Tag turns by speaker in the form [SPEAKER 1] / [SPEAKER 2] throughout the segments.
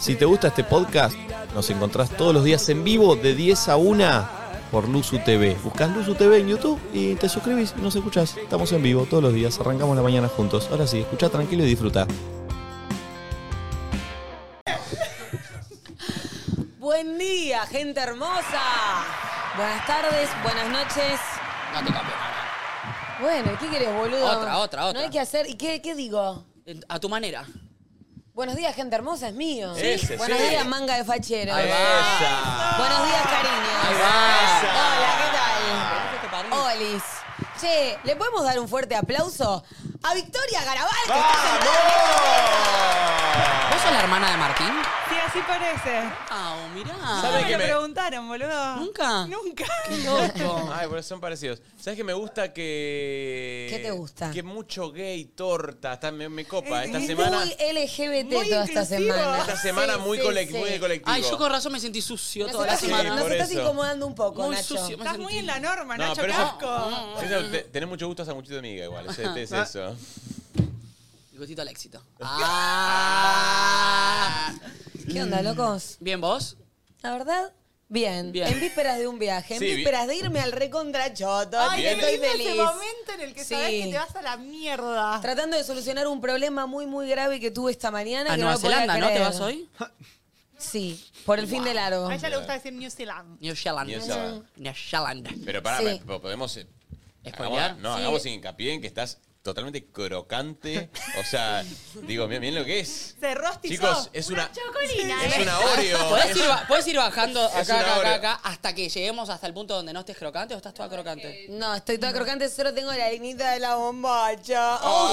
[SPEAKER 1] Si te gusta este podcast, nos encontrás todos los días en vivo de 10 a 1 por Luzu TV. Buscás Luzu TV en YouTube y te suscribís y nos escuchás. Estamos en vivo todos los días, arrancamos la mañana juntos. Ahora sí, escucha tranquilo y disfruta.
[SPEAKER 2] Buen día, gente hermosa. Buenas tardes, buenas noches.
[SPEAKER 3] No te cambio nada.
[SPEAKER 2] Bueno, ¿qué querés, boludo?
[SPEAKER 3] Otra, otra, otra.
[SPEAKER 2] No hay que hacer. ¿Y qué, qué digo?
[SPEAKER 3] Eh, A tu manera.
[SPEAKER 2] Buenos días, gente hermosa, es mío.
[SPEAKER 1] Ese,
[SPEAKER 2] buenos
[SPEAKER 1] sí.
[SPEAKER 2] días, manga de fachero.
[SPEAKER 1] Ahí va.
[SPEAKER 2] Buenos días, cariño.
[SPEAKER 3] Ahí va.
[SPEAKER 2] Hola, ¿qué tal? Olis. Che, ¿le podemos dar un fuerte aplauso a Victoria Garabal?
[SPEAKER 3] Ah.
[SPEAKER 2] que está sentada?
[SPEAKER 3] ¿Vos sos la hermana de Martín?
[SPEAKER 4] Sí, así parece.
[SPEAKER 3] Ah, mirá.
[SPEAKER 5] ¿Sabe
[SPEAKER 4] No
[SPEAKER 5] que
[SPEAKER 4] me lo
[SPEAKER 5] me-
[SPEAKER 4] preguntaron, boludo.
[SPEAKER 3] ¿Nunca?
[SPEAKER 4] Nunca.
[SPEAKER 3] Loco.
[SPEAKER 5] Ay, pero son parecidos. ¿Sabes que me gusta que.
[SPEAKER 2] ¿Qué te gusta?
[SPEAKER 5] Que mucho gay torta. está- me, me copa.
[SPEAKER 4] Es
[SPEAKER 5] Esta
[SPEAKER 4] muy-
[SPEAKER 5] semana.
[SPEAKER 2] Muy LGBT
[SPEAKER 4] Muy
[SPEAKER 2] toda esta
[SPEAKER 4] inclusivo.
[SPEAKER 2] semana.
[SPEAKER 5] Esta semana
[SPEAKER 2] Sí,
[SPEAKER 5] muy,
[SPEAKER 2] sí,
[SPEAKER 5] colec-
[SPEAKER 2] sí.
[SPEAKER 5] muy colectivo.
[SPEAKER 3] Ay, yo con razón me sentí sucio
[SPEAKER 2] Nos
[SPEAKER 3] toda la
[SPEAKER 2] estás,
[SPEAKER 5] Sí,
[SPEAKER 3] semana.
[SPEAKER 2] nos
[SPEAKER 5] por
[SPEAKER 2] estás
[SPEAKER 5] eso.
[SPEAKER 2] incomodando un poco,
[SPEAKER 3] Muy
[SPEAKER 2] Nacho.
[SPEAKER 3] sucio.
[SPEAKER 4] Estás muy en la norma,
[SPEAKER 5] No,
[SPEAKER 4] Nacho,
[SPEAKER 5] pero
[SPEAKER 4] qué
[SPEAKER 5] eso-
[SPEAKER 4] asco.
[SPEAKER 5] Eso, te- tenés mucho gusto a sanguchito de miga igual. Es, es eso.
[SPEAKER 3] Gotito al éxito. Ah.
[SPEAKER 2] ¿Qué onda, locos?
[SPEAKER 3] ¿Bien vos?
[SPEAKER 2] La verdad, bien.
[SPEAKER 3] Bien.
[SPEAKER 2] En vísperas de un viaje, en
[SPEAKER 5] Sí, vi-
[SPEAKER 2] vísperas de irme al recontrachoto.
[SPEAKER 4] Ay,
[SPEAKER 5] Bien.
[SPEAKER 2] estoy
[SPEAKER 4] estoy
[SPEAKER 2] feliz.
[SPEAKER 4] ese momento en el que
[SPEAKER 2] Sí.
[SPEAKER 4] sabes que te vas a la mierda.
[SPEAKER 2] Tratando de solucionar un problema muy, muy grave que tuve esta mañana.
[SPEAKER 3] A
[SPEAKER 2] que
[SPEAKER 3] Ah, Nueva
[SPEAKER 2] no lo podía
[SPEAKER 3] Zelanda, ¿no? ¿Te
[SPEAKER 2] creer.
[SPEAKER 3] vas hoy?
[SPEAKER 2] Sí, por el fin de largo.
[SPEAKER 4] A ella le gusta decir New Zealand.
[SPEAKER 3] New Zealand.
[SPEAKER 5] New Zealand.
[SPEAKER 3] New Zealand.
[SPEAKER 5] Pero pará,
[SPEAKER 2] Sí.
[SPEAKER 5] pa- podemos. eh,
[SPEAKER 3] ¿Spoilear?
[SPEAKER 5] hagamos- no,
[SPEAKER 2] Sí.
[SPEAKER 5] hagamos hincapié en que estás totalmente crocante. O sea, digo, miren, miren lo que es.
[SPEAKER 4] Se rostizó.
[SPEAKER 5] Chicos, es una.
[SPEAKER 4] chocolina.
[SPEAKER 5] Es una Oreo.
[SPEAKER 3] ¿Podés
[SPEAKER 5] Es-
[SPEAKER 3] ir, ba- podés ir bajando acá,
[SPEAKER 5] una
[SPEAKER 3] acá, acá,
[SPEAKER 5] Oreo.
[SPEAKER 3] acá, hasta que lleguemos hasta el punto donde no estés crocante o estás toda crocante?
[SPEAKER 2] No, estoy toda crocante, solo tengo la harinita de la bombacha.
[SPEAKER 3] Oh.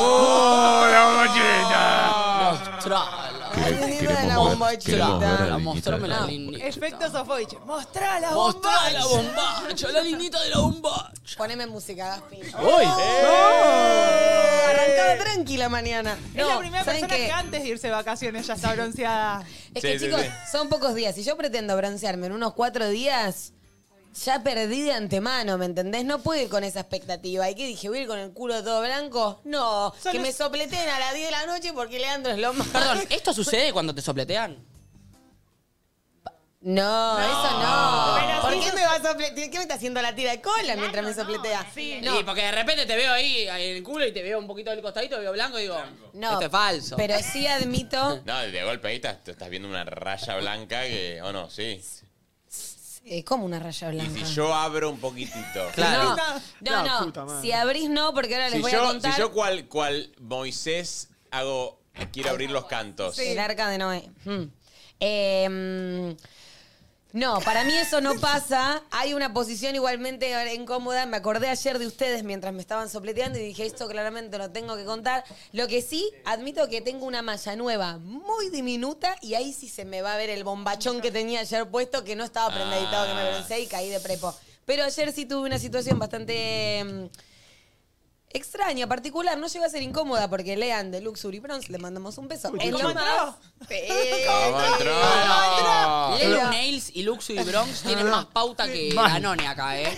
[SPEAKER 2] Oh.
[SPEAKER 3] Mostrala.
[SPEAKER 2] la harinita de la bombachita.
[SPEAKER 3] Mostrame la linita.
[SPEAKER 4] Efecto Sofovich. Mostrá la
[SPEAKER 3] Mostrá
[SPEAKER 4] bomba.
[SPEAKER 3] la bombacha, la linita de la bombacha.
[SPEAKER 2] Poneme música, Gaspi.
[SPEAKER 3] ¡Uy!
[SPEAKER 2] Arrancaba tranquila mañana.
[SPEAKER 4] es la
[SPEAKER 2] No,
[SPEAKER 4] primera
[SPEAKER 2] ¿saben
[SPEAKER 4] persona
[SPEAKER 2] qué?
[SPEAKER 4] que antes de irse de vacaciones ya está bronceada.
[SPEAKER 2] Es
[SPEAKER 5] Sí,
[SPEAKER 2] que,
[SPEAKER 5] sí,
[SPEAKER 2] chicos,
[SPEAKER 5] sí.
[SPEAKER 2] son pocos días. Si yo pretendo broncearme en unos cuatro días, ya perdí de antemano, ¿me entendés? No puedo ir con esa expectativa. ¿Y qué dije? ¿Voy a ir con el culo todo blanco? No,
[SPEAKER 4] Solo
[SPEAKER 2] que me
[SPEAKER 4] es-
[SPEAKER 2] sopleten a las 10 de la noche porque Leandro es lo más.
[SPEAKER 3] Perdón, ¿esto sucede cuando te sopletean?
[SPEAKER 2] No, eso no.
[SPEAKER 4] Pero
[SPEAKER 2] ¿Por
[SPEAKER 4] sí
[SPEAKER 2] qué
[SPEAKER 4] sos-
[SPEAKER 2] me va a sopletear? ¿Qué me está haciendo la tira de cola mientras me sopletea?
[SPEAKER 4] sí.
[SPEAKER 2] No.
[SPEAKER 3] Sí, porque de repente te veo ahí en el culo y te veo un poquito del costadito, te veo blanco y digo,
[SPEAKER 2] No,
[SPEAKER 3] esto es falso.
[SPEAKER 2] Pero sí admito,
[SPEAKER 5] No, de golpe ahí estás, estás viendo una raya blanca que. ¿O no? Sí.
[SPEAKER 2] eh, como una raya
[SPEAKER 5] Y
[SPEAKER 2] blanca.
[SPEAKER 5] si yo abro un poquitito.
[SPEAKER 3] Claro.
[SPEAKER 2] No,
[SPEAKER 6] La
[SPEAKER 2] no,
[SPEAKER 6] puta
[SPEAKER 2] no.
[SPEAKER 6] madre.
[SPEAKER 2] Si abrís no, porque ahora les
[SPEAKER 5] Si
[SPEAKER 2] voy a
[SPEAKER 5] yo, si
[SPEAKER 2] contar
[SPEAKER 5] yo cual, cual Moisés hago. Quiero abrir los cantos.
[SPEAKER 2] el arca de Noé. Mm. Eh, mm, no, para mí eso no pasa. Hay una posición igualmente incómoda. Me acordé ayer de ustedes mientras me estaban sopleteando y dije, esto claramente lo tengo que contar. Lo que sí, admito que tengo una malla nueva, muy diminuta, y ahí sí se me va a ver el bombachón que tenía ayer puesto, que no estaba premeditado que
[SPEAKER 5] Ah.
[SPEAKER 2] me broncé y caí de prepo. Pero ayer sí tuve una situación bastante... mm, extraña, particular, no llega a ser incómoda porque lean de Luxury Bronze, le mandamos un beso. Es lo
[SPEAKER 4] ¿Cómo
[SPEAKER 2] más. Eh,
[SPEAKER 5] ¿Cómo entró?
[SPEAKER 3] Lelo Nails y Luxu y Bronx tienen más pauta que
[SPEAKER 6] Mal.
[SPEAKER 3] Danone acá, ¿eh?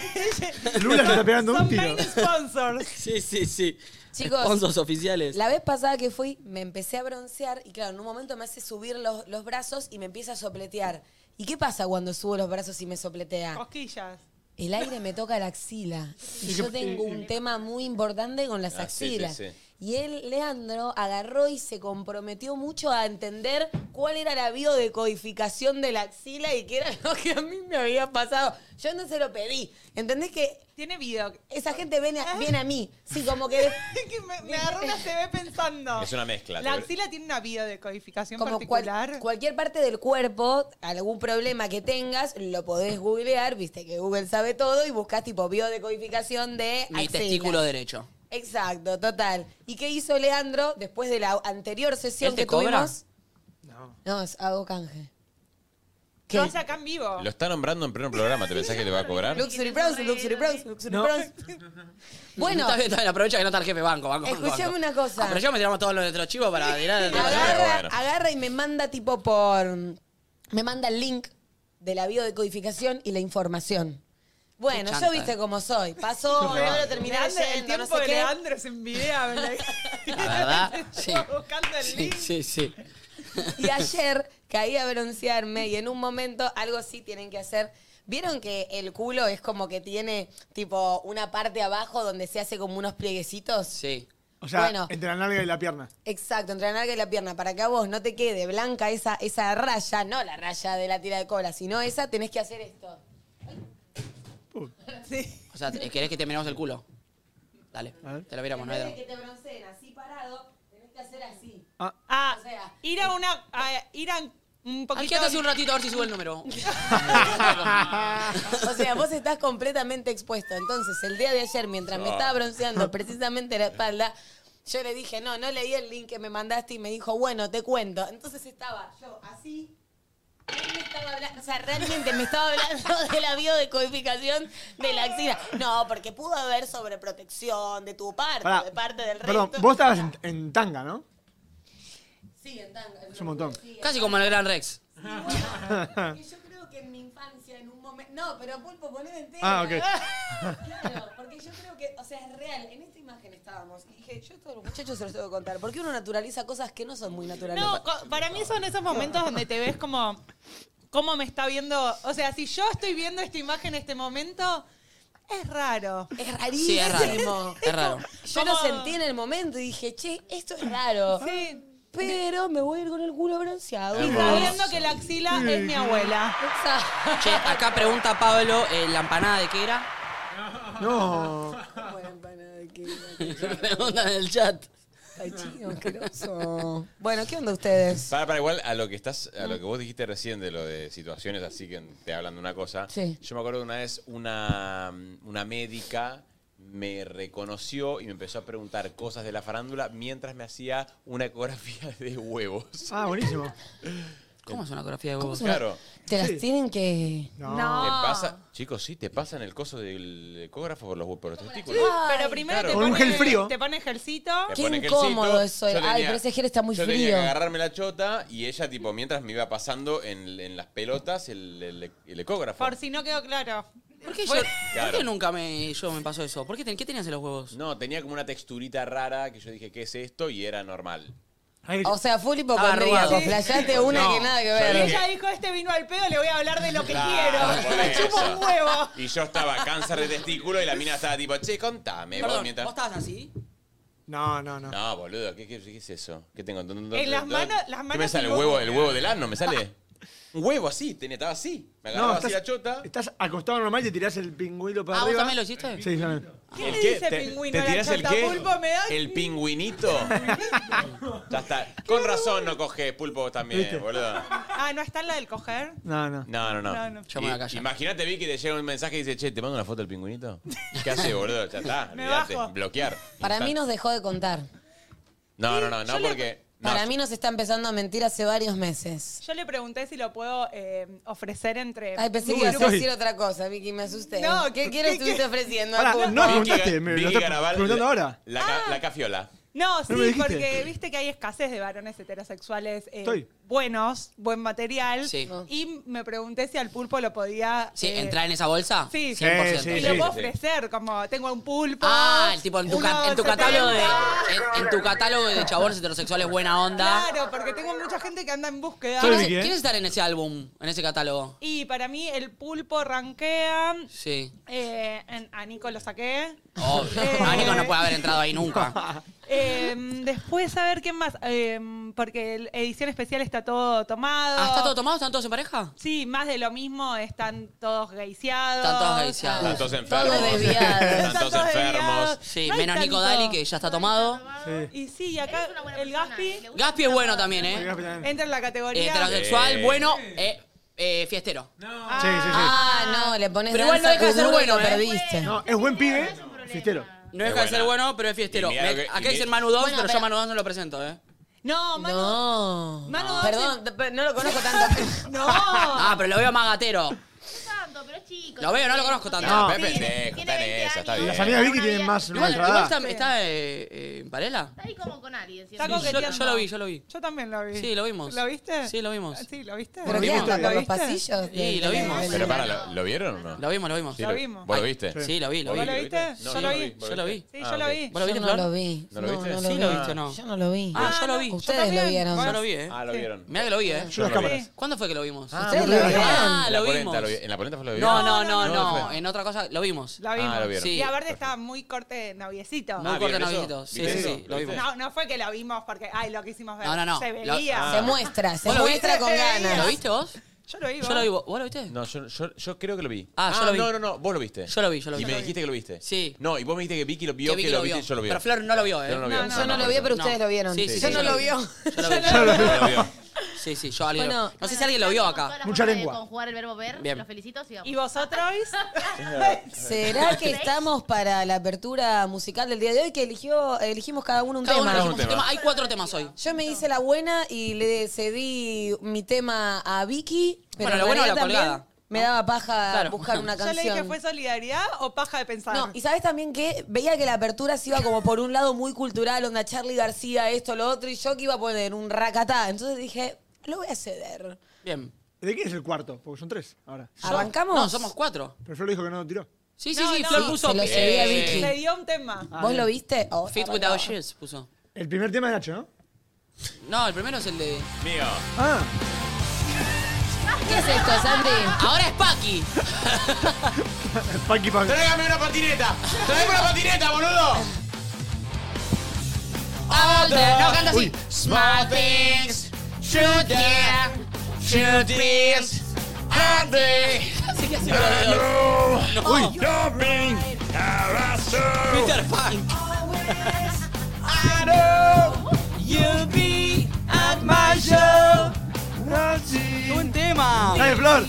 [SPEAKER 6] Lula se está pegando un
[SPEAKER 4] Son
[SPEAKER 6] tiro.
[SPEAKER 4] main sponsors.
[SPEAKER 3] Sí, sí, sí.
[SPEAKER 2] Chicos.
[SPEAKER 3] Sponsors oficiales.
[SPEAKER 2] La vez pasada que fui, me empecé a broncear y claro, en un momento me hace subir los, los brazos y me empieza a sopletear. ¿Y qué pasa cuando subo los brazos y me sopletea?
[SPEAKER 4] Cosquillas.
[SPEAKER 2] El aire me toca la axila. Y yo tengo un tema muy importante con las
[SPEAKER 5] Ah, sí, sí,
[SPEAKER 2] axilas.
[SPEAKER 5] sí.
[SPEAKER 2] Y él, Leandro, agarró y se comprometió mucho a entender cuál era la biodecodificación de la axila y qué era lo que a mí me había pasado. Yo no se lo pedí. ¿Entendés que
[SPEAKER 4] Tiene video. Ah.
[SPEAKER 2] esa gente viene a, viene a mí? Sí, como que...
[SPEAKER 4] que me, me agarró una CB pensando.
[SPEAKER 5] Es una mezcla.
[SPEAKER 4] La
[SPEAKER 5] te-
[SPEAKER 4] axila tiene una biodecodificación
[SPEAKER 2] Como cual-
[SPEAKER 4] particular.
[SPEAKER 2] cualquier parte del cuerpo, algún problema que tengas, lo podés googlear, viste que Google sabe todo y buscas tipo biodecodificación de
[SPEAKER 3] Mi
[SPEAKER 2] axila.
[SPEAKER 3] testículo derecho.
[SPEAKER 2] Exacto, total. ¿Y qué hizo Leandro después de la anterior sesión
[SPEAKER 3] ¿Él te
[SPEAKER 2] que
[SPEAKER 3] cobra?
[SPEAKER 2] tuvimos?
[SPEAKER 6] No.
[SPEAKER 2] No, es- hago canje. ¿Qué?
[SPEAKER 4] Lo hace acá en vivo.
[SPEAKER 5] Lo está nombrando en pleno programa. ¿Te pensás que te va a cobrar?
[SPEAKER 2] Luxury Bronze, Luxury Bronze, Luxury Bronze. Bueno,
[SPEAKER 3] Está bien, está bien, aprovecha que no está el jefe banco, banco. banco,
[SPEAKER 2] Escuchame
[SPEAKER 3] banco.
[SPEAKER 2] una cosa.
[SPEAKER 3] Aprovechamos y tiramos todos los nuestros chivos para tirar.
[SPEAKER 2] agarra,
[SPEAKER 5] Bueno.
[SPEAKER 2] agarra y me manda tipo por... Me manda el link de la biodecodificación y la información. Bueno,
[SPEAKER 3] Qué
[SPEAKER 2] yo
[SPEAKER 3] chanta.
[SPEAKER 2] viste cómo soy. Pasó, no, lo terminé
[SPEAKER 4] Leandro, el
[SPEAKER 2] leyendo,
[SPEAKER 4] tiempo
[SPEAKER 2] no
[SPEAKER 4] de
[SPEAKER 2] sé qué.
[SPEAKER 4] Leandro se envidia. ¿verdad?
[SPEAKER 3] La verdad, sí.
[SPEAKER 4] Buscando el
[SPEAKER 3] Sí,
[SPEAKER 4] link.
[SPEAKER 3] sí, sí.
[SPEAKER 2] Y ayer caí a broncearme y en un momento algo sí tienen que hacer. ¿Vieron que el culo es como que tiene tipo una parte abajo donde se hace como unos plieguecitos?
[SPEAKER 3] Sí.
[SPEAKER 6] O sea,
[SPEAKER 2] Bueno.
[SPEAKER 6] entre la nalga y la pierna.
[SPEAKER 2] Exacto, entre la nalga y la pierna, para que a vos no te quede blanca esa, esa raya, no la raya de la tira de cola, sino esa tenés que hacer esto.
[SPEAKER 3] O sea, te- ¿querés que te miremos el culo? Dale,
[SPEAKER 6] A ver.
[SPEAKER 3] te lo miramos, no hay
[SPEAKER 2] Antes de
[SPEAKER 3] drama.
[SPEAKER 2] que te bronceen así parado, tenés que hacer así.
[SPEAKER 6] Ah,
[SPEAKER 4] Ah,
[SPEAKER 2] O sea,
[SPEAKER 4] ir a una. a ir a un poquito.
[SPEAKER 3] Alquéate hace un ratito a ver si sube el número.
[SPEAKER 2] O sea, vos estás completamente expuesto. Entonces, el día de ayer, mientras me estaba bronceando precisamente la espalda, yo le dije, no, no leí el link que me mandaste y me dijo, bueno, te cuento. Entonces estaba yo así. él me estaba habla- O sea, realmente me estaba hablando de la biodecodificación de la axila. No, porque pudo haber sobreprotección de tu parte,
[SPEAKER 6] pará.
[SPEAKER 2] de parte del resto.
[SPEAKER 6] Perdón, vos estabas en, en tanga, ¿no?
[SPEAKER 2] Sí, en tanga.
[SPEAKER 6] Es un montón.
[SPEAKER 3] Casi como en el Gran Rex.
[SPEAKER 2] Que yo creo que en mi infancia, en un momento. No, pero pulpo, poner entero.
[SPEAKER 6] Ah, ok.
[SPEAKER 2] Claro, porque yo creo que, o sea, es real. En esta imagen estábamos. Y dije, yo a todos los muchachos se los tengo que contar. Porque uno naturaliza cosas que no son muy naturales.
[SPEAKER 4] No, co- para mí son esos momentos donde te ves como. ¿Cómo me está viendo? O sea, si yo estoy viendo esta imagen en este momento, es raro.
[SPEAKER 2] Es
[SPEAKER 3] Sí, es
[SPEAKER 2] rarísimo.
[SPEAKER 3] raro. Es raro.
[SPEAKER 2] Yo lo
[SPEAKER 4] ¿Cómo?
[SPEAKER 2] sentí en el momento y dije, che, esto es raro.
[SPEAKER 4] Sí.
[SPEAKER 2] Pero me voy a ir con el culo bronceado.
[SPEAKER 4] Y sabiendo que la axila es mi abuela.
[SPEAKER 2] Exacto.
[SPEAKER 3] Che, acá pregunta Pablo, eh, ¿la empanada de qué era?
[SPEAKER 6] No.
[SPEAKER 2] Buena empanada de quinoa,
[SPEAKER 3] Preguntan en el chat.
[SPEAKER 2] Ay, chino, asqueroso. Bueno, ¿qué onda ustedes?
[SPEAKER 5] Para, para igual a lo que estás, a lo que vos dijiste recién de lo de situaciones así que te hablan de una cosa.
[SPEAKER 2] Sí.
[SPEAKER 5] Yo me acuerdo que una vez una, mm, una médica me reconoció y me empezó a preguntar cosas de la farándula mientras me hacía una ecografía de huevos.
[SPEAKER 6] Ah, buenísimo.
[SPEAKER 3] ¿Cómo es una ecografía de huevos?
[SPEAKER 5] Claro.
[SPEAKER 2] Te las
[SPEAKER 6] Sí.
[SPEAKER 2] tienen que.
[SPEAKER 6] No.
[SPEAKER 4] No.
[SPEAKER 5] Te pasa, chicos, sí, te pasan el coso del ecógrafo por los, hue- por los testículos.
[SPEAKER 2] Ay,
[SPEAKER 4] Pero primero
[SPEAKER 5] claro.
[SPEAKER 4] te
[SPEAKER 5] Con
[SPEAKER 6] un
[SPEAKER 4] pone,
[SPEAKER 6] gel frío.
[SPEAKER 4] te pone ejercito.
[SPEAKER 5] Me
[SPEAKER 2] Qué
[SPEAKER 5] pone
[SPEAKER 2] incómodo
[SPEAKER 5] gelcito,
[SPEAKER 2] eso era.
[SPEAKER 5] yo
[SPEAKER 2] Ay, pero ese gel está muy
[SPEAKER 5] yo tenía que
[SPEAKER 2] frío.
[SPEAKER 5] agarrarme la chota y ella, tipo, mientras me iba pasando en, en las pelotas el, el- el ecógrafo.
[SPEAKER 4] Por si no quedó claro.
[SPEAKER 3] ¿Por qué yo, ¿por qué nunca me, yo me pasó eso? ¿Por qué, ten- ¿Qué tenías en los huevos?
[SPEAKER 5] No, tenía como una texturita rara que yo dije, ¿qué es esto? Y era normal.
[SPEAKER 6] Ahí-
[SPEAKER 2] O sea, full
[SPEAKER 3] Ah,
[SPEAKER 2] hipocondríaco.
[SPEAKER 3] arrugado.
[SPEAKER 2] Flashaste una
[SPEAKER 5] No,
[SPEAKER 2] que nada que
[SPEAKER 5] yo
[SPEAKER 2] ver.
[SPEAKER 5] dije-
[SPEAKER 4] Ella dijo, este vino al pedo, le voy a hablar de lo que
[SPEAKER 5] Claro,
[SPEAKER 4] quiero.
[SPEAKER 5] por
[SPEAKER 4] Me chupa
[SPEAKER 5] eso.
[SPEAKER 4] un huevo.
[SPEAKER 5] Y yo estaba cáncer de testículo y la mina estaba tipo, che, contame. vos
[SPEAKER 3] Perdón,
[SPEAKER 5] mientras-
[SPEAKER 3] ¿vos estabas así?
[SPEAKER 6] No, no, no.
[SPEAKER 5] No, boludo, ¿qué, qué, qué es eso? ¿Qué tengo? ¿Dó- dó-
[SPEAKER 4] En
[SPEAKER 5] dó-
[SPEAKER 4] Eh, las
[SPEAKER 5] dó-
[SPEAKER 4] manos- las
[SPEAKER 5] ¿Qué
[SPEAKER 4] manos
[SPEAKER 5] me sale?
[SPEAKER 4] y
[SPEAKER 5] ¿El huevo,
[SPEAKER 4] vos-
[SPEAKER 5] el huevo del ano? ¿Me sale? Un huevo así, tenía, estaba así. Me agarraba
[SPEAKER 6] No,
[SPEAKER 5] así la chota.
[SPEAKER 6] estás acostado normal y te tirás el pingüino para
[SPEAKER 3] Ah, ¿vos
[SPEAKER 6] arriba.
[SPEAKER 3] también lo hiciste?
[SPEAKER 6] Sí, también.
[SPEAKER 4] ¿Qué
[SPEAKER 5] ¿El
[SPEAKER 4] le
[SPEAKER 5] qué?
[SPEAKER 4] dice
[SPEAKER 5] ¿Te-
[SPEAKER 4] pingüino
[SPEAKER 5] ¿Te
[SPEAKER 4] a la
[SPEAKER 5] tirás el
[SPEAKER 4] chota?
[SPEAKER 5] qué?
[SPEAKER 4] Pulpo, me da-
[SPEAKER 5] ¿El pingüinito? ya está. Con razón no coges pulpo vos también,
[SPEAKER 6] ¿Viste?
[SPEAKER 5] boludo.
[SPEAKER 4] Ah, ¿no está en la del coger?
[SPEAKER 6] No, no.
[SPEAKER 5] No, no, no.
[SPEAKER 4] No, no.
[SPEAKER 3] Yo me voy a
[SPEAKER 5] I-
[SPEAKER 3] callar.
[SPEAKER 5] Imagínate, Vicky, te llega un mensaje y dice, che, ¿te mando una foto del pingüinito? ¿Qué hace, boludo? Ya está,
[SPEAKER 4] Me
[SPEAKER 5] olvídate.
[SPEAKER 4] bajo.
[SPEAKER 5] Bloquear.
[SPEAKER 2] Para
[SPEAKER 5] Instante.
[SPEAKER 2] mí nos dejó de contar.
[SPEAKER 5] No, no, no,
[SPEAKER 4] Yo
[SPEAKER 5] no,
[SPEAKER 4] le-
[SPEAKER 5] porque... no,
[SPEAKER 2] Para mí nos está empezando a mentir hace varios meses.
[SPEAKER 4] Yo le pregunté si lo puedo eh, ofrecer entre.
[SPEAKER 2] Ay, pensé
[SPEAKER 6] Uy,
[SPEAKER 2] que ibas a
[SPEAKER 6] uy.
[SPEAKER 2] decir otra cosa, Vicky, me asusté.
[SPEAKER 4] No,
[SPEAKER 2] ¿qué
[SPEAKER 4] ¿qué-
[SPEAKER 2] quiero
[SPEAKER 4] qué-
[SPEAKER 2] estuviste
[SPEAKER 4] qué?
[SPEAKER 2] ofreciendo?
[SPEAKER 6] Pará,
[SPEAKER 2] Disculpa.
[SPEAKER 6] no.
[SPEAKER 5] Vicky
[SPEAKER 6] preguntaste, me lo
[SPEAKER 5] Vicky
[SPEAKER 6] estás
[SPEAKER 5] Garabal-
[SPEAKER 6] preguntando ahora.
[SPEAKER 5] La, ca-
[SPEAKER 4] Ah.
[SPEAKER 5] la cafiola.
[SPEAKER 4] No,
[SPEAKER 6] me
[SPEAKER 4] sí,
[SPEAKER 6] dijiste.
[SPEAKER 4] porque viste que hay escasez de varones heterosexuales eh,
[SPEAKER 6] Estoy.
[SPEAKER 4] buenos, buen material.
[SPEAKER 3] Sí.
[SPEAKER 4] Y me pregunté si al pulpo lo podía.
[SPEAKER 3] Sí,
[SPEAKER 4] eh,
[SPEAKER 3] ¿entrar en esa bolsa?
[SPEAKER 4] Sí.
[SPEAKER 3] 100%.
[SPEAKER 6] Sí,
[SPEAKER 4] Y
[SPEAKER 6] sí,
[SPEAKER 4] lo
[SPEAKER 6] sí.
[SPEAKER 4] puedo ofrecer, como tengo un pulpo.
[SPEAKER 3] Ah, el tipo en tu, ca- en tu
[SPEAKER 4] 1,70.
[SPEAKER 3] catálogo de en, en tu catálogo de chabones heterosexuales buena onda.
[SPEAKER 4] Claro, porque tengo mucha gente que anda en búsqueda.
[SPEAKER 6] Soy
[SPEAKER 3] ¿Quieres,
[SPEAKER 6] Vicky, ¿eh?
[SPEAKER 3] quieres estar en ese álbum, en ese catálogo?
[SPEAKER 4] Y para mí el pulpo ranquea.
[SPEAKER 3] Sí.
[SPEAKER 4] eh, en- a Nico lo saqué.
[SPEAKER 3] Obvio.
[SPEAKER 4] Eh.
[SPEAKER 3] Ah, Nico no puede haber entrado ahí nunca.
[SPEAKER 4] Eh, después, a ver quién más. Eh, porque el- edición especial está todo tomado.
[SPEAKER 3] Ah, ¿Está todo tomado? ¿Están todos en pareja?
[SPEAKER 4] Sí, más de lo mismo, están todos gayseados.
[SPEAKER 3] Están todos gayseados.
[SPEAKER 5] Están todos enfermos.
[SPEAKER 2] desviado.
[SPEAKER 5] Están todos enfermos.
[SPEAKER 4] desviados.
[SPEAKER 3] Sí,
[SPEAKER 4] No hay
[SPEAKER 3] menos Nico
[SPEAKER 4] tanto.
[SPEAKER 3] Dali, que ya está tomado.
[SPEAKER 6] Sí.
[SPEAKER 4] Y sí, y acá el Gaspi
[SPEAKER 7] eh.
[SPEAKER 3] Gaspi es bueno también, ¿eh?
[SPEAKER 4] entra en la categoría.
[SPEAKER 3] Heterosexual,
[SPEAKER 5] Sí.
[SPEAKER 3] bueno, eh, eh, fiestero.
[SPEAKER 6] Sí, sí, sí.
[SPEAKER 2] Ah, no, le pones
[SPEAKER 3] Pero igual no
[SPEAKER 2] danza
[SPEAKER 3] deja de ser
[SPEAKER 2] kuduro y lo
[SPEAKER 3] bueno, ¿eh?
[SPEAKER 2] perdiste.
[SPEAKER 6] No, es buen pibe, fiestero.
[SPEAKER 3] No
[SPEAKER 5] Es
[SPEAKER 3] deja de ser
[SPEAKER 5] buena.
[SPEAKER 3] bueno, pero es fiestero.
[SPEAKER 5] Y mira lo
[SPEAKER 3] Me-
[SPEAKER 5] que- y
[SPEAKER 3] acá
[SPEAKER 5] mi-
[SPEAKER 3] dicen Manu 2,
[SPEAKER 2] Bueno,
[SPEAKER 3] pero
[SPEAKER 2] pero-
[SPEAKER 3] yo Manu 2 no lo presento, ¿eh?
[SPEAKER 4] No, Manu.
[SPEAKER 2] No.
[SPEAKER 4] Manu,
[SPEAKER 2] Perdón, no lo conozco tanto.
[SPEAKER 4] No.
[SPEAKER 3] Ah, pero lo veo más gatero.
[SPEAKER 7] tanto, pero chicos.
[SPEAKER 3] Lo veo, no lo conozco tanto.
[SPEAKER 7] No.
[SPEAKER 5] Pepe,
[SPEAKER 7] Tiene-
[SPEAKER 5] pendejo,
[SPEAKER 7] tiene
[SPEAKER 5] está en
[SPEAKER 7] 20
[SPEAKER 5] esa, está
[SPEAKER 7] años.
[SPEAKER 5] bien.
[SPEAKER 6] Las amigas Vicky tienen más
[SPEAKER 3] Igual,
[SPEAKER 6] nuestra
[SPEAKER 3] igual
[SPEAKER 6] edad.
[SPEAKER 3] está, está eh, eh, en Varela.
[SPEAKER 7] Está ahí como con alguien.
[SPEAKER 4] Está
[SPEAKER 3] Sí,
[SPEAKER 7] siempre.
[SPEAKER 3] yo,
[SPEAKER 4] coqueteando.
[SPEAKER 3] yo lo vi, yo lo vi.
[SPEAKER 4] Yo también lo vi.
[SPEAKER 3] Sí, lo vimos.
[SPEAKER 4] ¿Lo viste? Ah,
[SPEAKER 3] Sí, lo vimos.
[SPEAKER 4] Sí, ¿lo viste?
[SPEAKER 2] ¿Pero qué
[SPEAKER 6] viste?
[SPEAKER 2] andan por
[SPEAKER 4] ¿Lo
[SPEAKER 2] los
[SPEAKER 4] viste?
[SPEAKER 2] pasillos?
[SPEAKER 3] Sí,
[SPEAKER 2] de-
[SPEAKER 3] lo
[SPEAKER 2] de-
[SPEAKER 3] vimos.
[SPEAKER 2] de-
[SPEAKER 5] Pero para, ¿lo, lo vieron o no?
[SPEAKER 3] Lo vimos, lo vimos.
[SPEAKER 5] Sí,
[SPEAKER 4] Lo vimos.
[SPEAKER 5] ¿Vos lo viste?
[SPEAKER 3] Sí, lo vi, lo
[SPEAKER 5] ¿Vos
[SPEAKER 3] vi.
[SPEAKER 4] lo viste?
[SPEAKER 5] No,
[SPEAKER 4] Yo
[SPEAKER 5] no
[SPEAKER 4] lo vi.
[SPEAKER 3] Yo lo vi.
[SPEAKER 4] Sí, yo lo
[SPEAKER 5] Ah, ok.
[SPEAKER 4] vi.
[SPEAKER 3] ¿Vos lo viste,
[SPEAKER 2] Yo no lo
[SPEAKER 3] Flor?
[SPEAKER 2] vi.
[SPEAKER 5] ¿No lo viste?
[SPEAKER 2] No,
[SPEAKER 5] Sí,
[SPEAKER 3] lo
[SPEAKER 2] vi.
[SPEAKER 3] viste o no.
[SPEAKER 2] Yo no lo vi.
[SPEAKER 3] Ah, yo lo vi.
[SPEAKER 4] no.
[SPEAKER 2] Ustedes lo
[SPEAKER 4] también.
[SPEAKER 2] vieron.
[SPEAKER 3] Yo
[SPEAKER 4] Bueno.
[SPEAKER 3] lo vi, eh.
[SPEAKER 5] Ah, lo vieron.
[SPEAKER 3] Mirá que lo vi, eh.
[SPEAKER 6] Yo las cámaras.
[SPEAKER 3] ¿Cuándo fue que lo vimos?
[SPEAKER 2] ¿Ustedes lo vieron?
[SPEAKER 3] Ah,
[SPEAKER 5] En la
[SPEAKER 3] lo
[SPEAKER 5] polenta,
[SPEAKER 3] vimos.
[SPEAKER 5] vi- ¿En la polenta fue lo vieron?
[SPEAKER 3] No, no, no,
[SPEAKER 5] No,
[SPEAKER 3] no.
[SPEAKER 5] fue-
[SPEAKER 3] En otra cosa, lo vimos.
[SPEAKER 4] La vimos.
[SPEAKER 5] Ah, lo vieron.
[SPEAKER 3] Sí.
[SPEAKER 4] Y aparte estaba muy corte de noviecito.
[SPEAKER 3] Muy
[SPEAKER 5] Ah,
[SPEAKER 3] corto
[SPEAKER 5] ¿vieron eso?
[SPEAKER 3] novillito. Sí,
[SPEAKER 5] ¿Vieron
[SPEAKER 3] sí,
[SPEAKER 5] eso?
[SPEAKER 3] sí, lo vimos.
[SPEAKER 4] No, no fue que lo vimos porque, ay, lo quisimos ver.
[SPEAKER 3] No, no, no.
[SPEAKER 4] Se
[SPEAKER 3] Lo- Ah.
[SPEAKER 4] veía.
[SPEAKER 2] Se muestra, se
[SPEAKER 3] ¿Vos lo
[SPEAKER 2] muestra
[SPEAKER 4] viste?
[SPEAKER 2] con ganas.
[SPEAKER 3] ¿Lo viste vos?
[SPEAKER 4] Yo lo vi.
[SPEAKER 3] Yo
[SPEAKER 4] vos.
[SPEAKER 3] lo vi. ¿Vos ¿Vos lo viste?
[SPEAKER 5] No, yo, yo, yo creo que lo vi.
[SPEAKER 3] Ah, yo lo vi.
[SPEAKER 5] No, no, no, vos lo viste.
[SPEAKER 3] Yo lo vi, yo lo vi.
[SPEAKER 5] Y
[SPEAKER 3] Yo
[SPEAKER 5] me
[SPEAKER 3] lo
[SPEAKER 5] dijiste que lo viste.
[SPEAKER 3] Sí.
[SPEAKER 5] No, y vos me dijiste que Vicky lo vio,
[SPEAKER 3] Vicky
[SPEAKER 5] que lo viste y yo lo vi.
[SPEAKER 3] Pero Flor no lo vio, eh.
[SPEAKER 5] Yo no lo vi.
[SPEAKER 4] No, no,
[SPEAKER 2] Yo no lo vi, pero ustedes
[SPEAKER 3] No.
[SPEAKER 2] lo vieron.
[SPEAKER 3] Sí, sí,
[SPEAKER 2] Yo
[SPEAKER 3] sí,
[SPEAKER 2] no
[SPEAKER 3] yo
[SPEAKER 2] lo
[SPEAKER 3] lo
[SPEAKER 2] vi.
[SPEAKER 3] Yo lo vi.
[SPEAKER 5] Yo lo vio.
[SPEAKER 3] Sí, sí, yo alguien
[SPEAKER 2] Bueno.
[SPEAKER 3] lo- No sé si alguien lo vio acá.
[SPEAKER 6] Mucha lengua.
[SPEAKER 7] Con jugar el verbo ver.
[SPEAKER 3] Bien.
[SPEAKER 7] Los felicito, sigamos.
[SPEAKER 4] ¿Y vosotros?
[SPEAKER 2] ¿Será que estamos para la apertura musical del día de hoy que eligió, elegimos cada uno un
[SPEAKER 3] Cada uno
[SPEAKER 2] tema?
[SPEAKER 3] elegimos un
[SPEAKER 5] tema.
[SPEAKER 3] tema. Hay cuatro temas hoy.
[SPEAKER 2] Yo me hice la buena y le cedí mi tema a Vicky.
[SPEAKER 3] Bueno,
[SPEAKER 2] Pero
[SPEAKER 3] lo
[SPEAKER 2] en
[SPEAKER 3] bueno de la
[SPEAKER 2] realidad también
[SPEAKER 3] colgada,
[SPEAKER 2] Me daba paja
[SPEAKER 3] Claro.
[SPEAKER 2] buscar una
[SPEAKER 4] Yo le
[SPEAKER 2] canción.
[SPEAKER 4] dije, ¿fue solidaridad o paja de pensar?
[SPEAKER 2] No, y sabes también que veía que la apertura se iba como por un lado muy cultural, onda Charlie García, esto, lo otro, y yo que iba a poner un racatá. Entonces dije, lo voy a ceder.
[SPEAKER 3] Bien.
[SPEAKER 6] ¿De quién es el cuarto? Porque son tres ahora.
[SPEAKER 2] ¿Arrancamos?
[SPEAKER 3] No, somos cuatro.
[SPEAKER 6] Pero Flor dijo que no lo tiró.
[SPEAKER 3] Sí, sí,
[SPEAKER 4] No,
[SPEAKER 3] sí,
[SPEAKER 4] no.
[SPEAKER 3] Flor
[SPEAKER 4] Sí,
[SPEAKER 3] puso.
[SPEAKER 2] se lo cedí a
[SPEAKER 3] eh,
[SPEAKER 2] Vicky.
[SPEAKER 4] Le dio un tema.
[SPEAKER 2] ¿Vos lo viste? Oh,
[SPEAKER 3] Ah, Fit
[SPEAKER 2] arrancaba.
[SPEAKER 3] without shoes puso.
[SPEAKER 6] El primer tema de Nacho, ¿no?
[SPEAKER 3] No, el primero es el de.
[SPEAKER 5] Mío.
[SPEAKER 6] Ah,
[SPEAKER 2] ¿Qué es esto, Santi?
[SPEAKER 3] Ahora es Paki.
[SPEAKER 6] Paki Paki.
[SPEAKER 5] ¡Tráigame una patineta! ¡Tráigame una patineta, boludo!
[SPEAKER 3] No, canta así.
[SPEAKER 6] Uy.
[SPEAKER 5] Small things, shoot them, shoot things, and they
[SPEAKER 3] Así que así lo No.
[SPEAKER 6] Uy.
[SPEAKER 5] don't bring harassment.
[SPEAKER 3] Peter Pan.
[SPEAKER 5] I know you'll be at my show.
[SPEAKER 3] Un tema.
[SPEAKER 6] Dale, Flor.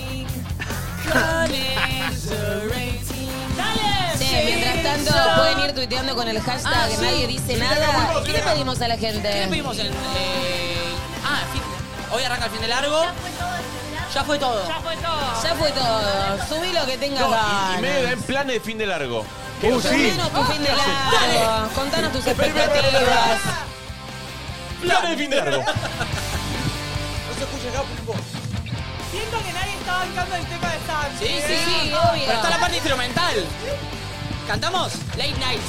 [SPEAKER 2] Che, mientras tanto pueden ir tuiteando con el hashtag
[SPEAKER 3] Ah, sí.
[SPEAKER 2] nadie dice nada. ¿Qué le pedimos a la
[SPEAKER 3] ¿Qué le
[SPEAKER 2] gente?
[SPEAKER 3] pedimos en el. eh, Ah, fit- hoy arranca el fin de largo. Ya fue todo.
[SPEAKER 4] Ya fue todo.
[SPEAKER 2] Ya fue todo. Subí lo que tengas
[SPEAKER 5] Y, y
[SPEAKER 2] ganas.
[SPEAKER 5] medio en planes de fin de largo.
[SPEAKER 6] Uh, sí.
[SPEAKER 2] Contanos tu fin de largo. Contanos tus expectativas.
[SPEAKER 5] Planes de fin de largo. No se escucha acá, pulpo.
[SPEAKER 4] Siento que nadie está bancando el tema de ¿eh? Sam.
[SPEAKER 3] Sí, sí, sí.
[SPEAKER 2] obvio.
[SPEAKER 3] Pero está la parte instrumental. ¿Cantamos? Late night.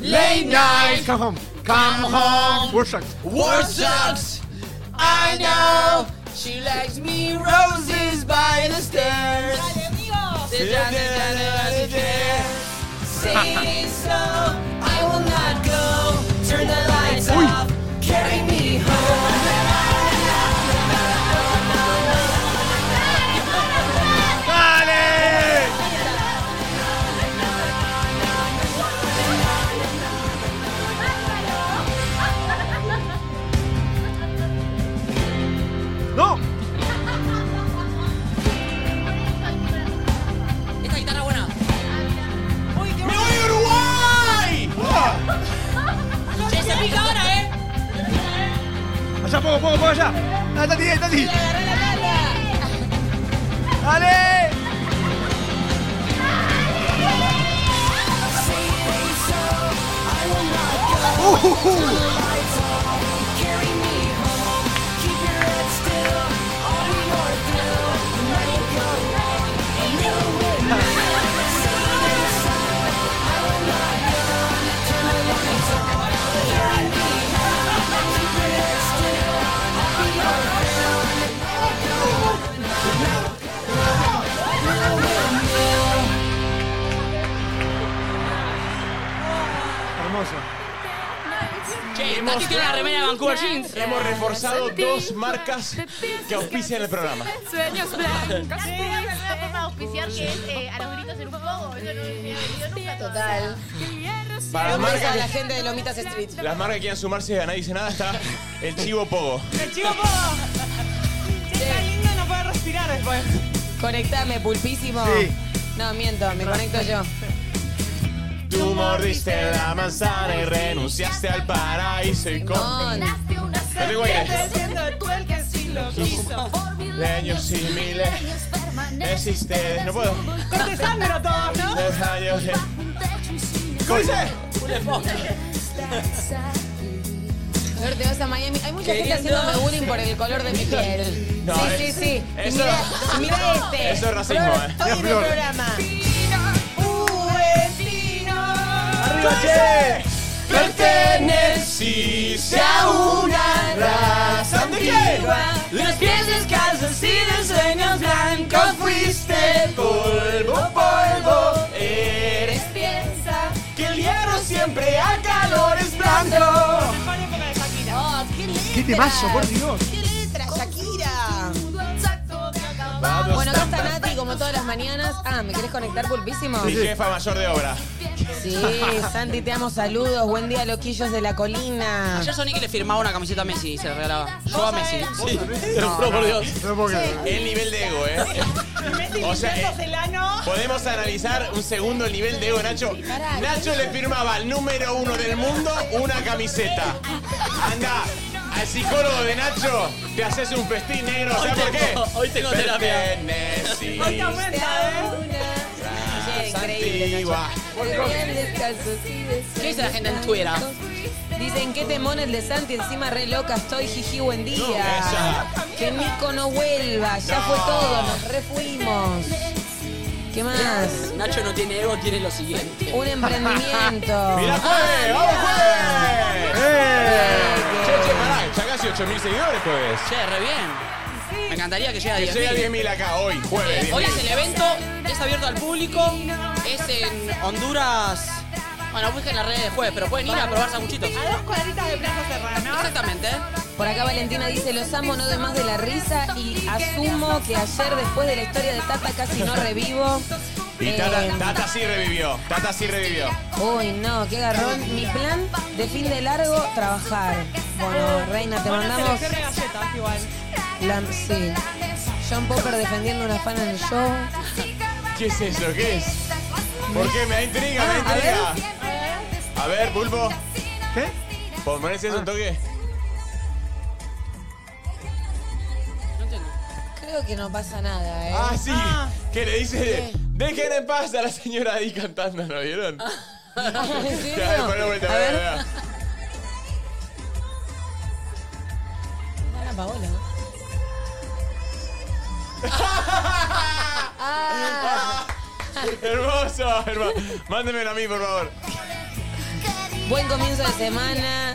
[SPEAKER 6] Late night. Come home. Come home. Workshop.
[SPEAKER 5] War sucks. I know.
[SPEAKER 3] She likes me roses by the stairs.
[SPEAKER 4] Dale, amigos.
[SPEAKER 6] ¡Dale! ¡No!
[SPEAKER 3] Esta guitarra buena.
[SPEAKER 4] Uy, qué
[SPEAKER 5] ¡Me
[SPEAKER 4] bueno.
[SPEAKER 5] voy a Uruguay!
[SPEAKER 3] Che, se pica ahora, ¿eh?
[SPEAKER 6] Allá, poco, poco, poco, allá. Ah, Tati, eh, Tati. ¡Dale! Hermoso.
[SPEAKER 3] Che, Tati tiene la remera de Vancouver Jeans.
[SPEAKER 5] Hemos reforzado dos marcas que auspician el programa.
[SPEAKER 7] Una forma de auspiciar que es eh, a los gritos en un poco. Eso no hubiera venido nunca.
[SPEAKER 2] Total.
[SPEAKER 5] Para las
[SPEAKER 2] Vamos a la
[SPEAKER 5] marcas,
[SPEAKER 2] gente de Lomitas Street.
[SPEAKER 5] las marcas que quieran sumarse a Nadie Dice Nada está el chivo Pogo.
[SPEAKER 4] El chico pudo. Che, esta linda no puede respirar después.
[SPEAKER 2] Conectame, pulpísimo.
[SPEAKER 6] Sí.
[SPEAKER 2] No, miento, me conecto yo.
[SPEAKER 5] Tú mordiste la manzana y renunciaste al paraíso y con
[SPEAKER 2] Con.
[SPEAKER 5] No tengo aire.
[SPEAKER 4] Siendo tú el que sí lo quiso.
[SPEAKER 5] leños y miles Existe. No puedo.
[SPEAKER 4] Corte sangre a todos, ¿no?
[SPEAKER 2] Flor, te vas a Miami. Hay mucha gente
[SPEAKER 3] Queriendo-
[SPEAKER 2] haciéndome bullying por el color de mi piel.
[SPEAKER 5] No,
[SPEAKER 2] sí, sí,
[SPEAKER 5] es-
[SPEAKER 2] sí. Y
[SPEAKER 5] eso-
[SPEAKER 2] mira, y mira este.
[SPEAKER 5] eso es racismo,
[SPEAKER 2] Flor,
[SPEAKER 5] eh.
[SPEAKER 2] Estoy en el
[SPEAKER 6] Flor.
[SPEAKER 2] programa.
[SPEAKER 5] ¡Arriba,
[SPEAKER 1] Perteneciste a una raza antigua.
[SPEAKER 3] Los pies descalzos y los sueños blancos fuiste
[SPEAKER 1] Polvo, polvo, eres.
[SPEAKER 2] Piensa.
[SPEAKER 1] Que el hierro siempre a calor es blando.
[SPEAKER 4] Mejor época de Shakira.
[SPEAKER 2] Oh, qué letra.
[SPEAKER 6] ¡Qué temazo, por Dios!
[SPEAKER 2] Qué letra, Shakira. Bueno, acá está Nati como todas las mañanas. Ah, ¿me querés conectar pulpísimo?
[SPEAKER 5] Mi jefa mayor de obra.
[SPEAKER 2] Sí, Santi, te amo, saludos. Buen día, loquillos de la colina.
[SPEAKER 3] Ayer Sonic le firmaba una camiseta a Messi y se la regalaba. Yo a Messi.
[SPEAKER 5] Sí, te lo juro por Dios.
[SPEAKER 6] No puedo creer.
[SPEAKER 5] El nivel de ego, ¿eh?
[SPEAKER 4] Messi
[SPEAKER 5] O sea, eh,
[SPEAKER 4] limpiándose el ano.
[SPEAKER 5] Podemos analizar un segundo el nivel de ego, Nacho. Nacho le firmaba al número uno del mundo una camiseta. Anda, al psicólogo de Nacho te haces un festín negro,
[SPEAKER 3] Hoy
[SPEAKER 5] ¿sabes por qué?
[SPEAKER 3] tengo- hoy tengo terapia.
[SPEAKER 5] Perteneciste
[SPEAKER 4] Hoy te aumenta, ¿eh?
[SPEAKER 2] Che,
[SPEAKER 5] a
[SPEAKER 2] increíble, Nacho.
[SPEAKER 5] Antigua.
[SPEAKER 3] ¿Qué dice la gente en Twitter?
[SPEAKER 2] Dicen que temón el de Santi, encima re loca estoy, jiji, buen
[SPEAKER 5] No,
[SPEAKER 2] día.
[SPEAKER 5] esa.
[SPEAKER 2] Que Nico no vuelva, ya fue todo, nos refuimos. ¿Qué más?
[SPEAKER 3] Nacho no tiene ego, tiene lo siguiente.
[SPEAKER 2] Un emprendimiento.
[SPEAKER 5] ¡Mirá,
[SPEAKER 6] Ah,
[SPEAKER 5] jueves! ¡Vamos, jueves!
[SPEAKER 6] ¡Eh!
[SPEAKER 5] Che, che, pará, ya casi 8.000 seguidores jueves.
[SPEAKER 3] Che, re bien. Me encantaría que llegue a
[SPEAKER 5] Que llega
[SPEAKER 3] 10.000.
[SPEAKER 5] 10.000 acá hoy, jueves.
[SPEAKER 3] Hoy
[SPEAKER 5] 10.000.
[SPEAKER 3] es el evento, es abierto al público, es en Honduras. Bueno, busquen las redes después, pero pueden ir a probar sanguchitos.
[SPEAKER 4] A dos cuadritas de Plaza Serrano.
[SPEAKER 3] Exactamente.
[SPEAKER 2] Por acá Valentina dice, los amo no demás de la risa y asumo que ayer después de la historia de Tata casi no revivo.
[SPEAKER 5] Y
[SPEAKER 2] Eh,
[SPEAKER 5] Tata, Tata sí revivió. Tata sí revivió.
[SPEAKER 2] Uy, no, qué garrón. Mi plan de fin de largo, trabajar. Bueno, Reina, te
[SPEAKER 4] Bueno,
[SPEAKER 2] mandamos
[SPEAKER 4] se le cierra galletas igual.
[SPEAKER 2] la... Sí. John Popper defendiendo una fan en el show.
[SPEAKER 5] ¿Qué es eso? ¿Qué es? ¿Por qué? Me da intriga, me da
[SPEAKER 2] Ah, a ver.
[SPEAKER 5] intriga. A ver, Pulpo,
[SPEAKER 6] ¿Qué?
[SPEAKER 5] ¿ponés eso un toque?
[SPEAKER 2] Creo que no pasa nada, ¿eh?
[SPEAKER 5] Ah, sí.
[SPEAKER 4] Ah.
[SPEAKER 5] Que le dice, dejen en paz a la señora ahí cantando, ¿no vieron?
[SPEAKER 2] Ah. ¿En serio?
[SPEAKER 5] Ya, poné vuelta,
[SPEAKER 2] A
[SPEAKER 5] pará,
[SPEAKER 2] ver.
[SPEAKER 5] pará.
[SPEAKER 2] Ana Paola. Ah.
[SPEAKER 5] Hermoso, hermoso. Mándemelo a mí, por favor.
[SPEAKER 2] Buen comienzo de semana.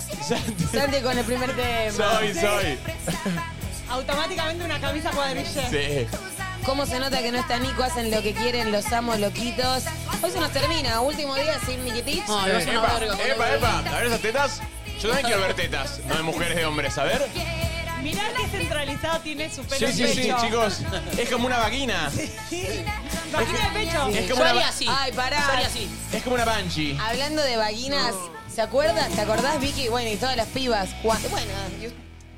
[SPEAKER 2] Salte con el primer tema.
[SPEAKER 5] Soy, soy.
[SPEAKER 4] Automáticamente una camisa cuadrille.
[SPEAKER 5] Sí.
[SPEAKER 2] ¿Cómo se nota que no está Nico? Hacen lo que quieren, los amo, loquitos. Hoy se nos termina, último día sin Miquetich.
[SPEAKER 3] Ay, vas a una
[SPEAKER 5] Epa,
[SPEAKER 3] verga.
[SPEAKER 5] epa, epa. A ver esas tetas. Yo también quiero ver tetas, no de mujeres, de hombres. A ver.
[SPEAKER 4] Mirá qué centralizado tiene su pelo
[SPEAKER 5] Sí,
[SPEAKER 4] en
[SPEAKER 5] sí, sí,
[SPEAKER 4] pecho.
[SPEAKER 5] chicos. Es como una vaquina.
[SPEAKER 4] Vagina de pecho.
[SPEAKER 5] Es
[SPEAKER 3] Yo
[SPEAKER 5] como
[SPEAKER 3] haría
[SPEAKER 5] una,
[SPEAKER 3] así.
[SPEAKER 2] Ay, pará.
[SPEAKER 3] Yo haría así.
[SPEAKER 5] es como una banshee.
[SPEAKER 2] Hablando de vaginas, ¿se acuerdan? ¿Te acordás, Vicky? Bueno, y todas las pibas. Cuando, bueno, yo-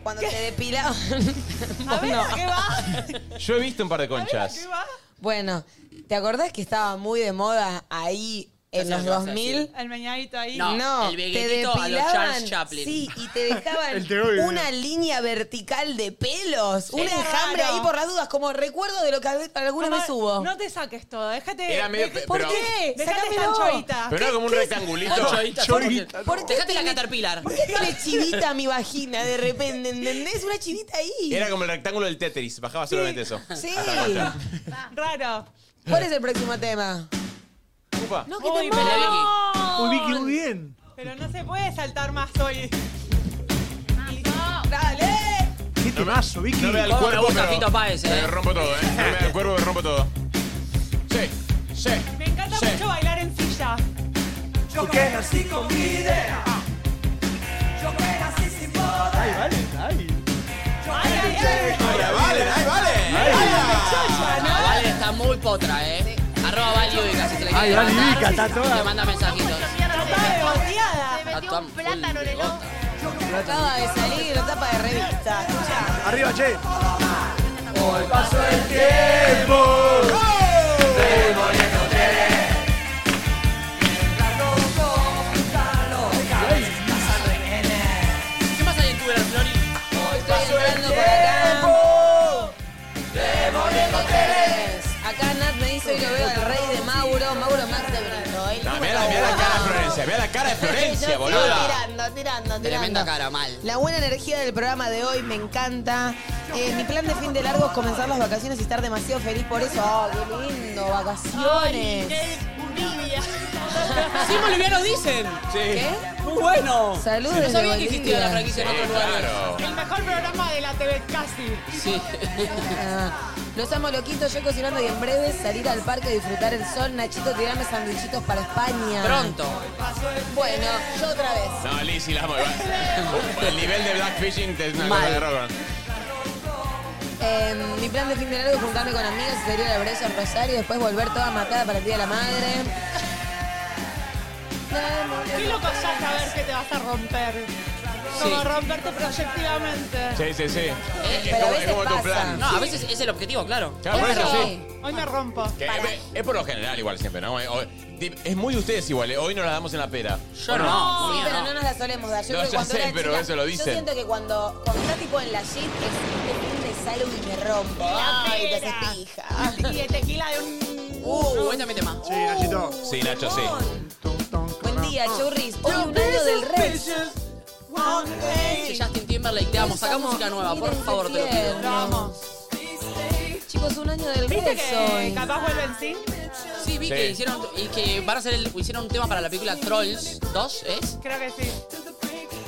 [SPEAKER 2] cuando se depilaban.
[SPEAKER 4] A ver, ¿a qué va?
[SPEAKER 5] Yo he visto un par de conchas.
[SPEAKER 4] ¿Qué va?
[SPEAKER 2] Bueno, ¿te acordás que estaba muy de moda ahí en
[SPEAKER 3] Ya
[SPEAKER 2] los
[SPEAKER 3] sé lo que vas a
[SPEAKER 2] 2000?
[SPEAKER 4] El meñadito ahí.
[SPEAKER 3] No. el
[SPEAKER 2] te
[SPEAKER 3] veguetito a lo
[SPEAKER 2] depilaban,
[SPEAKER 3] Charles Chaplin.
[SPEAKER 2] sí, y te dejaban
[SPEAKER 6] El teoide.
[SPEAKER 2] una línea vertical de pelos, un
[SPEAKER 4] Era
[SPEAKER 2] enjambre
[SPEAKER 4] raro.
[SPEAKER 2] ahí por las dudas, como recuerdo de lo que alguna
[SPEAKER 4] Mamá,
[SPEAKER 2] vez hubo.
[SPEAKER 4] No te saques todo, déjate.
[SPEAKER 5] Era medio pe-
[SPEAKER 4] ¿Por
[SPEAKER 5] pero-
[SPEAKER 4] qué? Déjate esta
[SPEAKER 2] Sacámelo.
[SPEAKER 4] anchoita.
[SPEAKER 5] Pero era como un rectangulito.
[SPEAKER 3] Chorita,
[SPEAKER 6] Chorita.
[SPEAKER 2] ¿Por qué
[SPEAKER 3] Dejate la
[SPEAKER 2] tiene-
[SPEAKER 3] caterpillar.
[SPEAKER 2] ¿Por qué tiene chivita a mi vagina de repente? ¿Entendés? Una chivita ahí.
[SPEAKER 5] Era como el rectángulo del Tetris. Bajaba solamente eso.
[SPEAKER 2] Sí.
[SPEAKER 5] Hasta aguantar.
[SPEAKER 4] Raro.
[SPEAKER 2] ¿Cuál es el próximo tema?
[SPEAKER 5] Upa.
[SPEAKER 2] No,
[SPEAKER 4] Uy,
[SPEAKER 2] temón.
[SPEAKER 4] pero-
[SPEAKER 6] Uy, Vicky, muy bien.
[SPEAKER 4] Pero no se puede saltar más hoy.
[SPEAKER 6] ¡Qué temazo, Vicky!
[SPEAKER 5] No me da el
[SPEAKER 3] ¿Cómo me
[SPEAKER 5] cuerpo,
[SPEAKER 3] gusta
[SPEAKER 5] pero,
[SPEAKER 3] Fito Páez, eh?
[SPEAKER 5] pero rompo todo, ¿eh? No me da el cuerpo, pero rompo todo. Sí, sí,
[SPEAKER 4] Me encanta
[SPEAKER 5] sí.
[SPEAKER 4] mucho bailar en silla.
[SPEAKER 6] ¿Por qué? Así con mi idea. Yo así sin poder. Ay, vale, ay.
[SPEAKER 4] Ay, ay, ay.
[SPEAKER 5] ¡Ay, ya vale, ay, vale! ¡Ay,
[SPEAKER 3] Ah, Vale está muy potra, eh. Arroba Vali Ubica, si te la
[SPEAKER 6] Ay,
[SPEAKER 3] quieres
[SPEAKER 6] Vali
[SPEAKER 3] mandar,
[SPEAKER 6] Ubica, está toda-
[SPEAKER 3] Le manda mensajitos.
[SPEAKER 4] Tapa de boteada.
[SPEAKER 7] Se metió un plátano en el ojo.
[SPEAKER 2] Acaba de salir la tapa de revista. Escuchá.
[SPEAKER 6] Arriba, che.
[SPEAKER 3] ¿Qué pasa ahí en Twitter, Flori?
[SPEAKER 2] Estoy entrando por acá. Demonio Coteles.
[SPEAKER 5] cara de Florencia, vea la cara de
[SPEAKER 2] Yo
[SPEAKER 5] Florencia,
[SPEAKER 2] sigo
[SPEAKER 5] boluda.
[SPEAKER 2] Tirando, tirando, tirando.
[SPEAKER 3] Tremenda cara, mal.
[SPEAKER 2] La buena energía del programa de hoy me encanta. Eh, mi plan de fin de largo es comenzar las vacaciones y estar demasiado feliz por eso. ¡Ah, qué lindo!
[SPEAKER 7] Ay,
[SPEAKER 2] Vacaciones.
[SPEAKER 7] qué tibia.
[SPEAKER 3] Sí, bolivianos dicen.
[SPEAKER 5] Sí.
[SPEAKER 3] Muy bueno.
[SPEAKER 2] Saludos.
[SPEAKER 3] No sabía
[SPEAKER 2] de
[SPEAKER 3] que existía la
[SPEAKER 2] Bolivia.
[SPEAKER 3] franquicia en otro lugar.
[SPEAKER 5] Claro.
[SPEAKER 4] El mejor programa de la TV casi.
[SPEAKER 3] Sí.
[SPEAKER 2] Ah, Los amo loquitos, yo cocinando y en breve salir al parque a disfrutar el sol. Nachito, tirame sandwichitos para España.
[SPEAKER 3] Pronto.
[SPEAKER 2] Bueno, yo otra vez.
[SPEAKER 5] No, Liz y la amo igual. Uh, El nivel de blackfishing te es una
[SPEAKER 3] Mal.
[SPEAKER 5] cosa de robo.
[SPEAKER 2] Eh, mi plan de fin de largo es juntarme con amigas y salir a la brecha en Rosario y después volver toda matada para el Día de la Madre.
[SPEAKER 4] Qué loco ya saber que te vas a romper. Como romperte proyectivamente.
[SPEAKER 5] Sí, sí, sí.
[SPEAKER 2] Pero a veces pasa.
[SPEAKER 3] No, a veces es el objetivo, claro.
[SPEAKER 5] Claro, por eso sí.
[SPEAKER 4] Hoy me rompo.
[SPEAKER 5] Que es, es por lo general igual siempre, ¿no? Eh, hoy- di- Es muy de ustedes igual, eh, hoy nos la damos en la pera.
[SPEAKER 3] Yo no.
[SPEAKER 2] Sí,
[SPEAKER 3] mía
[SPEAKER 2] pero
[SPEAKER 3] no.
[SPEAKER 2] no nos la solemos dar. Yo
[SPEAKER 5] No,
[SPEAKER 2] creo que
[SPEAKER 5] ya
[SPEAKER 2] cuando
[SPEAKER 5] sé,
[SPEAKER 2] era
[SPEAKER 5] pero
[SPEAKER 2] chica-
[SPEAKER 5] eso lo dicen.
[SPEAKER 2] Yo siento que cuando, cuando estás tipo en la shit, es este fin de salgo y me rompo. Ay, te haces pija.
[SPEAKER 4] Y de tequila de un.
[SPEAKER 3] Uh, este es mi tema.
[SPEAKER 6] Sí, Nachito.
[SPEAKER 5] Sí, Nacho, sí.
[SPEAKER 2] Buen día, Churris. Hoy un año del Rex.
[SPEAKER 3] Sí, Justin Timberlake, te amo. Saca música nueva, por
[SPEAKER 2] Miren
[SPEAKER 3] favor,
[SPEAKER 2] qué
[SPEAKER 3] te lo pido.
[SPEAKER 2] tierno.
[SPEAKER 4] Vamos.
[SPEAKER 2] Chicos, un año del
[SPEAKER 4] ¿Viste
[SPEAKER 2] Rex
[SPEAKER 4] que
[SPEAKER 2] hoy.
[SPEAKER 4] capaz vuelve en sí?
[SPEAKER 3] Sí, vi
[SPEAKER 5] Sí.
[SPEAKER 3] que hicieron y que van a hacer el- hicieron un tema para la película Trolls 2, ¿es?
[SPEAKER 4] Creo que sí.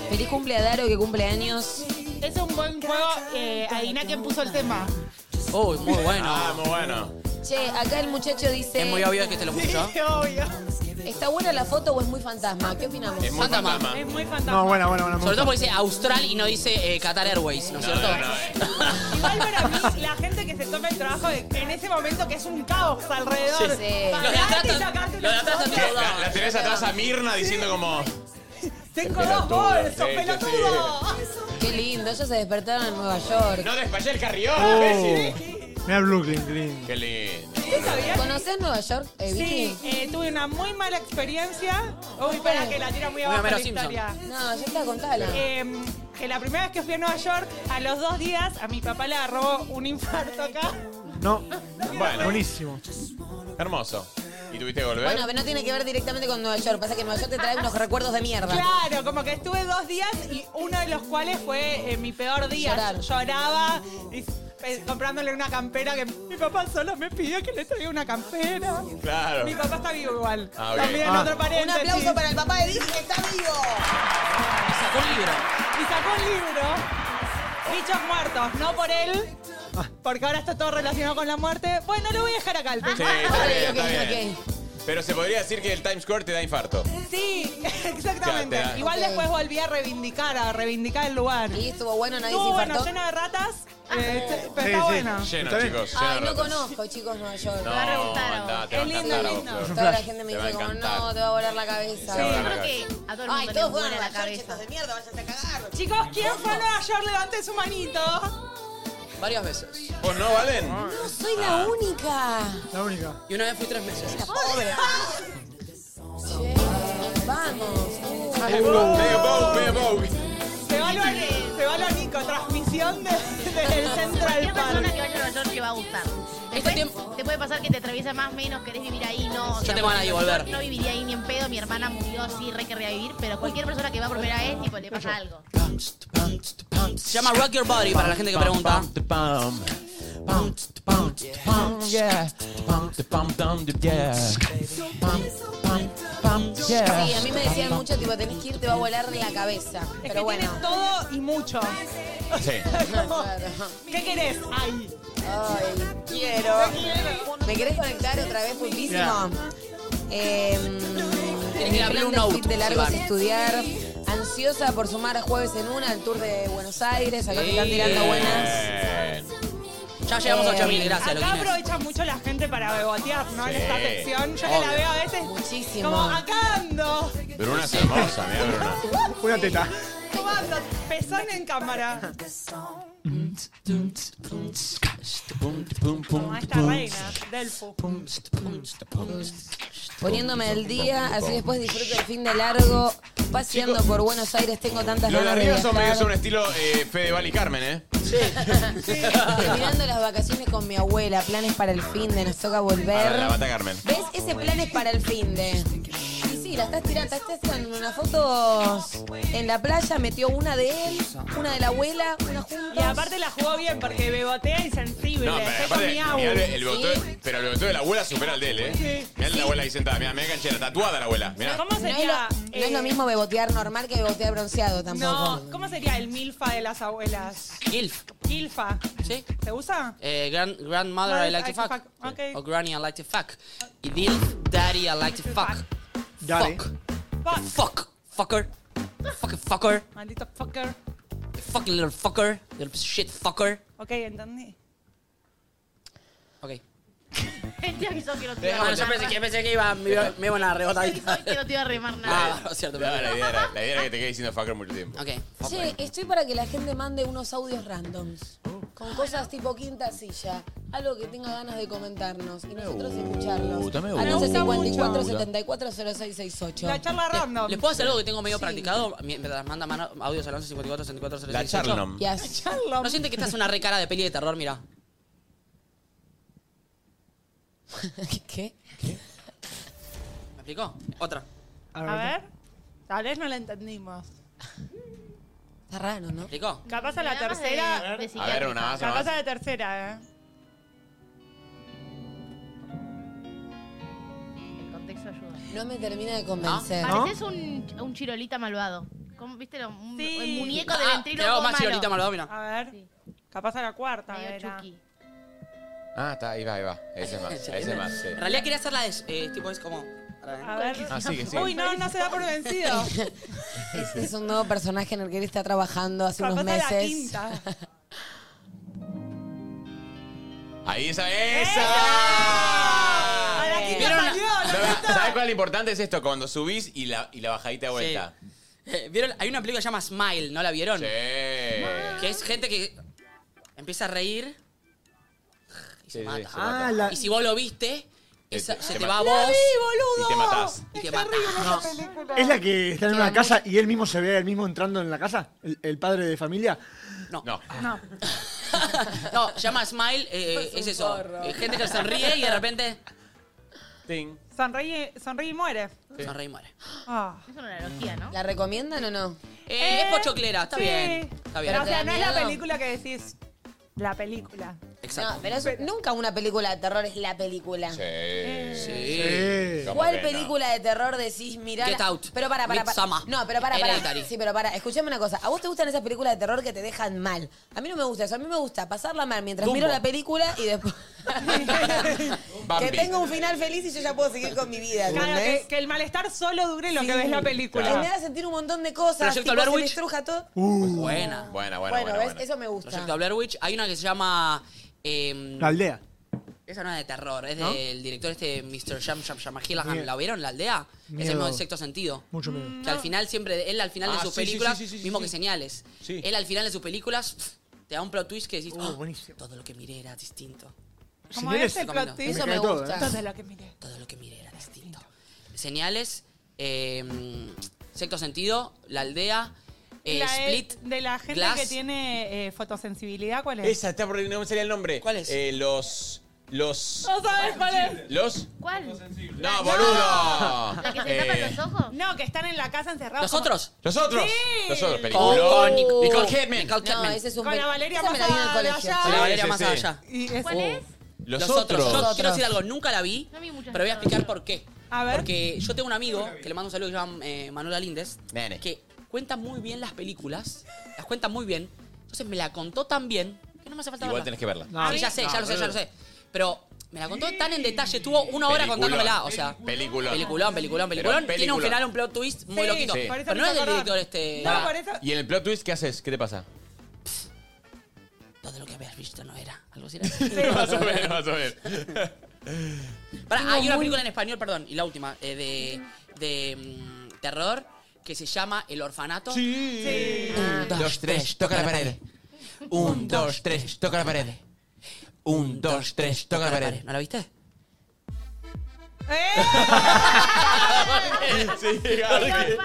[SPEAKER 2] Feliz cumple a Daro que cumple años.
[SPEAKER 4] Es un buen juego. Eh, adivina quién puso el tema.
[SPEAKER 3] Uy, Oh, muy
[SPEAKER 5] Ah,
[SPEAKER 3] bueno.
[SPEAKER 5] muy bueno.
[SPEAKER 2] Che, acá el muchacho dice.
[SPEAKER 3] Es muy obvio que te lo puso.
[SPEAKER 4] obvio.
[SPEAKER 2] ¿Está buena la foto o es muy fantasma? ¿Qué opinamos?
[SPEAKER 5] Es muy
[SPEAKER 3] Fantasma.
[SPEAKER 5] fantasma.
[SPEAKER 4] Es muy fantasma.
[SPEAKER 6] No, buena, buena, buena. me
[SPEAKER 3] Sobre todo
[SPEAKER 6] gusta.
[SPEAKER 3] porque dice Austral y no dice eh, Qatar Airways, ¿no es
[SPEAKER 5] No,
[SPEAKER 3] cierto? Ah.
[SPEAKER 5] no, no, eh.
[SPEAKER 4] Igual para mí, la gente que se toma el trabajo de- en ese momento que es un caos alrededor.
[SPEAKER 2] Sí. Sí.
[SPEAKER 4] parate
[SPEAKER 3] Los de atrás
[SPEAKER 4] y
[SPEAKER 3] están-
[SPEAKER 4] sacate
[SPEAKER 3] los de
[SPEAKER 4] una
[SPEAKER 3] atrás están
[SPEAKER 4] foto.
[SPEAKER 5] La, la tenés atrás a Mirna diciendo como.
[SPEAKER 4] Tengo dos bolsos,
[SPEAKER 5] Sí, sí, sí.
[SPEAKER 4] pelotudo.
[SPEAKER 2] Qué lindo, ellos se despertaron en Nueva York.
[SPEAKER 5] ¡No despayé el carrión!
[SPEAKER 6] Oh.
[SPEAKER 5] imbécil".
[SPEAKER 6] Mira Brooklyn Green.
[SPEAKER 5] ¡Qué lindo!
[SPEAKER 4] ¿Ustedes sabían?
[SPEAKER 2] ¿Conocés Nueva York, eh, Vicky?
[SPEAKER 4] Sí, eh, tuve una muy mala experiencia. Uy,
[SPEAKER 2] fue?
[SPEAKER 4] para que la tira muy
[SPEAKER 3] Muy
[SPEAKER 4] abajo
[SPEAKER 3] Homero
[SPEAKER 4] la
[SPEAKER 3] Simpson.
[SPEAKER 4] historia.
[SPEAKER 2] No, ya está, contala.
[SPEAKER 4] Eh, que la primera vez que fui a Nueva York, a los dos días, a mi papá le agarró un infarto acá.
[SPEAKER 6] No,
[SPEAKER 5] Bueno,
[SPEAKER 6] buenísimo.
[SPEAKER 5] hermoso. ¿Y tuviste que volver?
[SPEAKER 2] Bueno, pero no tiene que ver directamente con Nueva York. Pasa que Nueva York te trae unos recuerdos de mierda.
[SPEAKER 4] Ah, Claro, como que estuve dos días y uno de los cuales fue eh, mi peor día.
[SPEAKER 2] Llorar.
[SPEAKER 4] Lloraba y, eh, comprándole una campera que mi papá solo me pidió que le traiga una campera.
[SPEAKER 5] Claro.
[SPEAKER 4] Mi papá está vivo igual.
[SPEAKER 5] Ah, ok.
[SPEAKER 4] También
[SPEAKER 6] Ah.
[SPEAKER 4] otro
[SPEAKER 2] Un
[SPEAKER 4] paréntesis.
[SPEAKER 2] aplauso para el papá de Vicky que está vivo.
[SPEAKER 3] Sacó un libro.
[SPEAKER 4] Y sacó un libro, Bichos Muertos, no por él,
[SPEAKER 5] Ah.
[SPEAKER 4] porque ahora está todo relacionado con la muerte. Bueno, lo voy a dejar acá al
[SPEAKER 5] Sí,
[SPEAKER 4] pibe.
[SPEAKER 3] Ah,
[SPEAKER 5] está bien,
[SPEAKER 2] Ok,
[SPEAKER 5] está
[SPEAKER 2] ok,
[SPEAKER 5] bien. Pero se podría decir que el Times Square te da infarto.
[SPEAKER 3] Oh.
[SPEAKER 4] Sí,
[SPEAKER 5] Ya,
[SPEAKER 4] exactamente.
[SPEAKER 5] te da-
[SPEAKER 4] Igual
[SPEAKER 2] Ok.
[SPEAKER 4] después volví a reivindicar, a reivindicar el lugar.
[SPEAKER 2] Y estuvo bueno, nadie se
[SPEAKER 4] Estuvo bueno,
[SPEAKER 2] infartó. Ah,
[SPEAKER 4] lleno de ratas, eh, este- pero
[SPEAKER 6] Sí,
[SPEAKER 4] está
[SPEAKER 6] sí.
[SPEAKER 4] bueno.
[SPEAKER 5] Lleno,
[SPEAKER 6] ¿Está bien?
[SPEAKER 5] chicos. Lleno
[SPEAKER 2] Ay,
[SPEAKER 5] de
[SPEAKER 2] no
[SPEAKER 5] ratas.
[SPEAKER 2] conozco, chicos, Nueva York.
[SPEAKER 5] No,
[SPEAKER 7] a reventar ahora.
[SPEAKER 5] andá, te va a
[SPEAKER 4] Es lindo,
[SPEAKER 5] encantar a vos,
[SPEAKER 4] lindo.
[SPEAKER 5] Flor.
[SPEAKER 2] Toda la gente me
[SPEAKER 5] Te va a
[SPEAKER 2] dice como,
[SPEAKER 5] encantar.
[SPEAKER 2] no, te va a volar la cabeza.
[SPEAKER 5] Te va a
[SPEAKER 7] Yo
[SPEAKER 5] volar la
[SPEAKER 7] creo que
[SPEAKER 5] cabeza.
[SPEAKER 7] a todo el
[SPEAKER 2] Ay,
[SPEAKER 7] mundo le
[SPEAKER 2] todos fueron
[SPEAKER 7] vuela
[SPEAKER 2] a
[SPEAKER 7] la
[SPEAKER 2] la cabeza
[SPEAKER 7] cabeza.
[SPEAKER 2] de mierda, váyanse a cagar.
[SPEAKER 4] Chicos, ¿quién fue a Nueva York? Levante su manito.
[SPEAKER 3] Varias veces.
[SPEAKER 5] ¿Vos no valen?
[SPEAKER 2] No soy la única.
[SPEAKER 6] La única.
[SPEAKER 3] Ah. Y una vez fui tres meses.
[SPEAKER 2] Che, vamos. Uh.
[SPEAKER 5] Mega Bow, Mega Bow.
[SPEAKER 4] Se va, lo, se va lo Nico, transmisión desde el Central
[SPEAKER 7] Cualquier persona
[SPEAKER 4] Park.
[SPEAKER 7] que vaya a Nueva York le va a gustar.
[SPEAKER 3] Este
[SPEAKER 7] Después,
[SPEAKER 3] tiempo-
[SPEAKER 7] te puede pasar que te atraviesa más, menos, querés vivir ahí, no. o sea,
[SPEAKER 3] tengo ganas de
[SPEAKER 7] Nueva
[SPEAKER 3] volver.
[SPEAKER 7] York No viviría ahí ni en pedo, mi hermana murió, sí, re querría vivir, pero cualquier persona que va por primera vez, tipo, le pasa algo.
[SPEAKER 3] Se llama Rock Your Body para la gente que pregunta.
[SPEAKER 2] Sí, a mí me decían mucho, tipo, tenés que ir, te va a volar la cabeza.
[SPEAKER 4] Es
[SPEAKER 2] Pero
[SPEAKER 4] que
[SPEAKER 2] bueno.
[SPEAKER 4] tiene todo y mucho.
[SPEAKER 5] Sí.
[SPEAKER 4] Como,
[SPEAKER 2] Claro.
[SPEAKER 4] ¿Qué querés? Ay.
[SPEAKER 2] Ay, quiero. ¿Me querés conectar otra vez, pulpísimo?
[SPEAKER 6] Ya.
[SPEAKER 2] Eh,
[SPEAKER 3] Tenés que ir a
[SPEAKER 2] mi
[SPEAKER 3] Blue
[SPEAKER 2] plan de
[SPEAKER 3] Note,
[SPEAKER 2] fin de largo es
[SPEAKER 3] Iván.
[SPEAKER 2] estudiar. Ansiosa por sumar a jueves en una al tour de Buenos Aires. Acá te están
[SPEAKER 3] Sí.
[SPEAKER 2] tirando buenas.
[SPEAKER 5] Bien.
[SPEAKER 3] Ya llegamos a 8000, gracias,
[SPEAKER 4] Acá
[SPEAKER 3] Loquines.
[SPEAKER 4] aprovecha mucho la gente para bebotear, ¿no? En
[SPEAKER 5] Sí.
[SPEAKER 4] esta sección. Yo que la
[SPEAKER 3] Obvio.
[SPEAKER 4] veo a veces.
[SPEAKER 2] Muchísimo.
[SPEAKER 4] Como acá ando.
[SPEAKER 5] Bruna es hermosa, mira Bruna.
[SPEAKER 6] Una teta.
[SPEAKER 4] ¿Cómo ando? Pezón en cámara. Como esta reina, Delfu.
[SPEAKER 2] Poniéndome el día, así después disfruto el fin de largo. Paseando por Buenos Aires, tengo tantas
[SPEAKER 5] Los de
[SPEAKER 2] ganas de
[SPEAKER 5] arriba son medio
[SPEAKER 2] viajar.
[SPEAKER 5] son un estilo eh, Fedeval y Carmen, ¿eh?
[SPEAKER 2] Mirando las vacaciones con mi abuela, planes para el fin de, nos toca
[SPEAKER 5] Para la
[SPEAKER 2] volver.
[SPEAKER 5] bata Carmen.
[SPEAKER 2] ¿Ves? Ese plan es para el fin de. Y sí, la estás tirando. la Estás tirando unas fotos en la playa, metió una de él, una de la abuela, una
[SPEAKER 4] Y
[SPEAKER 2] juntos.
[SPEAKER 4] aparte la jugó bien porque bebotea y sensible.
[SPEAKER 5] No, pero
[SPEAKER 4] Está
[SPEAKER 5] aparte,
[SPEAKER 4] con mi
[SPEAKER 5] mirá
[SPEAKER 4] agua.
[SPEAKER 5] el, el beboteo- pero el beboteo de la abuela supera al de él, ¿eh?
[SPEAKER 4] Sí.
[SPEAKER 5] Mirá la abuela ahí sentada, mirá, mirá canchera, tatuada la abuela, mirá.
[SPEAKER 4] ¿Cómo
[SPEAKER 2] No es, lo,
[SPEAKER 4] sería?
[SPEAKER 2] no es lo
[SPEAKER 4] eh,
[SPEAKER 2] mismo bebotear normal que bebotear bronceado tampoco.
[SPEAKER 4] No, ¿cómo sería el milfa de las abuelas?
[SPEAKER 3] Gilf,
[SPEAKER 4] Milfa.
[SPEAKER 3] ¿sí?
[SPEAKER 4] ¿Te gusta?
[SPEAKER 3] Eh, grand, grandmother I like to fuck.
[SPEAKER 4] Ok.
[SPEAKER 3] O granny I like to fuck. Y Dilf, daddy I like to fuck.
[SPEAKER 6] Daddy.
[SPEAKER 3] Fuck.
[SPEAKER 4] Fuck.
[SPEAKER 3] Fuck. Fucker. Fucking fucker.
[SPEAKER 4] Maldito fucker.
[SPEAKER 3] Fucking little fucker. Little piece of shit fucker.
[SPEAKER 4] Ok, entendí.
[SPEAKER 3] Ok.
[SPEAKER 7] Entiendo que sos que no te iba a
[SPEAKER 3] Bueno, yo
[SPEAKER 7] remar
[SPEAKER 3] pensé que,
[SPEAKER 7] nada.
[SPEAKER 3] pensé que iba, me, iba, me iban a rebotar.
[SPEAKER 7] Yo pensé que no te iba a remar nada.
[SPEAKER 3] Ah, no, es cierto.
[SPEAKER 5] No,
[SPEAKER 3] pero-
[SPEAKER 5] la, idea era, la idea era que te quede diciendo fucker mucho tiempo.
[SPEAKER 3] Ok.
[SPEAKER 2] Che, estoy para que la gente mande unos audios randoms. Con cosas tipo quinta silla. Algo que tenga ganas de comentarnos y nosotros escucharlos.
[SPEAKER 1] gusta, me
[SPEAKER 2] Al 11 54
[SPEAKER 1] gusta. Me gusta.
[SPEAKER 2] 74 0668.
[SPEAKER 4] La charla random.
[SPEAKER 3] ¿Les puedo hacer algo que tengo medio practicado? Mientras manda mano- audios al 11 54 64
[SPEAKER 5] La
[SPEAKER 3] 06 18.
[SPEAKER 5] charnom.
[SPEAKER 2] Yes.
[SPEAKER 4] Charla.
[SPEAKER 3] ¿No siente que estás una re cara de peli de terror? Mira.
[SPEAKER 2] ¿Qué?
[SPEAKER 3] ¿Me explico? Otra.
[SPEAKER 4] A ver. Tal vez no la entendimos.
[SPEAKER 2] Está raro, ¿no?
[SPEAKER 3] ¿Me explico?
[SPEAKER 4] Capaz
[SPEAKER 7] Me
[SPEAKER 4] a la
[SPEAKER 7] da más de-
[SPEAKER 4] tercera.
[SPEAKER 7] de
[SPEAKER 5] A ver,
[SPEAKER 7] psiquiátrica.
[SPEAKER 5] una más, una
[SPEAKER 4] Capaz a
[SPEAKER 5] más.
[SPEAKER 4] la tercera, eh.
[SPEAKER 7] El contexto ayuda.
[SPEAKER 2] No me termina de convencer.
[SPEAKER 7] Ah, Pareces un, un chirolita malvado. ¿Cómo- ¿Viste? lo- un,
[SPEAKER 4] Sí.
[SPEAKER 7] El muñeco de
[SPEAKER 3] Ah, te
[SPEAKER 7] ventríloco
[SPEAKER 3] hago más
[SPEAKER 7] malo.
[SPEAKER 3] chirolita malvado, mira.
[SPEAKER 4] A ver.
[SPEAKER 7] Sí.
[SPEAKER 4] Capaz a la cuarta,
[SPEAKER 7] Medio
[SPEAKER 4] era.
[SPEAKER 7] Chucky.
[SPEAKER 5] Ah, está, ahí va, ahí va. Ese es más, ese es más, sí.
[SPEAKER 3] En realidad quería hacerla de. eh, tipo, es como.
[SPEAKER 4] A ver.
[SPEAKER 5] Ah, sigue, sigue.
[SPEAKER 4] Uy, no, no se da por vencido.
[SPEAKER 2] Es, es un nuevo personaje en el que él está trabajando hace
[SPEAKER 4] Capaz
[SPEAKER 2] unos
[SPEAKER 4] a la
[SPEAKER 2] meses.
[SPEAKER 4] quinta.
[SPEAKER 5] Ahí esa, esa.
[SPEAKER 4] A la quinta
[SPEAKER 3] ¿Vieron la-
[SPEAKER 4] salió, la quinta.
[SPEAKER 5] ¿Sabes cuál es lo importante es esto? Cuando subís y la, y la bajadita de vuelta.
[SPEAKER 3] Sí. Eh, ¿Vieron? Hay una película que se llama Smile, ¿no la vieron?
[SPEAKER 5] Sí.
[SPEAKER 3] Que es gente que empieza a reír y se
[SPEAKER 5] Sí, sí,
[SPEAKER 3] mata.
[SPEAKER 5] se mata.
[SPEAKER 6] Ah, la-
[SPEAKER 3] Y si vos lo viste, esa-
[SPEAKER 5] Te-
[SPEAKER 3] se
[SPEAKER 5] te
[SPEAKER 3] te va a
[SPEAKER 5] mata.
[SPEAKER 3] vos
[SPEAKER 5] Y te matás.
[SPEAKER 3] y te mata. No.
[SPEAKER 6] ¿Es la que está en una casa y él mismo se ve a él mismo entrando en la casa? ¿El, el padre de familia?
[SPEAKER 5] No.
[SPEAKER 4] No.
[SPEAKER 3] No, se llama Smile, eh, es eso. Eh, Gente que sonríe y de repente
[SPEAKER 5] Ting.
[SPEAKER 4] Sonríe, sonríe y muere.
[SPEAKER 3] sonríe y muere.
[SPEAKER 4] Ah.
[SPEAKER 7] Es una analogía, ¿no?
[SPEAKER 2] ¿La recomiendan o no?
[SPEAKER 3] Eh, es pochoclera, está
[SPEAKER 4] sí.
[SPEAKER 3] bien. Está bien.
[SPEAKER 2] Pero
[SPEAKER 4] o sea,
[SPEAKER 2] te da
[SPEAKER 4] no es la
[SPEAKER 2] miedo.
[SPEAKER 4] película que decís. La película.
[SPEAKER 3] Exacto.
[SPEAKER 2] No, pero es- nunca una película de terror es la película.
[SPEAKER 5] Sí.
[SPEAKER 3] Sí.
[SPEAKER 6] Eh,
[SPEAKER 5] ¿Cómo
[SPEAKER 2] ¿Cuál
[SPEAKER 5] que no?
[SPEAKER 2] película de terror decís mirar?
[SPEAKER 3] Get Out.
[SPEAKER 2] Pero para, para, para.
[SPEAKER 3] Midsommar.
[SPEAKER 2] No, pero para, para.
[SPEAKER 3] Hereditary.
[SPEAKER 2] Sí, pero para. Escuchame una cosa. ¿A vos te gustan esas películas de terror que te dejan mal? A mí no me gusta eso. A mí me gusta pasarla mal mientras
[SPEAKER 3] Dumbo.
[SPEAKER 2] miro la película y después. que
[SPEAKER 5] Bambi.
[SPEAKER 2] tenga un final feliz y yo ya puedo seguir con mi vida.
[SPEAKER 4] Claro,
[SPEAKER 2] ¿entendés?
[SPEAKER 4] que, que el malestar solo dure lo
[SPEAKER 2] Sí.
[SPEAKER 4] que ves la
[SPEAKER 2] Que me
[SPEAKER 4] película.
[SPEAKER 2] haga sentir un montón de cosas.
[SPEAKER 3] Proyecto
[SPEAKER 2] tipo,
[SPEAKER 3] Blair
[SPEAKER 2] se me
[SPEAKER 3] Witch.
[SPEAKER 2] estruja todo.
[SPEAKER 3] Buena.
[SPEAKER 5] Uh. Buena, buena,
[SPEAKER 2] bueno,
[SPEAKER 5] buena.
[SPEAKER 2] ¿ves?
[SPEAKER 5] buena.
[SPEAKER 2] Eso me gusta.
[SPEAKER 3] Proyecto Blair Witch. Hay una que se llama. eh,
[SPEAKER 6] la aldea.
[SPEAKER 3] esa no es de terror, es del director este Mr. Jam Jam Jamahilahan.
[SPEAKER 6] Miedo.
[SPEAKER 3] ¿La vieron la aldea? Es
[SPEAKER 6] Miedo.
[SPEAKER 3] el mismo sexto sentido.
[SPEAKER 6] Mucho miedo.
[SPEAKER 3] Que al final siempre, él al final de
[SPEAKER 5] Ah,
[SPEAKER 3] sus
[SPEAKER 5] sí, sí,
[SPEAKER 3] películas,
[SPEAKER 5] sí, sí, sí,
[SPEAKER 3] mismo
[SPEAKER 5] sí.
[SPEAKER 3] que señales.
[SPEAKER 5] Sí.
[SPEAKER 3] Él al final de sus películas pff, te da un plot twist que decís,
[SPEAKER 6] Uh,
[SPEAKER 3] "Ah,
[SPEAKER 6] buenísimo.
[SPEAKER 3] todo lo que miré era distinto.
[SPEAKER 4] Como
[SPEAKER 6] Señores,
[SPEAKER 4] ese plot
[SPEAKER 3] camino.
[SPEAKER 4] twist.
[SPEAKER 2] Eso
[SPEAKER 6] cae
[SPEAKER 2] me
[SPEAKER 6] todo, ¿eh?
[SPEAKER 2] gusta.
[SPEAKER 4] Todo lo que miré.
[SPEAKER 3] Todo lo que miré era distinto. Señales, eh, sexto sentido, la aldea, eh,
[SPEAKER 4] La de-
[SPEAKER 3] split.
[SPEAKER 4] de la gente
[SPEAKER 3] Glass.
[SPEAKER 4] que tiene eh, fotosensibilidad, ¿cuál es?
[SPEAKER 5] Esa está por no me salía el nombre.
[SPEAKER 3] ¿Cuál es?
[SPEAKER 5] Eh, los. Los.
[SPEAKER 4] No sabes cuál es.
[SPEAKER 5] Los.
[SPEAKER 7] ¿Cuál?
[SPEAKER 5] No, boludo. Eh,
[SPEAKER 7] ¿La que se tapa los ojos?
[SPEAKER 4] No, que están en la casa encerrados.
[SPEAKER 3] Ah, eh. ¿Los
[SPEAKER 4] como-
[SPEAKER 3] otros?
[SPEAKER 5] Los otros.
[SPEAKER 4] Sí.
[SPEAKER 5] Los otros,
[SPEAKER 3] Con,
[SPEAKER 5] peliculón.
[SPEAKER 3] con Nic-
[SPEAKER 5] Nicole Kidman.
[SPEAKER 3] Nicole
[SPEAKER 2] No,
[SPEAKER 3] Kidman.
[SPEAKER 2] ese es un
[SPEAKER 4] Con
[SPEAKER 2] pe-
[SPEAKER 4] la Valeria
[SPEAKER 2] Esa me la vi en el
[SPEAKER 4] Masada de
[SPEAKER 2] colegio.
[SPEAKER 4] allá.
[SPEAKER 3] Con la Valeria
[SPEAKER 5] Sí,
[SPEAKER 3] más
[SPEAKER 5] sí, sí.
[SPEAKER 3] allá.
[SPEAKER 4] Y es- Oh.
[SPEAKER 7] ¿Cuál es?
[SPEAKER 5] Los,
[SPEAKER 3] Los
[SPEAKER 5] otros.
[SPEAKER 3] otros. Yo
[SPEAKER 2] Los
[SPEAKER 3] quiero
[SPEAKER 2] otros.
[SPEAKER 3] decir algo, nunca la vi,
[SPEAKER 7] No vi muchas
[SPEAKER 3] pero voy a
[SPEAKER 7] cosas.
[SPEAKER 3] explicar por qué.
[SPEAKER 4] A ver.
[SPEAKER 3] Porque yo tengo un amigo que le mando un saludo que se llama eh, Manuel Alíndez,
[SPEAKER 5] Nene.
[SPEAKER 3] que cuenta muy bien las películas, las cuenta muy bien. Entonces me la contó tan bien que no me hace falta
[SPEAKER 5] Igual
[SPEAKER 3] verla.
[SPEAKER 5] tenés que verla.
[SPEAKER 6] No.
[SPEAKER 3] Sí, ya sé, ya lo sé, ya lo sé. Pero me la contó tan en detalle, estuvo una hora
[SPEAKER 5] Ahora
[SPEAKER 3] contándomela, o sea.
[SPEAKER 5] Película.
[SPEAKER 3] Peliculón, peliculón,
[SPEAKER 5] Pero
[SPEAKER 3] peliculón. Tiene un
[SPEAKER 5] peliculón.
[SPEAKER 3] final, un plot twist muy
[SPEAKER 4] Sí,
[SPEAKER 3] loquito.
[SPEAKER 5] Sí.
[SPEAKER 4] por eso
[SPEAKER 3] Pero
[SPEAKER 4] me
[SPEAKER 3] no es del
[SPEAKER 4] hizo
[SPEAKER 3] director
[SPEAKER 4] acordar.
[SPEAKER 3] este.
[SPEAKER 4] No,
[SPEAKER 3] nada.
[SPEAKER 4] por eso.
[SPEAKER 5] ¿Y en el plot twist qué haces? ¿Qué te pasa?
[SPEAKER 3] Todo lo que habías visto no era. Algo así era.
[SPEAKER 5] Vas a ver, vas a ver.
[SPEAKER 3] Pará, hay una película en español, perdón, y la última, eh, de, de mm, terror, que se llama El Orfanato.
[SPEAKER 5] Sí.
[SPEAKER 3] Un, dos, tres, toca la pared. Un, dos, tres, toca la pared. Un, dos, tres, toca la pared. ¿No la viste?
[SPEAKER 5] Sí, Garque.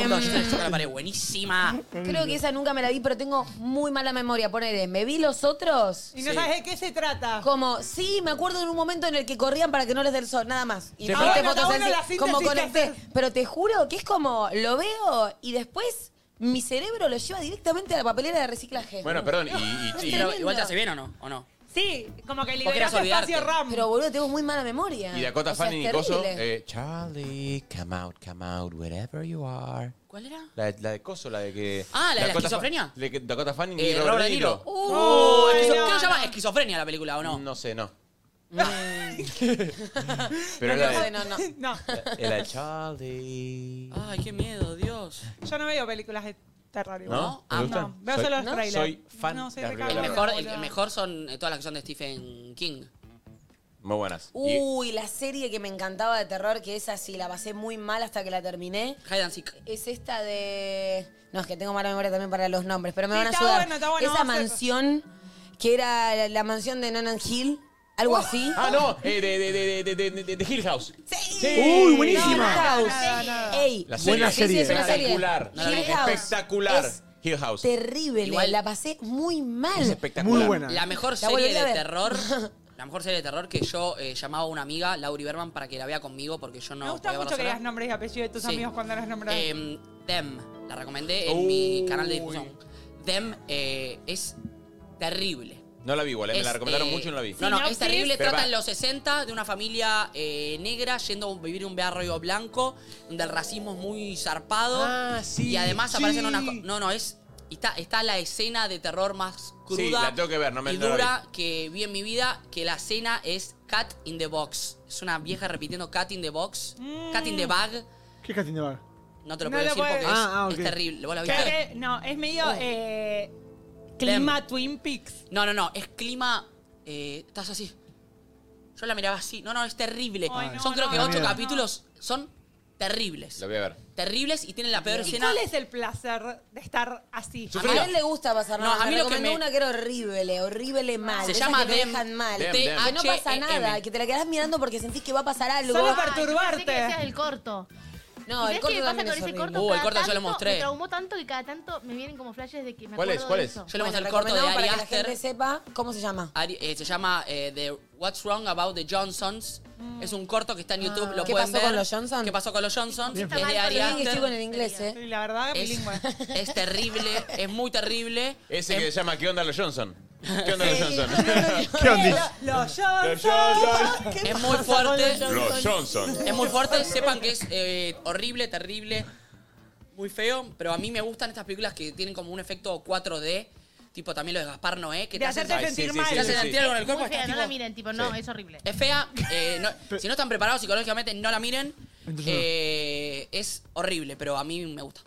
[SPEAKER 3] Uno, yo te- yo la pared buenísima.
[SPEAKER 2] Eh, mm. Creo que esa nunca me la vi, pero tengo muy mala memoria. Ponele, me vi los otros
[SPEAKER 4] Y no
[SPEAKER 3] Sí.
[SPEAKER 4] sabes de qué se trata.
[SPEAKER 2] como, sí, me acuerdo en un momento en el que corrían para que no les dé el sol, nada más. Y
[SPEAKER 3] Sí,
[SPEAKER 2] no
[SPEAKER 3] pero-
[SPEAKER 2] viste
[SPEAKER 4] Ah, bueno,
[SPEAKER 2] fotos
[SPEAKER 4] está
[SPEAKER 2] en-
[SPEAKER 4] bueno la síntesis
[SPEAKER 2] como
[SPEAKER 4] que
[SPEAKER 2] conecté.
[SPEAKER 4] haces.
[SPEAKER 2] Pero te juro que es como, lo veo y después mi cerebro lo lleva directamente a la papelera de reciclaje.
[SPEAKER 5] Bueno, perdón, y, y- y-
[SPEAKER 3] Pero igual te hace bien o no, o no.
[SPEAKER 4] Sí, como que
[SPEAKER 3] querés
[SPEAKER 4] liberás
[SPEAKER 3] olvidarte.
[SPEAKER 4] espacio RAM.
[SPEAKER 2] Pero boludo, tengo muy mala memoria.
[SPEAKER 5] y Dakota
[SPEAKER 2] O sea,
[SPEAKER 5] Fanning
[SPEAKER 2] es
[SPEAKER 5] y Coso.
[SPEAKER 2] terrible.
[SPEAKER 5] eh, Charlie, come out, come out, wherever you are.
[SPEAKER 3] ¿Cuál era?
[SPEAKER 5] La, la de Coso, la de que.
[SPEAKER 3] Ah, la de la
[SPEAKER 5] Dakota Fa-
[SPEAKER 3] esquizofrenia.
[SPEAKER 5] de que Dakota Fanning y
[SPEAKER 3] Eh,
[SPEAKER 5] Robert
[SPEAKER 3] Robert
[SPEAKER 5] De
[SPEAKER 3] De
[SPEAKER 5] Niro.
[SPEAKER 3] Niro. Oh,
[SPEAKER 4] Uy,
[SPEAKER 3] Esquizo-
[SPEAKER 4] no.
[SPEAKER 3] ¿Qué se llama? Esquizofrenia la película, ¿o no?
[SPEAKER 5] No sé, no. Pero es la
[SPEAKER 2] Mm. No,
[SPEAKER 5] de,
[SPEAKER 2] no, no.
[SPEAKER 4] No,
[SPEAKER 5] es la de Charlie.
[SPEAKER 3] Ay, qué miedo, Dios.
[SPEAKER 4] yo no veo películas de terror igual.
[SPEAKER 5] ¿No?
[SPEAKER 3] Ah,
[SPEAKER 5] ¿Te gusta?
[SPEAKER 4] no, veo solo los
[SPEAKER 5] soy,
[SPEAKER 4] trailers.
[SPEAKER 5] Soy fan
[SPEAKER 4] No, soy
[SPEAKER 5] de
[SPEAKER 4] re
[SPEAKER 5] Arriba de
[SPEAKER 4] cagona.
[SPEAKER 5] la
[SPEAKER 3] Mejor,
[SPEAKER 5] Roca.
[SPEAKER 3] el, el mejor son eh, todas las que son de Stephen King.
[SPEAKER 5] Muy buenas.
[SPEAKER 3] Uh,
[SPEAKER 5] Y-
[SPEAKER 2] Uy, la serie que me encantaba de terror, que esa sí la pasé muy mal hasta que la terminé.
[SPEAKER 3] Hide and Seek.
[SPEAKER 2] Es esta de. No, es que tengo mala memoria también para los nombres, pero me
[SPEAKER 4] Sí,
[SPEAKER 2] van a
[SPEAKER 4] está
[SPEAKER 2] ayudar.
[SPEAKER 4] bueno, está bueno,
[SPEAKER 2] Esa
[SPEAKER 4] vamos a hacer-
[SPEAKER 2] mansión que era la, la mansión de Nonan Hill, algo así.
[SPEAKER 5] Ah, no, eh, de, de, de, de, de, de, de Hill House.
[SPEAKER 2] ¡Sí!
[SPEAKER 6] Uy, buenísima.
[SPEAKER 2] Hill House. Ey,
[SPEAKER 5] La serie.
[SPEAKER 6] Buena
[SPEAKER 2] sí, sí, es una
[SPEAKER 6] serie.
[SPEAKER 2] serie.
[SPEAKER 5] Espectacular.
[SPEAKER 3] No la vi.
[SPEAKER 2] Hill House.
[SPEAKER 5] Espectacular.
[SPEAKER 2] Es
[SPEAKER 5] Hill House.
[SPEAKER 2] terrible,
[SPEAKER 3] Igual-
[SPEAKER 2] la pasé muy mal.
[SPEAKER 5] Es espectacular.
[SPEAKER 6] Muy buena.
[SPEAKER 3] La mejor
[SPEAKER 2] La volvería
[SPEAKER 3] serie de
[SPEAKER 2] a
[SPEAKER 3] terror.
[SPEAKER 2] ver.
[SPEAKER 3] La mejor serie de terror que yo eh, llamaba a una amiga, Lauri Berman, para que la vea conmigo porque yo no.
[SPEAKER 4] Me gusta
[SPEAKER 3] podía
[SPEAKER 4] mucho que
[SPEAKER 3] verla
[SPEAKER 4] digas nombres y apellidos de tus
[SPEAKER 3] Sí.
[SPEAKER 4] amigos cuando los nombras.
[SPEAKER 3] sola. Em, Them. La recomendé en mi canal de difusión. Them eh, es terrible.
[SPEAKER 5] No la vi igual, eh, me
[SPEAKER 3] Es,
[SPEAKER 5] la recomendaron
[SPEAKER 3] eh,
[SPEAKER 5] mucho y no la vi.
[SPEAKER 3] No, no, es
[SPEAKER 4] Sinopsis.
[SPEAKER 3] terrible.
[SPEAKER 5] Pero
[SPEAKER 3] Trata
[SPEAKER 5] va.
[SPEAKER 3] en los 60 de una familia eh, negra yendo a vivir en un barrio blanco, donde el racismo es muy zarpado.
[SPEAKER 5] Ah, sí,
[SPEAKER 3] Y además aparecen
[SPEAKER 5] sí.
[SPEAKER 3] una. co- No, no, es. y Está, está la escena de terror más cruda
[SPEAKER 5] Sí, la tengo que ver, no me-
[SPEAKER 3] y
[SPEAKER 5] no la vi.
[SPEAKER 3] dura que vi en mi vida, que la escena es Cat in the Box. Es una vieja repitiendo Cat in the Box,
[SPEAKER 4] Mm.
[SPEAKER 3] Cat in the Bag.
[SPEAKER 6] ¿Qué casting de bar?
[SPEAKER 3] No te lo
[SPEAKER 4] No
[SPEAKER 3] puedo
[SPEAKER 4] lo
[SPEAKER 3] decir
[SPEAKER 4] puedo-
[SPEAKER 3] porque es,
[SPEAKER 6] Ah, ah,
[SPEAKER 3] es
[SPEAKER 6] ok.
[SPEAKER 3] terrible. ¿Vos la
[SPEAKER 4] Creo
[SPEAKER 3] viste? Oh,
[SPEAKER 4] que- no, es medio eh, clima Twin Peaks.
[SPEAKER 3] No, no, no, es clima. eh, estás así. Yo la miraba así. No, no, es terrible.
[SPEAKER 4] Ay, no,
[SPEAKER 3] son creo
[SPEAKER 4] no,
[SPEAKER 3] que
[SPEAKER 4] no,
[SPEAKER 3] ocho
[SPEAKER 6] no.
[SPEAKER 3] capítulos. Son terribles.
[SPEAKER 5] La voy a ver.
[SPEAKER 3] Terribles y tienen la peor
[SPEAKER 4] ¿Y
[SPEAKER 3] escena.
[SPEAKER 4] cuál es el placer de estar así?
[SPEAKER 5] Yo-
[SPEAKER 2] A él le gusta pasar
[SPEAKER 3] No,
[SPEAKER 2] nada.
[SPEAKER 3] a mí
[SPEAKER 2] me
[SPEAKER 3] lo que
[SPEAKER 2] recomendó
[SPEAKER 3] me-
[SPEAKER 2] una que era horrible, horrible
[SPEAKER 4] Ah.
[SPEAKER 2] mal.
[SPEAKER 3] Se
[SPEAKER 2] de esas
[SPEAKER 3] llama
[SPEAKER 2] que te
[SPEAKER 3] Dem.
[SPEAKER 2] dejan mal.
[SPEAKER 5] Dem,
[SPEAKER 2] Que
[SPEAKER 5] Dem.
[SPEAKER 2] no pasa
[SPEAKER 3] H-E-M.
[SPEAKER 2] nada, que te la quedás mirando porque sentís que va a pasar algo.
[SPEAKER 4] Solo
[SPEAKER 2] Ah,
[SPEAKER 4] para- perturbarte.
[SPEAKER 7] Ay, yo pensé que decías del corto.
[SPEAKER 2] No,
[SPEAKER 7] ¿Y
[SPEAKER 2] el
[SPEAKER 7] sabés qué
[SPEAKER 2] corto
[SPEAKER 7] me pasa
[SPEAKER 2] también
[SPEAKER 7] con
[SPEAKER 2] es
[SPEAKER 7] ese
[SPEAKER 2] horrible.
[SPEAKER 7] corto?
[SPEAKER 3] Uh, el
[SPEAKER 7] Cada
[SPEAKER 3] corto yo lo
[SPEAKER 7] tanto
[SPEAKER 3] mostré.
[SPEAKER 7] Me traumó tanto que cada tanto me vienen como flashes de que me
[SPEAKER 5] ¿Cuál es?
[SPEAKER 7] acuerdo
[SPEAKER 5] ¿Cuál
[SPEAKER 7] de
[SPEAKER 5] es?
[SPEAKER 7] eso.
[SPEAKER 3] Yo le mostré el
[SPEAKER 2] Bueno,
[SPEAKER 3] corto de
[SPEAKER 2] recomendamos
[SPEAKER 3] Ari
[SPEAKER 2] para que la gente
[SPEAKER 3] Aster.
[SPEAKER 2] sepa cómo se llama.
[SPEAKER 3] Ari- eh, se llama eh, The What's Wrong About the Johnsons.
[SPEAKER 4] Mm.
[SPEAKER 3] Es un corto que está
[SPEAKER 4] Ah.
[SPEAKER 3] en YouTube. lo
[SPEAKER 2] ¿Qué
[SPEAKER 3] pueden
[SPEAKER 2] pasó
[SPEAKER 3] ver.
[SPEAKER 2] con los Johnson?
[SPEAKER 3] ¿Qué pasó con los Johnson? Es
[SPEAKER 7] Está mal
[SPEAKER 3] de
[SPEAKER 7] con
[SPEAKER 3] Ari
[SPEAKER 7] los
[SPEAKER 2] Bien que estoy con
[SPEAKER 3] Aster.
[SPEAKER 2] el inglés, eh.
[SPEAKER 4] Sí, la verdad,
[SPEAKER 3] Es,
[SPEAKER 4] bilingüe.
[SPEAKER 3] es terrible, es muy terrible.
[SPEAKER 5] Ese
[SPEAKER 3] Es-
[SPEAKER 2] Em-
[SPEAKER 5] que se llama ¿Qué onda los Johnson? ¿Qué onda los Johnson?
[SPEAKER 6] ¿Qué onda?
[SPEAKER 4] Los
[SPEAKER 5] Los
[SPEAKER 4] Johnson.
[SPEAKER 5] Johnson.
[SPEAKER 3] es muy fuerte.
[SPEAKER 5] Los Johnson.
[SPEAKER 3] Es muy fuerte, sepan que es eh, horrible, terrible, muy feo, pero a mí me gustan estas películas que tienen como un efecto 4D, tipo también lo de Gaspar Noé, que te
[SPEAKER 4] De
[SPEAKER 3] hacen,
[SPEAKER 4] hacerte
[SPEAKER 5] Ay, sí,
[SPEAKER 4] sentir
[SPEAKER 5] sí,
[SPEAKER 4] mal.
[SPEAKER 5] sí,
[SPEAKER 3] te hacen
[SPEAKER 5] sí, sí.
[SPEAKER 3] sentir algo en el cuerpo.
[SPEAKER 7] Muy fea,
[SPEAKER 3] estás
[SPEAKER 7] no la
[SPEAKER 3] tipo-
[SPEAKER 7] miren, tipo, no,
[SPEAKER 5] Sí.
[SPEAKER 7] es horrible.
[SPEAKER 3] Es fea, eh, no- si no están preparados psicológicamente, no la miren.
[SPEAKER 6] Entonces no.
[SPEAKER 3] Eh, es horrible, pero a mí me gusta.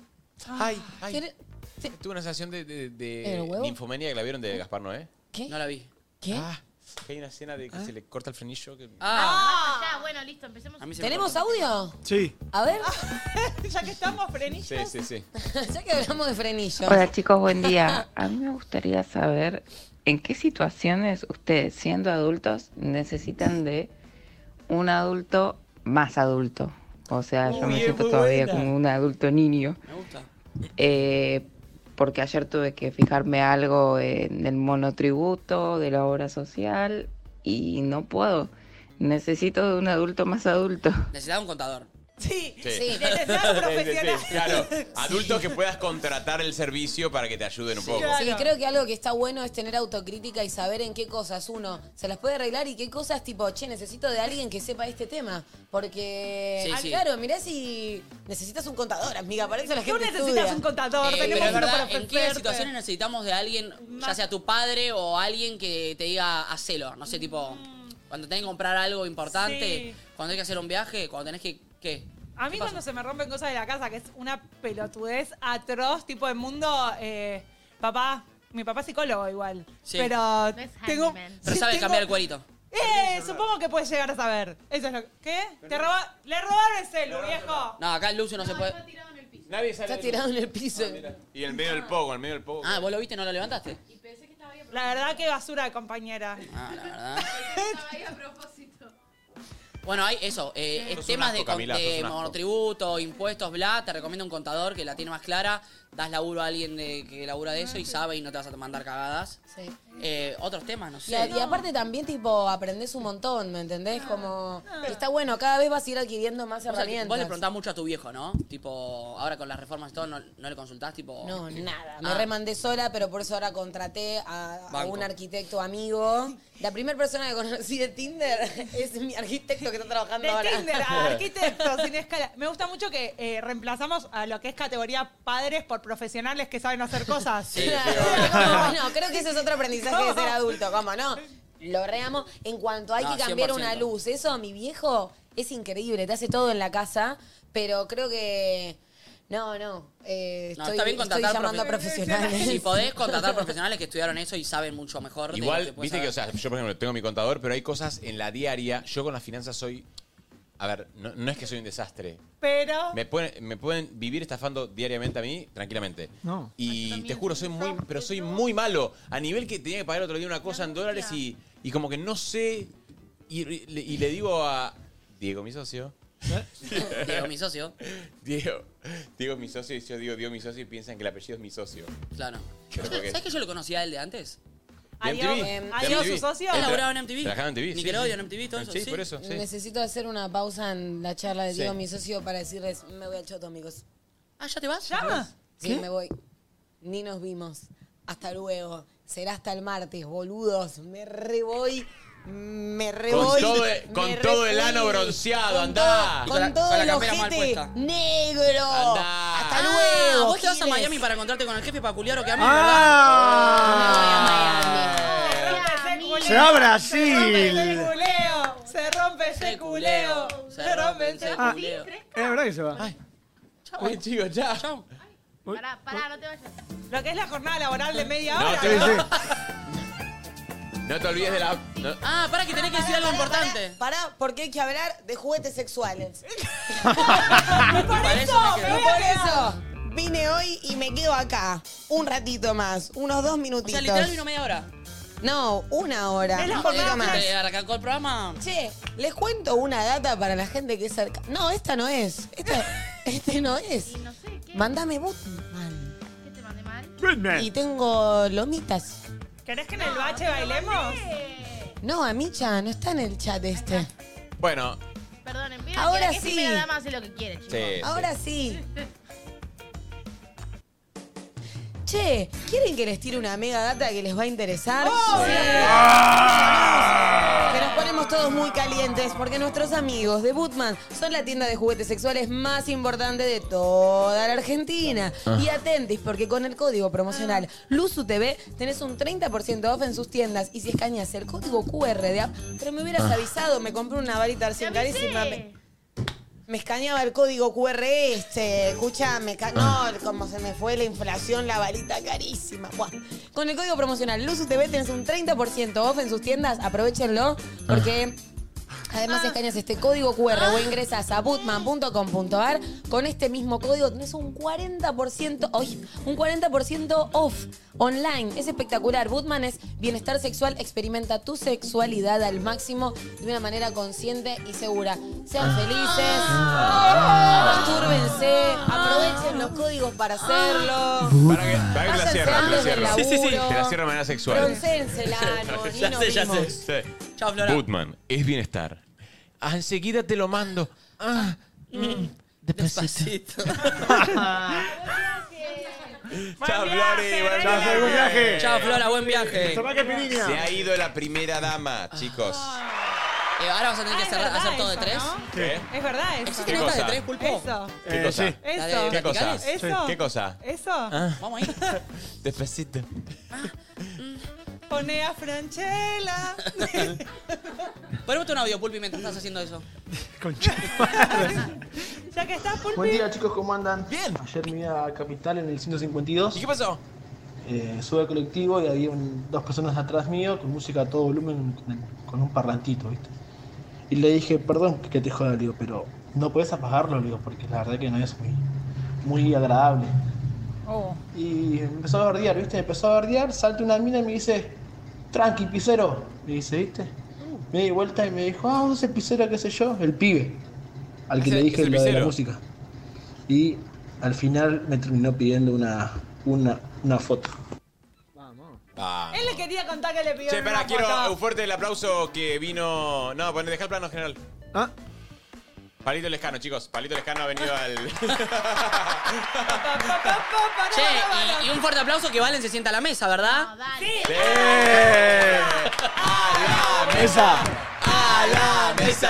[SPEAKER 5] Ay, ay.
[SPEAKER 2] ¿Quiere- sí.
[SPEAKER 5] Tuve una sensación de, de,
[SPEAKER 2] ¿El
[SPEAKER 5] de
[SPEAKER 2] huevo?
[SPEAKER 5] ninfomanía que la vieron de Gaspar Noé.
[SPEAKER 2] ¿Qué?
[SPEAKER 3] No la vi.
[SPEAKER 2] ¿Qué? Ah.
[SPEAKER 5] Ah, que hay una escena de que se le corta el frenillo. Que...
[SPEAKER 3] Ah,
[SPEAKER 7] Ya, bueno, listo, empecemos.
[SPEAKER 3] a mí se me
[SPEAKER 2] ¿Tenemos
[SPEAKER 3] cortó.
[SPEAKER 2] audio?
[SPEAKER 6] Sí.
[SPEAKER 2] A ver,
[SPEAKER 4] ya que estamos frenillos.
[SPEAKER 5] Sí, sí, sí.
[SPEAKER 2] ya que hablamos de frenillo.
[SPEAKER 8] Hola chicos, buen día. A mí me gustaría saber en qué situaciones ustedes, siendo adultos, necesitan de un adulto más adulto. O sea, yo me siento todavía como un adulto niño.
[SPEAKER 3] Me gusta.
[SPEAKER 8] Eh, porque ayer tuve que fijarme algo en el monotributo de la obra social y no puedo. Necesito de un adulto más adulto.
[SPEAKER 3] Necesitaba un contador.
[SPEAKER 4] Sí.
[SPEAKER 5] Sí.
[SPEAKER 2] Sí.
[SPEAKER 4] Necesidad
[SPEAKER 5] Sí, sí, sí,
[SPEAKER 4] profesional.
[SPEAKER 5] Claro, adultos que puedas contratar el servicio para que te ayuden un poco.
[SPEAKER 4] claro.
[SPEAKER 2] Sí, creo que algo que está bueno es tener autocrítica y saber en qué cosas uno se las puede arreglar y qué cosas tipo, che, necesito de alguien que sepa este tema. Porque,
[SPEAKER 3] Sí,
[SPEAKER 2] ah,
[SPEAKER 3] sí.
[SPEAKER 2] claro, mirá si necesitas un contador, amiga, para eso la
[SPEAKER 4] Tú
[SPEAKER 2] gente
[SPEAKER 4] necesitas
[SPEAKER 2] estudia.
[SPEAKER 4] un contador,
[SPEAKER 3] Eh,
[SPEAKER 4] tenemos
[SPEAKER 3] pero es
[SPEAKER 4] uno para
[SPEAKER 3] verdad, ¿en qué
[SPEAKER 4] ofrecerte.
[SPEAKER 3] situaciones necesitamos de alguien, ya
[SPEAKER 4] Más-
[SPEAKER 3] sea tu padre o alguien que te diga hacelo? No sé, tipo, cuando tenés que comprar algo importante,
[SPEAKER 4] Mm. Sí.
[SPEAKER 3] cuando tenés que hacer un viaje, cuando tenés que. ¿Qué?
[SPEAKER 4] A
[SPEAKER 3] ¿Qué
[SPEAKER 4] mí
[SPEAKER 3] pasa?
[SPEAKER 4] cuando se me rompen cosas de la casa, que es una pelotudez atroz, tipo de mundo, eh, papá, mi papá es psicólogo igual.
[SPEAKER 3] Sí.
[SPEAKER 4] Pero
[SPEAKER 7] es
[SPEAKER 4] tengo.
[SPEAKER 7] handyman.
[SPEAKER 3] Pero
[SPEAKER 4] sí,
[SPEAKER 3] sabe
[SPEAKER 4] tengo-
[SPEAKER 3] cambiar el cuerito.
[SPEAKER 4] Eh, supongo que puedes llegar a saber. Eso es lo ¿Qué? Te roba, le robaron el celu, viejo.
[SPEAKER 3] No, acá el Lucio no, se puede.
[SPEAKER 5] Nadie sale.
[SPEAKER 2] Está tirado en el piso.
[SPEAKER 5] Y en medio del pogo, en medio del pogo.
[SPEAKER 3] Ah, vos lo viste, no lo levantaste.
[SPEAKER 4] La verdad que basura de compañera.
[SPEAKER 3] Ah, la verdad.
[SPEAKER 7] Ahí a propósito.
[SPEAKER 3] Bueno, hay eso, eh, es
[SPEAKER 5] Sos un
[SPEAKER 3] temas
[SPEAKER 5] asco,
[SPEAKER 3] de, con-
[SPEAKER 5] Camila, sos
[SPEAKER 3] de
[SPEAKER 5] un asco.
[SPEAKER 3] monotributo, impuestos, bla, te recomiendo un contador que la tiene más clara, das laburo a alguien de- que labura de eso
[SPEAKER 4] Ah,
[SPEAKER 3] y sabe y no te vas a mandar cagadas.
[SPEAKER 2] Sí.
[SPEAKER 3] Eh, otros temas, no sé.
[SPEAKER 2] Y, a- y aparte también, tipo, aprendés un montón, ¿me
[SPEAKER 4] Ah,
[SPEAKER 2] entendés? Como, está bueno, cada vez vas a ir adquiriendo más
[SPEAKER 3] O sea, que vos le
[SPEAKER 2] herramientas.
[SPEAKER 3] preguntás mucho a tu viejo, ¿no? Tipo, ahora con las reformas y todo, ¿no, no le consultás? Tipo,
[SPEAKER 2] No, nada. Me
[SPEAKER 3] Ah.
[SPEAKER 2] remandé sola, pero por eso ahora contraté a, a
[SPEAKER 3] Banco.
[SPEAKER 2] un arquitecto amigo. La primera persona que conocí de Tinder es mi arquitecto que está trabajando
[SPEAKER 4] De
[SPEAKER 2] ahora.
[SPEAKER 4] Tinder Ah, a arquitecto, sin escala. Me gusta mucho que eh, reemplazamos a lo que es categoría padres por profesionales que saben hacer cosas.
[SPEAKER 2] bueno, creo que ese es otro aprendizaje de ser adulto, ¿cómo no? Lo reamos. En cuanto hay
[SPEAKER 3] No,
[SPEAKER 2] que cambiar
[SPEAKER 3] 100%.
[SPEAKER 2] una luz, eso, mi viejo, es increíble, te hace todo en la casa, pero creo que. No, no. eh,
[SPEAKER 3] No,
[SPEAKER 2] estoy,
[SPEAKER 3] está bien
[SPEAKER 2] estoy
[SPEAKER 3] contratar
[SPEAKER 2] llamando a profesionales.
[SPEAKER 3] Si podés contratar profesionales que estudiaron eso y saben mucho mejor. de lo
[SPEAKER 5] Igual,
[SPEAKER 3] puedes
[SPEAKER 5] viste que, o
[SPEAKER 3] saber.
[SPEAKER 5] sea, yo por ejemplo tengo mi contador, pero hay cosas en la diaria. Yo con las finanzas soy. A ver, no, no es que soy un desastre.
[SPEAKER 4] Pero.
[SPEAKER 5] Me pueden, me pueden vivir estafando diariamente a mí, tranquilamente.
[SPEAKER 6] No.
[SPEAKER 5] Y te juro, soy muy, pero soy muy malo. A nivel que tenía que pagar otro día una cosa en dólares y, y como que no sé. Y, y le- y le digo a Diego, mi socio.
[SPEAKER 3] ¿Eh? Diego, mi socio,
[SPEAKER 5] Diego, Diego, mi socio, y yo digo Diego, mi socio, y piensan que el apellido es mi socio.
[SPEAKER 3] claro.
[SPEAKER 5] Pero porque-
[SPEAKER 3] ¿Sabes que yo lo conocía a él de antes?
[SPEAKER 5] De
[SPEAKER 4] Adiós,
[SPEAKER 5] MTV,
[SPEAKER 4] eh,
[SPEAKER 5] de
[SPEAKER 4] adiós,
[SPEAKER 5] MTV.
[SPEAKER 4] su socio.
[SPEAKER 5] Él
[SPEAKER 3] Él
[SPEAKER 5] tra-
[SPEAKER 3] laburaba en MTV.
[SPEAKER 5] Trabajaba en MTV. sí,
[SPEAKER 3] Nickelodeon,
[SPEAKER 5] sí.
[SPEAKER 3] MTV, todo eso,
[SPEAKER 5] Ah, Sí,
[SPEAKER 3] sí.
[SPEAKER 5] por eso. sí.
[SPEAKER 2] Necesito hacer una pausa en la charla de
[SPEAKER 5] Sí.
[SPEAKER 2] Diego, mi socio, para decirles, me voy al choto, amigos.
[SPEAKER 3] Ah, ¿ya te vas?
[SPEAKER 4] ¿Ya?
[SPEAKER 2] Sí, me voy. Ni nos vimos. Hasta luego. Será hasta el martes, boludos. Me re voy. Me re
[SPEAKER 5] Con
[SPEAKER 2] voy.
[SPEAKER 5] todo el-
[SPEAKER 2] me
[SPEAKER 5] con
[SPEAKER 2] re
[SPEAKER 5] todo el
[SPEAKER 2] fui.
[SPEAKER 5] ano bronceado,
[SPEAKER 2] Con todo-
[SPEAKER 5] andá.
[SPEAKER 3] Y
[SPEAKER 2] Con,
[SPEAKER 3] con la-
[SPEAKER 2] todo
[SPEAKER 3] con la
[SPEAKER 2] el
[SPEAKER 3] campera mal
[SPEAKER 2] ojete
[SPEAKER 3] puesta.
[SPEAKER 2] negro.
[SPEAKER 5] Andá.
[SPEAKER 2] Hasta
[SPEAKER 3] Ah,
[SPEAKER 2] luego.
[SPEAKER 3] ¿Vos te vas a
[SPEAKER 2] giles.
[SPEAKER 3] Miami para encontrarte con el jefe para culiar o que a mí,
[SPEAKER 6] ¡Ah! ¡Se va a Brasil!
[SPEAKER 4] Se rompe ese culeo. Se rompe ese culeo. Se rompe ese
[SPEAKER 6] Ah.
[SPEAKER 3] culeo.
[SPEAKER 6] Es verdad que se va.
[SPEAKER 5] Ay, chicos, ya.
[SPEAKER 3] Chao.
[SPEAKER 7] Pará, pará, no te vayas.
[SPEAKER 4] Lo que es la jornada laboral de media
[SPEAKER 5] No,
[SPEAKER 4] hora.
[SPEAKER 5] te-
[SPEAKER 4] ¿no?
[SPEAKER 5] No te olvides de la. no-
[SPEAKER 3] Ah, para que tenés que decir algo importante.
[SPEAKER 2] Pará, porque hay que hablar de juguetes sexuales.
[SPEAKER 4] Por
[SPEAKER 3] Para
[SPEAKER 4] eso,
[SPEAKER 3] eso me
[SPEAKER 4] me
[SPEAKER 3] quedo.
[SPEAKER 4] voy
[SPEAKER 2] Por
[SPEAKER 4] a quedar.
[SPEAKER 2] eso vine hoy y me quedo acá. Un ratito más. Unos dos
[SPEAKER 3] O
[SPEAKER 2] minutitos.
[SPEAKER 3] sea, literal vino media hora.
[SPEAKER 2] No, una hora.
[SPEAKER 4] Es la
[SPEAKER 2] Un
[SPEAKER 3] Eh,
[SPEAKER 2] poquito
[SPEAKER 4] jornada
[SPEAKER 2] más.
[SPEAKER 3] te Arrancó el programa.
[SPEAKER 2] Che, les cuento una data para la gente que es cerca. No, esta no es. Esta, este no es.
[SPEAKER 7] Y no sé qué.
[SPEAKER 2] Mándame Butman.
[SPEAKER 7] ¿Qué te mandé mal?
[SPEAKER 6] Goodman.
[SPEAKER 2] Y tengo lomitas.
[SPEAKER 4] ¿Querés que en el bache bailemos?
[SPEAKER 7] Eh,
[SPEAKER 2] No, a Micha no está en el chat este.
[SPEAKER 5] Bueno,
[SPEAKER 7] Perdón, en
[SPEAKER 2] Ahora
[SPEAKER 7] que es
[SPEAKER 2] sí.
[SPEAKER 7] primera dama hace lo que quiere, chicos.
[SPEAKER 5] sí.
[SPEAKER 2] Ahora sí. Che, ¿quieren que les tire una mega data que les va a interesar?
[SPEAKER 7] Oh,
[SPEAKER 2] Que nos ponemos todos muy calientes porque nuestros amigos de Bootman son la tienda de juguetes sexuales más importante de toda la Argentina. Y atentis porque con el código promocional
[SPEAKER 7] Ah.
[SPEAKER 2] LUZUTV tenés un 30% off en sus tiendas y si escaneas el código QR de app, pero me hubieras avisado, me compré una varita
[SPEAKER 7] Te
[SPEAKER 2] arcilla
[SPEAKER 7] avisé.
[SPEAKER 2] carísima. Me- me escaneaba el código QR este, escuchame, ca- no, como se me fue la inflación, la varita carísima. Buah. Con el código promocional Luzu TV tenés un 30% off en sus tiendas, aprovechenlo porque
[SPEAKER 9] Ah.
[SPEAKER 2] además escaneas este código QR o ingresas a bootman.com.ar con este mismo código tenés un 40% hoy, un 40% off online. Es espectacular. Bootman es bienestar sexual, experimenta tu sexualidad al máximo de una manera consciente y segura.
[SPEAKER 3] Ah.
[SPEAKER 2] Sean felices, mastúrbense,
[SPEAKER 3] Ah.
[SPEAKER 2] aprovechen los códigos para hacerlo.
[SPEAKER 5] Para que, para que la
[SPEAKER 2] Pásense
[SPEAKER 5] cierra, te la
[SPEAKER 2] antes del
[SPEAKER 5] cierra.
[SPEAKER 2] laburo. Sí, sí, sí.
[SPEAKER 5] Te la cierra de manera sexual.
[SPEAKER 2] Broncénsela, no, ni nos vimos.
[SPEAKER 5] Sí.
[SPEAKER 3] Chao, Flora.
[SPEAKER 5] Putman, es bienestar. Ah, enseguida te lo mando. Ah,
[SPEAKER 3] Despacito.
[SPEAKER 5] Chao, Flori. buen
[SPEAKER 6] Chao,
[SPEAKER 5] viaje.
[SPEAKER 6] buen viaje.
[SPEAKER 3] Chao, Flora, buen viaje.
[SPEAKER 6] Tomá que piriña.
[SPEAKER 5] Se ha ido la primera dama, chicos.
[SPEAKER 3] Eh, ahora vas a tener que
[SPEAKER 4] Ah, es
[SPEAKER 3] cerrar-
[SPEAKER 4] verdad
[SPEAKER 3] hacer todo de
[SPEAKER 4] eso,
[SPEAKER 3] tres.
[SPEAKER 4] ¿no?
[SPEAKER 5] ¿Qué?
[SPEAKER 4] Es verdad eso.
[SPEAKER 3] ¿Existen
[SPEAKER 5] ¿Qué
[SPEAKER 3] notas de
[SPEAKER 5] cosa?
[SPEAKER 3] tres, pulpo?
[SPEAKER 4] Eso.
[SPEAKER 5] ¿Qué
[SPEAKER 6] Eh,
[SPEAKER 5] cosa?
[SPEAKER 6] sí.
[SPEAKER 3] La de
[SPEAKER 4] Eso.
[SPEAKER 5] ¿Qué cosa?
[SPEAKER 3] verticales.
[SPEAKER 4] Eso.
[SPEAKER 5] ¿Qué cosa?
[SPEAKER 4] Eso.
[SPEAKER 5] Ah,
[SPEAKER 3] Vamos ahí.
[SPEAKER 5] despacito.
[SPEAKER 4] Pone a Franchella.
[SPEAKER 3] Ponemos un audio, Pulpi, mientras estás haciendo eso.
[SPEAKER 6] Concha.
[SPEAKER 4] ya que estás
[SPEAKER 10] Buen
[SPEAKER 4] pulpi.
[SPEAKER 10] día chicos, ¿cómo andan?
[SPEAKER 5] Bien.
[SPEAKER 10] Ayer me iba a Capital en el
[SPEAKER 5] ¿Y
[SPEAKER 10] 152,
[SPEAKER 5] qué pasó?
[SPEAKER 10] eh, sube al colectivo y había un- dos personas atrás mío con música a todo volumen, con, el- con un parlantito, ¿viste? Y le dije, perdón que te joda, le digo, pero no puedes apagarlo, le digo, porque la verdad que no es muy, muy agradable.
[SPEAKER 4] Oh.
[SPEAKER 10] Y empezó a bardear, ¿viste? Empezó a bardear, salta una mina y me dice, tranqui, pisero. Me dice, ¿viste? Me di vuelta y me dijo, ah, un cepicero, qué sé yo, el pibe, al que
[SPEAKER 5] Ese-
[SPEAKER 10] le dije
[SPEAKER 5] ese
[SPEAKER 10] lo de la
[SPEAKER 5] pisero.
[SPEAKER 10] música. Y al final me terminó pidiendo una, una, una foto.
[SPEAKER 5] Ah.
[SPEAKER 4] Él le quería contar que le pidió.
[SPEAKER 5] Che, espera,
[SPEAKER 4] una
[SPEAKER 5] quiero
[SPEAKER 4] foto.
[SPEAKER 5] un fuerte el aplauso que vino. No, pon- dejá el plano general.
[SPEAKER 6] ¿Ah?
[SPEAKER 5] Palito Lescano, chicos. Palito Lescano ha venido al.
[SPEAKER 4] Pa, pa, pa, pa,
[SPEAKER 3] Che,
[SPEAKER 4] para, para.
[SPEAKER 3] y, y un fuerte aplauso que Valen se sienta a la mesa,
[SPEAKER 11] Ah,
[SPEAKER 3] ¿verdad?
[SPEAKER 7] dale.
[SPEAKER 5] ¡Sí!
[SPEAKER 12] ¡Eh!
[SPEAKER 5] ¡A la
[SPEAKER 6] Esa.
[SPEAKER 5] ¡A la mesa!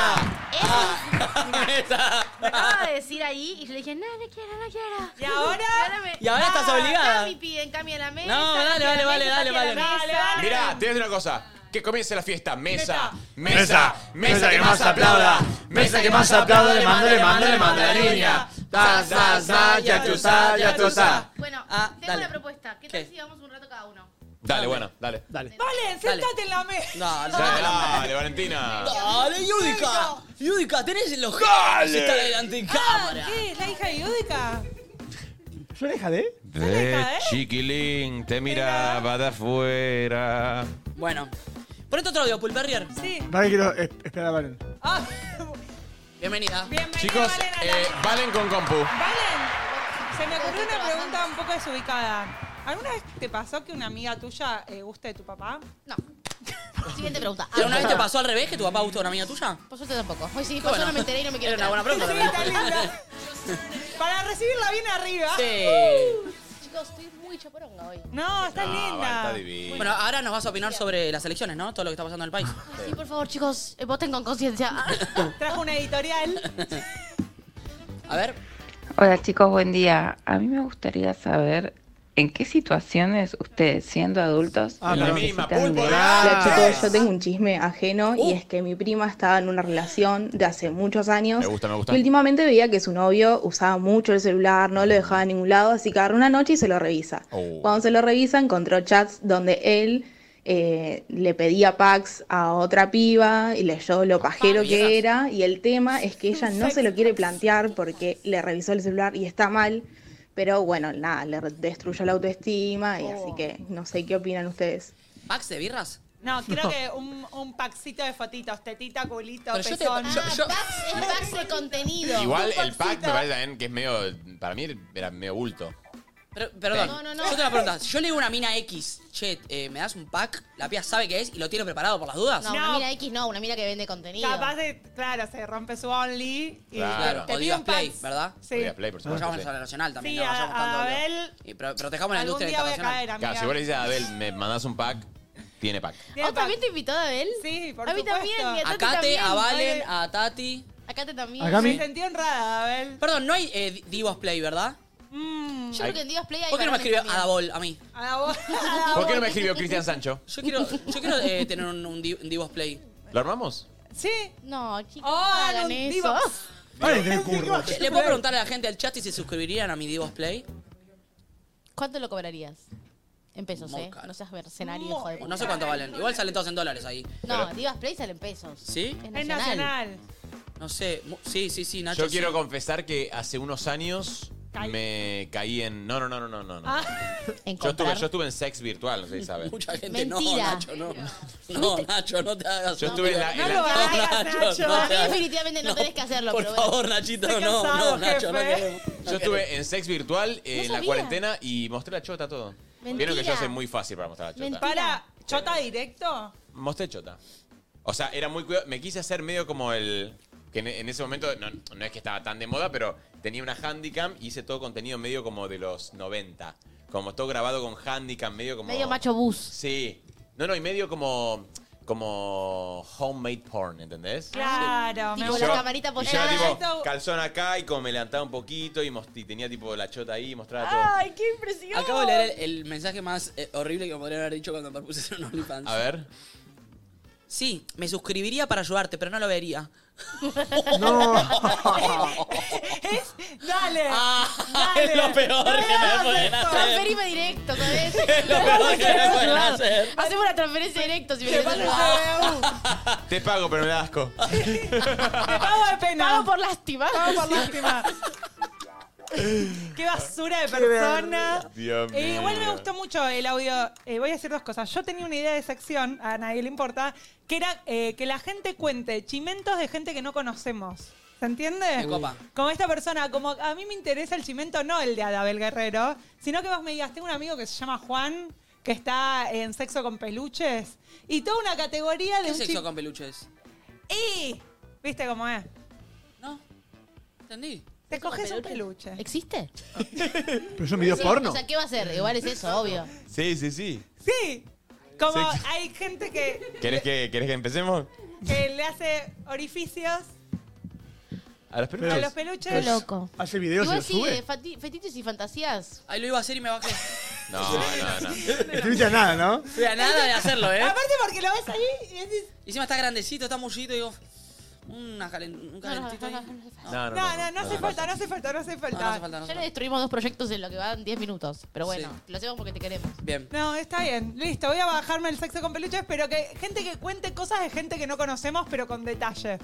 [SPEAKER 3] Ah. Mesa.
[SPEAKER 7] Me acaba de decir ahí y yo le dije, no, no quiero, no quiero.
[SPEAKER 4] ¿Y ahora?
[SPEAKER 7] me-
[SPEAKER 3] Y ahora estás obligada.
[SPEAKER 7] Cami piden, cambia la mesa.
[SPEAKER 3] No, dale,
[SPEAKER 7] cambia
[SPEAKER 3] vale,
[SPEAKER 7] la
[SPEAKER 3] vale,
[SPEAKER 7] mesa, cambia
[SPEAKER 3] dale,
[SPEAKER 7] la
[SPEAKER 4] vale.
[SPEAKER 7] mesa.
[SPEAKER 4] Dale,
[SPEAKER 5] Mirá, te voy a decir una cosa. Que comience la fiesta. Mesa, mesa,
[SPEAKER 6] Mesa,
[SPEAKER 5] mesa,
[SPEAKER 6] mesa que más aplauda, mesa que más aplauda, le manda, le manda, le manda a la niña. Ta, ta, ta, ya tú sa, ya tú sa.
[SPEAKER 7] Bueno,
[SPEAKER 3] Ah,
[SPEAKER 7] tengo
[SPEAKER 3] dale.
[SPEAKER 7] una propuesta. ¿Qué tal
[SPEAKER 3] ¿Qué?
[SPEAKER 7] si vamos un rato cada uno?
[SPEAKER 5] Dale, bueno, dale.
[SPEAKER 6] Dale.
[SPEAKER 4] Valen, siéntate en la mesa.
[SPEAKER 3] No, no.
[SPEAKER 5] Dale, dale, Valentina.
[SPEAKER 3] Dale, Yudica. Yudica, tenés los genes. Está delante en
[SPEAKER 4] Ah,
[SPEAKER 3] cámara.
[SPEAKER 4] ¿Qué? ¿Es la hija de Yudica?
[SPEAKER 6] ¿Yo deja de?
[SPEAKER 5] De
[SPEAKER 4] ¿eh?
[SPEAKER 5] chiquilín, te miraba de afuera.
[SPEAKER 3] Bueno. Ponete otro audio, Pulperrier.
[SPEAKER 4] Sí.
[SPEAKER 6] Vale, quiero eh, esperar a Valen.
[SPEAKER 4] Ah,
[SPEAKER 3] Bienvenida.
[SPEAKER 4] bienvenida,
[SPEAKER 5] Chicos,
[SPEAKER 4] Valen. a la-
[SPEAKER 5] eh, valen con compu.
[SPEAKER 4] Valen, se me ocurrió una pregunta un poco desubicada. ¿Alguna vez te pasó que una amiga tuya eh, guste de tu papá?
[SPEAKER 11] No. Siguiente pregunta. Ah.
[SPEAKER 3] ¿Pero una vez te pasó al revés que tu papá gustó de una amiga tuya?
[SPEAKER 11] Por suerte tampoco. Hoy sí, por
[SPEAKER 3] Bueno.
[SPEAKER 11] eso no me enteré y no me quiero
[SPEAKER 3] Era una buena
[SPEAKER 11] enterar.
[SPEAKER 3] pregunta.
[SPEAKER 4] Sí, está linda. Para recibirla bien arriba.
[SPEAKER 3] Sí.
[SPEAKER 11] Chicos, estoy muy chaporonga hoy.
[SPEAKER 4] No, está
[SPEAKER 5] Ah, va,
[SPEAKER 4] Uh, linda.
[SPEAKER 5] está divino.
[SPEAKER 3] Bueno, ahora nos vas a opinar sobre las elecciones, ¿no? Todo lo que está pasando en el país.
[SPEAKER 11] Ay, sí, por favor, chicos, eh, voten con conciencia.
[SPEAKER 4] Trajo una editorial.
[SPEAKER 3] A ver.
[SPEAKER 8] Hola chicos, buen día. A mí me gustaría saber en qué situaciones ustedes, siendo adultos,
[SPEAKER 6] Ah,
[SPEAKER 5] la
[SPEAKER 6] no.
[SPEAKER 5] misma,
[SPEAKER 8] necesitan
[SPEAKER 5] pulpo.
[SPEAKER 8] de...
[SPEAKER 6] Hola,
[SPEAKER 5] chicos,
[SPEAKER 13] Yo tengo un chisme ajeno
[SPEAKER 5] Uh.
[SPEAKER 13] y es que mi prima estaba en una relación de hace muchos años
[SPEAKER 5] Me gusta, me gusta.
[SPEAKER 13] y últimamente veía que su novio usaba mucho el celular, no lo dejaba en ningún lado, así que agarra una noche y se lo revisa.
[SPEAKER 5] Oh.
[SPEAKER 13] Cuando se lo revisa encontró chats donde él eh, le pedía packs a otra piba y leyó
[SPEAKER 11] Ah,
[SPEAKER 13] lo pajero que era y el tema es que ella no se lo quiere plantear porque le revisó el celular y está mal. Pero bueno, nada, le destruyó la autoestima y
[SPEAKER 11] Oh.
[SPEAKER 13] así que no sé qué opinan ustedes.
[SPEAKER 3] ¿Pax de birras?
[SPEAKER 4] No, creo que un, un paxito de fotitos, tetita, culito,
[SPEAKER 3] Pero yo te-
[SPEAKER 4] pezón.
[SPEAKER 3] yo- yo-
[SPEAKER 11] Pax es Pax de contenido.
[SPEAKER 5] Igual
[SPEAKER 4] con
[SPEAKER 5] el pack me
[SPEAKER 4] pancita.
[SPEAKER 5] parece también que es medio. Para mí era medio bulto.
[SPEAKER 3] Pero- perdón.
[SPEAKER 11] No, no, no.
[SPEAKER 3] Yo tengo una pregunta. Si yo le digo a una mina X, che, eh, ¿me das un pack? La pía sabe qué es y lo tiene preparado por las dudas.
[SPEAKER 11] No,
[SPEAKER 4] No.
[SPEAKER 11] una mira X no, una mira que vende contenido.
[SPEAKER 4] Capaz de, claro, se rompe su only y
[SPEAKER 5] Claro,
[SPEAKER 4] te
[SPEAKER 3] o
[SPEAKER 4] pide
[SPEAKER 3] digas
[SPEAKER 4] un
[SPEAKER 3] play,
[SPEAKER 4] pax.
[SPEAKER 3] ¿verdad?
[SPEAKER 4] Sí.
[SPEAKER 5] Voy a play, por supuesto.
[SPEAKER 3] Vayamos
[SPEAKER 5] sí.
[SPEAKER 3] a la nacional también.
[SPEAKER 4] Sí,
[SPEAKER 3] no, vayamos tanto,
[SPEAKER 4] a, a
[SPEAKER 3] obvio.
[SPEAKER 4] ver.
[SPEAKER 3] Y pro- protejamos la
[SPEAKER 4] Algún
[SPEAKER 3] industria
[SPEAKER 4] día voy a
[SPEAKER 3] internacional.
[SPEAKER 4] caer, amiga.
[SPEAKER 5] Claro, si vos le dices a Adel, me mandás un pack, tiene pack.
[SPEAKER 4] Tiene
[SPEAKER 11] ¿Vos ¿Oh, también
[SPEAKER 4] pax.
[SPEAKER 11] te invitó a Abel?
[SPEAKER 4] Sí, por
[SPEAKER 11] A mí
[SPEAKER 4] supuesto.
[SPEAKER 11] también, mi-
[SPEAKER 3] A
[SPEAKER 11] Tati
[SPEAKER 3] Kate,
[SPEAKER 11] también,
[SPEAKER 3] a Valen,
[SPEAKER 11] vale.
[SPEAKER 3] a Tati.
[SPEAKER 11] Acá te también.
[SPEAKER 6] Acá
[SPEAKER 4] Me
[SPEAKER 6] mi-
[SPEAKER 4] sentí honrada, Abel.
[SPEAKER 3] Perdón, no hay eh, di- Divos Play, ¿verdad?
[SPEAKER 11] Yo creo que en Divas Play hay
[SPEAKER 3] ¿Por qué no me escribió
[SPEAKER 11] varones también.
[SPEAKER 3] Adabol a mí?
[SPEAKER 4] A la voz.
[SPEAKER 5] ¿Por qué no me escribió Cristian Sancho?
[SPEAKER 3] Yo quiero, yo quiero eh, tener un, un di- un Divos Play.
[SPEAKER 5] ¿Lo armamos?
[SPEAKER 4] Sí.
[SPEAKER 11] No, chicos,
[SPEAKER 4] Oh,
[SPEAKER 11] no hagan
[SPEAKER 4] un
[SPEAKER 11] eso.
[SPEAKER 4] divo.
[SPEAKER 6] Valen tiene curro.
[SPEAKER 3] Che, ¿Le puedo preguntar a la gente del chat si se suscribirían a mi Divos Play?
[SPEAKER 11] ¿Cuánto lo cobrarías? En pesos,
[SPEAKER 3] Muy
[SPEAKER 11] ¿eh?
[SPEAKER 3] caro.
[SPEAKER 11] No seas mercenario, hijo de puta.
[SPEAKER 3] No sé cuánto valen. Igual salen todos en dólares ahí.
[SPEAKER 11] No, Divas Play sale en pesos.
[SPEAKER 3] ¿Sí?
[SPEAKER 11] Es
[SPEAKER 4] Es
[SPEAKER 11] nacional.
[SPEAKER 4] nacional.
[SPEAKER 3] No sé. Mu- Sí, sí, sí, Nacho.
[SPEAKER 5] Yo quiero
[SPEAKER 3] sí.
[SPEAKER 5] confesar que hace unos años me caí en. No, no, no, no, no, no. no.
[SPEAKER 4] Ah,
[SPEAKER 11] En
[SPEAKER 5] Yo estuve,
[SPEAKER 11] comprar.
[SPEAKER 5] yo estuve en ¿eh? sex virtual, no sé si sabes.
[SPEAKER 3] Mucha gente
[SPEAKER 11] Mentira.
[SPEAKER 3] no, Nacho, no. No, Nacho, no te hagas.
[SPEAKER 5] Yo estuve en la. en
[SPEAKER 4] No
[SPEAKER 5] la-
[SPEAKER 4] lo hagas, Nacho.
[SPEAKER 11] Para mí
[SPEAKER 3] te hagas.
[SPEAKER 11] definitivamente no, tenés que hacerlo,
[SPEAKER 3] Por
[SPEAKER 11] pero bueno.
[SPEAKER 3] favor, Nachito,
[SPEAKER 4] Estoy
[SPEAKER 3] no,
[SPEAKER 4] cansado,
[SPEAKER 3] no, Nacho, no
[SPEAKER 4] jefe.
[SPEAKER 3] queremos.
[SPEAKER 5] yo estuve en sex virtual eh, en la
[SPEAKER 11] sabía.
[SPEAKER 5] cuarentena y mostré la chota todo. Vieron que yo
[SPEAKER 11] Mentira.
[SPEAKER 5] soy muy fácil para mostrar la chota.
[SPEAKER 11] Mentira.
[SPEAKER 4] Para, ¿chota directo?
[SPEAKER 5] Mostré chota. O sea, era muy cuidado. Me quise hacer medio como el. Que en, en ese momento no, no es que estaba tan de moda, pero tenía una handicam y hice todo contenido medio como de los 90. Como todo grabado con handicam, medio como.
[SPEAKER 11] Medio macho bus.
[SPEAKER 5] Sí. No, no, y medio como. Como homemade porn, ¿entendés?
[SPEAKER 4] Claro,
[SPEAKER 11] Sí.
[SPEAKER 4] me
[SPEAKER 11] Tipo,
[SPEAKER 4] gusta.
[SPEAKER 11] la
[SPEAKER 5] Yo-
[SPEAKER 11] camarita
[SPEAKER 5] y yo
[SPEAKER 11] apoyada.
[SPEAKER 5] era, tipo,
[SPEAKER 4] Esto-
[SPEAKER 5] calzón acá y como me levantaba un poquito y, mos- y tenía tipo la chota ahí y mostraba
[SPEAKER 11] Ah,
[SPEAKER 5] todo.
[SPEAKER 4] Ay, qué impresión.
[SPEAKER 3] Acabo de leer el, el mensaje más eh, horrible que me podrían haber dicho cuando me propuse ser un OnlyFans.
[SPEAKER 5] A ver.
[SPEAKER 3] Sí, me suscribiría para ayudarte, pero no lo vería.
[SPEAKER 4] Es- Dale.
[SPEAKER 3] Ah,
[SPEAKER 4] Dale.
[SPEAKER 3] es lo peor
[SPEAKER 4] No
[SPEAKER 3] que
[SPEAKER 4] le hagas
[SPEAKER 3] me pueden
[SPEAKER 4] esto.
[SPEAKER 3] hacer.
[SPEAKER 11] Transferime directo con eso.
[SPEAKER 3] Es lo peor que me pueden hacer.
[SPEAKER 11] Hacemos una transferencia directa si me querés ayudar.
[SPEAKER 4] Pago
[SPEAKER 5] Te pago, pero me da asco.
[SPEAKER 4] de pena.
[SPEAKER 11] Pago por lástima.
[SPEAKER 4] Pago por lástima. Qué basura de persona.
[SPEAKER 5] Dios
[SPEAKER 4] Eh, igual me
[SPEAKER 5] mío.
[SPEAKER 4] gustó mucho el audio. Eh, voy a decir dos cosas. Yo tenía una idea de sección, a nadie le importa, que era eh, que la gente cuente chimentos de gente que no conocemos. ¿Se entiende?
[SPEAKER 3] Me copa.
[SPEAKER 4] Como esta persona, como a mí me interesa el chimento, no el de Adabel Guerrero, sino que vos me digas, tengo un amigo que se llama Juan, que está en sexo con peluches, y toda una categoría de
[SPEAKER 3] ¿Qué
[SPEAKER 4] un
[SPEAKER 3] sexo
[SPEAKER 4] chi-
[SPEAKER 3] con peluches?
[SPEAKER 4] ¡Y! ¿Viste cómo es?
[SPEAKER 3] ¿Entendí?
[SPEAKER 4] Te coges un peluche.
[SPEAKER 11] ¿Existe?
[SPEAKER 12] Pero es un video
[SPEAKER 11] Sí,
[SPEAKER 12] porno.
[SPEAKER 11] O sea, ¿qué va a hacer? Igual es eso, obvio.
[SPEAKER 5] Sí, sí, sí.
[SPEAKER 4] Sí. Como
[SPEAKER 5] Sí.
[SPEAKER 4] hay gente que,
[SPEAKER 5] ¿Querés que, ¿Querés que empecemos?
[SPEAKER 4] que le hace orificios
[SPEAKER 5] A los
[SPEAKER 4] a los peluches.
[SPEAKER 12] Pues, Hace
[SPEAKER 11] Y
[SPEAKER 12] videos y
[SPEAKER 11] vos
[SPEAKER 12] los
[SPEAKER 11] sí, eh.
[SPEAKER 12] sube.
[SPEAKER 11] de fati- fetiches y fantasías.
[SPEAKER 3] Ahí lo iba a hacer y me bajé.
[SPEAKER 5] No, no, no.
[SPEAKER 12] Estuviste a nada, ¿no?
[SPEAKER 3] Fui a nada de hacerlo, ¿eh?
[SPEAKER 4] Aparte porque lo ves ahí y decís,
[SPEAKER 3] Y encima está grandecito, está mullito, digo. Una calen- un calentito ahí.
[SPEAKER 4] no,
[SPEAKER 5] No,
[SPEAKER 4] no, no, hace falta, no hace falta, no hace falta.
[SPEAKER 3] No, no hace falta, no hace
[SPEAKER 11] Ya le destruimos dos proyectos en lo que van 10 minutos. Ah, Pero bueno, lo hacemos porque te queremos.
[SPEAKER 3] Bien.
[SPEAKER 4] No, está bien, listo, voy a bajarme el sexo con peluches, pero que gente que cuente cosas de gente que no conocemos, pero con detalle.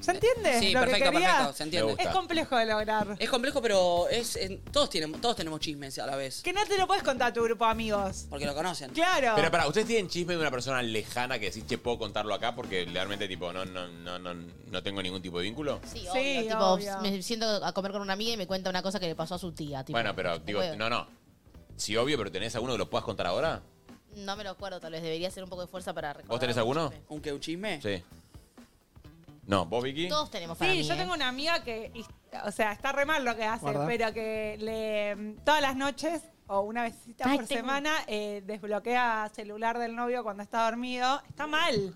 [SPEAKER 4] ¿Se entiende?
[SPEAKER 3] Sí,
[SPEAKER 4] lo
[SPEAKER 3] perfecto,
[SPEAKER 4] que quería?
[SPEAKER 3] perfecto, se entiende. Me gusta.
[SPEAKER 4] Es complejo de lograr.
[SPEAKER 3] Es complejo, pero es, en- todos, tienen, todos tenemos chismes a la vez.
[SPEAKER 4] Que no te lo puedes contar a tu grupo de amigos.
[SPEAKER 3] Porque lo conocen.
[SPEAKER 4] Claro.
[SPEAKER 5] Pero para, ¿ustedes tienen chisme de una persona lejana que decís, che, puedo contarlo acá? Porque realmente, tipo, no, no, no, no, no tengo ningún tipo de vínculo.
[SPEAKER 11] Sí,
[SPEAKER 4] Sí,
[SPEAKER 11] obvio, tipo,
[SPEAKER 4] obvio.
[SPEAKER 11] me siento a comer con una amiga y me cuenta una cosa que le pasó a su tía. tipo,
[SPEAKER 5] bueno, pero, digo,
[SPEAKER 11] puedo.
[SPEAKER 5] no, no. Sí, obvio, pero ¿tenés alguno que lo puedas contar ahora?
[SPEAKER 11] No me lo acuerdo, tal vez debería hacer un poco de fuerza para recordar.
[SPEAKER 5] ¿Vos tenés alguno?
[SPEAKER 3] ¿Un que un chisme?
[SPEAKER 5] Sí. No, ¿vos, Vicky?
[SPEAKER 11] Todos tenemos para
[SPEAKER 4] Sí,
[SPEAKER 11] mí,
[SPEAKER 4] yo
[SPEAKER 11] ¿eh?
[SPEAKER 4] tengo una amiga que, y- o sea, está re mal lo que hace,
[SPEAKER 5] Guarda.
[SPEAKER 4] pero que le mm, todas las noches o una vez
[SPEAKER 11] Ay,
[SPEAKER 4] por
[SPEAKER 11] tengo.
[SPEAKER 4] semana eh, desbloquea celular del novio cuando está dormido. Está mal.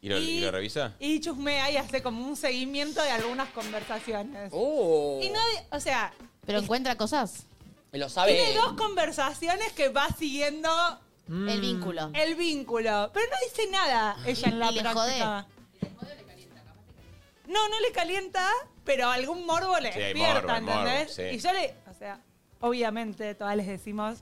[SPEAKER 5] ¿Y lo, y lo revisa?
[SPEAKER 4] Y chusmea y hace como un seguimiento de algunas conversaciones.
[SPEAKER 3] Oh.
[SPEAKER 4] Y nadie, o sea,
[SPEAKER 11] Pero encuentra cosas.
[SPEAKER 3] Me lo sabe.
[SPEAKER 4] tiene dos conversaciones que va siguiendo
[SPEAKER 11] El vínculo.
[SPEAKER 4] el vínculo, pero no dice nada ella en la
[SPEAKER 11] Y le
[SPEAKER 4] práctica. No, no le calienta, pero algún morbo le
[SPEAKER 5] Sí, hay
[SPEAKER 4] despierta,
[SPEAKER 5] morbo, hay morbo,
[SPEAKER 4] ¿entendés?
[SPEAKER 5] sí.
[SPEAKER 4] Y yo le, o sea, obviamente todas les decimos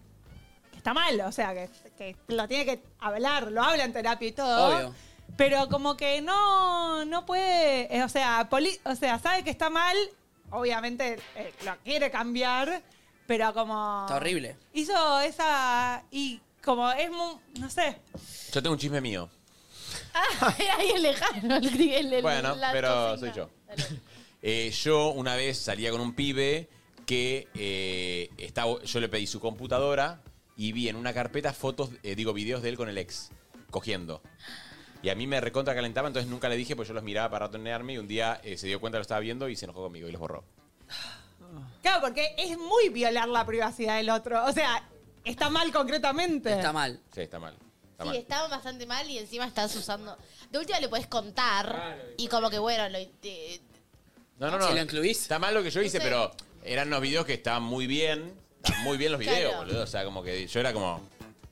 [SPEAKER 4] que está mal, o sea, que, que lo tiene que hablar, lo habla en terapia y todo.
[SPEAKER 3] Obvio.
[SPEAKER 4] Pero como que no, no puede, eh, o sea, poli- o sea, sabe que está mal, obviamente eh, lo quiere cambiar, pero como...
[SPEAKER 3] Está horrible.
[SPEAKER 4] Hizo esa, y como es muy, no sé,
[SPEAKER 5] Yo tengo un chisme mío.
[SPEAKER 11] Era alguien Ah, lejano. El, el- el-
[SPEAKER 5] Bueno,
[SPEAKER 11] la
[SPEAKER 5] pero
[SPEAKER 11] consigna.
[SPEAKER 5] soy yo. Eh, yo una vez salía con un pibe que eh, estaba, yo le pedí su computadora y vi en una carpeta fotos, eh, digo, videos de él con el ex, cogiendo. Y a mí me recontra calentaba, entonces nunca le dije, pues yo los miraba para ratonearme y un día eh, se dio cuenta que lo estaba viendo y se enojó conmigo y los borró.
[SPEAKER 4] claro, porque es muy violar la privacidad del otro, o sea, está mal concretamente.
[SPEAKER 3] Está mal.
[SPEAKER 5] Sí, está mal. Está
[SPEAKER 11] Sí,
[SPEAKER 5] mal.
[SPEAKER 11] estaba bastante mal y encima estás usando. De última le podés contar
[SPEAKER 5] Ah,
[SPEAKER 11] y como que bueno, lo, te-
[SPEAKER 5] No, no, no.
[SPEAKER 3] Si lo incluís.
[SPEAKER 5] Está mal lo que yo hice,
[SPEAKER 11] Sí.
[SPEAKER 5] pero eran unos videos que estaban muy bien. Estaban muy bien los videos,
[SPEAKER 11] Claro.
[SPEAKER 5] boludo. O sea, como que yo era como...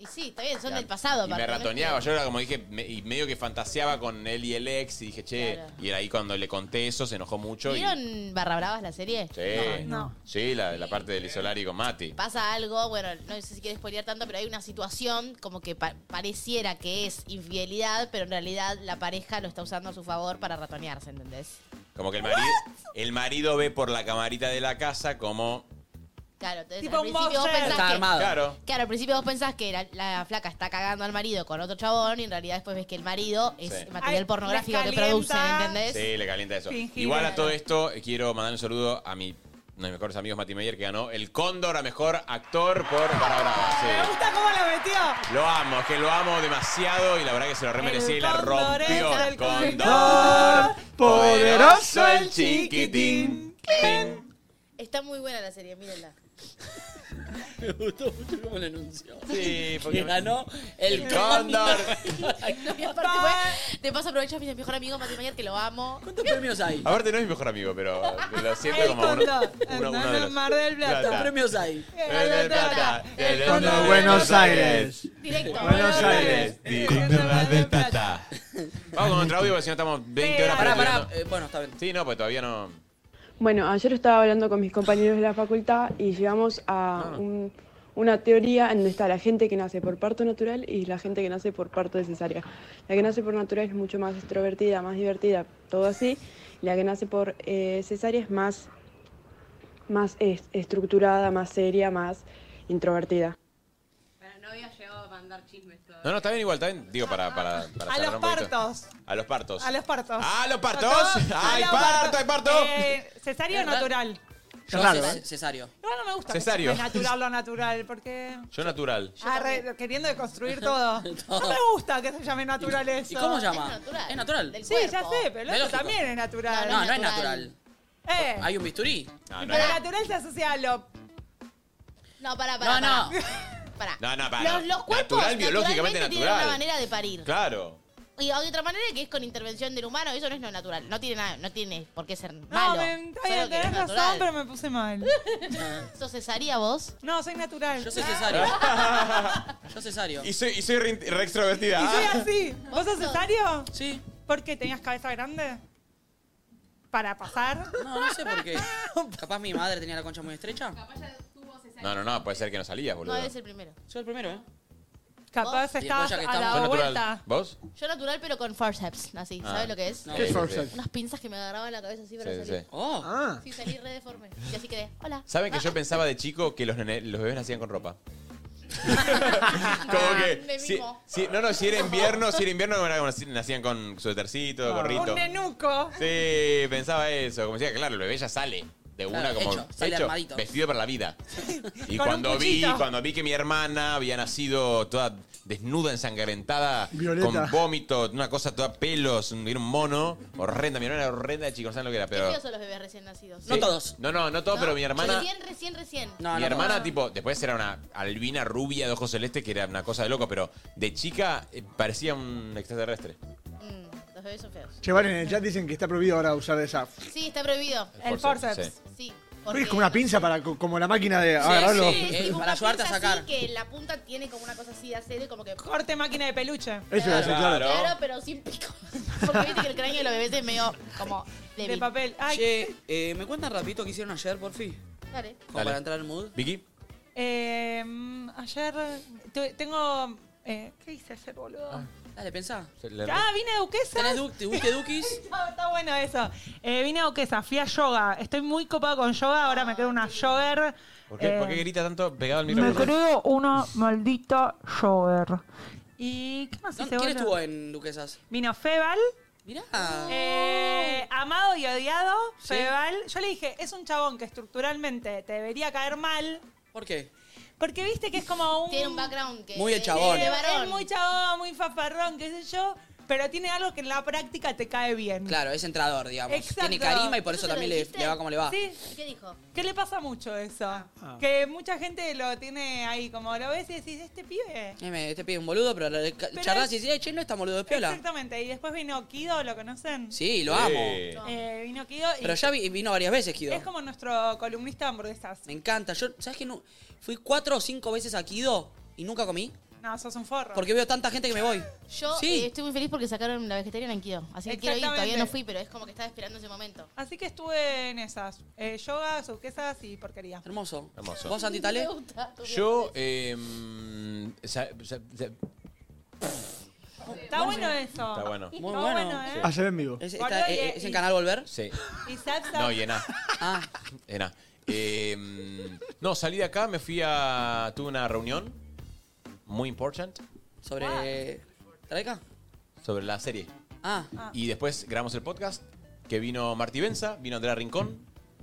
[SPEAKER 11] y sí, está bien, son del pasado.
[SPEAKER 5] Y me
[SPEAKER 11] aparte, ¿no?
[SPEAKER 5] ratoneaba, yo era como dije, me- y medio que fantaseaba con él y el ex, y dije, che,
[SPEAKER 11] Claro.
[SPEAKER 5] y era ahí cuando le conté eso, se enojó mucho. Y,
[SPEAKER 11] ¿Vieron Barra Bravas la serie?
[SPEAKER 5] sí,
[SPEAKER 11] No, no.
[SPEAKER 5] sí, la, la parte del Isolari con Mati.
[SPEAKER 11] Pasa algo, bueno, no sé si quieres spoilear tanto, pero hay una situación como que pa- pareciera que es infidelidad, pero en realidad la pareja lo está usando a su favor para ratonearse, ¿entendés?
[SPEAKER 5] Como que el marido, el marido ve por la camarita de la casa como...
[SPEAKER 11] Claro, entonces
[SPEAKER 4] Tipo
[SPEAKER 11] al
[SPEAKER 4] un
[SPEAKER 11] principio vos
[SPEAKER 4] boxer.
[SPEAKER 11] pensás
[SPEAKER 4] Está
[SPEAKER 11] que-
[SPEAKER 3] armado.
[SPEAKER 5] Claro.
[SPEAKER 11] Claro, al principio vos pensás que la, la flaca está cagando al marido con otro chabón y en realidad después ves que el marido es
[SPEAKER 5] Sí.
[SPEAKER 11] material
[SPEAKER 4] Ay,
[SPEAKER 11] pornográfico
[SPEAKER 4] les
[SPEAKER 11] que
[SPEAKER 4] calienta.
[SPEAKER 11] producen, ¿entendés?
[SPEAKER 5] Sí, le calienta eso.
[SPEAKER 4] Fingido.
[SPEAKER 5] Igual a todo esto, eh, quiero mandar un saludo a mi, uno de mis mejores amigos, Mati Meyer, que ganó el Cóndor a Mejor Actor por Para Brava.
[SPEAKER 4] Me
[SPEAKER 5] Sí.
[SPEAKER 4] gusta cómo lo metió.
[SPEAKER 5] Lo amo, es que lo amo demasiado y la verdad que se lo remerecía y la
[SPEAKER 4] cóndor es
[SPEAKER 5] rompió.
[SPEAKER 4] el
[SPEAKER 5] Cóndor, poderoso el chiquitín.
[SPEAKER 11] Está muy buena la serie, mírenla.
[SPEAKER 3] Me gustó mucho cómo lo anunció.
[SPEAKER 5] Sí,
[SPEAKER 3] porque ganó el,
[SPEAKER 5] El cóndor.
[SPEAKER 11] No, y aparte fue- de paso aprovecho a mi mejor amigo Mati Mayer que lo amo.
[SPEAKER 3] ¿Cuántos premios hay?
[SPEAKER 5] Aparte no es mi mejor amigo, pero lo siento
[SPEAKER 4] El
[SPEAKER 5] como uno,
[SPEAKER 4] cóndor.
[SPEAKER 5] uno, uno de
[SPEAKER 4] Hermano
[SPEAKER 5] los...
[SPEAKER 4] Mar del Plata.
[SPEAKER 3] ¿Cuántos premios hay?
[SPEAKER 5] Del Plata, del Cóndor de
[SPEAKER 12] Buenos Aires.
[SPEAKER 11] Directo.
[SPEAKER 12] Buenos Aires.
[SPEAKER 5] Cóndor Mar del Plata. Vamos con otro audio porque si no estamos 20 horas
[SPEAKER 3] Pará, pará.
[SPEAKER 5] estudiando.
[SPEAKER 3] eh, bueno, está bien.
[SPEAKER 5] Sí, no, pues todavía no...
[SPEAKER 14] Bueno, ayer estaba hablando con mis compañeros de la facultad y llegamos a Ah, un- una teoría en donde está la gente que nace por parto natural y la gente que nace por parto de cesárea. La que nace por natural es mucho más extrovertida, más divertida, todo así. y La que nace por eh, cesárea es más más es- estructurada, más seria, más introvertida.
[SPEAKER 7] No había llegado a mandar chismes todavía.
[SPEAKER 5] No, no, está bien igual, está bien. Digo, para, para, para
[SPEAKER 4] A
[SPEAKER 5] cerrar
[SPEAKER 4] los
[SPEAKER 5] un poquito.
[SPEAKER 4] partos.
[SPEAKER 5] A los partos.
[SPEAKER 4] A los partos.
[SPEAKER 5] ¿A los partos? Ah.
[SPEAKER 4] A
[SPEAKER 5] ¡Hay
[SPEAKER 4] los
[SPEAKER 5] parto,
[SPEAKER 4] partos.
[SPEAKER 5] hay parto!
[SPEAKER 4] Eh, ¿Cesario o
[SPEAKER 3] ¿Verdad?
[SPEAKER 4] natural?
[SPEAKER 5] Yo raro,
[SPEAKER 3] ces-
[SPEAKER 5] ¿eh?
[SPEAKER 3] cesario.
[SPEAKER 4] Igual no me gusta. que
[SPEAKER 5] Cesario.
[SPEAKER 4] se llame natural o natural, porque...
[SPEAKER 5] Yo natural.
[SPEAKER 4] Arre, Ah, queriendo deconstruir todo. No me gusta que se llame natural eso.
[SPEAKER 3] ¿Y cómo llama? Es natural.
[SPEAKER 4] Sí, ya sé, pero
[SPEAKER 3] Es
[SPEAKER 4] eso
[SPEAKER 3] lógico.
[SPEAKER 4] también es natural.
[SPEAKER 3] No, no es natural.
[SPEAKER 4] Eh,
[SPEAKER 3] Hay un bisturí.
[SPEAKER 5] No,
[SPEAKER 4] pero natural se asocia a lo...
[SPEAKER 11] No, para, para.
[SPEAKER 3] No,
[SPEAKER 11] para.
[SPEAKER 5] No, no, para.
[SPEAKER 11] Los, los cuerpos
[SPEAKER 5] natural, biológicamente
[SPEAKER 11] naturalmente tienen una
[SPEAKER 5] natural.
[SPEAKER 11] manera de parir.
[SPEAKER 5] Claro.
[SPEAKER 11] Y hay otra manera que es con intervención del humano, eso no es lo natural. No tiene nada, no tiene por qué ser
[SPEAKER 4] No,
[SPEAKER 11] malo.
[SPEAKER 4] me, está
[SPEAKER 11] solo
[SPEAKER 4] bien,
[SPEAKER 11] que es
[SPEAKER 4] tenés razón,
[SPEAKER 11] natural.
[SPEAKER 4] pero me puse mal.
[SPEAKER 11] ¿Sos cesaria vos?
[SPEAKER 4] No, soy natural. Yo
[SPEAKER 3] soy cesario. Yo cesario.
[SPEAKER 5] Y soy, y soy re, re extrovertida.
[SPEAKER 4] Y soy
[SPEAKER 5] Ah.
[SPEAKER 4] así. ¿Vos sos cesario?
[SPEAKER 3] Sí.
[SPEAKER 4] ¿Por qué? ¿Tenías cabeza grande? ¿Para pasar?
[SPEAKER 3] No, no sé por qué. Capaz mi madre tenía la concha muy estrecha.
[SPEAKER 5] Ah. No, no, no, puede ser que no salías, boludo.
[SPEAKER 11] el primero.
[SPEAKER 3] Soy el primero, ¿eh?
[SPEAKER 4] Capaz
[SPEAKER 11] ¿Vos?
[SPEAKER 4] estabas
[SPEAKER 5] ya que
[SPEAKER 4] a
[SPEAKER 5] estamos-
[SPEAKER 4] la
[SPEAKER 5] Fue natural.
[SPEAKER 4] vuelta.
[SPEAKER 5] ¿Vos?
[SPEAKER 11] Yo natural, pero con forceps, así.
[SPEAKER 5] Ah.
[SPEAKER 11] ¿Sabes lo que es?
[SPEAKER 5] No. ¿Qué es Sí, sí, forceps? sí.
[SPEAKER 11] Unas pinzas que me agarraban la cabeza así para
[SPEAKER 5] Sí, sí,
[SPEAKER 11] salir.
[SPEAKER 5] sí. Oh. Ah.
[SPEAKER 11] Sí, salí re deforme. Y así quedé. Hola.
[SPEAKER 5] ¿Saben que yo pensaba de chico que los, nene- los bebés nacían con ropa? Como
[SPEAKER 11] Me
[SPEAKER 5] que. si-
[SPEAKER 11] mimó.
[SPEAKER 5] si- no, no, si era invierno, si era invierno, era como nac- nacían con
[SPEAKER 4] Ah.
[SPEAKER 5] suétercito, gorrito.
[SPEAKER 4] Un nenuco.
[SPEAKER 5] Sí, pensaba eso. Como decía, claro, el bebé ya sale. De una
[SPEAKER 3] Claro,
[SPEAKER 5] como.
[SPEAKER 3] hecho, sale armadito.
[SPEAKER 5] vestido para la vida. Y
[SPEAKER 3] Con un
[SPEAKER 5] cuando vi,
[SPEAKER 3] puchito.
[SPEAKER 5] cuando vi que mi hermana había nacido toda desnuda, ensangrentada,
[SPEAKER 12] Violeta.
[SPEAKER 5] con vómito, una cosa toda pelos, un, era un mono, horrenda, mi hermana era horrenda de chico, no saben lo que era,
[SPEAKER 11] Qué
[SPEAKER 5] pero.
[SPEAKER 11] feos son los bebés recién nacidos.
[SPEAKER 5] Sí. No, no, no todos, pero mi hermana.
[SPEAKER 11] Recién, recién, recién.
[SPEAKER 5] mi hermana, tipo, después era una albina rubia de ojos celestes que era una cosa de loco, pero de chica eh, parecía un extraterrestre.
[SPEAKER 11] Mm, los bebés son feos.
[SPEAKER 12] Cheval en el chat dicen que está prohibido ahora usar esa.
[SPEAKER 11] Sí, está prohibido.
[SPEAKER 12] El forceps, forceps.
[SPEAKER 11] Sí.
[SPEAKER 12] Es como una pinza para, co- como la máquina de
[SPEAKER 11] Sí,
[SPEAKER 12] agarrarlo.
[SPEAKER 11] sí, es tipo
[SPEAKER 3] para
[SPEAKER 11] una
[SPEAKER 3] ayudarte a
[SPEAKER 11] pinza
[SPEAKER 3] sacar.
[SPEAKER 11] así que la punta tiene como una cosa así de acero y como que...
[SPEAKER 4] Corte máquina de peluche.
[SPEAKER 12] Eso iba a decir, claro.
[SPEAKER 11] Claro, pero sin pico. Porque viste que el cráneo de los bebés es medio como débil.
[SPEAKER 4] papel.
[SPEAKER 3] Che, eh, ¿me cuentan rapidito qué hicieron ayer, por fin?
[SPEAKER 11] Dale.
[SPEAKER 3] Como
[SPEAKER 5] Dale.
[SPEAKER 3] para entrar en mood.
[SPEAKER 5] ¿Vicky?
[SPEAKER 4] Eh, ayer tu- tengo... eh, ¿Qué hice ayer, boludo?
[SPEAKER 3] Dale, pensá.
[SPEAKER 4] Ah, vine a Duquesa.
[SPEAKER 3] ¿Tenés du- te guste Duquis?
[SPEAKER 4] No, está bueno eso. Eh, vine a Duquesa, fui a yoga. Estoy muy copada con yoga, ahora me quedo una jogger.
[SPEAKER 5] ¿Por qué,
[SPEAKER 4] Eh,
[SPEAKER 5] por qué grita tanto pegado al
[SPEAKER 4] me
[SPEAKER 5] micrófono?
[SPEAKER 4] creo una maldita jogger. ¿Y qué más
[SPEAKER 3] ¿Dónde-
[SPEAKER 4] hice,
[SPEAKER 3] ¿Quién
[SPEAKER 4] boludo?
[SPEAKER 3] estuvo en Duquesas?
[SPEAKER 4] Vino Febal.
[SPEAKER 3] Mirá.
[SPEAKER 4] Eh, amado y odiado,
[SPEAKER 3] Sí.
[SPEAKER 4] Febal. Yo le dije, es un chabón que estructuralmente te debería caer mal.
[SPEAKER 3] ¿Por qué?
[SPEAKER 4] Porque viste que es como un.
[SPEAKER 11] Tiene un background que...
[SPEAKER 3] Muy el chabón.
[SPEAKER 4] Sí,
[SPEAKER 11] de varón.
[SPEAKER 4] Es muy chabón, muy fafarrón, qué sé yo. Pero tiene algo que en la práctica te cae bien.
[SPEAKER 3] Claro, es entrador, digamos.
[SPEAKER 4] Exacto.
[SPEAKER 3] Tiene carisma y por eso
[SPEAKER 4] ¿Eso se lo
[SPEAKER 3] también le,
[SPEAKER 4] dijiste?
[SPEAKER 3] le va como le va.
[SPEAKER 4] Sí.
[SPEAKER 11] ¿Qué dijo?
[SPEAKER 4] ¿Qué le pasa mucho eso? Que mucha gente lo tiene ahí, como lo ves y decís, este pibe.
[SPEAKER 3] Eh, me- Te pide un boludo, pero, le- ca-
[SPEAKER 4] Pero es-
[SPEAKER 3] charlas y decís, "Eh, che, no está boludo de piola.
[SPEAKER 4] Exactamente. Y después vino Kido, ¿lo conocen?
[SPEAKER 3] Sí, lo amo.
[SPEAKER 4] Eh, vino Kido y
[SPEAKER 3] Pero ya vi- vino varias veces, Kido.
[SPEAKER 4] es como nuestro columnista de hamburguesas.
[SPEAKER 3] Me encanta. Yo, ¿sabes qué? No- Fui cuatro o cinco veces a Kido y nunca comí.
[SPEAKER 4] No, sos un forro.
[SPEAKER 3] Porque veo tanta gente que me voy.
[SPEAKER 11] Yo
[SPEAKER 3] Sí.
[SPEAKER 11] eh, estoy muy feliz porque sacaron la vegetariana en Kido. Así que quiero ir, todavía
[SPEAKER 4] Exactamente.
[SPEAKER 11] no fui, pero es como que estaba esperando ese momento.
[SPEAKER 4] Así que estuve en esas. Eh, yoga, suquesas y porquería.
[SPEAKER 3] Hermoso.
[SPEAKER 5] Hermoso.
[SPEAKER 3] ¿Vos, Santi Tale?
[SPEAKER 5] Yo, eh, mm, sa- sa- sa-
[SPEAKER 4] Está bueno eso.
[SPEAKER 5] Está bueno.
[SPEAKER 4] Está
[SPEAKER 5] Muy
[SPEAKER 4] bueno,
[SPEAKER 3] bueno.
[SPEAKER 4] ¿eh?
[SPEAKER 12] Ayer Ah, en vivo.
[SPEAKER 3] ¿Es,
[SPEAKER 4] Boludo,
[SPEAKER 3] está,
[SPEAKER 4] y-
[SPEAKER 3] eh, ¿es en Canal Volver?
[SPEAKER 5] sí.
[SPEAKER 4] Y salsa.
[SPEAKER 5] No, y en A.
[SPEAKER 3] Ah,
[SPEAKER 5] En A. Eh, mm, no, salí de acá, me fui a. Tuve una reunión muy importante
[SPEAKER 3] sobre... ¿Traica?
[SPEAKER 5] sobre la serie.
[SPEAKER 3] Ah.
[SPEAKER 5] Y después grabamos el podcast que vino Marti Benza, vino Andrea Rincón.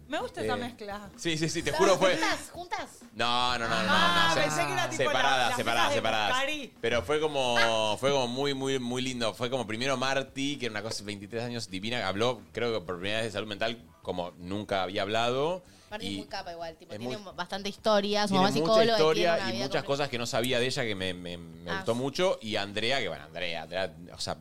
[SPEAKER 4] Me gusta esa
[SPEAKER 5] Eh,
[SPEAKER 4] mezcla.
[SPEAKER 5] Sí, sí, sí, te juro fue.
[SPEAKER 11] ¿Juntas? ¿Juntas?
[SPEAKER 5] No, no, no, no. no,
[SPEAKER 4] Ah,
[SPEAKER 5] se-
[SPEAKER 4] pensé que era tipo la-
[SPEAKER 5] separada,
[SPEAKER 4] las
[SPEAKER 5] separada,
[SPEAKER 4] mesas de
[SPEAKER 5] separada.
[SPEAKER 4] Bacari.
[SPEAKER 5] Pero fue como, fue como muy, muy, muy lindo. Fue como primero Marty, que era una cosa 23 años divina, habló, creo que por primera vez de salud mental, como nunca había hablado.
[SPEAKER 11] Martín es
[SPEAKER 5] Y
[SPEAKER 11] muy capa igual, tipo,
[SPEAKER 5] es
[SPEAKER 11] tiene
[SPEAKER 5] muy-
[SPEAKER 11] bastante historia, su
[SPEAKER 5] tiene
[SPEAKER 11] mamá es
[SPEAKER 5] mucha
[SPEAKER 11] psicóloga
[SPEAKER 5] historia
[SPEAKER 11] tiene una
[SPEAKER 5] y
[SPEAKER 11] vida
[SPEAKER 5] muchas cosas que no sabía de ella que me, me- me
[SPEAKER 11] Ah,
[SPEAKER 5] gustó
[SPEAKER 11] sí.
[SPEAKER 5] mucho. Y Andrea, que bueno, Andrea, Andrea, o sea,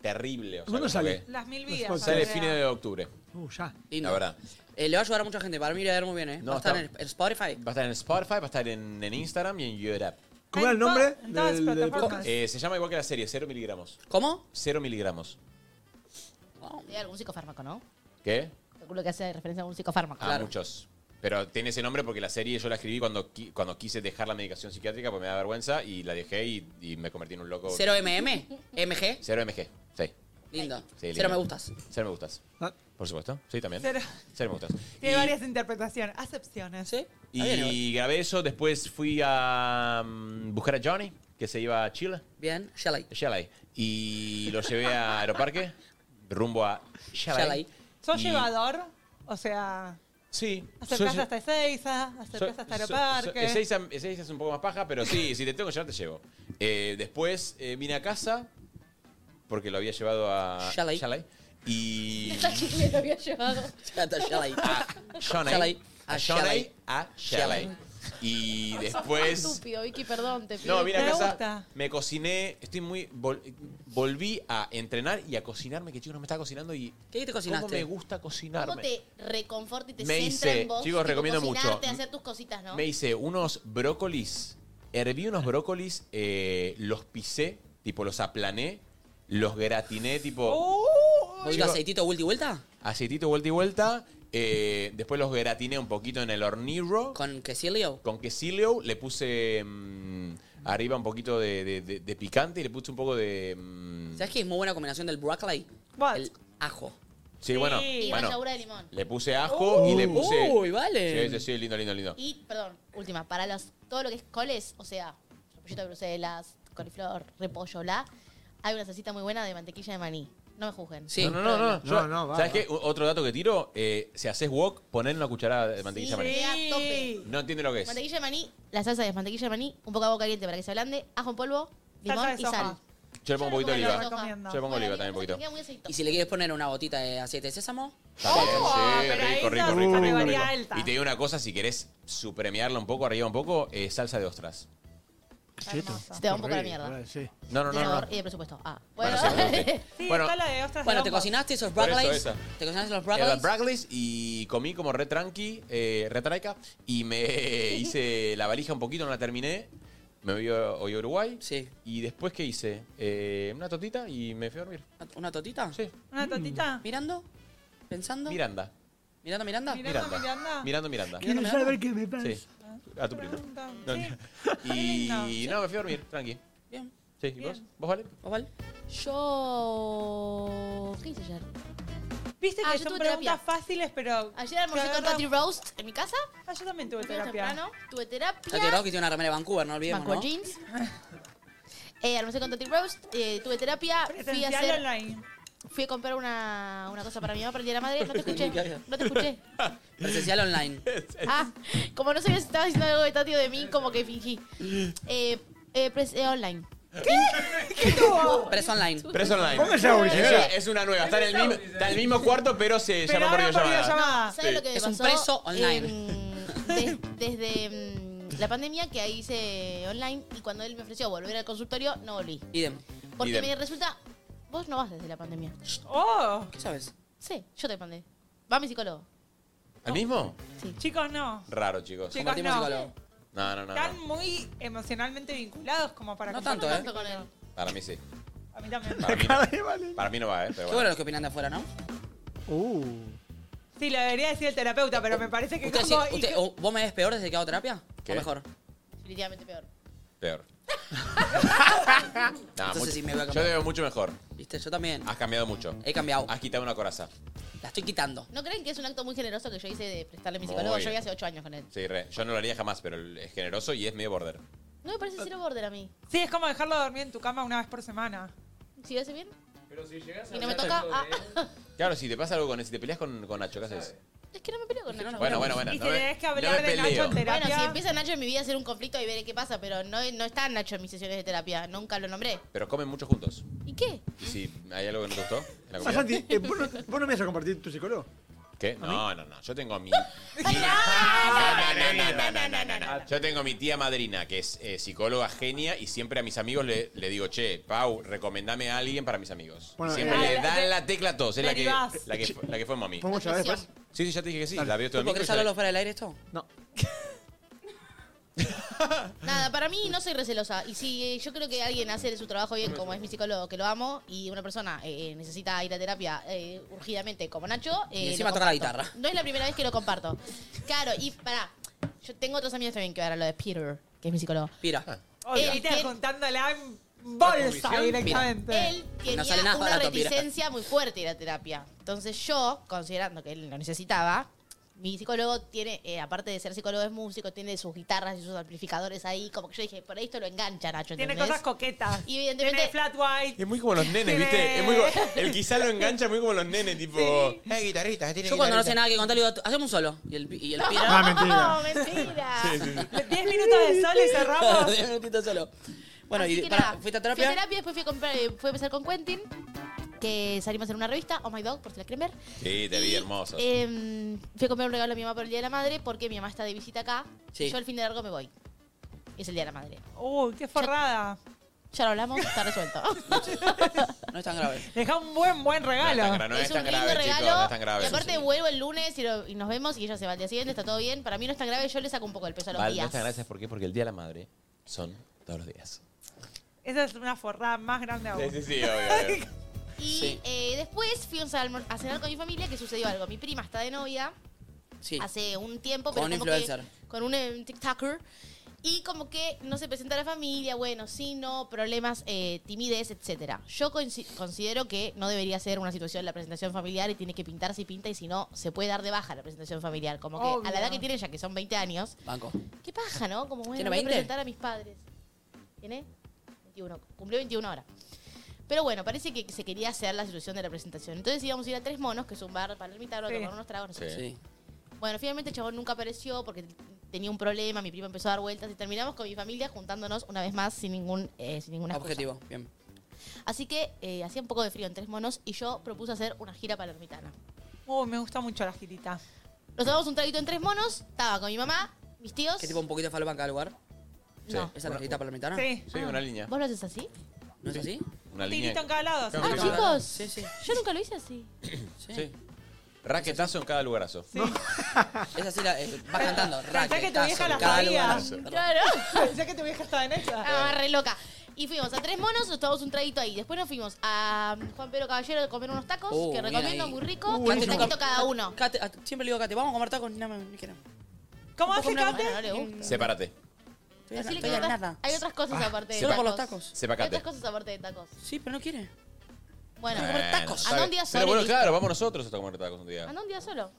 [SPEAKER 5] terrible. O sea,
[SPEAKER 12] ¿Cuándo
[SPEAKER 5] como
[SPEAKER 12] sale?
[SPEAKER 5] que-
[SPEAKER 4] Las mil vidas.
[SPEAKER 5] Sale
[SPEAKER 4] Andrea.
[SPEAKER 5] fines de octubre,
[SPEAKER 12] Pues, Uh, ya.
[SPEAKER 5] la verdad.
[SPEAKER 3] Eh, le va a ayudar a mucha gente. Para mí le va a dar muy bien, ¿eh?
[SPEAKER 5] No,
[SPEAKER 3] va a estar
[SPEAKER 5] está-
[SPEAKER 3] en el- en Spotify.
[SPEAKER 5] Va a estar en Spotify, va a estar en, en Instagram y en YouTube.
[SPEAKER 12] ¿Cómo era el nombre?
[SPEAKER 4] En todas
[SPEAKER 12] del-
[SPEAKER 4] las
[SPEAKER 12] del
[SPEAKER 4] plataformas.
[SPEAKER 5] Eh, se llama igual que la serie, 0 miligramos.
[SPEAKER 3] ¿Cómo?
[SPEAKER 5] 0 miligramos.
[SPEAKER 11] Hay algún psicofármaco, ¿no?
[SPEAKER 5] ¿Qué?
[SPEAKER 11] Calculo que hace referencia a algún psicofármaco.
[SPEAKER 5] Ah, muchos. Pero tiene ese nombre porque la serie yo la escribí cuando, qui- cuando quise dejar la medicación psiquiátrica porque me da vergüenza y la dejé y, y me convertí en un loco.
[SPEAKER 3] ¿Cero MM? ¿MG?
[SPEAKER 5] 0 MG. Sí.
[SPEAKER 3] Lindo.
[SPEAKER 5] sí
[SPEAKER 3] Cero
[SPEAKER 5] lindo.
[SPEAKER 3] me gustas.
[SPEAKER 5] Cero me gustas.
[SPEAKER 12] Ah,
[SPEAKER 5] Por supuesto. Sí, también.
[SPEAKER 4] Cero.
[SPEAKER 5] Cero me gustas.
[SPEAKER 4] Tiene varias interpretaciones, acepciones.
[SPEAKER 3] ¿Sí?
[SPEAKER 5] Y grabé eso, después fui a mm, buscar a Johnny, que se iba a Chile.
[SPEAKER 3] Bien, Shalay.
[SPEAKER 5] Shalay. Y lo llevé a Aeroparque, rumbo a Shalay.
[SPEAKER 4] Shalay. ¿Sos
[SPEAKER 5] Y-
[SPEAKER 4] llevador? O sea...
[SPEAKER 5] Mm. Sí.
[SPEAKER 4] Acercás
[SPEAKER 5] soy-
[SPEAKER 4] hasta Ezeiza, acercás
[SPEAKER 5] So-
[SPEAKER 4] hasta
[SPEAKER 5] so- so-
[SPEAKER 4] Aeroparque.
[SPEAKER 5] Ezeiza, Ezeiza es un poco más paja, pero sí, si te tengo que llevar, te llevo. Eh, después eh, vine a casa, porque lo había llevado a
[SPEAKER 3] Shalay.
[SPEAKER 5] Y...
[SPEAKER 7] Esa chicle lo había llevado.
[SPEAKER 3] Shalay.
[SPEAKER 11] Ah.
[SPEAKER 5] Shalay. A Shalay. A Shalay. Y después...
[SPEAKER 7] Estúpido, Vicky, perdón, te pido.
[SPEAKER 5] No, vine a
[SPEAKER 7] disculpas.
[SPEAKER 5] casa, me cociné, estoy muy... vol- volví a entrenar y a cocinarme, que chicos, no me estaba cocinando y...
[SPEAKER 3] ¿Qué te
[SPEAKER 5] ¿Cómo
[SPEAKER 3] cocinaste?
[SPEAKER 5] me gusta cocinarme?
[SPEAKER 11] ¿Cómo te reconforta y te
[SPEAKER 5] Me
[SPEAKER 11] centra
[SPEAKER 5] hice-
[SPEAKER 11] en vos?
[SPEAKER 5] chicos,
[SPEAKER 11] tipo,
[SPEAKER 5] recomiendo
[SPEAKER 11] cocinarte,
[SPEAKER 5] mucho.
[SPEAKER 11] hacer tus cositas, ¿no?
[SPEAKER 5] Me hice unos brócolis. Herví unos brócolis, eh, los pisé, tipo los aplané, los gratiné, tipo
[SPEAKER 3] ¿Vos digo aceitito vuelta y Oh. vuelta?
[SPEAKER 5] aceitito vuelta y vuelta. eh, después los gratiné un poquito en el hornillo.
[SPEAKER 3] ¿Con quesilio?
[SPEAKER 5] Con quesilio. Le puse mm, arriba un poquito de, de- de- de picante y le puse un poco de... mm,
[SPEAKER 3] ¿Sabes qué es muy buena combinación del broccoli? El ajo.
[SPEAKER 5] sí, bueno.
[SPEAKER 11] Y
[SPEAKER 5] bueno,
[SPEAKER 11] ralladura de limón.
[SPEAKER 5] le puse ajo y le
[SPEAKER 3] Uy.
[SPEAKER 5] puse...
[SPEAKER 3] Uy, vale.
[SPEAKER 5] Sí, sí, sí, lindo, lindo, lindo.
[SPEAKER 11] Y, perdón, última, para las, todo lo que es coles, o sea, repollito de Bruselas, coliflor, repollo, la, hay una salsita muy buena de mantequilla de maní. No me juzguen.
[SPEAKER 5] No, no, no. no. Yo-
[SPEAKER 12] No, no, va,
[SPEAKER 5] ¿Sabes
[SPEAKER 12] va.
[SPEAKER 5] qué? U- Otro dato que tiro, eh, si haces wok, poner una cucharada de mantequilla
[SPEAKER 11] Sí,
[SPEAKER 5] amarilla.
[SPEAKER 11] a tope.
[SPEAKER 5] No entiende lo que es.
[SPEAKER 11] Mantequilla de maní, la salsa de mantequilla de maní, un poco de agua caliente para que se ablande, ajo en polvo, limón
[SPEAKER 4] Salsa de
[SPEAKER 11] y
[SPEAKER 4] soja.
[SPEAKER 11] sal.
[SPEAKER 5] Yo le pongo un poquito de
[SPEAKER 11] Yo le
[SPEAKER 5] oliva.
[SPEAKER 11] pongo la
[SPEAKER 5] Yo
[SPEAKER 11] soja.
[SPEAKER 5] le pongo
[SPEAKER 11] Bueno,
[SPEAKER 5] oliva también un poquito.
[SPEAKER 11] Queda muy aceitoso.
[SPEAKER 3] ¿Y si le quieres poner una gotita de aceite de sésamo?
[SPEAKER 5] También, sí,
[SPEAKER 4] pero ahí
[SPEAKER 5] rico,
[SPEAKER 4] ya
[SPEAKER 5] rico,
[SPEAKER 4] es
[SPEAKER 5] rico, rico,
[SPEAKER 4] categoría
[SPEAKER 5] rico.
[SPEAKER 4] alta.
[SPEAKER 5] Y te digo una cosa, si querés supremiarla un poco, arriba un poco, eh, salsa de ostras.
[SPEAKER 11] Se te va un poco a la mierda.
[SPEAKER 5] No, no,
[SPEAKER 11] De
[SPEAKER 5] no, no.
[SPEAKER 11] sabor y de presupuesto. Ah,
[SPEAKER 5] Bueno,
[SPEAKER 11] bueno.
[SPEAKER 5] seguramente.
[SPEAKER 4] Sí,
[SPEAKER 5] Bueno.
[SPEAKER 4] está la de ostras
[SPEAKER 3] Bueno,
[SPEAKER 4] de
[SPEAKER 3] te
[SPEAKER 4] Lombok.
[SPEAKER 3] cocinaste esos
[SPEAKER 5] Por eso,
[SPEAKER 3] broccolis.
[SPEAKER 5] esa.
[SPEAKER 3] ¿Te cocinaste los
[SPEAKER 5] Eh, las
[SPEAKER 3] broccolis?
[SPEAKER 5] braglis y comí como re tranqui, eh, re traica, y me hice la valija un poquito, no la terminé. Me voy a, hoy a Uruguay.
[SPEAKER 3] Sí.
[SPEAKER 5] Y después, ¿qué hice? Eh, una totita y me fui a dormir.
[SPEAKER 3] ¿Una totita?
[SPEAKER 5] Sí.
[SPEAKER 4] ¿Una totita?
[SPEAKER 3] Mm. ¿Mirando? ¿Pensando?
[SPEAKER 5] Miranda.
[SPEAKER 3] ¿Miranda, Miranda?
[SPEAKER 5] Miranda. Mirando Miranda.
[SPEAKER 12] Quiero
[SPEAKER 5] Miranda.
[SPEAKER 12] saber qué me pasa.
[SPEAKER 5] Sí. A tu primo. No, no. Y no, me fui a dormir, tranqui.
[SPEAKER 3] Bien.
[SPEAKER 5] Sí, ¿y vos? ¿Vos vale?
[SPEAKER 3] ¿Vos vale?
[SPEAKER 11] Yo. ¿Qué hice ayer?
[SPEAKER 4] Viste
[SPEAKER 11] Ah,
[SPEAKER 4] que
[SPEAKER 11] yo
[SPEAKER 4] son
[SPEAKER 11] tuve
[SPEAKER 4] preguntas
[SPEAKER 11] terapia.
[SPEAKER 4] fáciles, pero...
[SPEAKER 11] Ayer almorcé
[SPEAKER 4] que
[SPEAKER 11] con
[SPEAKER 4] agarra-
[SPEAKER 11] Tati Roast en mi casa.
[SPEAKER 4] Ah, yo también tuve
[SPEAKER 11] Fui
[SPEAKER 4] terapia.
[SPEAKER 11] temprano, tuve terapia.
[SPEAKER 3] Tati Ross, que tiene una remera de Vancouver, no olvidemos,
[SPEAKER 11] Banco
[SPEAKER 3] ¿no?
[SPEAKER 11] jeans. Eh, almorcé con Tati Roast, eh, tuve terapia, fui a
[SPEAKER 4] Presencial
[SPEAKER 11] hacer...
[SPEAKER 4] online.
[SPEAKER 11] Fui a comprar una, una cosa para mi mamá para el Día de la madre. No te escuché, no te escuché.
[SPEAKER 3] Presencial online.
[SPEAKER 11] Ah, como no sabía si estabas diciendo algo de Tati o de mí, como que fingí. Eh, eh, pres- eh, online.
[SPEAKER 3] Preso online.
[SPEAKER 5] Preso online.
[SPEAKER 12] Póngase a
[SPEAKER 5] Es, una- es una nueva. Está en el mismo, está en el mismo cuarto, pero se
[SPEAKER 4] Pero
[SPEAKER 5] llama por
[SPEAKER 4] ahora por
[SPEAKER 5] videollamada.
[SPEAKER 4] videollamada.
[SPEAKER 11] Ah, ¿Sabes lo que me
[SPEAKER 3] Es
[SPEAKER 11] pasó?
[SPEAKER 3] un preso online.
[SPEAKER 11] Em, des- desde mm, la pandemia que ahí hice online y cuando él me ofreció volver al consultorio, no volví.
[SPEAKER 3] Idem.
[SPEAKER 11] Porque
[SPEAKER 5] Idem.
[SPEAKER 11] me resulta, vos no vas desde la pandemia.
[SPEAKER 4] ¡Oh!
[SPEAKER 3] ¿Qué sabes?
[SPEAKER 11] Sí, yo te mandé. Va mi psicólogo.
[SPEAKER 5] ¿Al mismo?
[SPEAKER 4] Chicos, no.
[SPEAKER 5] Raro, chicos.
[SPEAKER 4] Chicos,
[SPEAKER 3] Compartimos
[SPEAKER 4] no.
[SPEAKER 3] psicólogo.
[SPEAKER 5] No, no, no.
[SPEAKER 4] Están
[SPEAKER 5] no.
[SPEAKER 4] muy emocionalmente vinculados como para...
[SPEAKER 3] No
[SPEAKER 4] que yo
[SPEAKER 3] tanto,
[SPEAKER 4] me
[SPEAKER 3] ¿eh?
[SPEAKER 11] con él.
[SPEAKER 5] Para mí sí.
[SPEAKER 4] case. A mí también.
[SPEAKER 5] Para mí no, Para mí no va, ¿eh? Pero
[SPEAKER 3] Qué bueno
[SPEAKER 5] bueno.
[SPEAKER 3] los que opinan de afuera, ¿no?
[SPEAKER 12] Uh.
[SPEAKER 4] Sí, lo debería decir el terapeuta, pero me parece que
[SPEAKER 3] ¿Usted, sí-
[SPEAKER 4] como... y
[SPEAKER 3] usted-
[SPEAKER 4] que-
[SPEAKER 11] oh.
[SPEAKER 3] o- ¿Vos me ves peor desde que hago terapia?
[SPEAKER 5] ¿Qué?
[SPEAKER 3] ¿O mejor?
[SPEAKER 11] Definitivamente peor.
[SPEAKER 5] Peor. Nah,
[SPEAKER 3] Entonces
[SPEAKER 5] mucho-
[SPEAKER 3] sí me voy a
[SPEAKER 5] yo
[SPEAKER 3] cambiar.
[SPEAKER 5] te veo mucho mejor.
[SPEAKER 3] ¿Viste? Yo también.
[SPEAKER 5] Has cambiado mucho.
[SPEAKER 3] He cambiado.
[SPEAKER 5] Has quitado una coraza.
[SPEAKER 3] La estoy quitando.
[SPEAKER 11] ¿No creen que es un acto muy generoso que yo hice de prestarle a mi psicólogo?
[SPEAKER 5] Muy.
[SPEAKER 11] Yo había hace ocho años con él.
[SPEAKER 5] Sí, re. Yo no lo haría jamás, pero es generoso y es medio border.
[SPEAKER 11] No me parece cero border a mí.
[SPEAKER 4] Sí, es como dejarlo dormir en tu cama una vez por semana.
[SPEAKER 11] ¿Sí lo hace bien? Pero si llegas a Y no me toca. ah,
[SPEAKER 5] Claro, si te pasa algo con si te peleas con, con Nacho, ¿qué haces?
[SPEAKER 11] es que no me peleo con Nacho.
[SPEAKER 5] Bueno, bueno, bueno.
[SPEAKER 4] Y si
[SPEAKER 5] no me-
[SPEAKER 4] tenés que
[SPEAKER 5] no
[SPEAKER 4] hablar
[SPEAKER 5] me
[SPEAKER 4] de Nacho
[SPEAKER 5] peleo.
[SPEAKER 4] en terapia.
[SPEAKER 11] Bueno, si empieza Nacho en mi vida a hacer un conflicto y veré qué pasa, pero no, no está Nacho en mis sesiones de terapia, nunca lo nombré.
[SPEAKER 5] Pero comen mucho juntos.
[SPEAKER 11] ¿Y qué?
[SPEAKER 5] ¿Y si hay algo que no te gustó? en la
[SPEAKER 12] Ah,
[SPEAKER 5] comida?
[SPEAKER 12] Santi, eh, ¿vos, no, vos no me vas a compartir tu psicólogo?
[SPEAKER 5] ¿Qué? No, no, no. Yo tengo mi. mi- no, no, no, no, no, no, no, no. Yo tengo mi tía madrina, que es eh, psicóloga genia, y siempre a mis amigos le, le digo, che, Pau, recomendame a alguien para mis amigos.
[SPEAKER 12] Bueno,
[SPEAKER 5] siempre le
[SPEAKER 12] eh,
[SPEAKER 5] dan la tecla a todos. Es la que, la,
[SPEAKER 4] Derivás.
[SPEAKER 5] que, fu- la que fue mami.
[SPEAKER 12] ¿Podemos charlar después?
[SPEAKER 5] Sí, sí, ya te dije que sí. La veo todo
[SPEAKER 3] ¿Tú
[SPEAKER 5] el domingo. y
[SPEAKER 3] querés
[SPEAKER 5] ya le-
[SPEAKER 3] hablarlo fuera del aire esto?
[SPEAKER 12] No.
[SPEAKER 11] Nada, para mí no soy recelosa. Y si eh, yo creo que alguien hace su trabajo bien, como es mi psicólogo, que lo amo, y una persona eh, eh, necesita ir a terapia eh, urgidamente, como Nacho. eh,
[SPEAKER 3] Y
[SPEAKER 11] lo
[SPEAKER 3] encima toca la
[SPEAKER 11] comparto.
[SPEAKER 3] guitarra.
[SPEAKER 11] No es la primera vez que lo comparto. Claro, y pará, yo tengo otros amigos también que ahora lo de Peter, que es mi psicólogo.
[SPEAKER 3] Pira.
[SPEAKER 4] Oye,
[SPEAKER 11] Él
[SPEAKER 4] viste,
[SPEAKER 11] tiene-
[SPEAKER 4] juntándola en bolsa
[SPEAKER 5] Mira,
[SPEAKER 4] directamente.
[SPEAKER 11] Él tenía
[SPEAKER 3] sale nada
[SPEAKER 11] una
[SPEAKER 3] barato, Peter.
[SPEAKER 11] reticencia muy fuerte a ir a terapia. Entonces yo, considerando que él lo necesitaba, mi psicólogo tiene, eh, aparte de ser psicólogo, es músico, tiene sus guitarras y sus amplificadores ahí. Como que yo dije, por ahí esto lo engancha, Nacho.
[SPEAKER 4] Tiene
[SPEAKER 11] ¿entendés?
[SPEAKER 4] cosas coquetas.
[SPEAKER 11] Y evidentemente.
[SPEAKER 4] flat white.
[SPEAKER 5] Es muy como los nenes, ¿viste? Es muy como- el quizá lo engancha muy como los nenes, tipo. Eh, guitarrista, tiene
[SPEAKER 3] Yo cuando no sé
[SPEAKER 5] guitarrista".
[SPEAKER 3] nada que contar, le digo, hacemos un solo. Y el, y el
[SPEAKER 5] No,
[SPEAKER 3] pira-
[SPEAKER 5] Ah,
[SPEAKER 11] mentira.
[SPEAKER 4] Diez minutos de sol y cerramos.
[SPEAKER 3] Diez minutitos solo. Bueno,
[SPEAKER 11] Así
[SPEAKER 3] y
[SPEAKER 11] que
[SPEAKER 3] pará,
[SPEAKER 11] nada,
[SPEAKER 3] ¿fuiste a terapia?
[SPEAKER 11] Fui a terapia, después fui a, comprar, eh, fui a empezar con Quentin, que salimos en una revista, Oh My Dog, por si la quieren ver.
[SPEAKER 5] Sí, te vi hermoso.
[SPEAKER 11] Eh, fui a comprar un regalo a mi mamá por el Día de la Madre porque mi mamá está de visita acá.
[SPEAKER 5] Sí.
[SPEAKER 11] Yo el fin de largo me voy. Es el Día de la Madre.
[SPEAKER 4] Uy, qué forrada.
[SPEAKER 11] Ya lo hablamos, está resuelto.
[SPEAKER 3] No es tan grave.
[SPEAKER 4] Deja un buen, buen regalo.
[SPEAKER 5] No es tan gra- no es
[SPEAKER 11] es un
[SPEAKER 5] tan
[SPEAKER 11] lindo
[SPEAKER 5] grave,
[SPEAKER 11] regalo.
[SPEAKER 5] chicos, no es tan grave.
[SPEAKER 11] Y aparte
[SPEAKER 5] Sí.
[SPEAKER 11] vuelvo el lunes y, lo- y nos vemos y ella se va al día siguiente, está todo bien. Para mí no es tan grave, yo le saco un poco el peso a los
[SPEAKER 5] Val, no
[SPEAKER 11] días.
[SPEAKER 5] está gracias, ¿por qué? Porque el Día de la Madre son todos los días.
[SPEAKER 4] Esa es una forrada más grande aún.
[SPEAKER 5] Sí, sí, sí, obvio, obvio.
[SPEAKER 11] Y
[SPEAKER 5] Sí.
[SPEAKER 11] eh, después fui a un salmor- a cenar con mi familia que sucedió algo. Mi prima está de novia
[SPEAKER 3] Sí.
[SPEAKER 11] hace un tiempo,
[SPEAKER 3] Con
[SPEAKER 11] pero
[SPEAKER 3] un
[SPEAKER 11] como que-
[SPEAKER 3] influencer.
[SPEAKER 11] con un eh, TikToker. Y como que no se presenta a la familia, bueno, sí, no, problemas, eh, timidez, etcétera. Yo coinci- considero que no debería ser una situación la presentación familiar y tiene que pintar si pinta y si no, se puede dar de baja la presentación familiar. Como que a
[SPEAKER 3] Obvio.
[SPEAKER 11] la edad que tiene ya, que son 20 años,
[SPEAKER 3] Banco.
[SPEAKER 11] qué paja, ¿no? Como bueno,
[SPEAKER 3] ¿Tiene
[SPEAKER 11] voy a
[SPEAKER 3] 20?
[SPEAKER 11] presentar a mis padres. ¿Tiene? 21. Cumplió 21 ahora. Pero bueno, parece que se quería hacer la solución de la presentación. Entonces íbamos a ir a Tres Monos, que es un bar para a
[SPEAKER 3] Sí.
[SPEAKER 11] tomar unos tragos, no sé qué.
[SPEAKER 3] Sí.
[SPEAKER 11] Bueno, finalmente el chabón nunca apareció porque tenía un problema, mi prima empezó a dar vueltas y terminamos con mi familia juntándonos una vez más sin ningún eh, sin ninguna excusa.
[SPEAKER 3] Objetivo, bien.
[SPEAKER 11] Así que eh, hacía un poco de frío en Tres Monos y yo propuse hacer una gira palermitana.
[SPEAKER 4] Uy, Oh, me gusta mucho la girita.
[SPEAKER 11] Nos tomamos un traguito en Tres Monos, estaba con mi mamá, mis tíos.
[SPEAKER 3] ¿Qué tipo un poquito de falopa en cada lugar?
[SPEAKER 11] Sí. No.
[SPEAKER 3] ¿Esa cajita parlamentaria?
[SPEAKER 11] Sí.
[SPEAKER 5] Sí, una línea.
[SPEAKER 11] ¿Vos lo haces así?
[SPEAKER 3] ¿No es así?
[SPEAKER 5] Una línea.
[SPEAKER 4] lado,
[SPEAKER 11] Ah,
[SPEAKER 5] sí.
[SPEAKER 11] chicos.
[SPEAKER 3] Sí, sí.
[SPEAKER 11] Yo nunca lo hice así.
[SPEAKER 5] Sí. Raquetazo en cada lugarazo.
[SPEAKER 3] Es así, la, eh, vas cantando.
[SPEAKER 4] Pensé que tu vieja la
[SPEAKER 3] cada
[SPEAKER 4] sabía.
[SPEAKER 3] lugar.
[SPEAKER 11] Claro.
[SPEAKER 4] Pensé que tu vieja estaba en esa.
[SPEAKER 11] Ah, re loca. Y fuimos a Tres Monos, nos tomamos un traguito ahí. Después nos fuimos a um, Juan Pedro Caballero a comer unos tacos,
[SPEAKER 5] Uh,
[SPEAKER 3] Oh,
[SPEAKER 11] que
[SPEAKER 3] bien
[SPEAKER 11] recomiendo,
[SPEAKER 3] ahí.
[SPEAKER 11] muy rico.
[SPEAKER 3] Uh,
[SPEAKER 11] un
[SPEAKER 3] buenísimo.
[SPEAKER 11] taquito cada uno.
[SPEAKER 3] Cate, a- siempre le digo a Cate, vamos a comer tacos. Nada más, me dijeron.
[SPEAKER 4] ¿Cómo
[SPEAKER 3] hace Cate?
[SPEAKER 11] No le gusta.
[SPEAKER 5] Sepárate.
[SPEAKER 11] Así le
[SPEAKER 3] estoy
[SPEAKER 11] quedan
[SPEAKER 3] a
[SPEAKER 11] otras-
[SPEAKER 3] nada.
[SPEAKER 11] Hay otras cosas
[SPEAKER 5] Ah,
[SPEAKER 11] aparte de
[SPEAKER 5] sepa-
[SPEAKER 11] tacos.
[SPEAKER 5] por los tacos. Sepacate.
[SPEAKER 11] Hay otras cosas aparte de tacos.
[SPEAKER 3] Sí, pero no quiere.
[SPEAKER 11] Bueno,
[SPEAKER 5] Bueno, está
[SPEAKER 11] Anda un
[SPEAKER 5] bien.
[SPEAKER 11] día
[SPEAKER 5] Pero
[SPEAKER 11] solo.
[SPEAKER 5] bueno,
[SPEAKER 11] y listo.
[SPEAKER 5] claro, vamos nosotros a comer tacos un día.
[SPEAKER 11] Anda un día solo.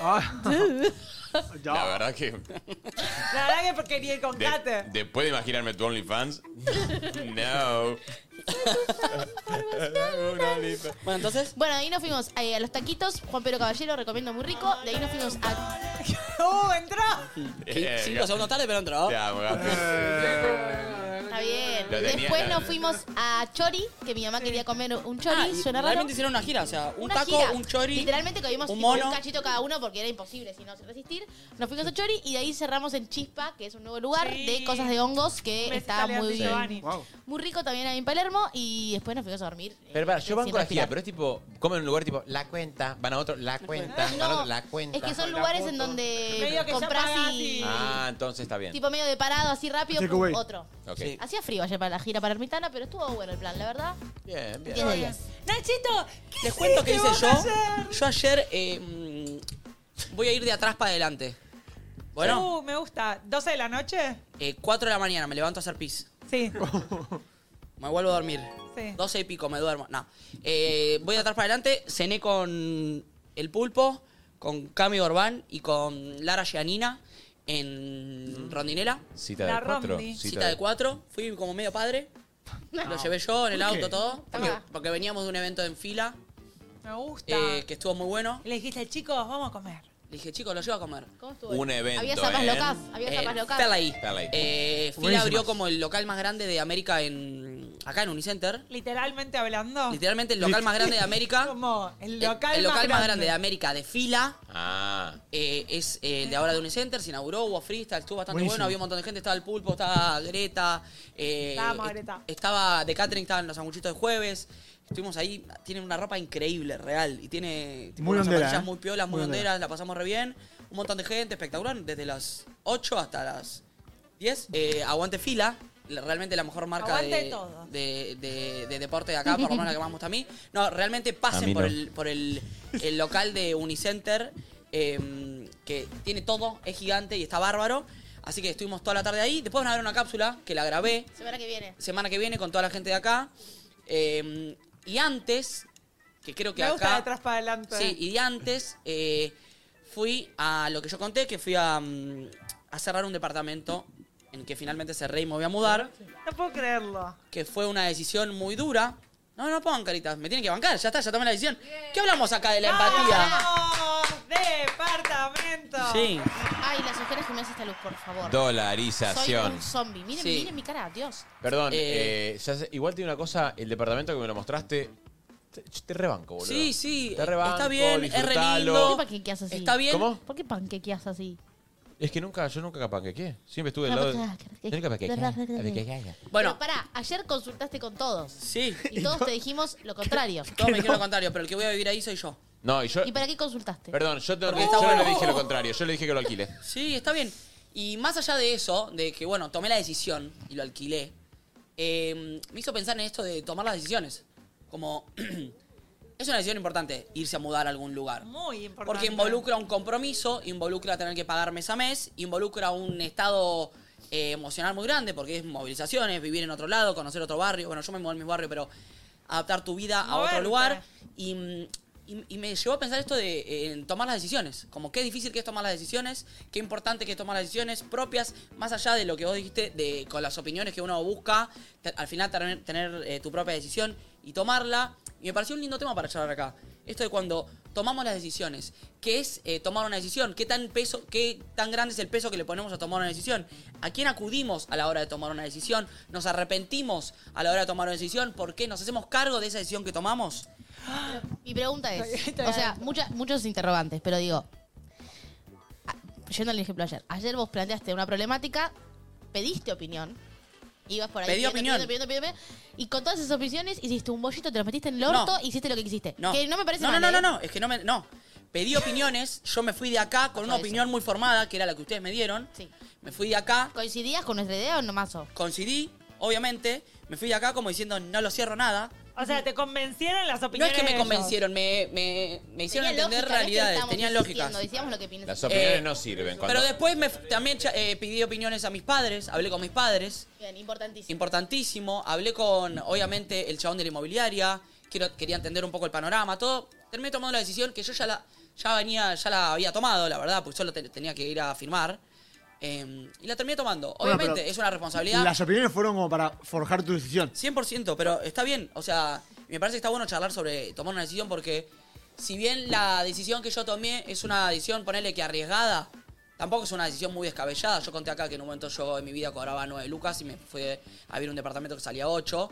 [SPEAKER 11] Ah,
[SPEAKER 5] La verdad que
[SPEAKER 4] La verdad que porque ni el con
[SPEAKER 5] de-
[SPEAKER 4] Kate.
[SPEAKER 5] después de imaginarme tu OnlyFans, no. Un OnlyFans.
[SPEAKER 3] Bueno, entonces.
[SPEAKER 11] Bueno, ahí nos fuimos eh, a los taquitos. Juan Pedro Caballero, recomiendo muy rico. De ahí nos fuimos a.
[SPEAKER 4] ¡Uh, entró!
[SPEAKER 5] Eh,
[SPEAKER 3] Cinco segundos tarde, pero entró.
[SPEAKER 5] Te amo, Gafi.
[SPEAKER 11] Está bien.
[SPEAKER 5] Lo tenía-
[SPEAKER 11] Después nos fuimos a Chori, que mi mamá quería comer un chori.
[SPEAKER 3] Ah, y
[SPEAKER 11] Suena raro.
[SPEAKER 3] realmente hicieron una gira, o sea, un
[SPEAKER 11] Una
[SPEAKER 3] taco,
[SPEAKER 11] gira.
[SPEAKER 3] un chori.
[SPEAKER 11] Literalmente comimos
[SPEAKER 3] un
[SPEAKER 11] tipo un
[SPEAKER 3] mono.
[SPEAKER 11] cachito cada uno porque era imposible si no resistir. Nos fuimos a Chori y de ahí cerramos en Chispa, que es un nuevo lugar
[SPEAKER 4] Sí.
[SPEAKER 11] de cosas de hongos que
[SPEAKER 4] Besos a
[SPEAKER 11] está
[SPEAKER 4] Leandro
[SPEAKER 11] muy
[SPEAKER 4] y Giovanni.
[SPEAKER 11] muy rico también ahí en Palermo. Y después nos fuimos a dormir. eh,
[SPEAKER 5] Pero para, yo banco
[SPEAKER 11] sin
[SPEAKER 5] la gira,
[SPEAKER 11] respirar.
[SPEAKER 5] pero es tipo, comen en un lugar tipo, la cuenta, van a otro, la cuenta, van a otro, la cuenta.
[SPEAKER 11] Es que son lugares en
[SPEAKER 4] Medio
[SPEAKER 11] donde
[SPEAKER 4] que ya
[SPEAKER 11] compras
[SPEAKER 4] pagás
[SPEAKER 11] y.
[SPEAKER 4] y-
[SPEAKER 5] Ah, entonces está bien.
[SPEAKER 11] Tipo medio de parado, así rápido,
[SPEAKER 5] Take
[SPEAKER 11] pum,
[SPEAKER 5] away.
[SPEAKER 11] otro.
[SPEAKER 5] Ok.
[SPEAKER 3] Sí.
[SPEAKER 11] Hacía frío ayer para la gira para Ermitana, pero estuvo bueno el plan, la verdad. Eh,
[SPEAKER 5] Bien, bien.
[SPEAKER 11] 10 de 10.
[SPEAKER 4] Nachito, ¿qué
[SPEAKER 3] Les cuento que hice
[SPEAKER 4] hiciste
[SPEAKER 3] yo.
[SPEAKER 4] vos ayer?
[SPEAKER 3] Yo ayer eh, mm, voy a ir de atrás para adelante. Bueno,
[SPEAKER 4] Uh, me gusta. ¿12 de la noche?
[SPEAKER 3] eh, 4 de la mañana me levanto a hacer pis.
[SPEAKER 4] Sí.
[SPEAKER 3] Me vuelvo a dormir.
[SPEAKER 4] Sí.
[SPEAKER 3] 12 y pico me duermo. No. Eh, voy de atrás para adelante. Cené con El Pulpo, con Cami Orbán y con Lara Gianina en Rondinela.
[SPEAKER 5] Cita
[SPEAKER 4] La
[SPEAKER 5] de cuatro.
[SPEAKER 4] Romney.
[SPEAKER 3] Cita de cuatro. Fui como medio padre. Lo llevé yo en el
[SPEAKER 4] ¿Por
[SPEAKER 3] auto
[SPEAKER 4] qué?
[SPEAKER 3] todo. Porque,
[SPEAKER 4] Tomá.
[SPEAKER 3] porque veníamos de un evento en fila
[SPEAKER 4] Me gusta.
[SPEAKER 3] eh, que estuvo muy bueno.
[SPEAKER 4] Y Le dijiste, chicos, vamos a comer.
[SPEAKER 3] Le dije, chicos, lo llevo a comer.
[SPEAKER 11] ¿Cómo estuvo?
[SPEAKER 5] Un evento.
[SPEAKER 11] Había zapas
[SPEAKER 5] ¿eh?
[SPEAKER 11] locas, había zapas
[SPEAKER 3] Eh,
[SPEAKER 11] locas.
[SPEAKER 3] Fairlight.
[SPEAKER 5] Fairlight.
[SPEAKER 3] Eh, Fila
[SPEAKER 5] Buenísimas.
[SPEAKER 3] abrió como el local más grande de América en acá en Unicenter.
[SPEAKER 4] Literalmente hablando.
[SPEAKER 3] Literalmente el local más grande de América.
[SPEAKER 4] Como el
[SPEAKER 3] El
[SPEAKER 4] local,
[SPEAKER 3] el local más grande de América de fila
[SPEAKER 5] Ah.
[SPEAKER 3] eh, es eh, de ahora de Unicenter, se inauguró, hubo freestyle, estuvo bastante
[SPEAKER 4] Buenísimo.
[SPEAKER 3] bueno, había un montón de gente, estaba el pulpo, estaba Greta, eh,
[SPEAKER 4] Estábamos,
[SPEAKER 3] est-
[SPEAKER 4] Greta.
[SPEAKER 3] estaba de catering, estaban los sanguchitos de jueves, estuvimos ahí, tienen una ropa increíble, real, y tiene tipo,
[SPEAKER 12] Muy
[SPEAKER 3] unas
[SPEAKER 12] hondera,
[SPEAKER 3] zapatillas
[SPEAKER 12] ¿eh?
[SPEAKER 3] muy piolas, muy,
[SPEAKER 12] Muy hondera.
[SPEAKER 3] honderas, la pasamos re bien, un montón de gente, espectacular, desde las 8 hasta las 10, eh, aguante fila. la- Realmente la mejor marca
[SPEAKER 4] Aguante
[SPEAKER 3] de,
[SPEAKER 4] todo.
[SPEAKER 3] de- de- de deporte de acá, por lo menos la que más me gusta a mí. No, realmente pasen
[SPEAKER 5] mí
[SPEAKER 3] por,
[SPEAKER 5] no.
[SPEAKER 3] el, por el, el local de Unicenter, eh, que tiene todo, es gigante y está bárbaro. Así que estuvimos toda la tarde ahí. Después van a ver una cápsula que la grabé
[SPEAKER 11] Semana que viene.
[SPEAKER 3] semana que viene con toda la gente de acá. Eh, y Em, antes que creo que
[SPEAKER 4] Me
[SPEAKER 3] acá...
[SPEAKER 4] gusta de atrás para adelante.
[SPEAKER 3] Sí, y de antes eh, fui a lo que yo conté, que fui a, mm, a cerrar un departamento en que finalmente cerré y me voy a mudar,
[SPEAKER 4] No puedo creerlo.
[SPEAKER 3] que fue una decisión muy dura. No, no pongan caritas, me tienen que bancar, ya está, ya tomé la decisión. ¿Qué hablamos acá de la empatía?
[SPEAKER 4] ¡Vamos! ¡Departamento!
[SPEAKER 3] Sí.
[SPEAKER 11] Ay, las ojeras que me hace esta luz, por favor. Soy
[SPEAKER 5] Dolarización.
[SPEAKER 11] un zombie. Miren,
[SPEAKER 5] Sí.
[SPEAKER 11] miren mi cara, Dios.
[SPEAKER 5] Perdón, eh, ya sé- igual tiene una cosa, el departamento que me lo mostraste, te, te rebanco, boludo.
[SPEAKER 3] Sí, sí, eh,
[SPEAKER 5] Te rebanco,
[SPEAKER 3] está bien, es re
[SPEAKER 5] disfrutalo.
[SPEAKER 3] lindo.
[SPEAKER 11] ¿Por qué panquequeas así?
[SPEAKER 5] ¿Está bien? ¿Cómo?
[SPEAKER 11] ¿Por qué panquequeas así?
[SPEAKER 5] Es que nunca, yo nunca panquequé. Siempre estuve del
[SPEAKER 11] No,
[SPEAKER 5] lado de...
[SPEAKER 11] porque- porque-
[SPEAKER 5] Nunca panquequé.
[SPEAKER 11] verdad, verdad,
[SPEAKER 5] Panquequé.
[SPEAKER 3] Bueno.
[SPEAKER 11] Pero pará, ayer consultaste con todos.
[SPEAKER 3] Sí.
[SPEAKER 11] Y todos te dijimos lo contrario.
[SPEAKER 3] Todos me dijeron lo contrario, pero el que voy a vivir ahí soy yo.
[SPEAKER 5] No, y yo...
[SPEAKER 11] ¿Y para qué consultaste?
[SPEAKER 5] Perdón, yo, te,
[SPEAKER 3] Porque
[SPEAKER 5] yo
[SPEAKER 3] está bueno.
[SPEAKER 5] le dije lo contrario, yo le dije que lo alquile.
[SPEAKER 3] Sí, está bien. Y más allá de eso, de que, bueno, tomé la decisión y lo alquilé, eh, me hizo pensar en esto de tomar las decisiones. Como, es una decisión importante irse a mudar a algún lugar.
[SPEAKER 4] Muy importante.
[SPEAKER 3] Porque involucra un compromiso, involucra tener que pagar mes a mes, involucra un estado eh, emocional muy grande, porque es movilizaciones, vivir en otro lado, conocer otro barrio. Bueno, yo me mudé en mi barrio, pero adaptar tu vida a
[SPEAKER 4] Moverte.
[SPEAKER 3] otro lugar. Y, mm, y- y me llevó a pensar esto de eh, en tomar las decisiones. Como qué difícil que es tomar las decisiones, qué importante que es tomar las decisiones propias, más allá de lo que vos dijiste, de con las opiniones que uno busca, te- al final tener, tener, eh, tu propia decisión y tomarla. Y me pareció un lindo tema para charlar acá. Esto de cuando tomamos las decisiones. ¿Qué es eh, tomar una decisión? ¿Qué tan, peso, ¿Qué tan grande es el peso que le ponemos a tomar una decisión? ¿A quién acudimos a la hora de tomar una decisión? ¿Nos arrepentimos a la hora de tomar una decisión? ¿Por qué? ¿Nos hacemos cargo de esa decisión que tomamos?
[SPEAKER 11] Mi pregunta es, o sea, mucha- muchos interrogantes, pero digo, a- yendo al ejemplo ayer, ayer vos planteaste una problemática, pediste opinión, ibas por ahí
[SPEAKER 3] Pedí opinión.
[SPEAKER 11] pidiendo, pidiendo, pidiendo, y con todas esas opiniones hiciste un bollito, te lo metiste en el orto,
[SPEAKER 3] No.
[SPEAKER 11] hiciste lo que quisiste.
[SPEAKER 3] No.
[SPEAKER 11] Que no me parece
[SPEAKER 3] no,
[SPEAKER 11] mal,
[SPEAKER 3] No, no,
[SPEAKER 11] ¿eh?
[SPEAKER 3] no, no, es que no me. No. Pedí opiniones, yo me fui de acá con una
[SPEAKER 11] Otra vez.
[SPEAKER 3] opinión muy formada, que era la que ustedes me dieron. Me fui de acá,
[SPEAKER 11] ¿Coincidías con nuestra idea o nomazo?
[SPEAKER 3] coincidí, obviamente, me fui de acá como diciendo no lo cierro nada.
[SPEAKER 4] O sea, te convencieron las
[SPEAKER 3] No
[SPEAKER 4] opiniones.
[SPEAKER 3] es que me
[SPEAKER 4] de ellos.
[SPEAKER 3] convencieron, me, me, Eh, me hicieron
[SPEAKER 11] Tenía
[SPEAKER 3] entender
[SPEAKER 11] lógica, no es que
[SPEAKER 3] realidades,
[SPEAKER 11] estábamos
[SPEAKER 3] tenían
[SPEAKER 11] insistiendo,
[SPEAKER 3] lógicas.
[SPEAKER 11] Decíamos lo que piensas.
[SPEAKER 5] Las opiniones no sirven. Cuando...
[SPEAKER 3] Eh, Pero después me, también cha- eh, pedí opiniones a mis padres, hablé con mis padres.
[SPEAKER 11] Bien, importantísimo.
[SPEAKER 3] Importantísimo. Hablé con, obviamente, el chabón de la inmobiliaria. Quiero, quería entender un poco el panorama, todo. Terminé tomando la decisión que yo ya la, ya venía, ya la había tomado, la verdad, pues solo te- tenía que ir a firmar. Eh, y la terminé tomando.
[SPEAKER 12] Bueno,
[SPEAKER 3] Obviamente,
[SPEAKER 12] pero
[SPEAKER 3] es una responsabilidad.
[SPEAKER 12] Las opiniones fueron como para forjar tu decisión.
[SPEAKER 3] 100%, pero está bien. O sea, me parece que está bueno charlar sobre tomar una decisión porque si bien la decisión que yo tomé es una decisión, ponerle que arriesgada, tampoco es una decisión muy descabellada. Yo conté acá que en un momento yo en mi vida cobraba 9 lucas y me fui a ver un departamento que salía 8.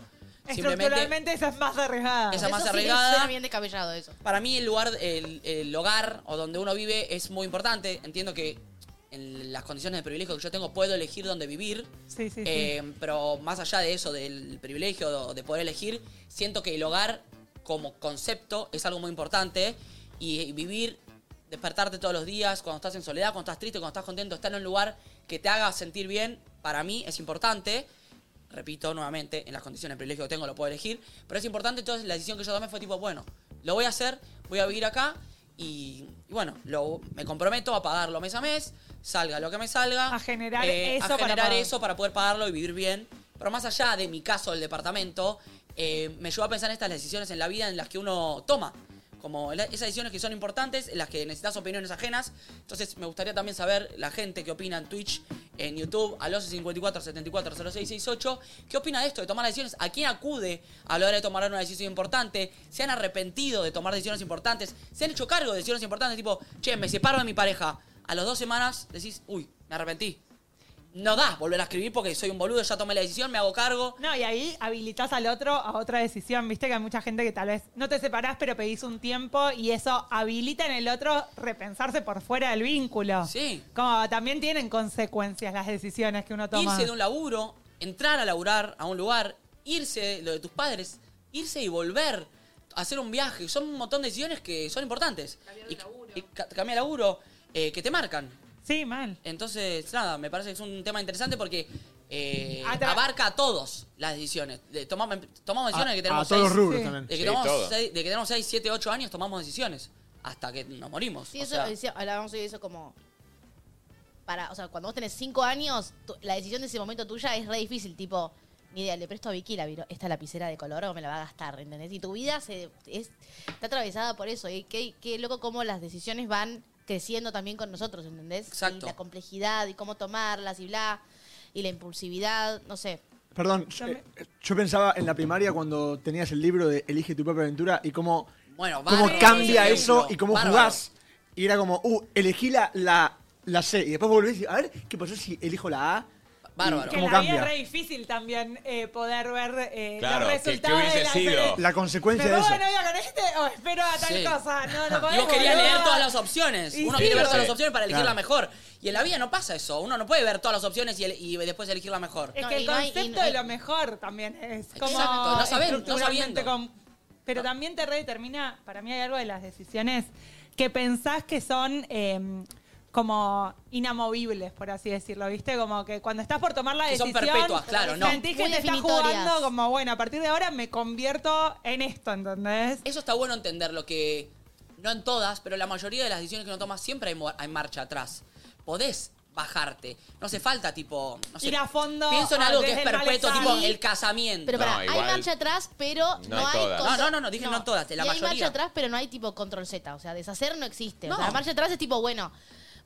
[SPEAKER 3] Simplemente,
[SPEAKER 4] Estructuralmente esa es más arriesgada.
[SPEAKER 3] Esa es más
[SPEAKER 11] Eso sí que
[SPEAKER 3] arreglada.
[SPEAKER 11] suena bien descabellado eso.
[SPEAKER 3] para mí el lugar, el, el hogar o donde uno vive es muy importante. Entiendo que en las condiciones de privilegio que yo tengo puedo elegir dónde vivir.
[SPEAKER 4] Sí, sí, sí.
[SPEAKER 3] Eh, pero más allá de eso, del privilegio de- de poder elegir, siento que el hogar como concepto es algo muy importante y, y vivir, despertarte todos los días, cuando estás en soledad, cuando estás triste, cuando estás contento, estar en un lugar que te haga sentir bien, para mí es importante. Repito nuevamente, en las condiciones de privilegio que tengo lo puedo elegir, pero es importante, entonces la decisión que yo tomé fue tipo, bueno, lo voy a hacer, voy a vivir acá y, y bueno, lo, me comprometo a pagarlo mes a mes, salga lo que me salga. A
[SPEAKER 4] generar eso
[SPEAKER 3] A
[SPEAKER 4] para
[SPEAKER 3] generar
[SPEAKER 4] pagar.
[SPEAKER 3] eso eso para poder pagarlo y vivir bien. Pero más allá de mi caso del departamento, eh, me llevó a pensar en estas decisiones en la vida en las que uno toma. Como la- esas decisiones que son importantes, en las que necesitas opiniones ajenas. Entonces me gustaría también saber la gente que opina en Twitch, en YouTube, al 11 54 74 06 68, ¿qué opina de esto de tomar decisiones? ¿A quién acude a la hora de tomar una decisión importante? ¿Se han arrepentido de tomar decisiones importantes? ¿Se han hecho cargo de decisiones importantes? Tipo, che, me separo de mi pareja. A las dos semanas decís, uy, me arrepentí no da volver a escribir porque soy un boludo, ya tomé la decisión, me hago cargo.
[SPEAKER 4] No, y ahí habilitas al otro a otra decisión. Viste que hay mucha gente que tal vez no te separás, pero pedís un tiempo y eso habilita en el otro repensarse por fuera del vínculo.
[SPEAKER 3] Sí.
[SPEAKER 4] Como también tienen consecuencias las decisiones que uno toma.
[SPEAKER 3] Irse de un laburo, entrar a laburar a un lugar, irse de lo de tus padres, irse y volver, hacer un viaje. Son un montón de decisiones que son importantes. Y- y ca- Cambiar de laburo. eh, que te marcan.
[SPEAKER 4] Sí, mal.
[SPEAKER 3] Entonces, nada, me parece que es un tema interesante porque eh,
[SPEAKER 4] Atra-
[SPEAKER 3] abarca a todos las decisiones. De- tomamos, tomamos decisiones
[SPEAKER 12] A-
[SPEAKER 3] de que tenemos
[SPEAKER 12] a todos los
[SPEAKER 3] seis-
[SPEAKER 12] rubros Sí. también.
[SPEAKER 3] De que,
[SPEAKER 12] Sí,
[SPEAKER 3] tomamos
[SPEAKER 12] todo.
[SPEAKER 3] seis- de que tenemos 6, 7, 8 años, tomamos decisiones. Hasta que nos morimos.
[SPEAKER 11] Sí,
[SPEAKER 3] O
[SPEAKER 11] eso
[SPEAKER 3] sea,
[SPEAKER 11] decía- hablábamos hoy de eso como. Para, o sea, cuando vos tenés cinco años, tu- la decisión de ese momento tuya es re difícil, tipo, ni idea, le presto a Vicky la viro- esta lapicera de color o me la va a gastar, ¿entendés? Y tu vida se, es, está atravesada por eso. Y qué, qué loco cómo las decisiones van creciendo también con nosotros, ¿entendés? Y la complejidad y cómo tomarlas y bla, y la impulsividad, no sé.
[SPEAKER 12] Perdón, yo, eh, yo pensaba en la primaria cuando tenías el libro de Elige tu propia aventura y cómo,
[SPEAKER 3] Bueno,
[SPEAKER 12] cómo
[SPEAKER 3] bárbaro
[SPEAKER 12] cambia
[SPEAKER 3] ese
[SPEAKER 12] eso
[SPEAKER 3] libro,
[SPEAKER 12] y cómo
[SPEAKER 3] bárbaro.
[SPEAKER 12] jugás. Y era como, uh, elegí la, la, la C. Y después volvés y a ver, ¿qué pasó si elijo la A? Y
[SPEAKER 4] Que
[SPEAKER 12] ¿Cómo
[SPEAKER 4] la vida es
[SPEAKER 12] cambia?
[SPEAKER 4] re difícil también eh, poder ver eh,
[SPEAKER 12] Claro,
[SPEAKER 4] los
[SPEAKER 12] que- que
[SPEAKER 4] resultados
[SPEAKER 12] hubiese
[SPEAKER 4] de la
[SPEAKER 12] sido.
[SPEAKER 4] serie.
[SPEAKER 12] La consecuencia
[SPEAKER 4] ¿Me
[SPEAKER 12] de
[SPEAKER 4] pongo
[SPEAKER 12] eso.
[SPEAKER 4] de novia con este o espero a tal
[SPEAKER 3] Sí.
[SPEAKER 4] cosa? No, no
[SPEAKER 3] y vos
[SPEAKER 4] podemos,
[SPEAKER 3] querías
[SPEAKER 4] no.
[SPEAKER 3] leer todas las opciones.
[SPEAKER 4] Y
[SPEAKER 3] uno
[SPEAKER 4] sí.
[SPEAKER 3] quiere ver todas las
[SPEAKER 4] Sí.
[SPEAKER 3] opciones para elegir
[SPEAKER 4] Claro.
[SPEAKER 3] la mejor. Y en la vida no pasa eso. Uno no puede ver todas las opciones y, el- y después elegir la mejor.
[SPEAKER 4] Es que el concepto de lo mejor también es como
[SPEAKER 3] Exacto, no saben- no
[SPEAKER 4] estructuralmente
[SPEAKER 3] sabiendo.
[SPEAKER 4] com- pero también te redetermina, para mí hay algo de las decisiones que pensás que son eh, como inamovibles, por así decirlo, ¿viste? Como que cuando estás por tomar la
[SPEAKER 3] Que son
[SPEAKER 4] decisión...
[SPEAKER 3] perpetuas, claro, no.
[SPEAKER 4] Sentís que
[SPEAKER 3] Muy
[SPEAKER 4] te estás
[SPEAKER 3] definitorias.
[SPEAKER 4] jugando como, bueno, a partir de ahora me convierto en esto, ¿entendés?
[SPEAKER 3] Eso está bueno entenderlo, que no en todas, pero la mayoría de las decisiones que uno toma siempre hay, mo- hay marcha atrás. Podés bajarte. No hace falta, tipo, no sé,
[SPEAKER 4] Ir a fondo, ah,
[SPEAKER 3] Pienso en algo que es
[SPEAKER 4] desde el
[SPEAKER 3] perpetuo, tipo
[SPEAKER 4] malestar.
[SPEAKER 3] el casamiento.
[SPEAKER 11] Pero para, hay marcha atrás, pero no,
[SPEAKER 3] no en
[SPEAKER 11] hay
[SPEAKER 3] todas.
[SPEAKER 11] control-
[SPEAKER 3] No, no, no, no, dije no en todas, en la
[SPEAKER 11] y
[SPEAKER 3] mayoría.
[SPEAKER 11] hay marcha atrás, pero no hay tipo control Z. O sea, deshacer no existe. O
[SPEAKER 3] No.
[SPEAKER 11] sea, la marcha atrás es tipo, bueno,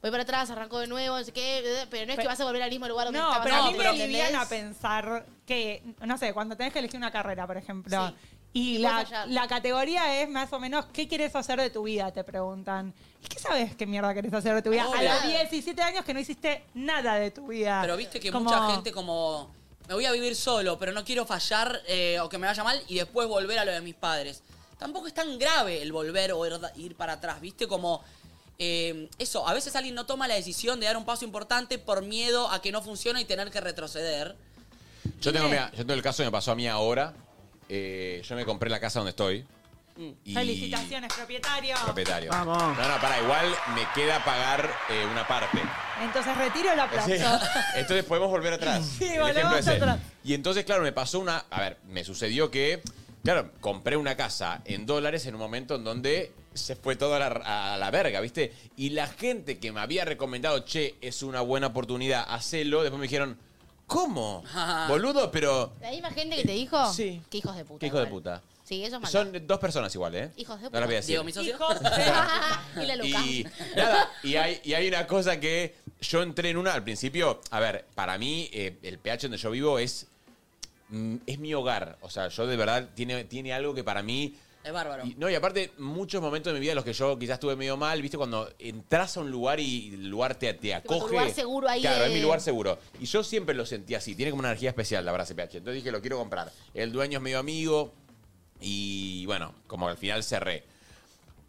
[SPEAKER 11] voy para atrás, arranco de nuevo, no sé qué, eh, pero no es que
[SPEAKER 4] Pe-
[SPEAKER 11] vas a volver al mismo lugar donde
[SPEAKER 4] No,
[SPEAKER 11] estabas
[SPEAKER 4] pero a mí
[SPEAKER 11] antes,
[SPEAKER 4] me
[SPEAKER 11] ¿entendés?
[SPEAKER 4] alivian a pensar que, no sé, cuando tenés que elegir una carrera, por ejemplo, y,
[SPEAKER 11] Y vos
[SPEAKER 4] la,
[SPEAKER 11] allá.
[SPEAKER 4] la categoría es más o menos, ¿qué quieres hacer de tu vida? Te preguntan. ¿Y qué sabes qué mierda querés hacer de tu vida?
[SPEAKER 3] Obvio.
[SPEAKER 4] A los 17 años que no hiciste nada de tu vida.
[SPEAKER 3] Pero viste que
[SPEAKER 4] Como-
[SPEAKER 3] mucha gente como, me voy a vivir solo, pero no quiero fallar eh, o que me vaya mal y después volver a lo de mis padres. Tampoco es tan grave el volver o ir, ir para atrás, viste como... eh, eso, a veces alguien no toma la decisión de dar un paso importante por miedo a que no funcione y tener que retroceder.
[SPEAKER 5] Yo tengo, mira, yo tengo el caso que me pasó a mí ahora. Eh, yo me compré la casa donde estoy.
[SPEAKER 3] Mm.
[SPEAKER 5] Y-
[SPEAKER 4] Felicitaciones, propietario.
[SPEAKER 5] Propietario. No, no, para, igual me queda pagar eh, una parte.
[SPEAKER 4] Entonces retiro el aplauso.
[SPEAKER 5] Entonces podemos volver atrás.
[SPEAKER 4] Sí,
[SPEAKER 5] El
[SPEAKER 4] volvemos
[SPEAKER 5] ejemplo es él.
[SPEAKER 4] atrás.
[SPEAKER 5] Y entonces, claro, me pasó una. A ver, me sucedió que. Claro, compré una casa en dólares en un momento en donde se fue todo a la, a la verga, ¿viste? Y la gente que me había recomendado, che, es una buena oportunidad, hacelo, después me dijeron, ¿cómo? Boludo, pero.
[SPEAKER 11] La misma gente que te dijo, sí. qué hijos de puta.
[SPEAKER 5] Qué hijo de
[SPEAKER 11] igual.
[SPEAKER 5] puta.
[SPEAKER 11] Sí, eso es malo.
[SPEAKER 5] Son dos personas igual, ¿eh?
[SPEAKER 11] Hijos de
[SPEAKER 5] No
[SPEAKER 11] puta.
[SPEAKER 5] las voy a decir.
[SPEAKER 11] y la loca.
[SPEAKER 5] Y nada, y hay, y hay una cosa que yo entré en una al principio. A ver, para mí, eh, el PH donde yo vivo es. mm, Es mi hogar. O sea, yo de verdad tiene, tiene algo que para mí.
[SPEAKER 3] Es bárbaro.
[SPEAKER 5] y- no, y aparte, muchos momentos de mi vida en los que yo quizás estuve medio mal, viste, cuando entras a un lugar y el lugar te, te acoge.
[SPEAKER 11] lugar seguro ahí
[SPEAKER 5] Claro,
[SPEAKER 11] de-
[SPEAKER 5] es mi lugar seguro. Y yo siempre lo sentí así. Tiene como una energía especial la brasa PH. Entonces dije, lo quiero comprar. El dueño es medio amigo. Y bueno, como que al final cerré.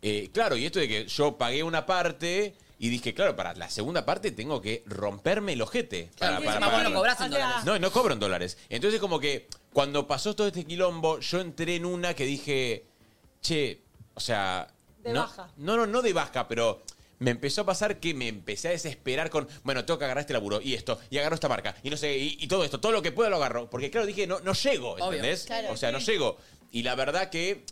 [SPEAKER 5] Eh, claro, y esto de que yo pagué una parte y dije, claro, para la segunda parte tengo que romperme el ojete. Para,
[SPEAKER 3] y
[SPEAKER 5] para
[SPEAKER 3] encima vos no
[SPEAKER 5] pagarlo.
[SPEAKER 3] cobrás en O sea- dólares.
[SPEAKER 5] No, no cobro en dólares. Entonces, como que cuando pasó todo este quilombo, yo entré en una que dije, che, o sea.
[SPEAKER 4] De
[SPEAKER 5] no,
[SPEAKER 4] baja.
[SPEAKER 5] No, no, no de baja, pero. Me empezó a pasar que me empecé a desesperar con, bueno, tengo que agarrar este laburo y esto, y agarro esta marca, y no sé, y, y todo esto, todo lo que pueda lo agarro. Porque claro, dije, no, no llego,
[SPEAKER 6] Obvio.
[SPEAKER 5] ¿entendés?
[SPEAKER 6] Claro,
[SPEAKER 5] o sea, no
[SPEAKER 6] sí.
[SPEAKER 5] llego. Y la verdad que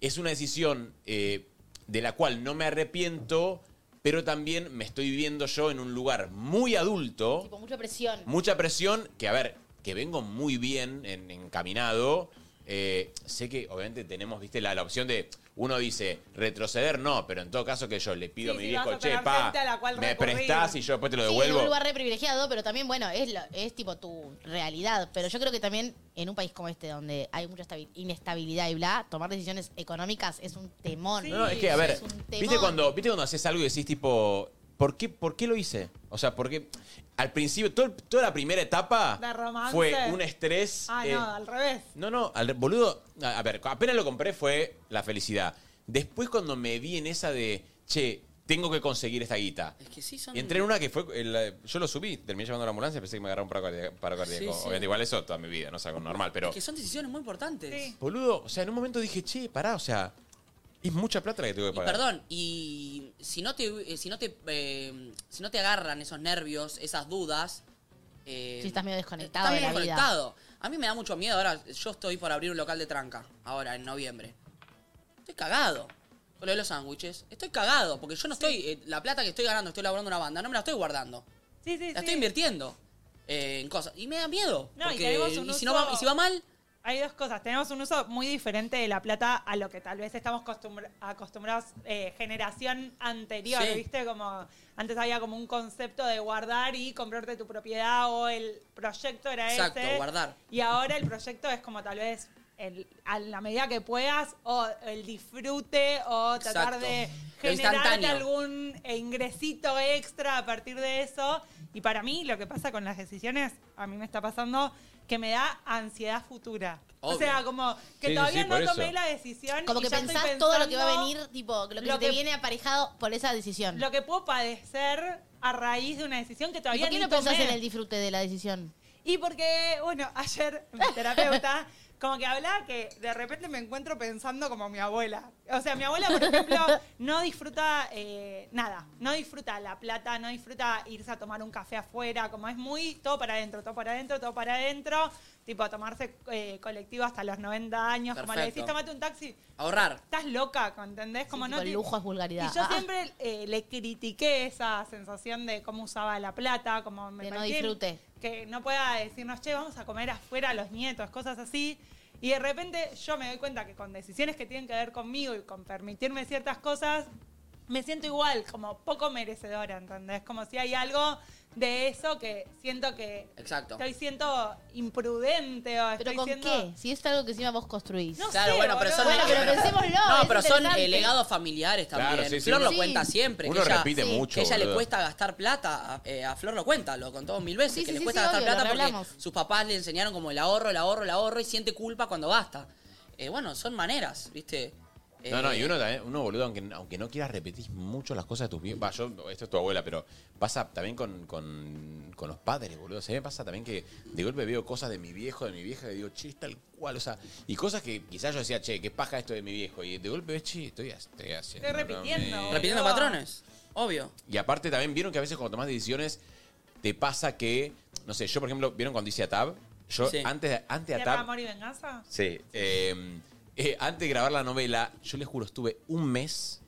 [SPEAKER 5] es una decisión eh, de la cual no me arrepiento, pero también me estoy viviendo yo en un lugar muy adulto,
[SPEAKER 11] Con mucha presión.
[SPEAKER 5] mucha presión, que a ver, que vengo muy bien en- encaminado. Eh, sé que obviamente tenemos, viste, la, la opción de, uno dice, retroceder no, pero en todo caso que yo le pido
[SPEAKER 11] Sí,
[SPEAKER 5] a mi
[SPEAKER 11] sí,
[SPEAKER 5] viejo,
[SPEAKER 11] vas a
[SPEAKER 5] che,
[SPEAKER 11] tener
[SPEAKER 5] pa,
[SPEAKER 11] gente a la cual
[SPEAKER 5] me
[SPEAKER 11] recurrir".
[SPEAKER 5] prestás y yo después te lo
[SPEAKER 11] Sí, en
[SPEAKER 5] devuelvo.
[SPEAKER 11] un lugar re privilegiado, pero también, bueno, es, la- es tipo tu realidad. Pero yo creo que también en un país como este, donde hay mucha estabi- inestabilidad y bla, tomar decisiones económicas es un temón.
[SPEAKER 5] No, no, es que, a ver,
[SPEAKER 11] Es un temón.
[SPEAKER 5] ¿viste cuando, ¿viste cuando haces algo y decís, tipo, ¿por qué, por qué lo hice? O sea, porque al principio, todo el- toda la primera etapa
[SPEAKER 4] De romance.
[SPEAKER 5] Ah, fue un estrés.
[SPEAKER 4] Ah,
[SPEAKER 5] eh,
[SPEAKER 4] no, al revés.
[SPEAKER 5] no, no, al, boludo, a, a ver, apenas lo compré fue la felicidad. Después cuando me vi en esa de, che, tengo que conseguir esta guita.
[SPEAKER 3] Que sí son...
[SPEAKER 5] Entré en una que fue, el, eh, yo lo subí, terminé llevando a la ambulancia, pensé que me agarraron para cardíaco.
[SPEAKER 3] Sí, sí.
[SPEAKER 5] Obviamente, igual eso toda mi vida, no es algo normal, pero...
[SPEAKER 3] Es que son decisiones muy importantes.
[SPEAKER 5] Boludo, o sea, en un momento dije, che, pará, o sea, es mucha plata la que tengo que
[SPEAKER 3] Y
[SPEAKER 5] pagar.
[SPEAKER 3] perdón, y si no te, eh, si no te, eh, si no te agarran esos nervios, esas dudas. eh,
[SPEAKER 11] Si estás medio desconectado
[SPEAKER 3] estás
[SPEAKER 11] de la
[SPEAKER 3] medio
[SPEAKER 11] vida.
[SPEAKER 3] desconectado. A mí me da mucho miedo ahora. Yo estoy por abrir un local de tranca, ahora en noviembre. Estoy cagado. Con lo de los sándwiches. Estoy cagado, porque yo no estoy. eh, la plata que estoy ganando, estoy laburando una banda, no me la estoy guardando.
[SPEAKER 4] Sí, sí,
[SPEAKER 3] La
[SPEAKER 4] sí.
[SPEAKER 3] estoy invirtiendo. eh, en cosas. Y me da miedo.
[SPEAKER 4] No, y
[SPEAKER 3] porque-
[SPEAKER 4] tenemos un
[SPEAKER 3] si no va-
[SPEAKER 4] uso-
[SPEAKER 3] y si va mal,
[SPEAKER 4] Hay dos cosas. Tenemos un uso muy diferente de la plata a lo que tal vez estamos costumbr- acostumbrados eh, generación anterior,
[SPEAKER 3] Sí.
[SPEAKER 4] ¿viste? Como antes había como un concepto de guardar y comprarte tu propiedad o el proyecto era
[SPEAKER 3] Exacto,
[SPEAKER 4] ese.
[SPEAKER 3] guardar.
[SPEAKER 4] Y ahora el proyecto es como tal vez el- a la medida que puedas o el disfrute o tratar
[SPEAKER 3] Exacto.
[SPEAKER 4] de
[SPEAKER 3] Lo
[SPEAKER 4] generarte
[SPEAKER 3] instantáneo.
[SPEAKER 4] algún ingresito extra a partir de eso. Y para mí lo que pasa con las decisiones, a mí me está pasando que me da ansiedad futura. O
[SPEAKER 11] Obvio.
[SPEAKER 4] sea, como que
[SPEAKER 11] Sí, sí,
[SPEAKER 4] todavía
[SPEAKER 11] sí,
[SPEAKER 4] no
[SPEAKER 11] por
[SPEAKER 4] tomé
[SPEAKER 11] eso.
[SPEAKER 4] la decisión.
[SPEAKER 11] Como
[SPEAKER 4] y
[SPEAKER 11] que
[SPEAKER 4] ya estoy
[SPEAKER 11] pensás todo lo que va a
[SPEAKER 4] pensando
[SPEAKER 11] venir, tipo, lo que,
[SPEAKER 4] lo
[SPEAKER 11] se te
[SPEAKER 4] que-
[SPEAKER 11] viene aparejado por esa decisión.
[SPEAKER 4] Lo que puedo padecer a raíz de una decisión que
[SPEAKER 11] ¿Y
[SPEAKER 4] todavía
[SPEAKER 11] ¿Por qué
[SPEAKER 4] ni
[SPEAKER 11] no pensás
[SPEAKER 4] tomé.
[SPEAKER 11] en el disfrute de la decisión?
[SPEAKER 4] Y porque, bueno, ayer mi terapeuta como que hablaba que de repente me encuentro pensando como mi abuela. O sea, mi abuela, por ejemplo, no disfruta eh, nada. No disfruta la plata, no disfruta irse a tomar un café afuera. Como es muy todo para adentro, todo para adentro, todo para adentro. Tipo, tomarse eh, colectivo hasta los 90 años. Como le
[SPEAKER 3] Perfecto.
[SPEAKER 4] decís, tomate un taxi.
[SPEAKER 3] ahorrar.
[SPEAKER 4] Estás loca, ¿entendés? Como
[SPEAKER 11] Sí,
[SPEAKER 4] no
[SPEAKER 11] tipo,
[SPEAKER 4] ti-
[SPEAKER 11] el lujo es vulgaridad.
[SPEAKER 4] y yo
[SPEAKER 11] Ah,
[SPEAKER 4] siempre eh, le critiqué esa sensación de cómo usaba la plata, como me
[SPEAKER 11] Que no
[SPEAKER 4] parecía
[SPEAKER 11] disfrute.
[SPEAKER 4] Que no pueda decirnos, che, vamos a comer afuera a los nietos, cosas así. Y de repente yo me doy cuenta que con decisiones que tienen que ver conmigo y con permitirme ciertas cosas, me siento igual, como poco merecedora, ¿entendés? Como si hay algo de eso que siento que
[SPEAKER 3] Exacto.
[SPEAKER 4] estoy siento imprudente o
[SPEAKER 11] ¿Pero
[SPEAKER 4] estoy
[SPEAKER 11] con
[SPEAKER 4] siendo...
[SPEAKER 11] qué? Si es algo que encima vos construís.
[SPEAKER 3] claro, bueno, pero son.
[SPEAKER 11] Bueno, pero pensémoslo.
[SPEAKER 3] No,
[SPEAKER 11] es
[SPEAKER 3] pero son eh,
[SPEAKER 11] interesante.
[SPEAKER 3] legados familiares también.
[SPEAKER 5] Claro, sí, sí,
[SPEAKER 3] Flor
[SPEAKER 5] uno-
[SPEAKER 3] lo cuenta siempre. que
[SPEAKER 5] uno
[SPEAKER 3] ella-
[SPEAKER 5] repite Sí. mucho,
[SPEAKER 3] Que ella le
[SPEAKER 5] boludo.
[SPEAKER 3] cuesta gastar plata. A, eh, a Flor lo cuenta, lo contó mil veces.
[SPEAKER 11] Sí,
[SPEAKER 3] que
[SPEAKER 11] sí,
[SPEAKER 3] le
[SPEAKER 11] sí,
[SPEAKER 3] cuesta
[SPEAKER 11] sí,
[SPEAKER 3] gastar
[SPEAKER 11] obvio, lo
[SPEAKER 3] plata porque
[SPEAKER 11] hablamos.
[SPEAKER 3] sus papás le enseñaron como el ahorro, el ahorro, el ahorro y siente culpa cuando gasta. Eh, bueno, son maneras, ¿viste? Eh,
[SPEAKER 5] No, no, y uno también, uno boludo, aunque, aunque no quieras repetir mucho las cosas de tus viejos. Va, yo, esto es tu abuela, pero pasa también con, con, con los padres, boludo. Se me pasa también que de golpe veo cosas de mi viejo, de mi vieja, y digo, che, es tal cual, o sea, y cosas que quizás yo decía, che, qué paja esto de mi viejo. Y de golpe ves, che, estoy, estoy haciendo. lo mismo.
[SPEAKER 3] Repitiendo patrones. Obvio.
[SPEAKER 5] Y aparte también vieron que a veces cuando tomás decisiones te pasa que, no sé, yo por ejemplo, vieron cuando hice a Tab, yo antes, de- antes de a
[SPEAKER 4] ¿Tierra,
[SPEAKER 5] Tab,
[SPEAKER 4] amor y venganza?
[SPEAKER 5] Sí. eh, eh, antes de grabar la novela, yo les juro, estuve un mes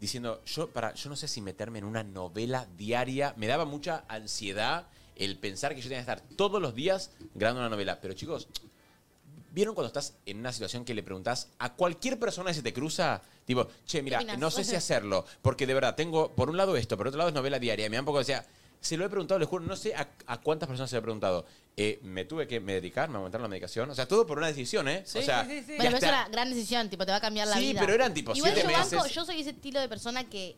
[SPEAKER 5] diciendo, yo, para, yo no sé si meterme en una novela diaria. Me daba mucha ansiedad el pensar que yo tenía que estar todos los días grabando una novela. Pero chicos, ¿vieron cuando estás en una situación que le preguntás a cualquier persona que se te cruza? Tipo, che, mira,
[SPEAKER 6] opinás?
[SPEAKER 5] no sé si hacerlo, porque de verdad tengo, por un lado esto, por otro lado es novela diaria. Me da un poco, decía, se lo he preguntado, les juro, no sé a, a cuántas personas se lo he preguntado. Eh, me tuve que medicar, me aumentaron la medicación. O sea, todo por una decisión, ¿eh? o sea, y
[SPEAKER 11] Bueno, pero es
[SPEAKER 5] hasta-
[SPEAKER 11] una gran decisión, tipo, te va a cambiar la
[SPEAKER 5] Sí,
[SPEAKER 11] vida.
[SPEAKER 5] pero eran, tipo,
[SPEAKER 11] Igual
[SPEAKER 5] siete
[SPEAKER 11] yo banco,
[SPEAKER 5] meses.
[SPEAKER 11] yo soy ese estilo de persona que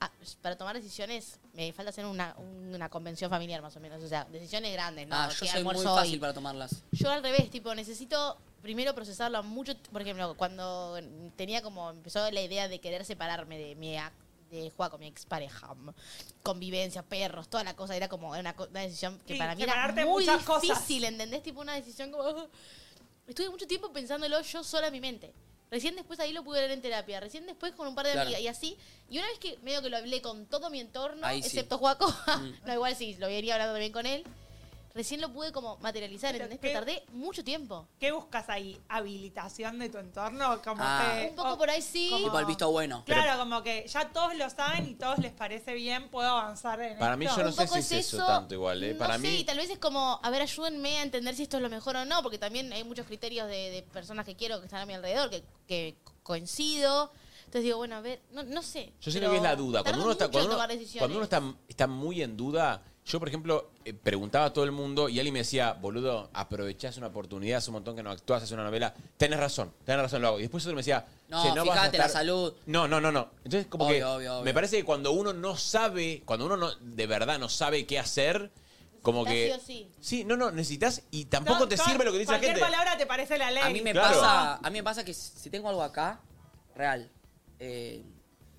[SPEAKER 11] ah, para tomar decisiones me falta hacer una, una convención familiar más o menos. O sea, decisiones grandes, ¿no?
[SPEAKER 3] Ah,
[SPEAKER 11] ¿Qué
[SPEAKER 3] yo soy muy
[SPEAKER 11] almuerzo
[SPEAKER 3] fácil
[SPEAKER 11] hoy?
[SPEAKER 3] para tomarlas.
[SPEAKER 11] Yo al revés, tipo, necesito primero procesarlo a mucho. Por ejemplo, cuando tenía como, empezó la idea de querer separarme de mi ac- de jugar con mi expareja, mm, convivencia, perros, toda la cosa, era como una, co- una decisión que
[SPEAKER 4] Sí,
[SPEAKER 11] para mí era
[SPEAKER 4] separarte de
[SPEAKER 11] muy
[SPEAKER 4] muchas cosas.
[SPEAKER 11] difícil, ¿entendés? Tipo una decisión como... "Ah". Estuve mucho tiempo pensándolo yo sola en mi mente. Recién después ahí lo pude ver en terapia, recién después con un par de
[SPEAKER 3] Claro.
[SPEAKER 11] amigas y así. Y una vez que medio que lo hablé con todo mi entorno,
[SPEAKER 3] Ahí sí.
[SPEAKER 11] excepto Juaco,
[SPEAKER 5] Mm.
[SPEAKER 11] no, igual sí, lo venía hablando también con él, recién lo pude como materializar, ¿entendés? Pero tardé mucho tiempo.
[SPEAKER 4] ¿Qué buscas ahí? ¿Habilitación de tu entorno? Como
[SPEAKER 3] Ah.
[SPEAKER 4] que,
[SPEAKER 11] Un poco por ahí sí.
[SPEAKER 4] como-
[SPEAKER 3] Tipo el visto bueno.
[SPEAKER 4] Claro, como que ya todos lo saben y todos les parece bien, puedo avanzar en
[SPEAKER 5] Para mí
[SPEAKER 4] esto?
[SPEAKER 5] yo no sé si es eso, tanto igual, ¿eh?
[SPEAKER 11] No
[SPEAKER 5] Para
[SPEAKER 11] sé,
[SPEAKER 5] mí...
[SPEAKER 11] y tal vez es como, a ver, ayúdenme a entender si esto es lo mejor o no, porque también hay muchos criterios de, de personas que quiero que están a mi alrededor, que, que coincido. Entonces digo, bueno, a ver, no, no sé.
[SPEAKER 5] Yo siento
[SPEAKER 11] pero
[SPEAKER 5] que es la duda.
[SPEAKER 11] tardo
[SPEAKER 5] Cuando uno, está,
[SPEAKER 11] mucho
[SPEAKER 5] cuando,
[SPEAKER 11] en
[SPEAKER 5] uno,
[SPEAKER 11] tomar decisiones.
[SPEAKER 5] cuando uno está, está muy en duda, yo, por ejemplo, eh, preguntaba a todo el mundo y alguien me decía, boludo, aprovechás una oportunidad, hace un montón que no actuás, haces una novela. Tenés razón, tenés razón, lo hago. Y después otro me decía,
[SPEAKER 3] No,
[SPEAKER 5] "Che, vas a
[SPEAKER 3] fíjate la
[SPEAKER 5] estar-
[SPEAKER 3] salud.
[SPEAKER 5] No, no, no, no. Entonces, como
[SPEAKER 3] Obvio,
[SPEAKER 5] que
[SPEAKER 3] obvio, obvio.
[SPEAKER 5] me parece que cuando uno no sabe, cuando uno no, de verdad no sabe qué hacer, como que.
[SPEAKER 11] Sí,
[SPEAKER 5] no, no, necesitas y tampoco te
[SPEAKER 4] Todo-
[SPEAKER 5] sirve lo que dice la
[SPEAKER 4] cualquier
[SPEAKER 5] gente.
[SPEAKER 4] palabra te parece la ley.
[SPEAKER 3] A mí me
[SPEAKER 5] Claro.
[SPEAKER 3] pasa, a mí me pasa que si tengo algo acá, real, eh,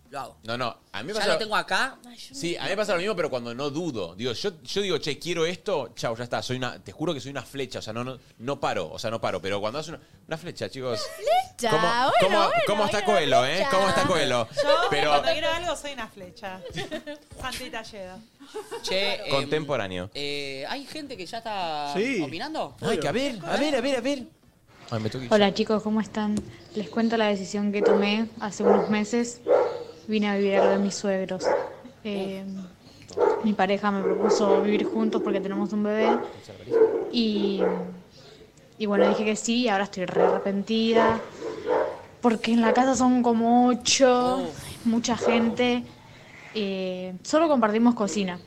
[SPEAKER 3] lo hago.
[SPEAKER 5] No, no, a mí me
[SPEAKER 3] ya
[SPEAKER 5] pasa.
[SPEAKER 3] lo tengo acá.
[SPEAKER 5] Sí, a mí me pasa lo mismo, pero cuando no dudo. Digo, yo, yo digo, che, quiero esto, chao, ya está. Soy una, te juro que soy una flecha, o sea, no, no, no paro, o sea, no paro. Pero cuando haces una, una flecha, chicos.
[SPEAKER 3] Ah,
[SPEAKER 11] Flecha,
[SPEAKER 5] ¿Cómo,
[SPEAKER 11] bueno,
[SPEAKER 5] cómo-
[SPEAKER 11] bueno,
[SPEAKER 5] cómo está Coelho, eh?
[SPEAKER 11] flecha.
[SPEAKER 5] ¿Cómo está Coelho?
[SPEAKER 4] Yo
[SPEAKER 5] Pero
[SPEAKER 4] cuando quiero algo soy una flecha. Santita Lledo.
[SPEAKER 3] Che, eh,
[SPEAKER 5] contemporáneo.
[SPEAKER 3] eh, ¿hay gente que ya está
[SPEAKER 5] Sí.
[SPEAKER 3] opinando?
[SPEAKER 5] Ay, que a ver, a ver, a ver, a ver. Ay, me toca ir.
[SPEAKER 15] Hola chicos, ¿cómo están? Les cuento la decisión que tomé hace unos meses. Vine a vivir a lo de mis suegros. Eh, Mi pareja me propuso vivir juntos porque tenemos un bebé. Y, y bueno, dije que sí, y ahora estoy re arrepentida. Porque en la casa son como ocho, mucha gente. Eh, solo compartimos cocina,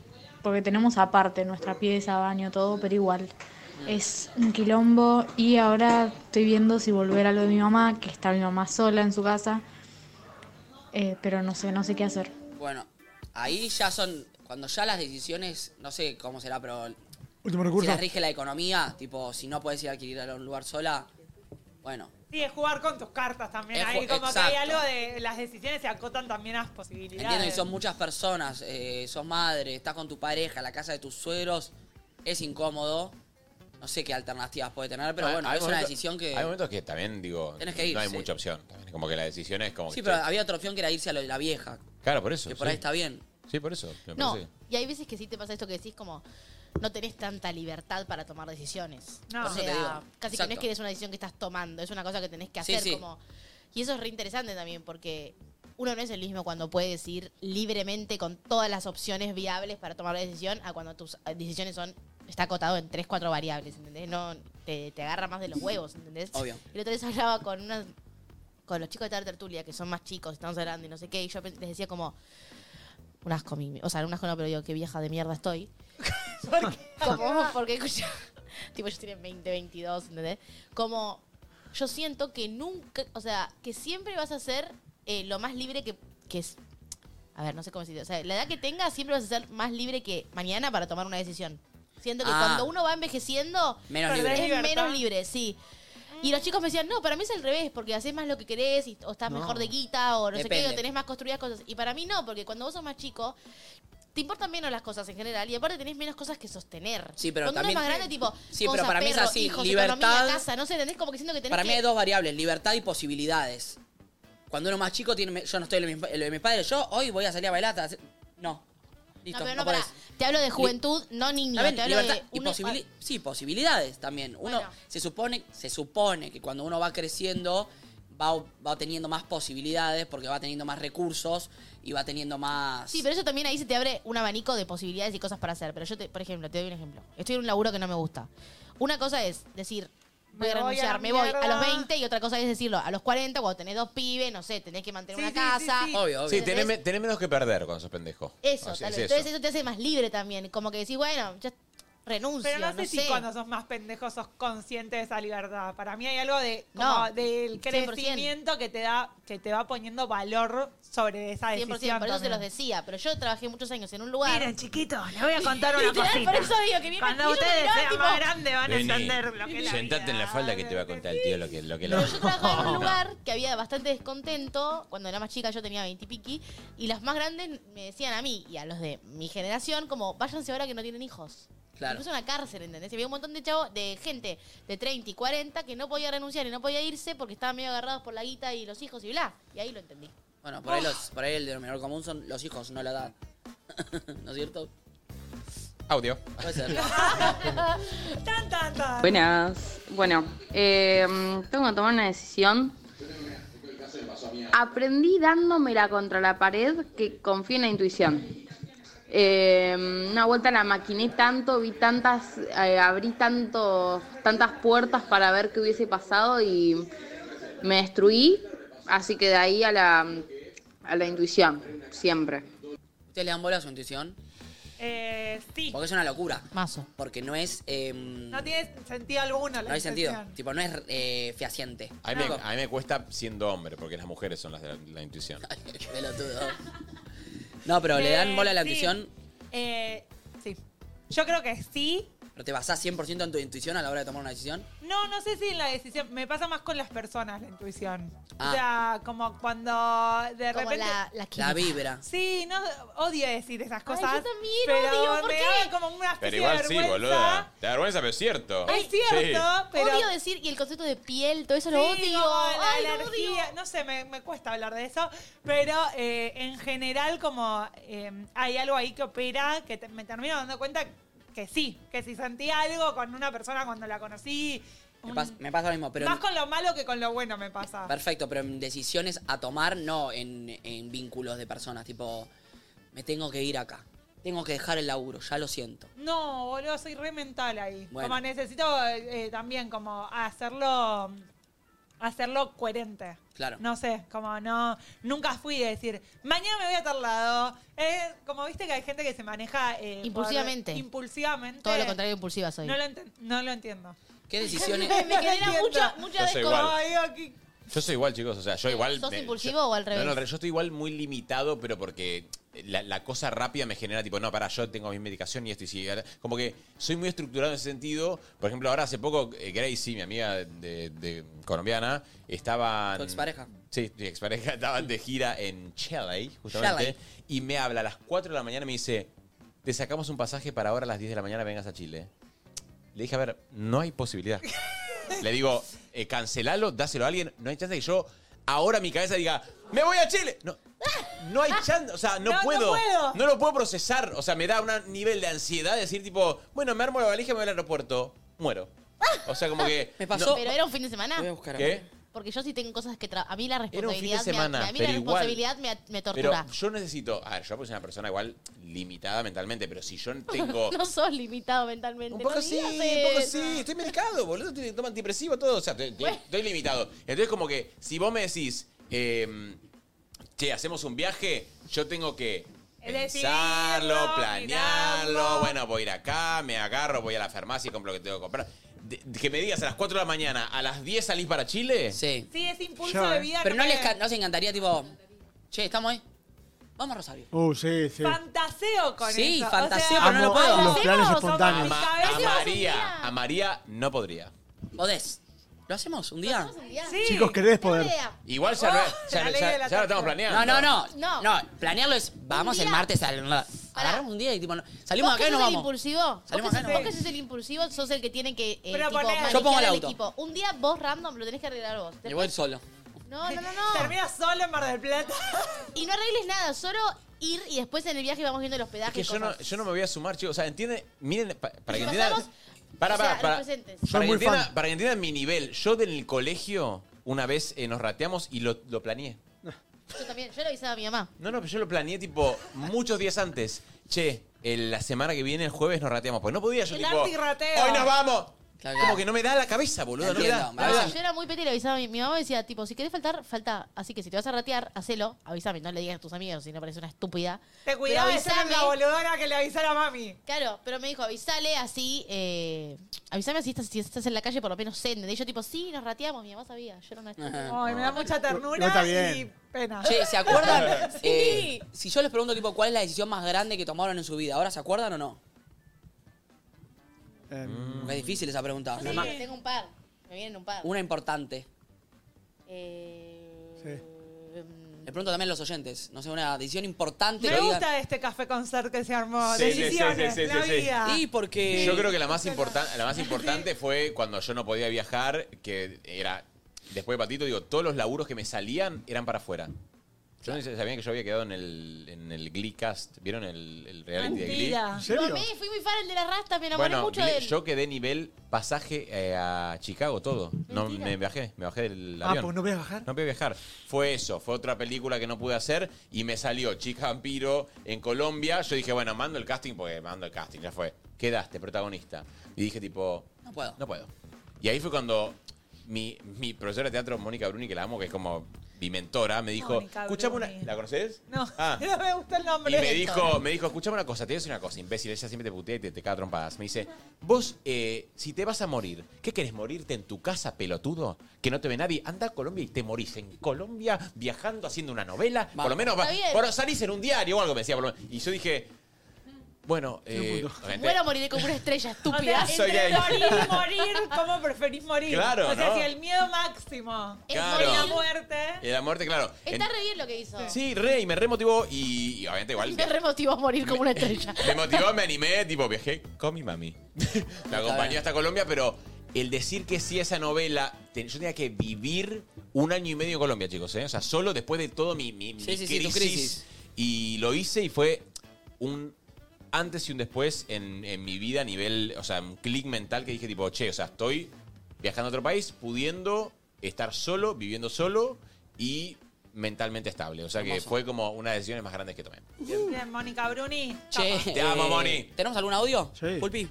[SPEAKER 15] porque tenemos aparte nuestra pieza, baño, todo, pero igual. Es un quilombo y ahora estoy viendo si volver a lo de mi mamá, que está mi mamá sola en su casa. Eh, pero no sé, no sé qué hacer.
[SPEAKER 3] Bueno, ahí ya son. Cuando ya las decisiones, no sé cómo será, pero.
[SPEAKER 12] Último
[SPEAKER 3] Si
[SPEAKER 12] recurso.
[SPEAKER 3] las rige la economía, tipo, si no puedes ir a adquirir a un lugar sola, bueno.
[SPEAKER 4] Sí, es jugar con tus cartas también.
[SPEAKER 3] Es
[SPEAKER 4] Ahí
[SPEAKER 3] ju-
[SPEAKER 4] como que hay
[SPEAKER 3] exacto.
[SPEAKER 4] algo de las decisiones se acotan también a las posibilidades.
[SPEAKER 3] Entiendo que son muchas personas, eh, sos madre, estás con tu pareja, la casa de tus suegros, es incómodo. No sé qué alternativas puede tener, pero
[SPEAKER 5] No,
[SPEAKER 3] bueno,
[SPEAKER 5] Ah, hay
[SPEAKER 3] es una
[SPEAKER 5] momentos-
[SPEAKER 3] decisión que.
[SPEAKER 5] Hay momentos que también, digo,
[SPEAKER 3] Tenés que ir,
[SPEAKER 5] no hay
[SPEAKER 3] sí.
[SPEAKER 5] mucha opción. también. Como que la decisión es como...
[SPEAKER 3] Sí,
[SPEAKER 5] que-
[SPEAKER 3] pero había otra opción que era irse a lo de la vieja.
[SPEAKER 5] Claro, por eso.
[SPEAKER 3] que por ahí está bien.
[SPEAKER 5] Sí, por eso. me
[SPEAKER 11] No,
[SPEAKER 5] parece.
[SPEAKER 11] y hay veces que sí te pasa esto que decís como no tenés tanta libertad para tomar decisiones.
[SPEAKER 7] No.
[SPEAKER 11] o
[SPEAKER 7] Por eso te
[SPEAKER 11] sea,
[SPEAKER 7] digo.
[SPEAKER 11] casi que no es
[SPEAKER 7] Exacto.
[SPEAKER 11] que es una decisión que estás tomando, es una cosa que tenés que
[SPEAKER 7] Sí,
[SPEAKER 11] hacer
[SPEAKER 7] sí.
[SPEAKER 11] como y eso es re interesante también porque uno no es el mismo cuando puede decidir libremente con todas las opciones viables para tomar la decisión a cuando tus eh, decisiones son está acotado en tres, cuatro variables, ¿entendés? No te, te agarra más de los huevos, ¿entendés?
[SPEAKER 7] Obvio.
[SPEAKER 11] El otro día hablaba con unas con los chicos de Tarde Tertulia que son más chicos, estamos hablando y no sé qué, y yo pen- les decía como un asco, mi- o sea, un asco no, pero digo, qué vieja de mierda estoy. Como, porque escucha, tipo, ellos tienen 20, 22, ¿entendés? Como, yo siento que nunca, o sea, que siempre vas a ser eh, lo más libre que, que es. A ver, no sé cómo decirlo. O sea, la edad que tengas siempre vas a ser más libre que mañana para tomar una decisión. Siento que
[SPEAKER 3] Ah.
[SPEAKER 11] cuando uno va envejeciendo,
[SPEAKER 3] Menos libre.
[SPEAKER 11] es
[SPEAKER 3] Libertad.
[SPEAKER 11] menos libre, sí. Y los chicos me decían, no, para mí es al revés, porque haces más lo que querés, y- o estás
[SPEAKER 7] No.
[SPEAKER 11] mejor de guita, o no sé qué,
[SPEAKER 7] Depende.
[SPEAKER 11] o tenés más construidas cosas. Y para mí no, porque cuando vos sos más chico, te importan menos las cosas en general, y aparte tenés menos cosas que sostener.
[SPEAKER 3] Sí, pero
[SPEAKER 11] cuando uno
[SPEAKER 3] también-
[SPEAKER 11] es más grande, tipo,
[SPEAKER 3] Sí, pero
[SPEAKER 11] cosas,
[SPEAKER 3] para mí es
[SPEAKER 11] perro,
[SPEAKER 3] así,
[SPEAKER 11] hijos,
[SPEAKER 3] libertad-
[SPEAKER 11] economía, casa, no sé, ¿entendés? Como que siento que tenés
[SPEAKER 3] Para mí
[SPEAKER 11] que-
[SPEAKER 3] hay dos variables, libertad y posibilidades. Cuando uno es más chico, tiene, yo no estoy en lo de mis- en lo de mis padres, yo hoy voy a salir a bailar. hasta hacer- No. Listo,
[SPEAKER 11] No, pero
[SPEAKER 3] no
[SPEAKER 11] no, pará.
[SPEAKER 3] podés.
[SPEAKER 11] Te hablo de
[SPEAKER 3] Li-
[SPEAKER 11] juventud, no niño.
[SPEAKER 3] También
[SPEAKER 11] Te hablo
[SPEAKER 3] libertad
[SPEAKER 11] de
[SPEAKER 3] y
[SPEAKER 11] uno-
[SPEAKER 3] posibili- sí, posibilidades también. Uno se supone, se supone que cuando uno va creciendo va, va teniendo más posibilidades porque va teniendo más recursos y va teniendo más
[SPEAKER 11] Sí, pero eso también ahí se te abre un abanico de posibilidades y cosas para hacer. Pero yo, te, por ejemplo, te doy un ejemplo. Estoy en un laburo que no me gusta. Una cosa es decir, voy
[SPEAKER 7] Me voy
[SPEAKER 11] a
[SPEAKER 7] a
[SPEAKER 11] renunciar,
[SPEAKER 7] la
[SPEAKER 11] me voy a los
[SPEAKER 7] mierda.
[SPEAKER 11] 20 y otra cosa es decirlo, a los 40, cuando tenés dos pibes, no sé, tenés que mantener una casa.
[SPEAKER 5] Obvio, obvio. Sí, tenés,
[SPEAKER 11] ¿Entendés?
[SPEAKER 5] me- tenés menos que perder cuando sos pendejo.
[SPEAKER 11] Eso,
[SPEAKER 5] O sea,
[SPEAKER 11] tal
[SPEAKER 5] Ah, es
[SPEAKER 11] vez. Entonces eso te hace más libre también. Como que decís, bueno, ya renuncio,
[SPEAKER 4] Pero no
[SPEAKER 11] no
[SPEAKER 4] sé, si cuando sos más pendejo sos consciente de esa libertad. Para mí hay algo de como
[SPEAKER 11] No,
[SPEAKER 4] del
[SPEAKER 11] 100%.
[SPEAKER 4] crecimiento que te da que te va poniendo valor sobre esa
[SPEAKER 11] 100%,
[SPEAKER 4] decisión.
[SPEAKER 11] por eso se
[SPEAKER 4] también.
[SPEAKER 11] los decía, pero yo trabajé muchos años en un lugar.
[SPEAKER 4] Miren, chiquitos, les voy a contar una
[SPEAKER 11] Literal,
[SPEAKER 4] cosita.
[SPEAKER 11] por eso digo que viene
[SPEAKER 4] Cuando
[SPEAKER 11] yo
[SPEAKER 4] ustedes
[SPEAKER 11] miraba,
[SPEAKER 4] sean
[SPEAKER 11] tipo,
[SPEAKER 4] más grandes van a
[SPEAKER 5] Vení,
[SPEAKER 4] entender lo que es la
[SPEAKER 5] Sentate en la falda que te va a contar el tío lo que lo que lo.
[SPEAKER 11] Yo trabajaba en un lugar que había bastante descontento. Cuando era más chica yo tenía 20 y piqui. Y las más grandes me decían a mí y a los de mi generación como, váyanse ahora que no tienen hijos.
[SPEAKER 7] Claro.
[SPEAKER 11] Incluso una cárcel, ¿entendés? Y había un montón de chavos, de gente de 30 y 40 que no podía renunciar y no podía irse porque estaban medio agarrados por la guita y los hijos y bla. Y ahí lo entendí.
[SPEAKER 3] Bueno, por ahí,
[SPEAKER 11] ¡Ah!
[SPEAKER 3] los, por ahí el denominador común son los hijos, no la edad. ¿No es cierto?
[SPEAKER 5] Audio.
[SPEAKER 3] Puede ser.
[SPEAKER 4] Tan, tan, tan.
[SPEAKER 9] Buenas. Bueno, eh, tengo que tomar una decisión. Aprendí dándomela contra la pared que confío en la intuición. Eh, una vuelta la maquiné tanto, vi tantas, eh, abrí tanto, tantas puertas para ver qué hubiese pasado y me destruí. Así que de ahí a la, a la intuición, siempre.
[SPEAKER 3] ¿Ustedes le dan bola a su intuición?
[SPEAKER 4] Eh, sí.
[SPEAKER 3] Porque es una locura.
[SPEAKER 11] Mazo.
[SPEAKER 3] Porque no es. eh, no
[SPEAKER 4] No tiene sentido alguno la
[SPEAKER 3] hay sentido.
[SPEAKER 4] decisión.
[SPEAKER 3] Tipo, no es eh, fehaciente.
[SPEAKER 5] A mí, me, a mí me cuesta siendo hombre, porque las mujeres son las de la, la intuición.
[SPEAKER 3] Pelotudo. No, pero le dan
[SPEAKER 4] Eh,
[SPEAKER 3] bola a la
[SPEAKER 4] sí.
[SPEAKER 3] intuición,
[SPEAKER 4] Eh, sí. Yo creo que sí,
[SPEAKER 3] pero te basás 100% en tu intuición a la hora de tomar una decisión.
[SPEAKER 4] No, no sé si en la decisión. Me pasa más con las personas la intuición.
[SPEAKER 3] Ah.
[SPEAKER 4] O sea, como cuando de
[SPEAKER 11] Como
[SPEAKER 4] repente.
[SPEAKER 11] la- la química. La vibra.
[SPEAKER 4] Sí, no, odio decir esas cosas.
[SPEAKER 11] yo también
[SPEAKER 4] pero
[SPEAKER 11] odio, ¿por
[SPEAKER 4] me
[SPEAKER 11] qué?
[SPEAKER 4] da como una especie
[SPEAKER 5] Pero igual
[SPEAKER 4] de
[SPEAKER 5] sí,
[SPEAKER 4] vergüenza.
[SPEAKER 5] boluda. Te da vergüenza, pero es cierto.
[SPEAKER 4] Es cierto,
[SPEAKER 5] Sí.
[SPEAKER 4] pero.
[SPEAKER 11] Odio decir, y el concepto de piel, todo eso
[SPEAKER 4] Sí,
[SPEAKER 11] lo
[SPEAKER 4] como
[SPEAKER 11] odio.
[SPEAKER 4] la
[SPEAKER 11] Ay, lo odio.
[SPEAKER 4] energía, no sé, me, me cuesta hablar de eso, pero eh, en general como eh, hay algo ahí que opera, que te- me termino dando cuenta que sí, que si sentí algo con una persona cuando la conocí,
[SPEAKER 3] Me, pas- me pasa lo mismo, pero.
[SPEAKER 4] más con lo malo que con lo bueno me pasa.
[SPEAKER 3] Perfecto, pero en decisiones a tomar, no en, en vínculos de personas. Tipo, me tengo que ir acá. tengo que dejar el laburo, ya lo siento.
[SPEAKER 4] No, boludo, soy re mental ahí.
[SPEAKER 3] Bueno.
[SPEAKER 4] Como necesito eh, también como hacerlo hacerlo coherente.
[SPEAKER 3] Claro.
[SPEAKER 4] No sé, como no, nunca fui a decir, mañana me voy a tal lado. Eh, como viste que hay gente que se maneja... eh, por-
[SPEAKER 11] Impulsivamente.
[SPEAKER 4] impulsivamente.
[SPEAKER 11] Todo lo contrario, impulsiva soy.
[SPEAKER 4] No lo, enten- no lo entiendo.
[SPEAKER 3] ¿Qué
[SPEAKER 11] decisiones- Me genera mucha- mucha
[SPEAKER 5] Yo soy desconfianza. igual.
[SPEAKER 4] Ay, digo, ¿qué-
[SPEAKER 5] Yo soy igual, chicos. O sea,
[SPEAKER 3] Eh,
[SPEAKER 5] yo igual.
[SPEAKER 11] ¿Sos
[SPEAKER 5] me-
[SPEAKER 11] impulsivo
[SPEAKER 5] yo-
[SPEAKER 11] o al revés?
[SPEAKER 5] No, no, yo estoy igual muy limitado, pero porque la, la cosa rápida me genera tipo, no, para, yo tengo mi medicación y esto y sí. Como que soy muy estructurado en ese sentido. Por ejemplo, ahora hace poco, eh, Gracie, mi amiga de, de- colombiana, estaba.
[SPEAKER 3] Tu expareja.
[SPEAKER 5] Sí, mi expareja estaba de gira en Chile, justamente.
[SPEAKER 3] Chile.
[SPEAKER 5] Y me habla a las 4 de la mañana y me dice: Te sacamos un pasaje para ahora a las 10 de la mañana, vengas a Chile. Le dije, a ver, no hay posibilidad. Le digo, eh, cancelalo, dáselo a alguien. No hay chance de que yo ahora mi cabeza diga, me voy a Chile. No, no hay chance, o sea, no,
[SPEAKER 6] No, no
[SPEAKER 5] puedo,
[SPEAKER 6] puedo.
[SPEAKER 5] No lo puedo procesar. O sea, me da un nivel de ansiedad decir, tipo, bueno, me armo la valija y me voy al aeropuerto. Muero. O sea, como que. no-
[SPEAKER 11] Pero era un fin de semana.
[SPEAKER 5] ¿Qué?
[SPEAKER 11] Porque yo sí tengo cosas que... tra- A mí la
[SPEAKER 5] fin de
[SPEAKER 11] responsabilidad,
[SPEAKER 5] semana,
[SPEAKER 11] me, a mí
[SPEAKER 5] pero
[SPEAKER 11] la
[SPEAKER 5] igual.
[SPEAKER 11] responsabilidad me, at- me tortura.
[SPEAKER 5] Pero yo necesito. A ver, yo soy una persona igual limitada mentalmente, pero si yo tengo.
[SPEAKER 11] no sos limitado mentalmente.
[SPEAKER 5] Un poco
[SPEAKER 11] no
[SPEAKER 5] sí,
[SPEAKER 11] digas
[SPEAKER 5] un poco
[SPEAKER 11] eso.
[SPEAKER 5] sí. Estoy medicado, boludo. Estoy- Tomo antidepresivo, todo. O sea, te- te-
[SPEAKER 11] Bueno.
[SPEAKER 5] estoy limitado. Entonces, como que si vos me decís, eh, che, hacemos un viaje, yo tengo que pensarlo,
[SPEAKER 6] Decidirlo,
[SPEAKER 5] planearlo.
[SPEAKER 6] mirarlo.
[SPEAKER 5] Bueno, voy a ir acá, me agarro, voy a la farmacia y compro lo que tengo que comprar. De- que me digas a las 4 de la mañana, a las 10 salís para Chile.
[SPEAKER 3] Sí.
[SPEAKER 4] Sí, es impulso
[SPEAKER 5] Yo,
[SPEAKER 4] de
[SPEAKER 5] eh.
[SPEAKER 4] vida.
[SPEAKER 3] Pero no
[SPEAKER 4] me-
[SPEAKER 3] les, ca- no se encantaría, tipo, che, estamos ahí. Vamos a Rosario.
[SPEAKER 12] Uh, sí, sí.
[SPEAKER 4] Fantaseo con
[SPEAKER 3] Sí,
[SPEAKER 4] eso. o
[SPEAKER 3] fantaseo,
[SPEAKER 4] sea,
[SPEAKER 3] pero no lo puedo.
[SPEAKER 12] Amo los planes
[SPEAKER 3] Hacemos,
[SPEAKER 12] espontáneos.
[SPEAKER 5] A, Ma-
[SPEAKER 3] cabeza
[SPEAKER 5] a
[SPEAKER 3] es un
[SPEAKER 5] María, a María no podría.
[SPEAKER 3] Podés. ¿Lo hacemos un día?
[SPEAKER 4] Sí.
[SPEAKER 12] Chicos, querés poder.
[SPEAKER 5] Igual ya, no es- ya-
[SPEAKER 3] la ley
[SPEAKER 5] ya-
[SPEAKER 3] de la
[SPEAKER 5] ya lo estamos
[SPEAKER 3] tortura.
[SPEAKER 5] planeando.
[SPEAKER 3] No, no,
[SPEAKER 11] No.
[SPEAKER 3] No, planearlo es, vamos
[SPEAKER 11] Un
[SPEAKER 3] el
[SPEAKER 11] día-
[SPEAKER 3] martes al... Agarramos un día y tipo, no- salimos
[SPEAKER 11] ¿Vos
[SPEAKER 3] acá
[SPEAKER 11] que
[SPEAKER 3] y nos
[SPEAKER 11] sos el
[SPEAKER 3] vamos.
[SPEAKER 11] impulsivo? ¿Vos
[SPEAKER 3] Salimos
[SPEAKER 11] que
[SPEAKER 3] acá y nos
[SPEAKER 11] sos- vos que sos el impulsivo, sos el que tiene que eh,
[SPEAKER 4] Pero
[SPEAKER 11] tipo,
[SPEAKER 4] poné- Yo
[SPEAKER 11] manejar
[SPEAKER 3] pongo el
[SPEAKER 11] al
[SPEAKER 3] auto.
[SPEAKER 11] equipo. Un día vos random lo tenés que arreglar vos.
[SPEAKER 3] Me voy solo.
[SPEAKER 11] No, no, no, no.
[SPEAKER 4] Terminas solo en Mar del Plata.
[SPEAKER 11] Y no arregles nada, solo ir y después en el viaje vamos viendo el
[SPEAKER 5] Es
[SPEAKER 11] hospedaje.
[SPEAKER 5] que
[SPEAKER 11] y
[SPEAKER 5] yo no,
[SPEAKER 11] cosas.
[SPEAKER 5] yo no me voy a sumar, chicos. O sea, entiende, miren, pa- para que
[SPEAKER 11] Si
[SPEAKER 5] entiendan.
[SPEAKER 11] pasamos-
[SPEAKER 5] Para,
[SPEAKER 11] o sea,
[SPEAKER 5] para,
[SPEAKER 11] los
[SPEAKER 5] para.
[SPEAKER 11] presentes.
[SPEAKER 5] para
[SPEAKER 11] Soy
[SPEAKER 5] que
[SPEAKER 11] muy
[SPEAKER 5] entiendan-
[SPEAKER 11] fan.
[SPEAKER 5] para que entiendan mi nivel, yo del colegio una vez eh, nos rateamos y lo, lo planeé.
[SPEAKER 11] Yo también, yo lo avisaba a mi mamá.
[SPEAKER 5] No, no, pero yo lo planeé tipo muchos días antes. Che, el- la semana que viene, el jueves, nos rateamos. Pues no podía yo,
[SPEAKER 11] El
[SPEAKER 5] tipo.
[SPEAKER 11] antirrateo.
[SPEAKER 5] ¡Hoy nos vamos!
[SPEAKER 11] Claro.
[SPEAKER 5] Como que no me da la cabeza, boludo. No me da. Ah,
[SPEAKER 3] Entiendo,
[SPEAKER 5] la
[SPEAKER 11] No,
[SPEAKER 5] verdad.
[SPEAKER 11] yo era muy petty y le avisaba a mi, mi mamá decía, tipo, si querés faltar, falta. Así que si te vas a ratear, hacelo, avísame, no le digas a tus amigos si no parece una estúpida.
[SPEAKER 4] Te cuidaba de ser la boludona que le avisara a mami.
[SPEAKER 11] Claro, pero me dijo, avisale así, eh, avísame así, estás- si estás en la calle, por lo menos sende. Y yo tipo, sí, nos rateamos, mi mamá sabía, yo era una estúpida.
[SPEAKER 4] Ay, me da mucha ternura
[SPEAKER 3] No está
[SPEAKER 4] y
[SPEAKER 3] bien.
[SPEAKER 4] pena.
[SPEAKER 3] Che, ¿se acuerdan? Eh, si yo les pregunto, tipo, ¿cuál es la decisión más grande que tomaron en su vida? ¿Ahora se acuerdan o no?
[SPEAKER 12] Em,
[SPEAKER 3] Porque es difícil esa pregunta.
[SPEAKER 11] Sí,
[SPEAKER 3] Además,
[SPEAKER 11] tengo un par, me vienen un par.
[SPEAKER 3] Una importante.
[SPEAKER 11] Eh,
[SPEAKER 3] Le pregunto también a los oyentes. No sé, una decisión importante.
[SPEAKER 4] Me
[SPEAKER 3] que digan-
[SPEAKER 4] gusta este café concert que se armó.
[SPEAKER 5] Sí, sí, sí,
[SPEAKER 4] Decisiones,
[SPEAKER 5] sí, sí,
[SPEAKER 4] la
[SPEAKER 5] sí, sí.
[SPEAKER 4] vida.
[SPEAKER 3] Y porque...
[SPEAKER 5] Yo creo que la más, importante la más importante fue cuando yo no podía viajar, que era, después de Patito, digo, todos los laburos que me salían eran para afuera. Yo no sabía que yo había quedado en el, en el Glee Cast. ¿Vieron el, el reality
[SPEAKER 11] Mentira.
[SPEAKER 5] de Glee?
[SPEAKER 11] Lo amé, fui muy fan del de las rastas, me enamoré
[SPEAKER 5] Bueno,
[SPEAKER 11] mucho
[SPEAKER 5] Glee-
[SPEAKER 11] de él.
[SPEAKER 5] yo quedé nivel pasaje eh, a Chicago, todo. No, me bajé, me bajé del
[SPEAKER 12] Ah,
[SPEAKER 5] avión.
[SPEAKER 12] pues no voy a bajar.
[SPEAKER 5] No voy a viajar. Fue eso, fue otra película que no pude hacer y me salió Chica Vampiro en Colombia. Yo dije, bueno, mando el casting porque mando el casting, ya fue. Quedaste protagonista. Y dije, tipo,
[SPEAKER 3] No puedo.
[SPEAKER 5] no puedo. Y ahí fue cuando mi, mi profesora de teatro, Mónica Bruni, que la amo, que es como mi mentora, me dijo,
[SPEAKER 4] Mónica
[SPEAKER 5] escuchame una.
[SPEAKER 4] Bruni.
[SPEAKER 5] ¿La conoces?
[SPEAKER 4] No,
[SPEAKER 5] Ah.
[SPEAKER 4] no me gusta el
[SPEAKER 5] Y
[SPEAKER 4] nombre.
[SPEAKER 5] me dijo, me dijo, escuchame una cosa, te voy a decir una cosa, imbécil, ella siempre te putea y te, te caga a trompadas. Me dice, vos, eh, si te vas a morir, ¿qué querés morirte en tu casa, pelotudo? Que no te ve nadie. Anda a Colombia y te morís en Colombia, viajando, haciendo una novela. Por lo menos,
[SPEAKER 11] Está
[SPEAKER 5] va-
[SPEAKER 11] bien.
[SPEAKER 5] por, salís en un diario o algo, me decía. por lo menos. Y yo dije, bueno, eh, obviamente-
[SPEAKER 11] Muero, moriré como una estrella
[SPEAKER 4] O
[SPEAKER 11] estúpida.
[SPEAKER 4] sea,
[SPEAKER 5] Soy
[SPEAKER 4] entre
[SPEAKER 5] gay.
[SPEAKER 4] morir y morir, ¿cómo preferís morir?
[SPEAKER 5] Claro,
[SPEAKER 4] O sea,
[SPEAKER 5] ¿no?
[SPEAKER 4] si el miedo máximo es
[SPEAKER 5] Claro.
[SPEAKER 4] morir a muerte.
[SPEAKER 5] eh, la muerte, claro. En-
[SPEAKER 11] Está re bien lo que hizo.
[SPEAKER 5] sí, re, y me remotivó y, y obviamente igual.
[SPEAKER 11] Me remotivó a morir como una estrella.
[SPEAKER 5] Me motivó, me animé, tipo, viajé con mi mami. La acompañó
[SPEAKER 3] bien.
[SPEAKER 5] hasta Colombia, pero el decir que sí a esa novela, te- yo tenía que vivir un año y medio en Colombia, chicos, ¿eh? O sea, solo después de todo mi, mi, mi
[SPEAKER 3] Sí, sí, sí, tu
[SPEAKER 5] crisis,
[SPEAKER 3] crisis.
[SPEAKER 5] Y lo hice y fue un antes y un después en, en mi vida a nivel, o sea, un clic mental que dije, tipo, che, o sea, estoy viajando a otro país, pudiendo estar solo, viviendo solo y mentalmente estable. O sea que
[SPEAKER 3] Hermoso.
[SPEAKER 5] fue como una de las decisiones más grandes que tomé.
[SPEAKER 4] Bien, Mónica Bruni.
[SPEAKER 3] Che,
[SPEAKER 5] Te amo, Moni.
[SPEAKER 3] Eh, ¿Tenemos algún audio? Sí. Pulpi.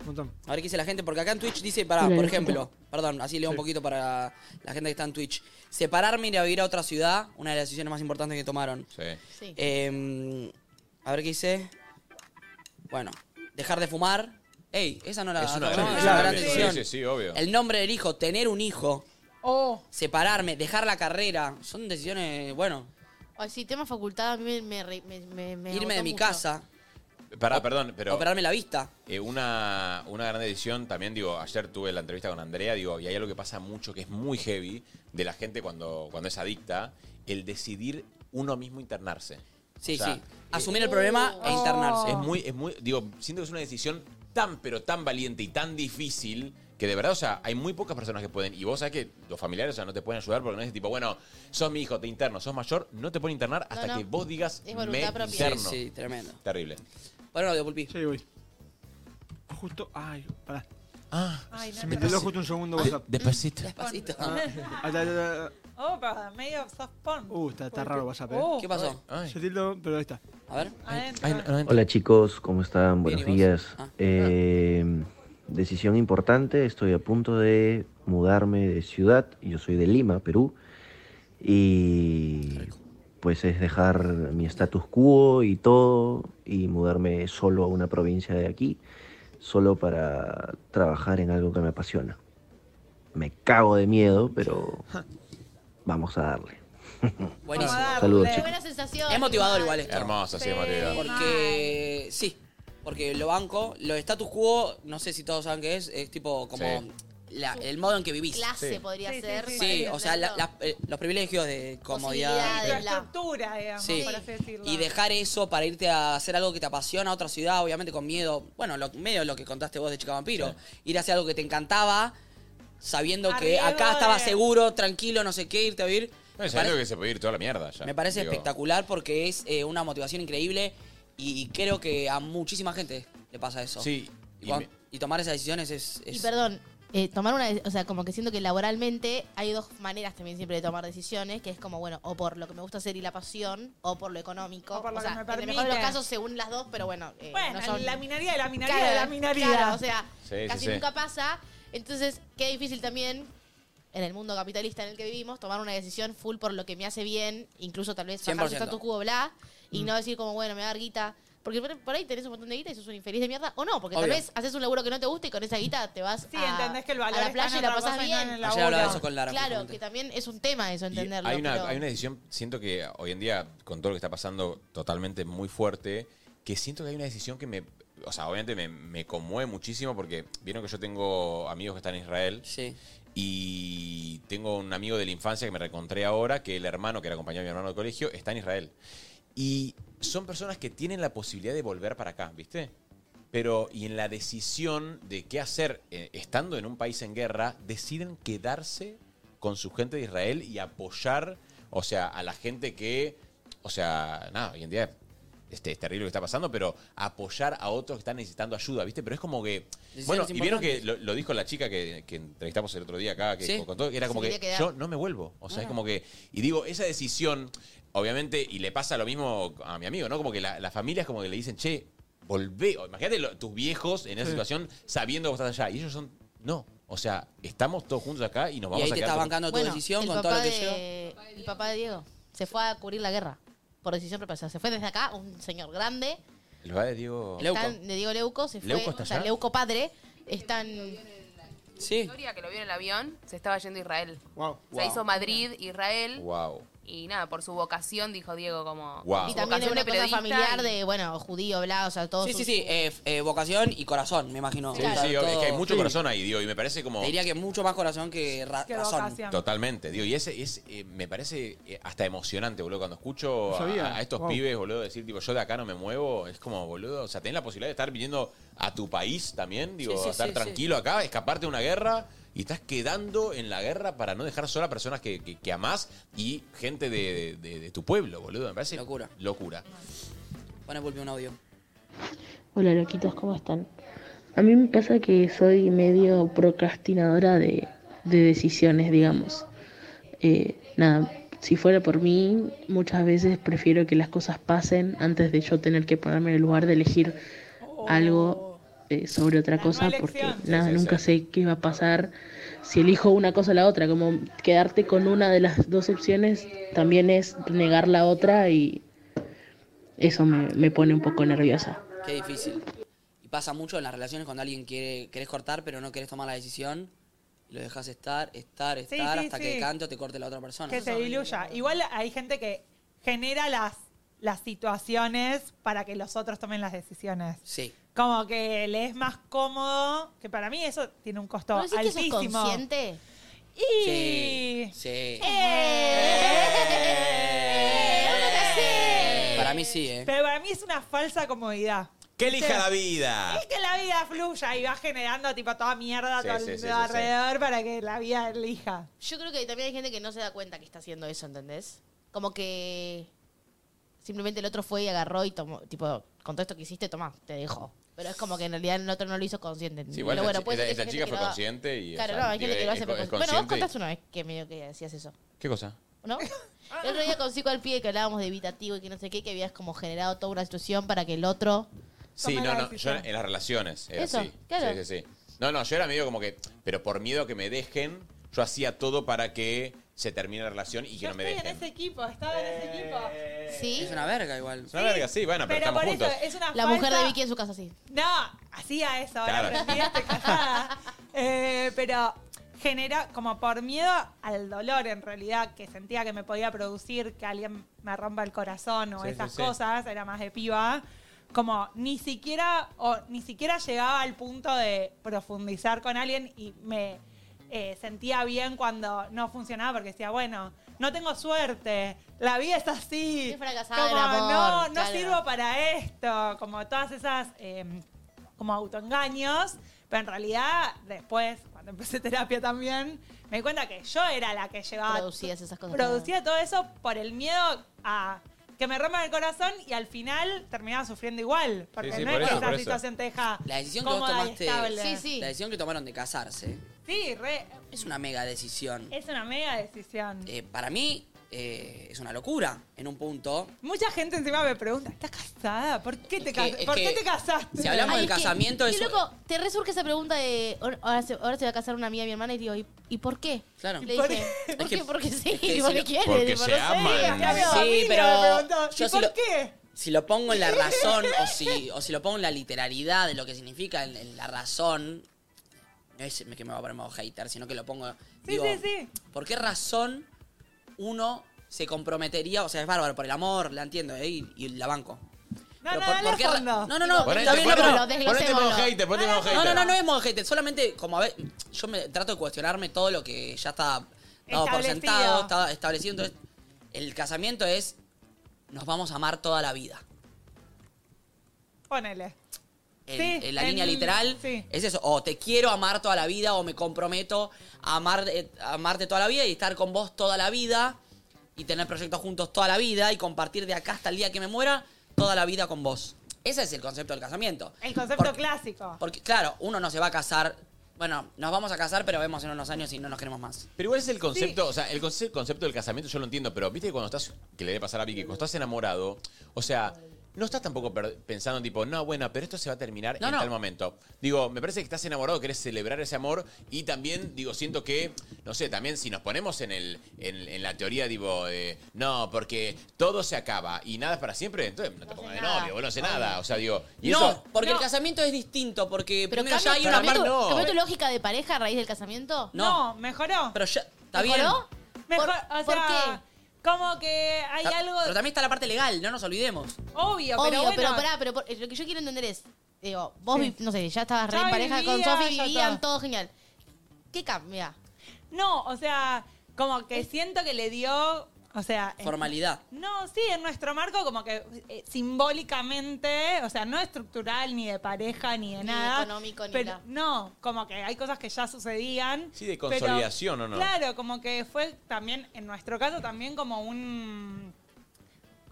[SPEAKER 3] A ver qué dice la gente, porque acá en Twitch dice, para,
[SPEAKER 4] Hola,
[SPEAKER 3] por
[SPEAKER 4] Lucita.
[SPEAKER 3] ejemplo, perdón, así leo un poquito para la gente que está en Twitch. Separarme y ir a vivir a otra ciudad, una de las decisiones más importantes que tomaron.
[SPEAKER 11] Sí.
[SPEAKER 3] Eh, a ver qué dice. Bueno, dejar de fumar. Ey, esa no la
[SPEAKER 5] Es una
[SPEAKER 3] no,
[SPEAKER 5] gran
[SPEAKER 3] no,
[SPEAKER 5] decisión.
[SPEAKER 3] gran
[SPEAKER 5] Sí,
[SPEAKER 3] decisión.
[SPEAKER 5] sí, sí, obvio.
[SPEAKER 3] El nombre del hijo, tener un hijo,
[SPEAKER 5] Oh.
[SPEAKER 3] separarme, dejar la carrera. Son decisiones, bueno,
[SPEAKER 11] Ay, sí, tema facultad, a mí me, me, re- me- me- me
[SPEAKER 3] irme de
[SPEAKER 11] agotó
[SPEAKER 3] mi
[SPEAKER 11] mucho.
[SPEAKER 3] casa,
[SPEAKER 5] Pará, perdón, pero.
[SPEAKER 3] operarme la vista.
[SPEAKER 5] Eh, una, una gran decisión, también digo, ayer tuve la entrevista con Andrea, digo, y hay algo que pasa mucho que es muy heavy de la gente cuando, cuando es adicta, el decidir uno mismo internarse. eh,
[SPEAKER 3] Sí, sí. Asumir el problema
[SPEAKER 11] Oh.
[SPEAKER 3] e internarse.
[SPEAKER 5] Es muy, es muy, digo, siento que es una decisión tan, pero tan valiente y tan difícil que de verdad, o sea, hay muy pocas personas que pueden. Y vos sabés que los familiares, o sea, no te pueden ayudar porque no es tipo, bueno, sos mi hijo, te interno, sos mayor, no te pueden internar hasta
[SPEAKER 11] no.
[SPEAKER 5] que vos digas,
[SPEAKER 11] Es
[SPEAKER 5] me
[SPEAKER 11] voluntad propia.
[SPEAKER 5] interno.
[SPEAKER 3] Sí, sí, tremendo.
[SPEAKER 5] Terrible.
[SPEAKER 3] Para un audio, Pulpi.
[SPEAKER 12] Sí, voy. Justo. Ay, pará.
[SPEAKER 5] Ah,
[SPEAKER 4] Ay, no,
[SPEAKER 12] Se me
[SPEAKER 4] pero-
[SPEAKER 12] peló justo un segundo
[SPEAKER 4] Ah,
[SPEAKER 12] WhatsApp.
[SPEAKER 5] despacito.
[SPEAKER 3] Despacito.
[SPEAKER 12] Ah, ah, está, está, está.
[SPEAKER 4] Opa, medio soft porn.
[SPEAKER 12] Uh, está, está raro WhatsApp. ¿eh?
[SPEAKER 4] Oh. ¿Qué pasó?
[SPEAKER 12] Se tildó, pero ahí está.
[SPEAKER 3] A ver.
[SPEAKER 16] Hola chicos, ¿cómo están? Buenos
[SPEAKER 12] Bien, ¿y vos? Ah,
[SPEAKER 16] días. Eh, decisión importante, estoy a punto de mudarme de ciudad, yo soy de Lima, Perú, y pues es dejar mi status quo y todo y mudarme solo a una provincia de aquí, solo para trabajar en algo que me apasiona. Me cago de miedo, pero vamos a darle.
[SPEAKER 3] Buenísimo.
[SPEAKER 16] Saludos
[SPEAKER 11] Qué
[SPEAKER 16] chicos.
[SPEAKER 11] buena sensación.
[SPEAKER 3] Es motivador igual esto.
[SPEAKER 5] Hermoso, sí, Sí.
[SPEAKER 11] Eh,
[SPEAKER 5] motivador.
[SPEAKER 3] Porque, sí, porque lo banco, lo de status quo, no sé si todos saben qué es, es tipo como
[SPEAKER 5] Sí.
[SPEAKER 3] la- el modo en que vivís.
[SPEAKER 11] Clase podría ser.
[SPEAKER 3] Sí, o sea, la- la- eh, los privilegios de comodidad.
[SPEAKER 4] La estructura, digamos,
[SPEAKER 3] Sí.
[SPEAKER 4] por así decirlo.
[SPEAKER 3] Y dejar eso para irte a hacer algo que te apasiona a otra ciudad, obviamente con miedo. Bueno, lo, medio lo que contaste vos de Chica Vampiro. Ir a hacer algo que te encantaba, sabiendo que
[SPEAKER 5] Arriesgo
[SPEAKER 3] acá estaba
[SPEAKER 5] de-
[SPEAKER 3] seguro, tranquilo, no sé qué, irte a vivir.
[SPEAKER 5] No, es
[SPEAKER 3] Me parece-
[SPEAKER 5] algo que se puede ir toda la mierda ya.
[SPEAKER 3] Me parece
[SPEAKER 5] Digo,
[SPEAKER 3] espectacular porque es eh, una motivación increíble y, y creo que a muchísima gente le pasa eso.
[SPEAKER 5] Sí,
[SPEAKER 3] Y,
[SPEAKER 5] y
[SPEAKER 3] cuan-
[SPEAKER 5] me-
[SPEAKER 3] y tomar esas decisiones es... es-
[SPEAKER 11] Y perdón, eh, tomar una. O sea, como que siento que laboralmente hay dos maneras también siempre de tomar decisiones, que es como, bueno, o por lo que me gusta hacer y la pasión, o por lo económico.
[SPEAKER 4] O por lo
[SPEAKER 11] o
[SPEAKER 4] que
[SPEAKER 11] sea,
[SPEAKER 4] me
[SPEAKER 11] en el mejor de los
[SPEAKER 4] permite.
[SPEAKER 11] casos, según las dos, pero bueno. eh,
[SPEAKER 4] Bueno,
[SPEAKER 11] no son-
[SPEAKER 4] la minería de la minería
[SPEAKER 11] Claro,
[SPEAKER 4] de la minería.
[SPEAKER 11] claro, o sea,
[SPEAKER 5] Sí, sí,
[SPEAKER 11] casi
[SPEAKER 5] sí.
[SPEAKER 11] nunca pasa. Entonces, qué difícil también. En el mundo capitalista en el que vivimos, tomar una decisión full por lo que me hace bien, incluso tal vez bajar
[SPEAKER 3] 100%.
[SPEAKER 11] el status quo, bla, y
[SPEAKER 5] Mm.
[SPEAKER 11] no decir como, bueno, me va a dar guita. Porque por, por ahí tenés un montón de guita y sos un infeliz de mierda, o no, porque
[SPEAKER 3] Obvio.
[SPEAKER 11] tal vez haces un laburo que no te gusta y con esa guita te vas
[SPEAKER 4] Sí,
[SPEAKER 11] a,
[SPEAKER 4] entendés que el valor
[SPEAKER 11] a la
[SPEAKER 4] está en
[SPEAKER 11] playa y la
[SPEAKER 4] otra
[SPEAKER 11] pasás
[SPEAKER 4] cosa y no en el
[SPEAKER 11] bien.
[SPEAKER 4] Ayer laburo. hablaba
[SPEAKER 5] de eso con Lara,
[SPEAKER 11] Claro,
[SPEAKER 5] justamente.
[SPEAKER 11] que también es un tema eso,
[SPEAKER 5] Y
[SPEAKER 11] entenderlo.
[SPEAKER 5] hay, una,
[SPEAKER 11] pero-
[SPEAKER 5] hay una decisión, siento que hoy en día, con todo lo que está pasando, totalmente muy fuerte, que siento que hay una decisión que me. O sea, obviamente me, me conmueve muchísimo porque vieron que yo tengo amigos que están en Israel. Y tengo un amigo de la infancia que me reencontré ahora, que el hermano que era compañero de mi hermano de colegio está en Israel. Y son personas que tienen la posibilidad de volver para acá, ¿viste? Pero, y en la decisión de qué hacer, eh, estando en un país en guerra, deciden quedarse con su gente de Israel y apoyar, o sea, a la gente que, o sea, nada, hoy en día este, es terrible lo que está pasando, pero apoyar a otros que están necesitando ayuda, ¿viste? Pero es como que,
[SPEAKER 3] Decisiones
[SPEAKER 5] bueno, y vieron que
[SPEAKER 3] importantes.
[SPEAKER 5] lo, lo dijo la chica que, que entrevistamos el otro día acá, que
[SPEAKER 3] Sí.
[SPEAKER 5] contó, que era
[SPEAKER 3] Se
[SPEAKER 5] como que
[SPEAKER 3] quería quedar.
[SPEAKER 5] yo no me vuelvo, o sea, es
[SPEAKER 3] Ah.
[SPEAKER 5] como que, y digo, esa decisión, obviamente, y le pasa lo mismo a mi amigo, ¿no? Como que la, la familia es como que le dicen, che, volvé, O imagínate lo- tus viejos en esa
[SPEAKER 3] Sí.
[SPEAKER 5] situación sabiendo que vos estás allá, y ellos son, no, o sea, estamos todos juntos acá y nos vamos
[SPEAKER 3] y ahí
[SPEAKER 5] a
[SPEAKER 3] te
[SPEAKER 5] quedar
[SPEAKER 3] estás
[SPEAKER 5] todos-
[SPEAKER 3] bancando tu
[SPEAKER 11] Bueno,
[SPEAKER 3] decisión
[SPEAKER 11] el
[SPEAKER 3] con todo lo
[SPEAKER 11] papá
[SPEAKER 3] que lleva.
[SPEAKER 11] de- El papá de Diego se fue a cubrir la guerra por decisión propia. O sea, se fue desde acá, un señor grande,
[SPEAKER 5] El padre,
[SPEAKER 3] Oh.
[SPEAKER 5] digo...
[SPEAKER 11] están- de Diego Leuco, se fue,
[SPEAKER 5] ¿Leuco está
[SPEAKER 11] o sea,
[SPEAKER 5] allá?
[SPEAKER 11] Leuco padre, están...
[SPEAKER 3] Sí.
[SPEAKER 9] Gloria, que lo vio en el avión, se estaba yendo a Israel.
[SPEAKER 12] Wow.
[SPEAKER 9] Se hizo Madrid, Israel.
[SPEAKER 5] Wow.
[SPEAKER 9] Y nada, por su vocación, dijo Diego, como.
[SPEAKER 3] Wow.
[SPEAKER 11] Y también es
[SPEAKER 9] Vocación
[SPEAKER 11] una
[SPEAKER 9] de
[SPEAKER 11] cosa
[SPEAKER 9] periodista
[SPEAKER 11] familiar
[SPEAKER 9] y-
[SPEAKER 11] de, bueno, judío, bla, o sea, todos
[SPEAKER 3] Sí, sí,
[SPEAKER 11] sus-
[SPEAKER 3] sí, eh, f- eh, vocación y corazón, me imagino.
[SPEAKER 5] Sí,
[SPEAKER 3] Está
[SPEAKER 5] sí, obvio, es
[SPEAKER 3] todo-
[SPEAKER 5] que hay mucho
[SPEAKER 3] Sí.
[SPEAKER 5] corazón ahí, digo, y me parece como...
[SPEAKER 3] Te diría que mucho más corazón que ra-
[SPEAKER 5] Que
[SPEAKER 3] razón.
[SPEAKER 5] Totalmente, digo, y ese es, eh, me parece eh, hasta emocionante, boludo, cuando escucho
[SPEAKER 12] No
[SPEAKER 5] a-
[SPEAKER 12] sabía.
[SPEAKER 5] a, estos
[SPEAKER 12] Wow.
[SPEAKER 5] pibes, boludo, decir, tipo, yo de acá no me muevo, es como, boludo, o sea, tenés la posibilidad de estar viniendo a tu país también, digo,
[SPEAKER 12] Sí, sí,
[SPEAKER 5] estar
[SPEAKER 12] sí,
[SPEAKER 5] tranquilo acá, escaparte de una guerra y estás quedando en la guerra para no dejar sola a personas que, que- que amás y gente de, de- de tu pueblo, boludo, me parece locura. Locura.
[SPEAKER 3] Van a volver un audio.
[SPEAKER 17] Hola loquitos, ¿cómo están? A mí me pasa que soy medio procrastinadora de, de decisiones, digamos. Eh, nada, Si fuera por mí, muchas veces prefiero que las cosas pasen antes de yo tener que ponerme en el lugar de elegir algo eh, sobre otra cosa, porque nada, nunca sé qué va a pasar si elijo una cosa o la otra. Como quedarte con una de las dos opciones también es negar la otra y eso me, me pone un poco nerviosa.
[SPEAKER 3] Qué difícil. Y pasa mucho en las relaciones cuando alguien quiere, querés cortar, pero no querés tomar la decisión. Y lo dejas estar, estar,
[SPEAKER 4] Sí,
[SPEAKER 3] estar,
[SPEAKER 4] sí,
[SPEAKER 3] hasta
[SPEAKER 4] sí.
[SPEAKER 3] que de canto te corte la otra persona.
[SPEAKER 4] Que se diluya. Igual hay gente que genera las, las situaciones para que los otros tomen las decisiones.
[SPEAKER 3] Sí.
[SPEAKER 4] Como que le es más cómodo, que para mí eso tiene un costo
[SPEAKER 11] ¿Vos decís que eso es
[SPEAKER 4] altísimo.
[SPEAKER 11] consciente?
[SPEAKER 4] Y...
[SPEAKER 3] Sí. Sí. Para mí sí, ¿eh?
[SPEAKER 4] Pero para mí es una falsa comodidad.
[SPEAKER 5] Que elija
[SPEAKER 4] O sea,
[SPEAKER 5] la vida.
[SPEAKER 4] Es que la vida fluya y va generando tipo toda mierda
[SPEAKER 5] Sí,
[SPEAKER 4] todo
[SPEAKER 5] sí, sí, sí,
[SPEAKER 4] alrededor para que la vida elija.
[SPEAKER 11] Yo creo que también hay gente que no se da cuenta que está haciendo eso, ¿entendés? Como que simplemente el otro fue y agarró y tomó, tipo, con todo esto que hiciste, tomá, te dejo. Pero es como que en realidad el otro no lo hizo consciente.
[SPEAKER 5] Sí, igual
[SPEAKER 11] Pero
[SPEAKER 5] la
[SPEAKER 11] bueno,
[SPEAKER 5] chi-
[SPEAKER 11] puede ser
[SPEAKER 5] esa
[SPEAKER 11] que hay
[SPEAKER 5] chica fue
[SPEAKER 11] gente que lo haga.
[SPEAKER 5] consciente y,
[SPEAKER 11] Claro,
[SPEAKER 5] o sea,
[SPEAKER 11] no, hay gente
[SPEAKER 5] digo,
[SPEAKER 11] que lo
[SPEAKER 5] es
[SPEAKER 11] hace
[SPEAKER 5] co-
[SPEAKER 11] por
[SPEAKER 5] es
[SPEAKER 11] Bueno, vos
[SPEAKER 5] consciente y-
[SPEAKER 11] contaste una vez que medio que hacías eso,
[SPEAKER 5] ¿Qué cosa?
[SPEAKER 11] ¿no? El otro día con Cico al pie que hablábamos de evitativo y que no sé qué, que habías como generado toda una situación para que el otro...
[SPEAKER 5] Sí, no,
[SPEAKER 11] Toma la
[SPEAKER 5] no, yo
[SPEAKER 11] decisión.
[SPEAKER 5] en las relaciones era
[SPEAKER 11] Eso,
[SPEAKER 5] así.
[SPEAKER 11] claro.
[SPEAKER 5] Sí, sí, sí. No, no, yo era medio como que, pero por miedo a que me dejen, yo hacía todo para que se termine la relación y que no me
[SPEAKER 4] En
[SPEAKER 5] dejen.
[SPEAKER 4] ese equipo, estaba en ese equipo.
[SPEAKER 11] Sí.
[SPEAKER 3] Es una verga igual.
[SPEAKER 5] Es una verga, sí, bueno,
[SPEAKER 4] Pero
[SPEAKER 5] pero, estamos
[SPEAKER 4] por
[SPEAKER 5] juntos.
[SPEAKER 4] eso es una
[SPEAKER 11] La mujer
[SPEAKER 4] falsa-
[SPEAKER 11] de Vicky en su casa, sí.
[SPEAKER 4] No, hacía eso, ahora
[SPEAKER 5] Claro.
[SPEAKER 4] aprendí, estoy casada. Eh, pero genera como por miedo al dolor en realidad que sentía que me podía producir que alguien me rompa el corazón o
[SPEAKER 18] Sí, sí,
[SPEAKER 4] esas
[SPEAKER 18] sí.
[SPEAKER 4] cosas, era más de piba. Como ni siquiera, o ni siquiera llegaba al punto de profundizar con alguien y me eh, sentía bien cuando no funcionaba porque decía, bueno, no tengo suerte, la vida es así.
[SPEAKER 11] fracasada
[SPEAKER 4] Como,
[SPEAKER 11] el amor,
[SPEAKER 4] no, no
[SPEAKER 11] claro.
[SPEAKER 4] sirvo para esto. Como todas esas eh, como autoengaños. Pero en realidad, después, cuando empecé terapia también, me di cuenta que yo era la que llevaba.
[SPEAKER 11] Producías esas cosas.
[SPEAKER 4] Producía todo eso por el miedo a que me rompan el corazón y al final terminaba sufriendo igual. Porque
[SPEAKER 3] Sí, sí,
[SPEAKER 4] no
[SPEAKER 3] por
[SPEAKER 4] es
[SPEAKER 3] eso,
[SPEAKER 4] que
[SPEAKER 3] por
[SPEAKER 4] esa
[SPEAKER 3] eso.
[SPEAKER 4] situación te deja.
[SPEAKER 3] La decisión que vos
[SPEAKER 4] cómoda y
[SPEAKER 3] tomaste.
[SPEAKER 4] estable.
[SPEAKER 3] La decisión que tomaron de casarse.
[SPEAKER 4] Sí, re-
[SPEAKER 3] Es una mega decisión.
[SPEAKER 4] es una mega decisión.
[SPEAKER 3] Eh, para mí eh, es una locura en un punto.
[SPEAKER 4] Mucha gente encima me pregunta, ¿estás casada? Ah, ¿Por qué te,
[SPEAKER 3] que-
[SPEAKER 4] cas-
[SPEAKER 3] es
[SPEAKER 4] ¿por qué
[SPEAKER 3] que
[SPEAKER 4] te casaste?
[SPEAKER 3] si hablamos
[SPEAKER 11] Ay,
[SPEAKER 3] del
[SPEAKER 11] es que-
[SPEAKER 3] casamiento,
[SPEAKER 11] qué
[SPEAKER 3] es-
[SPEAKER 11] loco, te resurge esa pregunta de. ahora- Ahora se, ahora se va a casar una amiga de mi hermana y digo, ¿y, y por qué?
[SPEAKER 3] Claro.
[SPEAKER 11] Y Le
[SPEAKER 3] ¿Por
[SPEAKER 11] dije, ¿por qué? Porque sí,
[SPEAKER 3] que si
[SPEAKER 11] porque
[SPEAKER 3] lo-
[SPEAKER 11] quiere.
[SPEAKER 3] Porque
[SPEAKER 11] tipo,
[SPEAKER 3] se
[SPEAKER 11] no sé.
[SPEAKER 3] aman.
[SPEAKER 11] Claro.
[SPEAKER 3] Sí,
[SPEAKER 4] familia
[SPEAKER 3] pero
[SPEAKER 4] me preguntó,
[SPEAKER 3] yo
[SPEAKER 4] ¿y
[SPEAKER 3] si
[SPEAKER 4] por
[SPEAKER 3] lo-
[SPEAKER 4] qué?
[SPEAKER 3] Si lo pongo en la razón o si, o si lo pongo en la literalidad de lo que significa en, en la razón, no es que me va a poner modo hater, sino que lo pongo.
[SPEAKER 4] Sí,
[SPEAKER 3] digo,
[SPEAKER 4] sí, sí.
[SPEAKER 3] ¿Por qué razón uno se comprometería? O sea, es bárbaro, por el amor, la entiendo, ¿eh? y, y la banco.
[SPEAKER 4] No,
[SPEAKER 3] Pero
[SPEAKER 4] no,
[SPEAKER 3] por-
[SPEAKER 4] dale
[SPEAKER 3] ¿por qué
[SPEAKER 4] a
[SPEAKER 3] ra-
[SPEAKER 4] fondo.
[SPEAKER 3] No, no, no.
[SPEAKER 5] Ponete,
[SPEAKER 3] está bien, no,
[SPEAKER 5] ponete-
[SPEAKER 3] pero-
[SPEAKER 5] ponete Desglosémoslo. modo hater, ponete modo
[SPEAKER 3] No, no,
[SPEAKER 5] hater.
[SPEAKER 3] no, no es modo hater. Solamente como a ver, yo me trato de cuestionarme todo lo que ya está dado por
[SPEAKER 4] Establecido.
[SPEAKER 3] sentado, está establecido. Entonces, el casamiento es nos vamos a amar toda la vida.
[SPEAKER 4] Ponele.
[SPEAKER 3] En,
[SPEAKER 4] Sí,
[SPEAKER 3] en la
[SPEAKER 4] en-
[SPEAKER 3] línea literal
[SPEAKER 4] sí.
[SPEAKER 3] es eso. O te quiero amar toda la vida o me comprometo a, amar, eh, a amarte toda la vida y estar con vos toda la vida y tener proyectos juntos toda la vida y compartir de acá hasta el día que me muera toda la vida con vos. Ese es el concepto del casamiento.
[SPEAKER 4] El concepto clásico.
[SPEAKER 3] Porque, claro, uno no se va a casar. Bueno, nos vamos a casar, pero vemos en unos años y no nos queremos más.
[SPEAKER 5] Pero igual es el concepto, o sea, el conce- concepto del casamiento yo lo entiendo, pero viste que cuando estás, que le debe pasar a Vicky, cuando estás enamorado, o sea, no estás tampoco per- pensando tipo, no, bueno, pero esto se va a terminar
[SPEAKER 3] No,
[SPEAKER 5] en
[SPEAKER 3] no.
[SPEAKER 5] tal momento. Digo, me parece que estás enamorado, querés celebrar ese amor y también, digo, siento que, no sé, también si nos ponemos en, el, en, en la teoría, tipo, eh, no, porque todo se acaba y nada es para siempre, entonces no te pongas de novio, vos no sé nada, o sea, digo, y
[SPEAKER 3] no,
[SPEAKER 5] eso...
[SPEAKER 3] porque el casamiento es distinto, porque
[SPEAKER 11] Pero
[SPEAKER 3] primero
[SPEAKER 11] cambia,
[SPEAKER 3] ya hay una
[SPEAKER 11] ¿cambió
[SPEAKER 3] parte.
[SPEAKER 11] tu- cambió tu lógica de pareja a raíz del casamiento?
[SPEAKER 3] No.
[SPEAKER 4] mejoró.
[SPEAKER 3] Pero ya. ¿Está
[SPEAKER 11] ¿Mejoró?
[SPEAKER 3] bien?
[SPEAKER 4] Mejor, o sea,
[SPEAKER 11] por qué?
[SPEAKER 4] como que hay
[SPEAKER 3] Ta-
[SPEAKER 4] algo
[SPEAKER 3] Pero también está la parte legal, no nos olvidemos.
[SPEAKER 4] obvio,
[SPEAKER 11] Obvio,
[SPEAKER 4] pero
[SPEAKER 11] pero,
[SPEAKER 4] bueno.
[SPEAKER 11] pará, pero por- lo que yo quiero entender es, digo, vos,
[SPEAKER 4] Sí.
[SPEAKER 11] vi- no sé, ya estabas re
[SPEAKER 4] Ya
[SPEAKER 11] en pareja con
[SPEAKER 4] vivía,
[SPEAKER 11] Sofi,
[SPEAKER 4] ya
[SPEAKER 11] vivían
[SPEAKER 4] todo.
[SPEAKER 11] todo genial. ¿Qué cambia?
[SPEAKER 4] No, o sea, como que siento que le dio, o sea... eh, en-
[SPEAKER 3] Formalidad.
[SPEAKER 4] no, sí, en nuestro marco como que eh, simbólicamente, o sea, no estructural, ni de pareja, ni de
[SPEAKER 11] Ni
[SPEAKER 4] nada.
[SPEAKER 11] económico, ni
[SPEAKER 4] pero,
[SPEAKER 11] nada.
[SPEAKER 4] No, como que hay cosas que ya sucedían.
[SPEAKER 5] Sí, de
[SPEAKER 4] pero-
[SPEAKER 5] consolidación, ¿o no?
[SPEAKER 4] Claro, como que fue también, en nuestro caso, también como un...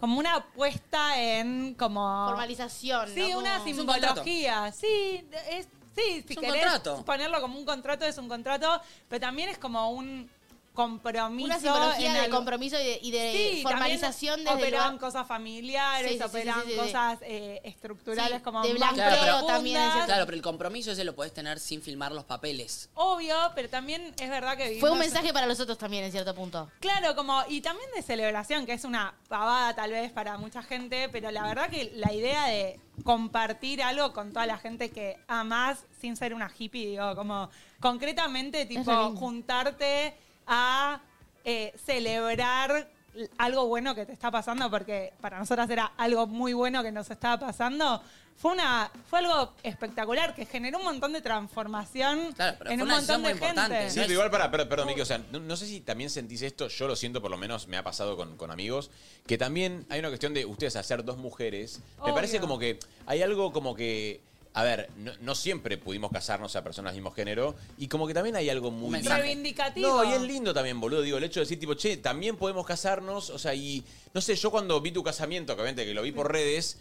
[SPEAKER 4] Como una apuesta en como...
[SPEAKER 11] Formalización,
[SPEAKER 4] Sí,
[SPEAKER 11] ¿no?
[SPEAKER 4] una
[SPEAKER 11] Como- Es un
[SPEAKER 4] simbología. sí, es, sí, si
[SPEAKER 11] un
[SPEAKER 4] querés
[SPEAKER 11] contrato.
[SPEAKER 4] ponerlo como un contrato, es un contrato, pero también es como un compromiso.
[SPEAKER 11] Una simbología
[SPEAKER 4] en
[SPEAKER 11] de
[SPEAKER 4] algo-
[SPEAKER 11] compromiso y de- y de formalización desde
[SPEAKER 4] también
[SPEAKER 11] el
[SPEAKER 4] Operan
[SPEAKER 11] lugar-
[SPEAKER 4] cosas familiares,
[SPEAKER 11] Sí, sí, sí,
[SPEAKER 4] operan
[SPEAKER 11] sí, sí, sí.
[SPEAKER 4] cosas eh, estructurales
[SPEAKER 11] Sí,
[SPEAKER 4] como
[SPEAKER 11] de
[SPEAKER 4] más
[SPEAKER 11] blanqueo
[SPEAKER 4] profundas.
[SPEAKER 3] Claro, pero el compromiso ese lo podés tener sin filmar los papeles.
[SPEAKER 4] Obvio, pero también es verdad que
[SPEAKER 11] Fue
[SPEAKER 4] vivimos-
[SPEAKER 11] un mensaje para los otros también, en cierto punto.
[SPEAKER 4] Claro, como, y también de celebración, que es una pavada tal vez para mucha gente, pero la verdad que la idea de compartir algo con toda la gente que amás sin ser una hippie, digo, como concretamente, tipo,
[SPEAKER 11] re lindo.
[SPEAKER 4] juntarte a eh, celebrar l- algo bueno que te está pasando, porque para nosotras era algo muy bueno que nos estaba pasando. Fue, una, fue algo espectacular que generó un montón de transformación
[SPEAKER 3] pero
[SPEAKER 4] en
[SPEAKER 3] fue
[SPEAKER 4] un
[SPEAKER 3] una
[SPEAKER 4] montón
[SPEAKER 3] decisión muy
[SPEAKER 4] de gente.
[SPEAKER 3] importante,
[SPEAKER 5] Sí, pero igual para, per- perdón, Miki, o sea, no, no sé si también sentís esto, yo lo siento por lo menos, me ha pasado con, con amigos, que también hay una cuestión de ustedes hacer dos mujeres. Me
[SPEAKER 1] Obvio.
[SPEAKER 5] parece como que hay algo como que. A ver, no, no siempre pudimos casarnos a personas del mismo género y como que también hay algo muy lindo.
[SPEAKER 4] Reivindicativo.
[SPEAKER 5] No, y es lindo también, boludo, digo, el hecho de decir tipo, "Che, también podemos casarnos", o sea, y no sé, yo cuando vi tu casamiento, que obviamente que lo vi por redes,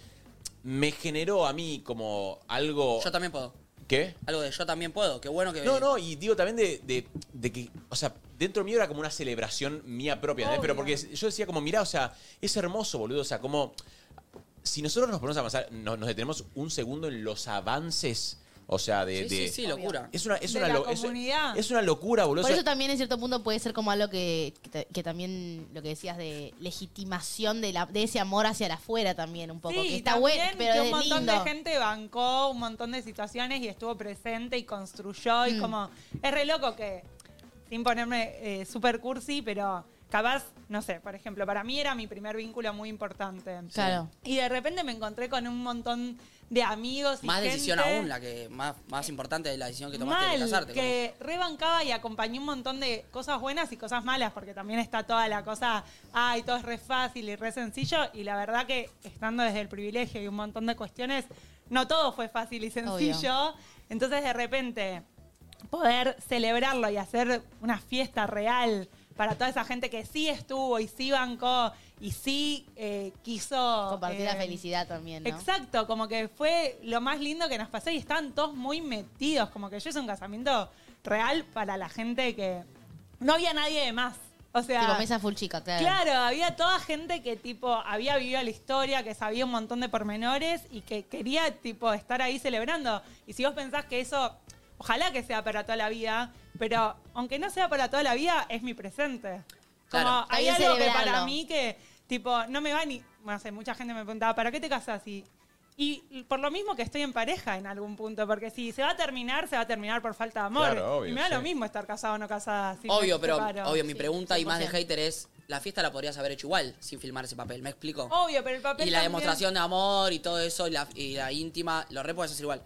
[SPEAKER 5] me generó a mí como algo
[SPEAKER 3] Yo también puedo.
[SPEAKER 5] ¿Qué?
[SPEAKER 3] Algo de yo también puedo. Qué bueno que.
[SPEAKER 5] No, no, y digo también de, de- de que, o sea, dentro mío era como una celebración mía propia, ¿entendés? Pero porque yo decía como, mirá, o sea, es hermoso, boludo, o sea, como, si nosotros nos ponemos a avanzar, no- nos detenemos un segundo en los avances, o sea, de...
[SPEAKER 11] Sí, sí,
[SPEAKER 5] de-
[SPEAKER 11] sí, locura.
[SPEAKER 5] Es una, es
[SPEAKER 11] De
[SPEAKER 5] una,
[SPEAKER 11] la
[SPEAKER 5] lo- es-
[SPEAKER 11] comunidad.
[SPEAKER 5] es una locura, boludo.
[SPEAKER 11] Por
[SPEAKER 5] o sea,
[SPEAKER 11] eso también en cierto punto puede ser como algo que, que, ta- que también lo que decías de legitimación de, la, de ese amor hacia el afuera también un poco.
[SPEAKER 4] Sí,
[SPEAKER 11] que está
[SPEAKER 4] también
[SPEAKER 11] bueno, pero
[SPEAKER 4] que
[SPEAKER 11] es
[SPEAKER 4] un montón
[SPEAKER 11] lindo.
[SPEAKER 4] de gente bancó un montón de situaciones y estuvo presente y construyó y
[SPEAKER 11] Mm.
[SPEAKER 4] como es re loco que sin ponerme eh, super cursi, pero capaz, no sé, por ejemplo, para mí era mi primer vínculo muy importante.
[SPEAKER 11] Claro.
[SPEAKER 4] Y de repente me encontré con un montón de amigos y
[SPEAKER 3] Más
[SPEAKER 4] gente
[SPEAKER 3] decisión aún, la que más, más importante de la decisión que tomaste
[SPEAKER 4] mal,
[SPEAKER 3] de casarte. como-
[SPEAKER 4] que rebancaba y acompañó un montón de cosas buenas y cosas malas, porque también está toda la cosa, ay, todo es re fácil y re sencillo, y la verdad que estando desde el privilegio y un montón de cuestiones, no todo fue fácil y sencillo. Entonces de repente poder celebrarlo y hacer una fiesta real para toda esa gente que sí estuvo y sí bancó y sí eh, quiso...
[SPEAKER 11] Compartir la
[SPEAKER 4] eh,
[SPEAKER 11] felicidad también, ¿no?
[SPEAKER 4] Exacto, como que fue lo más lindo que nos pasó y estaban todos muy metidos, como que yo hice un casamiento real para la gente que no había nadie de más. O sea,
[SPEAKER 11] Tipo mesa full chica, claro.
[SPEAKER 4] Claro, había toda gente que tipo había vivido la historia, que sabía un montón de pormenores y que quería tipo estar ahí celebrando. Y si vos pensás que eso, ojalá que sea para toda la vida, pero aunque no sea para toda la vida, es mi presente. Como
[SPEAKER 11] Claro. Está
[SPEAKER 4] hay
[SPEAKER 11] bien
[SPEAKER 4] algo que
[SPEAKER 11] celebrarlo.
[SPEAKER 4] para mí que tipo no me va ni, no sé, mucha gente me preguntaba, ¿para qué te casas? Y y por lo mismo que estoy en pareja en algún punto, porque si se va a terminar, se va a terminar por falta de amor.
[SPEAKER 3] Claro, obvio,
[SPEAKER 4] y me da
[SPEAKER 3] sí.
[SPEAKER 4] lo mismo estar casado o no casada. si
[SPEAKER 3] obvio,
[SPEAKER 4] me
[SPEAKER 3] pero
[SPEAKER 4] separo.
[SPEAKER 3] obvio, mi pregunta y más
[SPEAKER 4] 100%.
[SPEAKER 3] de hater es, la fiesta la podrías haber hecho igual sin filmar ese papel, ¿me explico?
[SPEAKER 4] Obvio, pero el papel
[SPEAKER 3] Y la
[SPEAKER 4] también-
[SPEAKER 3] demostración de amor y todo eso, y la, y la íntima, lo re puedes hacer igual.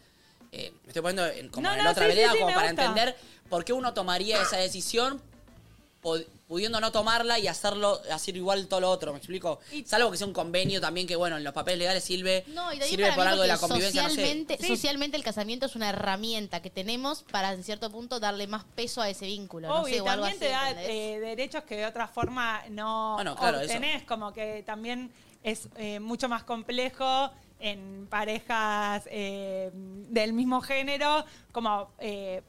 [SPEAKER 3] Eh, me estoy poniendo en, como
[SPEAKER 4] No,
[SPEAKER 3] en
[SPEAKER 4] no,
[SPEAKER 3] otra
[SPEAKER 4] sí, sí,
[SPEAKER 3] vereda,
[SPEAKER 4] sí,
[SPEAKER 3] como
[SPEAKER 4] me
[SPEAKER 3] para
[SPEAKER 4] gusta.
[SPEAKER 3] entender por qué uno tomaría esa decisión pod- pudiendo no tomarla y hacerlo hacer igual todo lo otro, ¿me explico? Salvo que sea un convenio también que, bueno, en los papeles legales sirve,
[SPEAKER 11] No, y también
[SPEAKER 3] sirve
[SPEAKER 11] para
[SPEAKER 3] por
[SPEAKER 11] mí
[SPEAKER 3] algo de la
[SPEAKER 11] porque
[SPEAKER 3] convivencia, no sé.
[SPEAKER 11] socialmente, socialmente el casamiento es una herramienta que tenemos para en cierto punto darle más peso a ese vínculo. no
[SPEAKER 4] Obvio,
[SPEAKER 11] sé,
[SPEAKER 4] y
[SPEAKER 11] o algo
[SPEAKER 4] también
[SPEAKER 11] así,
[SPEAKER 4] te da
[SPEAKER 11] ¿entendés?
[SPEAKER 4] eh, derechos que de otra forma no
[SPEAKER 11] Ah, no, claro, eso.
[SPEAKER 4] obtenés, como que también es eh, mucho más complejo en parejas eh, del mismo género, como... eh,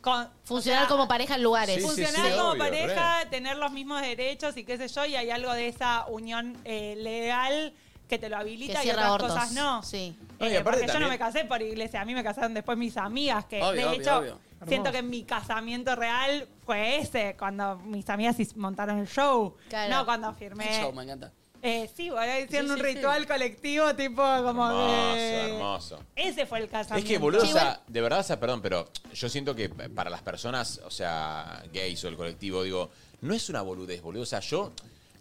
[SPEAKER 4] con-
[SPEAKER 11] Funcionar como pareja en lugares. Sí, sí,
[SPEAKER 4] funcionar
[SPEAKER 11] sí,
[SPEAKER 4] como
[SPEAKER 11] obvio,
[SPEAKER 4] pareja, tener los mismos derechos y qué sé yo, y hay algo de esa unión eh, legal que te lo habilita y
[SPEAKER 11] cierra
[SPEAKER 4] otras
[SPEAKER 11] abortos,
[SPEAKER 4] cosas no.
[SPEAKER 11] Sí.
[SPEAKER 5] No, y
[SPEAKER 4] Eh,
[SPEAKER 5] aparte
[SPEAKER 4] porque yo no
[SPEAKER 5] también-
[SPEAKER 4] me casé por iglesia, a mí me casaron después mis amigas, que
[SPEAKER 5] Obvio,
[SPEAKER 4] de
[SPEAKER 5] obvio,
[SPEAKER 4] hecho
[SPEAKER 5] obvio.
[SPEAKER 4] siento que mi casamiento real fue ese, cuando mis amigas is- montaron el show,
[SPEAKER 3] Claro.
[SPEAKER 4] no cuando firmé.
[SPEAKER 3] El show, me encanta.
[SPEAKER 4] Eh, sí, bueno, hicieron
[SPEAKER 3] Sí,
[SPEAKER 4] un
[SPEAKER 3] sí, sí.
[SPEAKER 4] ritual colectivo tipo como
[SPEAKER 5] Hermoso,
[SPEAKER 4] de-
[SPEAKER 5] Ah, hermoso.
[SPEAKER 4] Ese fue el
[SPEAKER 5] Es
[SPEAKER 4] casamiento.
[SPEAKER 5] que, boludo, o sea, de verdad, o sea, perdón, pero yo siento que para las personas, o sea, gays o el colectivo, digo, no es una boludez, boludo. O sea, yo.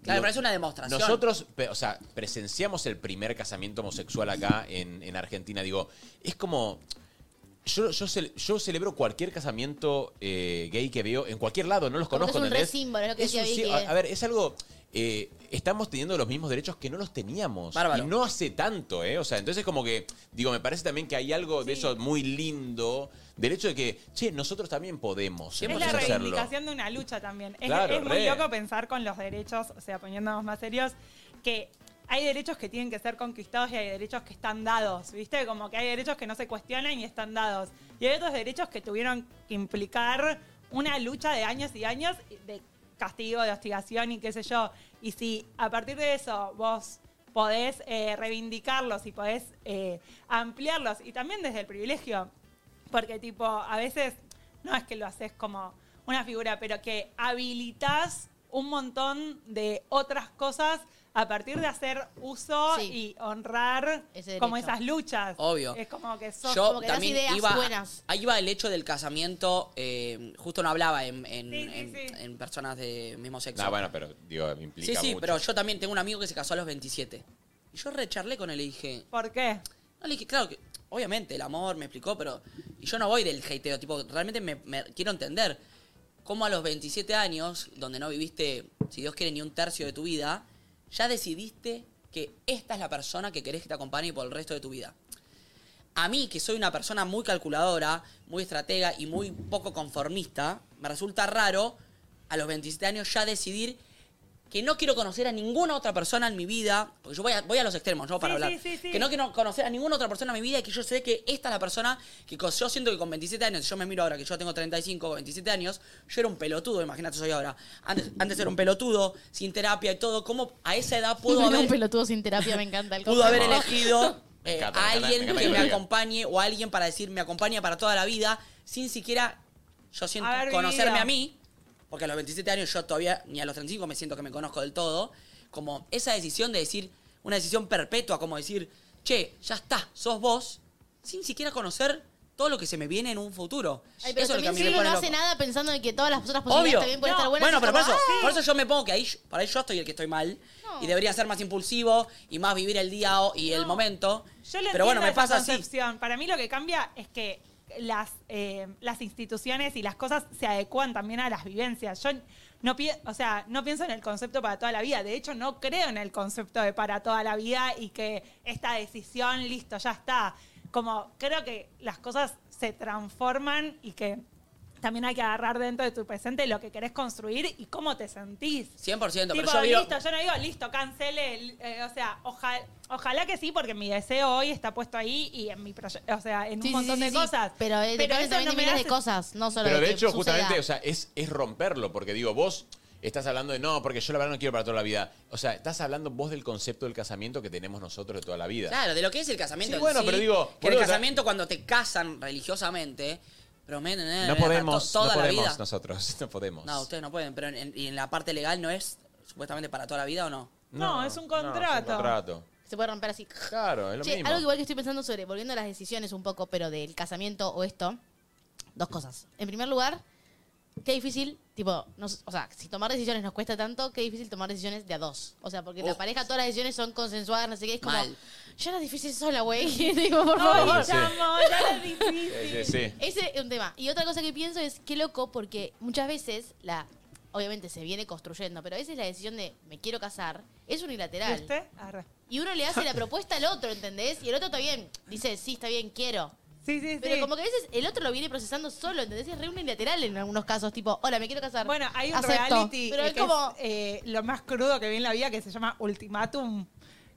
[SPEAKER 3] Claro,
[SPEAKER 5] digo,
[SPEAKER 3] pero es una demostración.
[SPEAKER 5] Nosotros, pe- o sea, presenciamos el primer casamiento homosexual acá en, en Argentina. Digo, es como. Yo, yo, cel- yo celebro cualquier casamiento eh, gay que veo en cualquier lado, no los
[SPEAKER 11] Como que
[SPEAKER 5] conozco,
[SPEAKER 11] es un re
[SPEAKER 5] ¿entendés?
[SPEAKER 11] símbolo, es lo que
[SPEAKER 5] Es
[SPEAKER 11] decía
[SPEAKER 5] un
[SPEAKER 11] Vicky.
[SPEAKER 5] sí- a, a ver, es algo. eh, estamos teniendo los mismos derechos que no los teníamos. Y no hace tanto, ¿eh? O sea, entonces, como que. Digo, me parece también que hay algo de eso muy lindo. Del hecho de que, che, nosotros también podemos.
[SPEAKER 4] Es la
[SPEAKER 5] entonces, hacerlo.
[SPEAKER 4] reivindicación de una lucha también. Es,
[SPEAKER 5] Claro,
[SPEAKER 4] es muy
[SPEAKER 5] re.
[SPEAKER 4] loco pensar con los derechos, o sea, poniéndonos más serios, que hay derechos que tienen que ser conquistados y hay derechos que están dados, ¿viste? Como que hay derechos que no se cuestionan y están dados. Y hay otros derechos que tuvieron que implicar una lucha de años y años de castigo, de hostigación y qué sé yo. Y si a partir de eso vos podés eh, reivindicarlos y podés eh, ampliarlos, y también desde el privilegio, porque tipo, a veces no es que lo haces como una figura, pero que habilitas un montón de otras cosas a partir de hacer uso y honrar
[SPEAKER 11] derecho.
[SPEAKER 4] como esas luchas.
[SPEAKER 3] Obvio.
[SPEAKER 4] Es como que sos
[SPEAKER 3] Yo
[SPEAKER 4] como que das
[SPEAKER 3] también
[SPEAKER 4] ideas
[SPEAKER 3] iba,
[SPEAKER 4] buenas.
[SPEAKER 3] ahí iba el hecho del casamiento, eh, justo no hablaba en, en- en- en personas de mismo sexo.
[SPEAKER 5] No, bueno, pero digo, implica
[SPEAKER 3] Sí, sí,
[SPEAKER 5] mucho.
[SPEAKER 3] pero yo también tengo un amigo que se casó a los 27. Y yo recharlé con él y dije...
[SPEAKER 4] ¿Por qué?
[SPEAKER 3] No, le dije, claro, que obviamente el amor me explicó, pero... Y yo no voy del hateo, tipo, realmente me, me- quiero entender cómo a los 27 años, donde no viviste, si Dios quiere, ni un tercio de tu vida, ya decidiste que esta es la persona que querés que te acompañe por el resto de tu vida. A mí, que soy una persona muy calculadora, muy estratega y muy poco conformista, me resulta raro a los 27 años ya decidir que no quiero conocer a ninguna otra persona en mi vida, porque yo voy a, voy a los extremos, ¿no? Para
[SPEAKER 4] Sí,
[SPEAKER 3] hablar.
[SPEAKER 4] sí, sí, sí.
[SPEAKER 3] Que no quiero conocer a ninguna otra persona en mi vida y que yo sé que esta es la persona que con- yo siento que con 27 años, si yo me miro ahora que yo tengo 35 o 27 años, yo era un pelotudo, imagínate, soy ahora. Antes, antes era un pelotudo, sin terapia y todo. ¿Cómo a esa edad pudo
[SPEAKER 11] Era un
[SPEAKER 3] haber
[SPEAKER 11] pelotudo sin terapia, me encanta el
[SPEAKER 3] pudo haber
[SPEAKER 11] concepto.
[SPEAKER 3] elegido eh,
[SPEAKER 11] encanta,
[SPEAKER 3] a
[SPEAKER 11] me encanta, me
[SPEAKER 3] alguien
[SPEAKER 11] encanta
[SPEAKER 3] que
[SPEAKER 11] que
[SPEAKER 3] me
[SPEAKER 11] lo diga.
[SPEAKER 3] acompañe o a alguien para decir me acompaña para toda la vida sin siquiera yo siento
[SPEAKER 4] Haber
[SPEAKER 3] conocerme
[SPEAKER 4] vivido.
[SPEAKER 3] a mí porque a los 27 años yo todavía ni a los 35 me siento que me conozco del todo como esa decisión de decir una decisión perpetua como decir che ya está sos vos sin siquiera conocer todo lo que se me viene en un futuro
[SPEAKER 11] Ay, pero
[SPEAKER 3] eso es lo que a
[SPEAKER 11] también
[SPEAKER 3] mí me
[SPEAKER 11] Cirilo
[SPEAKER 3] pone
[SPEAKER 11] no
[SPEAKER 3] loco.
[SPEAKER 11] hace nada pensando en que todas las otras posibilidades
[SPEAKER 3] Obvio.
[SPEAKER 11] también pueden estar buenas.
[SPEAKER 3] bueno,
[SPEAKER 11] y
[SPEAKER 3] pero por
[SPEAKER 11] como,
[SPEAKER 3] eso,
[SPEAKER 11] ¡ah!
[SPEAKER 3] por eso yo me pongo que ahí, por ahí yo estoy el que estoy mal. Y debería ser más impulsivo y más vivir el día o- y el momento.
[SPEAKER 4] Yo lo
[SPEAKER 3] pero bueno, me pasa así.
[SPEAKER 4] así. Para mí lo que cambia es que las, eh, las instituciones y las cosas se adecuan también a las vivencias. Yo no, pi- o sea, no pienso en el concepto para toda la vida. De hecho, no creo en el concepto de para toda la vida y que esta decisión, listo, ya está. Como creo que las cosas se transforman y que también hay que agarrar dentro de tu presente lo que querés construir y cómo te sentís.
[SPEAKER 3] 100%, pero
[SPEAKER 4] Tipo,
[SPEAKER 3] yo vivo-
[SPEAKER 4] listo, yo no digo, listo, cancele. el- eh, o sea, oja- ojalá que sí, porque mi deseo hoy está puesto ahí y en mi proye- o sea, en
[SPEAKER 11] Sí,
[SPEAKER 4] un
[SPEAKER 11] sí,
[SPEAKER 4] montón
[SPEAKER 11] sí,
[SPEAKER 4] de
[SPEAKER 11] sí.
[SPEAKER 4] cosas.
[SPEAKER 11] Pero, eh, depende
[SPEAKER 4] eso
[SPEAKER 11] también
[SPEAKER 4] no
[SPEAKER 11] de
[SPEAKER 4] me
[SPEAKER 11] miles de
[SPEAKER 4] hace-
[SPEAKER 11] cosas, no solo
[SPEAKER 5] Pero
[SPEAKER 11] de
[SPEAKER 5] de
[SPEAKER 11] que
[SPEAKER 5] hecho,
[SPEAKER 11] suceda.
[SPEAKER 5] justamente, o sea, es, es romperlo, porque digo, vos estás hablando de no, porque yo la verdad no quiero para toda la vida. O sea, estás hablando vos del concepto del casamiento que tenemos nosotros de toda la vida.
[SPEAKER 3] Claro, de lo que es el casamiento.
[SPEAKER 5] Sí,
[SPEAKER 3] en
[SPEAKER 5] bueno, pero digo,
[SPEAKER 3] Que el
[SPEAKER 5] boludo,
[SPEAKER 3] casamiento, cuando te casan religiosamente, prometen. eh,
[SPEAKER 5] No
[SPEAKER 3] eh,
[SPEAKER 5] podemos,
[SPEAKER 3] to- toda
[SPEAKER 5] no
[SPEAKER 3] la
[SPEAKER 5] podemos
[SPEAKER 3] vida.
[SPEAKER 5] nosotros, no podemos.
[SPEAKER 3] No, ustedes no pueden, pero en, en- y en la parte legal no es supuestamente para toda la vida o no.
[SPEAKER 4] No, es un contrato.
[SPEAKER 5] contrato.
[SPEAKER 11] Se puede romper así.
[SPEAKER 5] Claro, es lo
[SPEAKER 11] Che,
[SPEAKER 5] mismo.
[SPEAKER 11] algo igual que estoy pensando sobre, volviendo a las decisiones un poco, pero del casamiento o esto, dos cosas. En primer lugar, qué difícil, tipo, nos- o sea, si tomar decisiones nos cuesta tanto, qué difícil tomar decisiones de a dos. O sea, porque en la
[SPEAKER 3] Uf.
[SPEAKER 11] pareja todas las decisiones son consensuadas, no sé qué, es como,
[SPEAKER 3] Mal.
[SPEAKER 11] ya era difícil sola, güey. Digo, por
[SPEAKER 5] No,
[SPEAKER 11] favor.
[SPEAKER 5] sí. chamo,
[SPEAKER 4] ya era difícil.
[SPEAKER 5] Sí, sí, sí.
[SPEAKER 11] Ese es un tema. Y otra cosa que pienso es, qué loco, porque muchas veces la... Obviamente se viene construyendo, pero a veces la decisión de me quiero casar es unilateral.
[SPEAKER 4] ¿Y usted? Arre.
[SPEAKER 11] Y uno le hace la propuesta al otro, ¿entendés? Y el otro está bien. Dice, sí, está bien, quiero.
[SPEAKER 4] Sí, sí,
[SPEAKER 11] Pero
[SPEAKER 4] sí.
[SPEAKER 11] como que a veces el otro lo viene procesando solo, ¿entendés? Es re unilateral en algunos casos, tipo, hola, me quiero casar.
[SPEAKER 4] Bueno, hay un
[SPEAKER 11] Acepto.
[SPEAKER 4] reality
[SPEAKER 11] Pero
[SPEAKER 4] eh,
[SPEAKER 11] es
[SPEAKER 4] que
[SPEAKER 11] como,
[SPEAKER 4] es, eh, lo más crudo que vi en la vida que se llama Ultimatum,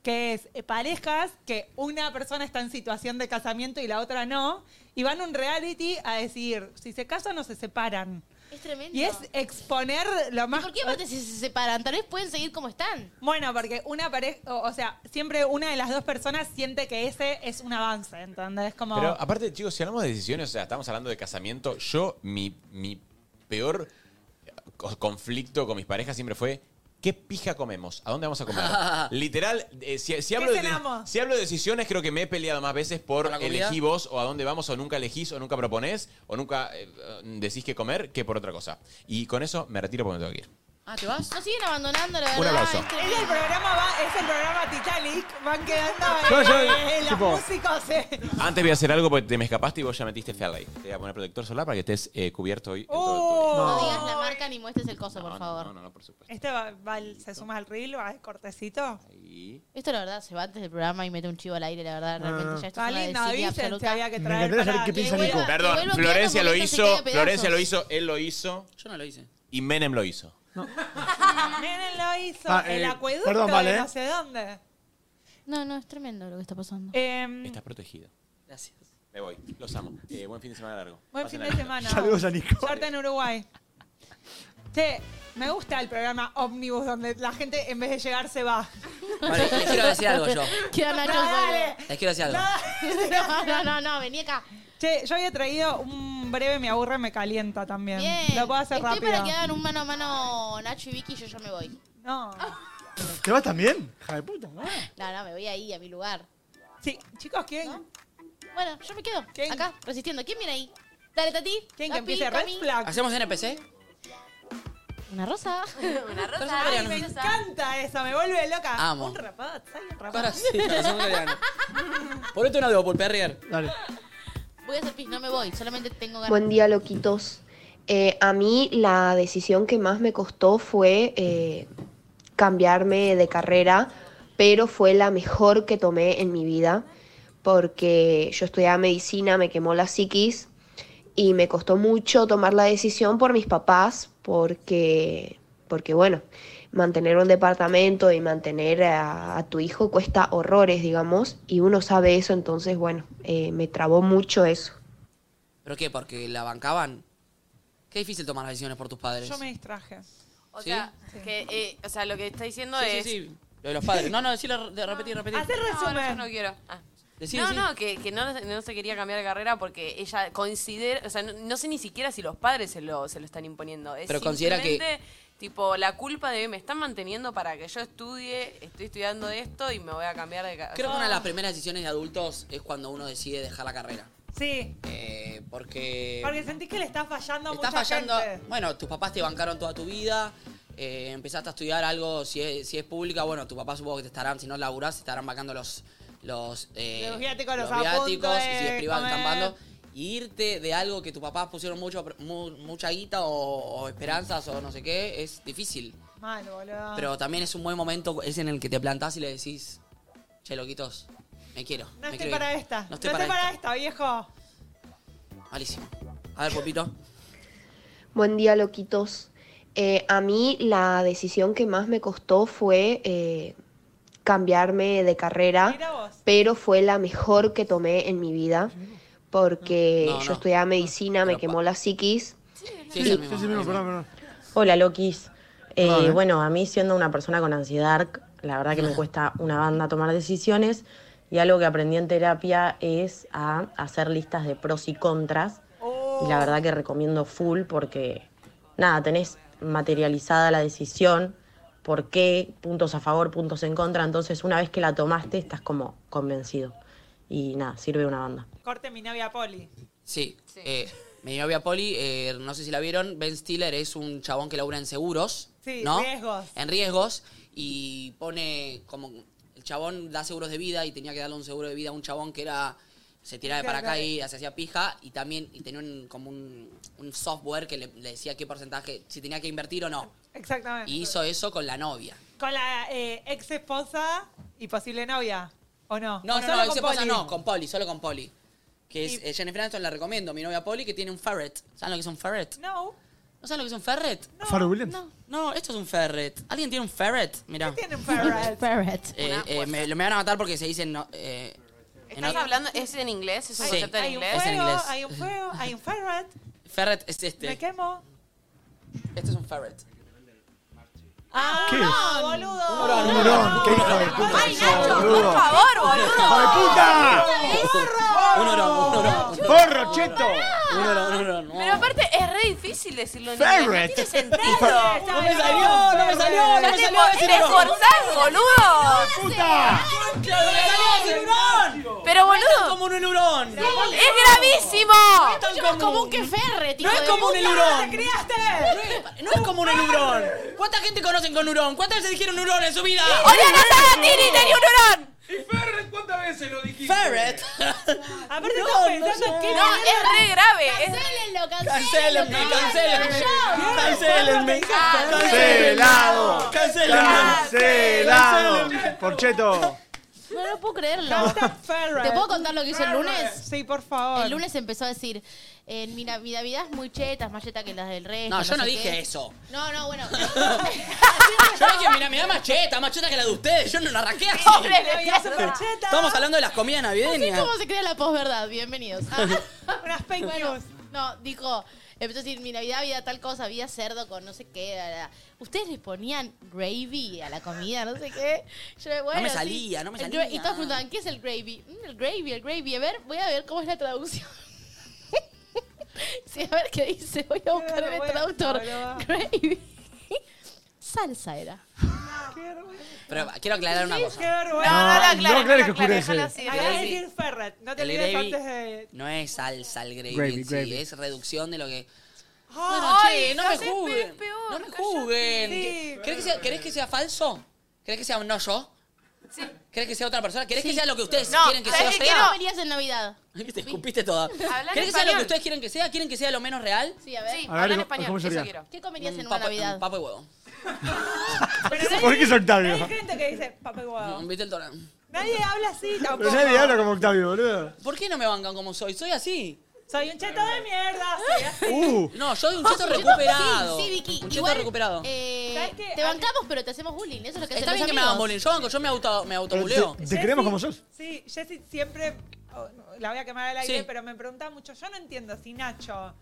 [SPEAKER 4] que es eh, parejas que una persona está en situación de casamiento y la otra no, y van a un reality a decir si se casan o se separan.
[SPEAKER 11] es tremendo.
[SPEAKER 4] Y es eh, exponer lo más...
[SPEAKER 11] ¿Por qué aparte si se separan? Tal vez pueden seguir como están.
[SPEAKER 4] Bueno, porque una pareja, o o sea, siempre una de las dos personas siente que ese es un avance, ¿entendés? Como...
[SPEAKER 5] Pero ah, aparte, chicos, si hablamos de decisiones, o sea, estamos hablando de casamiento, yo, mi, mi peor co- conflicto con mis parejas siempre fue. ¿Qué pija comemos? ¿A dónde vamos a comer? Literal, eh, si, si hablo
[SPEAKER 4] ¿Qué
[SPEAKER 5] de,
[SPEAKER 4] cenamos?
[SPEAKER 5] si hablo de decisiones, creo que me he peleado más veces por
[SPEAKER 3] ¿Con la comida?
[SPEAKER 5] elegí vos o a dónde vamos, o nunca elegís, o nunca proponés, o nunca eh, decís qué comer, que por otra cosa. Y con eso me retiro porque me tengo que ir.
[SPEAKER 11] Ah, ¿te vas? Nos siguen abandonando, la verdad.
[SPEAKER 5] Un abrazo.
[SPEAKER 11] es
[SPEAKER 4] Es
[SPEAKER 11] tremendo.
[SPEAKER 4] el programa, va- es el programa Titanic, van quedando
[SPEAKER 5] Yo, yo,
[SPEAKER 4] eh, los
[SPEAKER 5] tipo-
[SPEAKER 4] músicos. eh.
[SPEAKER 5] Antes voy a hacer algo porque te me escapaste y vos ya metiste Fairlight. Te voy a poner protector solar para que estés eh, cubierto hoy. en todo el
[SPEAKER 11] No
[SPEAKER 5] turismo.
[SPEAKER 11] digas la marca ni muestres el coso, por favor.
[SPEAKER 5] No, no, no, por supuesto.
[SPEAKER 4] Uh. Este va, va al- se suma al reel, va de cortecito.
[SPEAKER 11] Esto, la verdad, se va antes del programa y mete un chivo al aire, la verdad. Realmente ya esto
[SPEAKER 4] Está
[SPEAKER 11] es una
[SPEAKER 4] lindo,
[SPEAKER 11] desidia
[SPEAKER 4] avisen,
[SPEAKER 11] absoluta.
[SPEAKER 4] se había que Me traer
[SPEAKER 12] encantaría saber para- qué piensa Nico.
[SPEAKER 5] Perdón,
[SPEAKER 11] Me vuelvo
[SPEAKER 5] Florencia
[SPEAKER 11] quieto
[SPEAKER 5] lo
[SPEAKER 11] porque esto se
[SPEAKER 5] hizo,
[SPEAKER 11] cae a pedazos.
[SPEAKER 5] Florencia lo hizo, él lo hizo
[SPEAKER 3] Yo no lo hice.
[SPEAKER 5] y Menem lo hizo.
[SPEAKER 4] Nene lo hizo,
[SPEAKER 5] Ah,
[SPEAKER 4] el
[SPEAKER 5] eh,
[SPEAKER 4] acueducto
[SPEAKER 5] perdón, vale,
[SPEAKER 4] de
[SPEAKER 5] eh.
[SPEAKER 4] no sé dónde.
[SPEAKER 11] No, no, es tremendo lo que está pasando.
[SPEAKER 4] Eh,
[SPEAKER 5] Estás protegido.
[SPEAKER 3] Mm. Gracias.
[SPEAKER 5] Me voy, los amo. Eh, buen fin de semana largo.
[SPEAKER 4] buen
[SPEAKER 5] Pasen
[SPEAKER 4] fin de
[SPEAKER 5] la-
[SPEAKER 4] semana.
[SPEAKER 5] Saludos
[SPEAKER 12] a Nico.
[SPEAKER 4] Suerte en Uruguay. Che, me gusta el programa Omnibus donde la gente en vez de llegar se va.
[SPEAKER 3] Vale, les quiero decir algo yo.
[SPEAKER 11] Queda Nacho
[SPEAKER 4] No,
[SPEAKER 11] solo.
[SPEAKER 4] dale.
[SPEAKER 3] Les quiero decir algo.
[SPEAKER 11] No, no, no, no, vení acá.
[SPEAKER 4] Che, yo había traído un breve me aburre, me calienta también.
[SPEAKER 11] Bien.
[SPEAKER 4] Lo puedo hacer
[SPEAKER 11] Estoy
[SPEAKER 4] rápido.
[SPEAKER 11] para que hagan un mano a mano Nacho y Vicky y yo ya me voy.
[SPEAKER 4] No.
[SPEAKER 12] ¿Te vas también? Hija de puta, ¿no?
[SPEAKER 11] No, no, me voy ahí, a mi lugar.
[SPEAKER 4] Sí, chicos, ¿quién?
[SPEAKER 11] Bueno, yo me quedo acá, resistiendo. ¿Quién viene ahí? Dale, Tati.
[SPEAKER 4] ¿Quién
[SPEAKER 11] Capi,
[SPEAKER 4] que empiece?
[SPEAKER 11] Cami.
[SPEAKER 4] Red flag.
[SPEAKER 3] ¿Hacemos NPC?
[SPEAKER 11] Una rosa.
[SPEAKER 4] Una
[SPEAKER 11] rosa.
[SPEAKER 4] Ay, me encanta eso, me vuelve loca.
[SPEAKER 3] Amo.
[SPEAKER 4] Un rapaz, hay un rapaz.
[SPEAKER 3] Ahora sí, hacemos un coreano. Ponete un audio, Pulperrier.
[SPEAKER 12] Dale.
[SPEAKER 11] Voy a hacer pis, no me voy, solamente tengo ganas.
[SPEAKER 18] Buen día, loquitos. Eh, a mí la decisión que más me costó fue eh, cambiarme de carrera, pero fue la mejor que tomé en mi vida, porque yo estudiaba medicina, me quemó la psiquis y me costó mucho tomar la decisión por mis papás, porque, porque bueno, mantener un departamento y mantener a, a tu hijo cuesta horrores, digamos, y uno sabe eso, entonces, bueno, eh, me trabó mucho eso.
[SPEAKER 3] ¿Pero qué? ¿Porque la bancaban? Qué difícil tomar las decisiones por tus padres.
[SPEAKER 4] Yo me distraje.
[SPEAKER 19] O
[SPEAKER 3] ¿Sí?
[SPEAKER 19] sea, que, eh, o sea, lo que está diciendo
[SPEAKER 3] Sí, sí,
[SPEAKER 19] es.
[SPEAKER 3] sí. Lo de los padres. No, no, decílo, de- repetí, repetí.
[SPEAKER 19] Hacer resumen. No, no, yo no quiero. Ah.
[SPEAKER 3] Decí,
[SPEAKER 19] no,
[SPEAKER 3] decí.
[SPEAKER 19] no, que, que no, no se quería cambiar de carrera porque ella considera, o sea, no, no sé ni siquiera si los padres se lo, se lo están imponiendo. Es
[SPEAKER 3] Pero considera que-
[SPEAKER 19] simplemente, tipo, la culpa de me están manteniendo para que yo estudie, estoy estudiando esto y me voy a cambiar de carrera.
[SPEAKER 3] Creo que una de las primeras decisiones de adultos es cuando uno decide dejar la carrera.
[SPEAKER 4] Sí,
[SPEAKER 3] Eh, porque...
[SPEAKER 4] porque sentís que le está fallando a
[SPEAKER 3] Estás
[SPEAKER 4] mucha
[SPEAKER 3] fallando.
[SPEAKER 4] gente.
[SPEAKER 3] Bueno, tus papás te bancaron toda tu vida. eh, empezaste a estudiar algo, si es, si es pública, bueno, tus papás supongo que te estarán, si no laburás, te estarán bancando los. Los, eh,
[SPEAKER 4] Los viáticos, los
[SPEAKER 3] viáticos,
[SPEAKER 4] apuntes,
[SPEAKER 3] y si es privado, te están
[SPEAKER 4] comer.
[SPEAKER 3] pagando. Y irte de algo que tus papás pusieron mucho, mu- mucha guita o, o esperanzas o no sé qué, es difícil.
[SPEAKER 4] Mal, boludo.
[SPEAKER 3] Pero también es un buen momento, es en el que te plantás y le decís, che, loquitos, me quiero.
[SPEAKER 4] no
[SPEAKER 3] me
[SPEAKER 4] estoy
[SPEAKER 3] quiero ir".
[SPEAKER 4] para esta.
[SPEAKER 3] No estoy para,
[SPEAKER 4] esta. viejo.
[SPEAKER 3] esta. Malísimo. A ver, Popito.
[SPEAKER 18] Buen día, loquitos. Eh, a mí la decisión que más me costó fue eh, cambiarme de carrera, pero fue la mejor que tomé en mi vida, porque
[SPEAKER 20] No, no.
[SPEAKER 18] yo estudiaba medicina, me quemó la psiquis.
[SPEAKER 20] es el mismo,
[SPEAKER 18] Sí,
[SPEAKER 12] mismo, perdón, perdón.
[SPEAKER 20] Hola, Lokis. Eh,
[SPEAKER 18] Hola.
[SPEAKER 20] bueno, a mí siendo una persona con ansiedad, la verdad que me cuesta una banda tomar decisiones y algo que aprendí en terapia es a hacer listas de pros y contras. Y la verdad que recomiendo full porque, nada, tenés materializada la decisión, por qué, puntos a favor, puntos en contra. Entonces, una vez que la tomaste, estás como convencido. Y nada, sirve una banda.
[SPEAKER 4] Corte mi novia Poli.
[SPEAKER 3] Sí. Eh, mi novia Poli, eh, no sé si la vieron, Ben Stiller es un chabón que labura en seguros.
[SPEAKER 4] Sí,
[SPEAKER 3] ¿no?
[SPEAKER 4] riesgos.
[SPEAKER 3] En riesgos. Y pone como. El chabón da seguros de vida y tenía que darle un seguro de vida a un chabón que era. Se tiraba de
[SPEAKER 4] Claro,
[SPEAKER 3] paracaídas, se hacía pija y también y tenía un- como un, un software que le, le decía qué porcentaje, si tenía que invertir o no.
[SPEAKER 4] Exactamente.
[SPEAKER 3] Y hizo eso con la novia.
[SPEAKER 4] Con la eh, ex esposa y posible novia. ¿O no?
[SPEAKER 3] No,
[SPEAKER 4] ¿O
[SPEAKER 3] no,
[SPEAKER 4] solo
[SPEAKER 3] no,
[SPEAKER 4] con
[SPEAKER 3] ese pasa
[SPEAKER 4] Poli?
[SPEAKER 3] no, con Polly, solo con Polly. Que es eh, Jennifer Aniston, la recomiendo, mi novia Polly, que tiene un ferret. ¿Saben lo que es un ferret?
[SPEAKER 4] No.
[SPEAKER 3] ¿No saben lo que es un ferret?
[SPEAKER 12] Faro Williams.
[SPEAKER 3] No, esto es un ferret. ¿Alguien tiene un ferret? Mira.
[SPEAKER 4] Tiene un ferret.
[SPEAKER 11] ferret.
[SPEAKER 3] me, lo- me van a matar porque se dicen. No, eh, en
[SPEAKER 19] ¿Estás
[SPEAKER 3] o-
[SPEAKER 19] hablando? ¿Es en inglés? ¿Es un
[SPEAKER 3] Sí.
[SPEAKER 19] concepto en
[SPEAKER 3] Hay un
[SPEAKER 19] inglés?
[SPEAKER 3] Es en fuego, inglés.
[SPEAKER 4] Hay un fuego, hay un ferret.
[SPEAKER 3] Ferret es este.
[SPEAKER 4] Me quemo.
[SPEAKER 3] Este es un ferret.
[SPEAKER 4] Ah,
[SPEAKER 3] ¿Qué
[SPEAKER 4] no, boludo.
[SPEAKER 12] Un hurón, qué hijo de puta.
[SPEAKER 4] Ay, Nacho,
[SPEAKER 12] por Boludo.
[SPEAKER 4] favor, boludo.
[SPEAKER 12] ¡Hijo de puta!
[SPEAKER 3] Un orón, un orón.
[SPEAKER 12] ¡Porro, cheto!
[SPEAKER 3] Un orón, un orón.
[SPEAKER 19] Pero aparte es re difícil decirlo en
[SPEAKER 12] Ferret.
[SPEAKER 19] inglés. No tiene sentido.
[SPEAKER 3] No me salió, no me salió, no me salió decir
[SPEAKER 19] ¡Eres
[SPEAKER 3] orón.
[SPEAKER 19] forzado, boludo!
[SPEAKER 12] ¡Puta!
[SPEAKER 3] ¡Claro, me salió decir hurón!
[SPEAKER 19] Pero boludo.
[SPEAKER 3] Es como un hurón.
[SPEAKER 19] ¡Es gravísimo!
[SPEAKER 11] No es tan común. que ferre,
[SPEAKER 3] No es como un elurón. No es como un elurón. ¿Cuánta gente conocen con hurón? ¿Cuántas veces dijeron hurón en su vida?
[SPEAKER 19] ¡Oigan a Sabatini! ¡Tenía un hurón!
[SPEAKER 6] ¿Cuántas veces lo dijiste?
[SPEAKER 3] Ferret.
[SPEAKER 4] Aparte estaba pensando en qué
[SPEAKER 19] No, es
[SPEAKER 4] mierda.
[SPEAKER 19] re grave.
[SPEAKER 11] Cancélenlo,
[SPEAKER 3] Cancélenme, cancélenme. Cancélenme.
[SPEAKER 19] Ah,
[SPEAKER 12] ¡Cancelado! ¡Cancelado! ¡Porcheto!
[SPEAKER 11] No, no puedo creerlo. ¿Te puedo contar lo que hizo el lunes? Sí, por favor. El lunes empezó a decir, en mi Navidad es muy cheta, es más cheta que las del resto.
[SPEAKER 3] No, yo no
[SPEAKER 11] sé
[SPEAKER 3] dije
[SPEAKER 11] qué".
[SPEAKER 3] eso.
[SPEAKER 11] No, no, bueno.
[SPEAKER 3] Yo dije, mira, me da macheta, macheta que la de ustedes. Yo no la arranqué así.
[SPEAKER 11] Pobre Navidad supercheta.
[SPEAKER 3] Estamos hablando de las comidas
[SPEAKER 11] Así es
[SPEAKER 3] navideñas.
[SPEAKER 11] como se crea la posverdad. Bienvenidos. Unas
[SPEAKER 4] fake
[SPEAKER 11] Ah, No, dijo, Empezó a decir, mi Navidad había tal cosa, había cerdo con no sé qué. bla, bla. Ustedes les ponían gravy a la comida, no sé qué. Yo, bueno,
[SPEAKER 3] me
[SPEAKER 11] sí.
[SPEAKER 3] salía, no me
[SPEAKER 11] El
[SPEAKER 3] salía.
[SPEAKER 11] gra- Y todos preguntaban, ¿qué es el gravy? "Mm, el gravy, el gravy. A ver, voy a ver cómo es la traducción. sí, a ver qué dice. Voy a buscar en el traductor. Gravy. Salsa era.
[SPEAKER 3] Pero quiero aclarar una
[SPEAKER 4] Sí,
[SPEAKER 3] cosa.
[SPEAKER 4] qué vergüenza.
[SPEAKER 3] No, no lo
[SPEAKER 4] aclares,
[SPEAKER 3] aclares,
[SPEAKER 4] aclares,
[SPEAKER 3] no lo aclares,
[SPEAKER 4] déjalo
[SPEAKER 3] déjalo
[SPEAKER 4] así.
[SPEAKER 3] así.
[SPEAKER 4] Acá
[SPEAKER 3] Gravy.
[SPEAKER 4] decir ferret, no te
[SPEAKER 3] El
[SPEAKER 4] olvides
[SPEAKER 3] gravy
[SPEAKER 4] antes de...
[SPEAKER 3] no es salsa el gravy,
[SPEAKER 12] Gravy,
[SPEAKER 3] en sí,
[SPEAKER 12] gravy.
[SPEAKER 3] es reducción de lo que...
[SPEAKER 4] Ay,
[SPEAKER 3] no me
[SPEAKER 4] haces
[SPEAKER 3] juzguen.
[SPEAKER 4] peor,
[SPEAKER 3] no me juzguen.
[SPEAKER 4] Sí.
[SPEAKER 3] ¿Querés, que sea, querés que sea falso? ¿Querés que sea un no yo?
[SPEAKER 11] Sí.
[SPEAKER 3] ¿Querés que sea otra persona? ¿Querés que
[SPEAKER 11] Sí.
[SPEAKER 3] sea lo que ustedes
[SPEAKER 11] No,
[SPEAKER 3] quieren que
[SPEAKER 11] ¿sabés
[SPEAKER 3] sea?
[SPEAKER 11] qué
[SPEAKER 3] sea?
[SPEAKER 11] quiero? venías en Navidad?
[SPEAKER 3] Que te escupiste toda. ¿Querés
[SPEAKER 11] Hablar
[SPEAKER 3] que sea lo
[SPEAKER 11] español.
[SPEAKER 3] que ustedes quieren que sea? ¿Quieren que sea lo menos real?
[SPEAKER 11] Sí, a ver.
[SPEAKER 3] Sí,
[SPEAKER 12] A ver, hablar ¿cómo- español, cómo eso sería? quiero.
[SPEAKER 11] ¿Qué comerías en una
[SPEAKER 3] Mm, papa,
[SPEAKER 11] Navidad?
[SPEAKER 3] Un papa y huevo.
[SPEAKER 12] ¿Por qué es Octavio?
[SPEAKER 4] Hay gente que dice, papá y huevo.
[SPEAKER 3] Un Beatle Mm, Torán.
[SPEAKER 4] Nadie habla así tampoco.
[SPEAKER 12] Pero nadie habla como Octavio, boludo.
[SPEAKER 3] ¿Por qué no me bancan como soy? Soy así.
[SPEAKER 4] Soy un cheto de mierda. soy así.
[SPEAKER 12] Uh.
[SPEAKER 3] No, yo soy un cheto
[SPEAKER 4] Un cheto-
[SPEAKER 3] recuperado.
[SPEAKER 4] sí, sí,
[SPEAKER 11] Vicky,
[SPEAKER 3] Un cheto
[SPEAKER 11] igual,
[SPEAKER 3] recuperado.
[SPEAKER 11] Eh, te bancamos, pero te hacemos bullying. Eso es lo que
[SPEAKER 3] Está
[SPEAKER 11] hacen
[SPEAKER 3] bien
[SPEAKER 11] los
[SPEAKER 3] que me
[SPEAKER 11] amigos.
[SPEAKER 3] hagan bullying. Yo banco, yo me auto, me autobuleo.
[SPEAKER 12] Te queremos como sos.
[SPEAKER 4] Sí, Jessy siempre, oh, no, la voy a quemar al aire,
[SPEAKER 3] Sí.
[SPEAKER 4] pero me preguntaba mucho, yo no entiendo si Nacho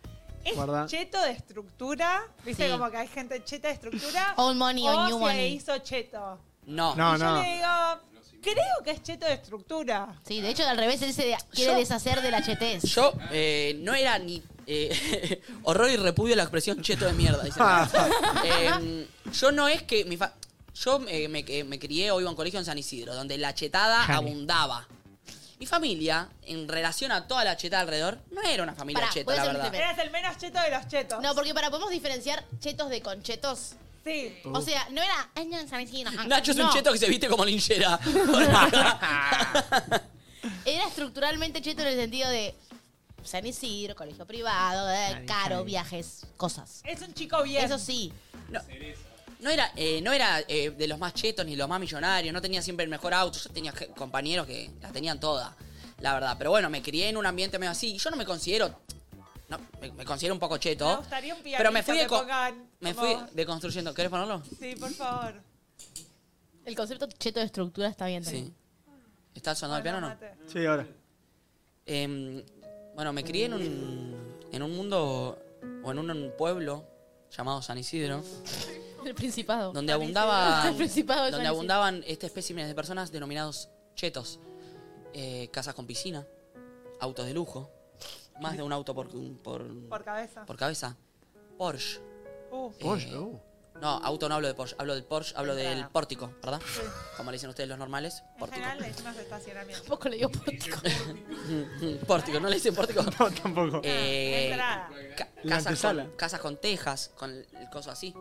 [SPEAKER 4] es
[SPEAKER 12] Guarda.
[SPEAKER 4] cheto de estructura, viste
[SPEAKER 11] Sí.
[SPEAKER 4] como que hay gente cheta de estructura,
[SPEAKER 11] Old money,
[SPEAKER 4] o
[SPEAKER 11] old new
[SPEAKER 4] se
[SPEAKER 11] money.
[SPEAKER 4] hizo cheto.
[SPEAKER 3] No.
[SPEAKER 4] Y yo le digo, creo que es cheto de estructura.
[SPEAKER 11] Sí, de hecho, al revés, él se de- quiere
[SPEAKER 4] Yo-
[SPEAKER 11] deshacer de la chetez.
[SPEAKER 3] Yo eh, no era ni. eh, horror y repudio a la expresión cheto de mierda. dice. Eh, yo no es que. Mi fa- yo eh, me, que- me crié o iba a un colegio en San Isidro, donde la chetada
[SPEAKER 12] Jani.
[SPEAKER 3] abundaba. Mi familia, en relación a toda la cheta alrededor, no era una familia
[SPEAKER 11] Pará,
[SPEAKER 3] cheta,
[SPEAKER 11] voy a
[SPEAKER 3] la
[SPEAKER 11] hacer un
[SPEAKER 3] verdad.
[SPEAKER 11] experimento.
[SPEAKER 4] Eras el menos cheto de los chetos.
[SPEAKER 11] No, porque para, ¿podemos diferenciar chetos de conchetos?
[SPEAKER 4] Sí.
[SPEAKER 11] O sea, no era... "Ay, no, San Isidro, ah,
[SPEAKER 3] Nacho es
[SPEAKER 11] no.
[SPEAKER 3] un cheto que se viste como linchera.
[SPEAKER 11] Era estructuralmente cheto en el sentido de San Isidro, colegio privado, eh, caro, viajes, cosas.
[SPEAKER 4] Es un chico bien.
[SPEAKER 11] Eso sí.
[SPEAKER 3] No era, eh, no era eh, de los más chetos ni los más millonarios, no tenía siempre el mejor auto. Yo tenía je- compañeros que la tenían toda, la verdad. Pero bueno, me crié en un ambiente medio así. Y yo no me considero. No, me, me considero un poco cheto.
[SPEAKER 4] Me gustaría un pianista
[SPEAKER 3] Pero me fui
[SPEAKER 4] que
[SPEAKER 3] de co-
[SPEAKER 4] pongan
[SPEAKER 3] Me fui
[SPEAKER 4] como-
[SPEAKER 3] deconstruyendo. ¿Querés ponerlo?
[SPEAKER 4] Sí, por favor.
[SPEAKER 11] El concepto cheto de estructura está bien también.
[SPEAKER 3] ¿Está sonando el piano o no?
[SPEAKER 4] mate.
[SPEAKER 12] Sí, ahora.
[SPEAKER 3] Eh, bueno, me crié en un, en un mundo o en un pueblo llamado San Isidro.
[SPEAKER 11] El Principado.
[SPEAKER 3] Donde abundaban,
[SPEAKER 11] El Principado de
[SPEAKER 3] donde
[SPEAKER 11] San Isidro.
[SPEAKER 3] abundaban este espécimen de personas denominados chetos. Eh, casas con piscina, autos de lujo, más de un auto por, por,
[SPEAKER 4] Por cabeza.
[SPEAKER 3] por cabeza. Porsche.
[SPEAKER 4] Uh.
[SPEAKER 3] Eh, No, auto no hablo de Porsche, hablo del Porsche, hablo del pórtico, ¿verdad? Como le dicen ustedes los normales,
[SPEAKER 4] En
[SPEAKER 3] pórtico.
[SPEAKER 4] general es más estacionamiento.
[SPEAKER 11] Tampoco le digo pórtico.
[SPEAKER 3] pórtico, ¿no le dicen pórtico? No, tampoco.
[SPEAKER 4] Entrada.
[SPEAKER 12] La
[SPEAKER 3] casas,
[SPEAKER 12] antesala.
[SPEAKER 3] con, casas con tejas, con el, el coso así.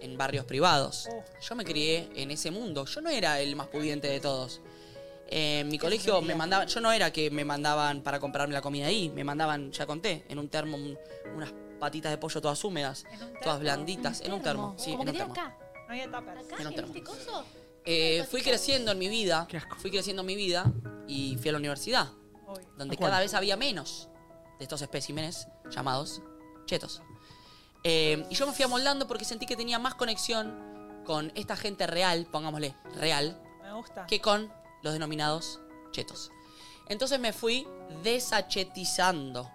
[SPEAKER 3] En barrios privados. Yo me crié en ese mundo. Yo no era el más pudiente de todos. Eh, en mi colegio me mandaban. Yo no era que me mandaban para comprarme la comida ahí. Me mandaban, ya conté, en un termo un- unas patitas de pollo todas húmedas, todas blanditas. En un termo, sí, en
[SPEAKER 11] Como
[SPEAKER 3] un
[SPEAKER 11] que
[SPEAKER 3] termo.
[SPEAKER 11] tiene acá.
[SPEAKER 4] No había tapas.
[SPEAKER 11] Acá,
[SPEAKER 3] En un
[SPEAKER 11] en
[SPEAKER 3] termo.
[SPEAKER 11] este coso.
[SPEAKER 3] Eh, fui creciendo en mi vida. Fui creciendo en mi vida y fui a la universidad. Donde
[SPEAKER 11] ¿A cuál?
[SPEAKER 3] cada vez había menos de estos especímenes llamados chetos. Eh, y yo me fui amoldando porque sentí que tenía más conexión con esta gente real, pongámosle real,
[SPEAKER 4] Me gusta.
[SPEAKER 3] que con los denominados chetos. Entonces me fui desachetizando,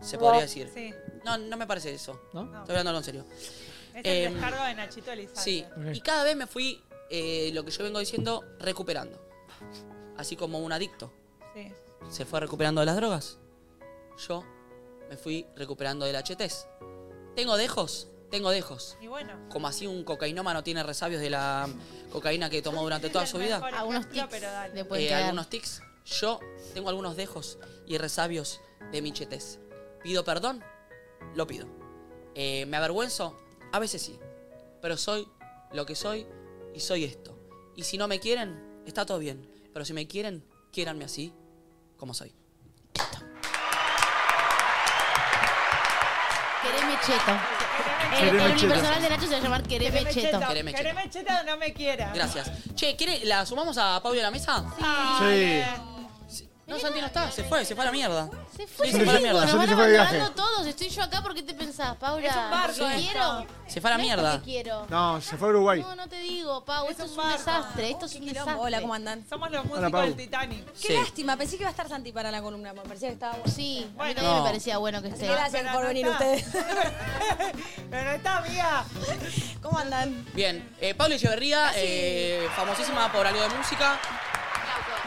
[SPEAKER 3] se podría decir.
[SPEAKER 4] Sí.
[SPEAKER 3] No, no me parece eso.
[SPEAKER 4] ¿No?
[SPEAKER 3] Estoy hablándolo en serio.
[SPEAKER 4] Es
[SPEAKER 3] Em,
[SPEAKER 4] el descargo de Nachito Elizalde.
[SPEAKER 3] Sí, y cada vez me fui, eh, lo que yo vengo diciendo, recuperando. Así como un adicto
[SPEAKER 4] Sí.
[SPEAKER 3] se fue recuperando de las drogas, yo me fui recuperando de la chetez. Tengo dejos, tengo dejos.
[SPEAKER 4] Y bueno.
[SPEAKER 3] Como así un cocainómano tiene resabios de la cocaína que tomó durante toda su vida.
[SPEAKER 11] Algunos tics le pueden
[SPEAKER 3] Eh,
[SPEAKER 11] quedar.
[SPEAKER 3] algunos tics. Yo tengo algunos dejos y resabios de mi chetez. ¿Pido perdón? Lo pido. Eh, ¿Me avergüenzo? A veces sí. Pero soy lo que soy y soy esto. Y si no me quieren, está todo bien. Pero si me quieren, quiéranme así como soy.
[SPEAKER 11] Quereme cheto. El,
[SPEAKER 3] Quereme
[SPEAKER 11] el
[SPEAKER 3] cheto.
[SPEAKER 11] unipersonal de Nacho se va a llamar Quereme,
[SPEAKER 4] Quereme
[SPEAKER 11] cheto.
[SPEAKER 4] cheto.
[SPEAKER 3] Quereme cheto.
[SPEAKER 4] Quereme cheta o no me quieras.
[SPEAKER 3] Gracias. Che, ¿quiere, ¿la sumamos a Pablo a la mesa?
[SPEAKER 4] Dale.
[SPEAKER 3] No, Santi no está, se fue, se fue a la mierda.
[SPEAKER 11] Se fue,
[SPEAKER 3] Sí,
[SPEAKER 11] se
[SPEAKER 3] se fue a la
[SPEAKER 11] fue,
[SPEAKER 3] mierda.
[SPEAKER 11] nos van
[SPEAKER 3] Se fue de viaje.
[SPEAKER 11] abandonando todos. Estoy yo acá porque te pensás, Paula.
[SPEAKER 4] Es un barco
[SPEAKER 11] Yo
[SPEAKER 4] esto.
[SPEAKER 11] quiero.
[SPEAKER 3] Se fue a la
[SPEAKER 11] No es
[SPEAKER 3] mierda.
[SPEAKER 11] porque quiero.
[SPEAKER 12] No, se fue a Uruguay.
[SPEAKER 11] No, no te digo, Pau. esto es un desastre. Esto es un desastre.
[SPEAKER 21] Oh, Hola, ¿cómo andan?
[SPEAKER 4] Somos los
[SPEAKER 12] Hola, Pau.
[SPEAKER 4] Titanic.
[SPEAKER 21] Qué
[SPEAKER 12] Sí.
[SPEAKER 21] lástima, pensé que iba a estar Santi para la columna, me parecía que estaba bueno.
[SPEAKER 11] Sí,
[SPEAKER 21] a mí
[SPEAKER 11] también me No. parecía bueno que esté.
[SPEAKER 21] Gracias
[SPEAKER 11] Pero
[SPEAKER 21] por
[SPEAKER 11] no
[SPEAKER 21] venir
[SPEAKER 11] está.
[SPEAKER 21] ustedes.
[SPEAKER 4] Pero no está, amiga.
[SPEAKER 21] ¿Cómo andan?
[SPEAKER 3] Bien, eh, Pablo Echeverría, eh, famosísima por algo de música,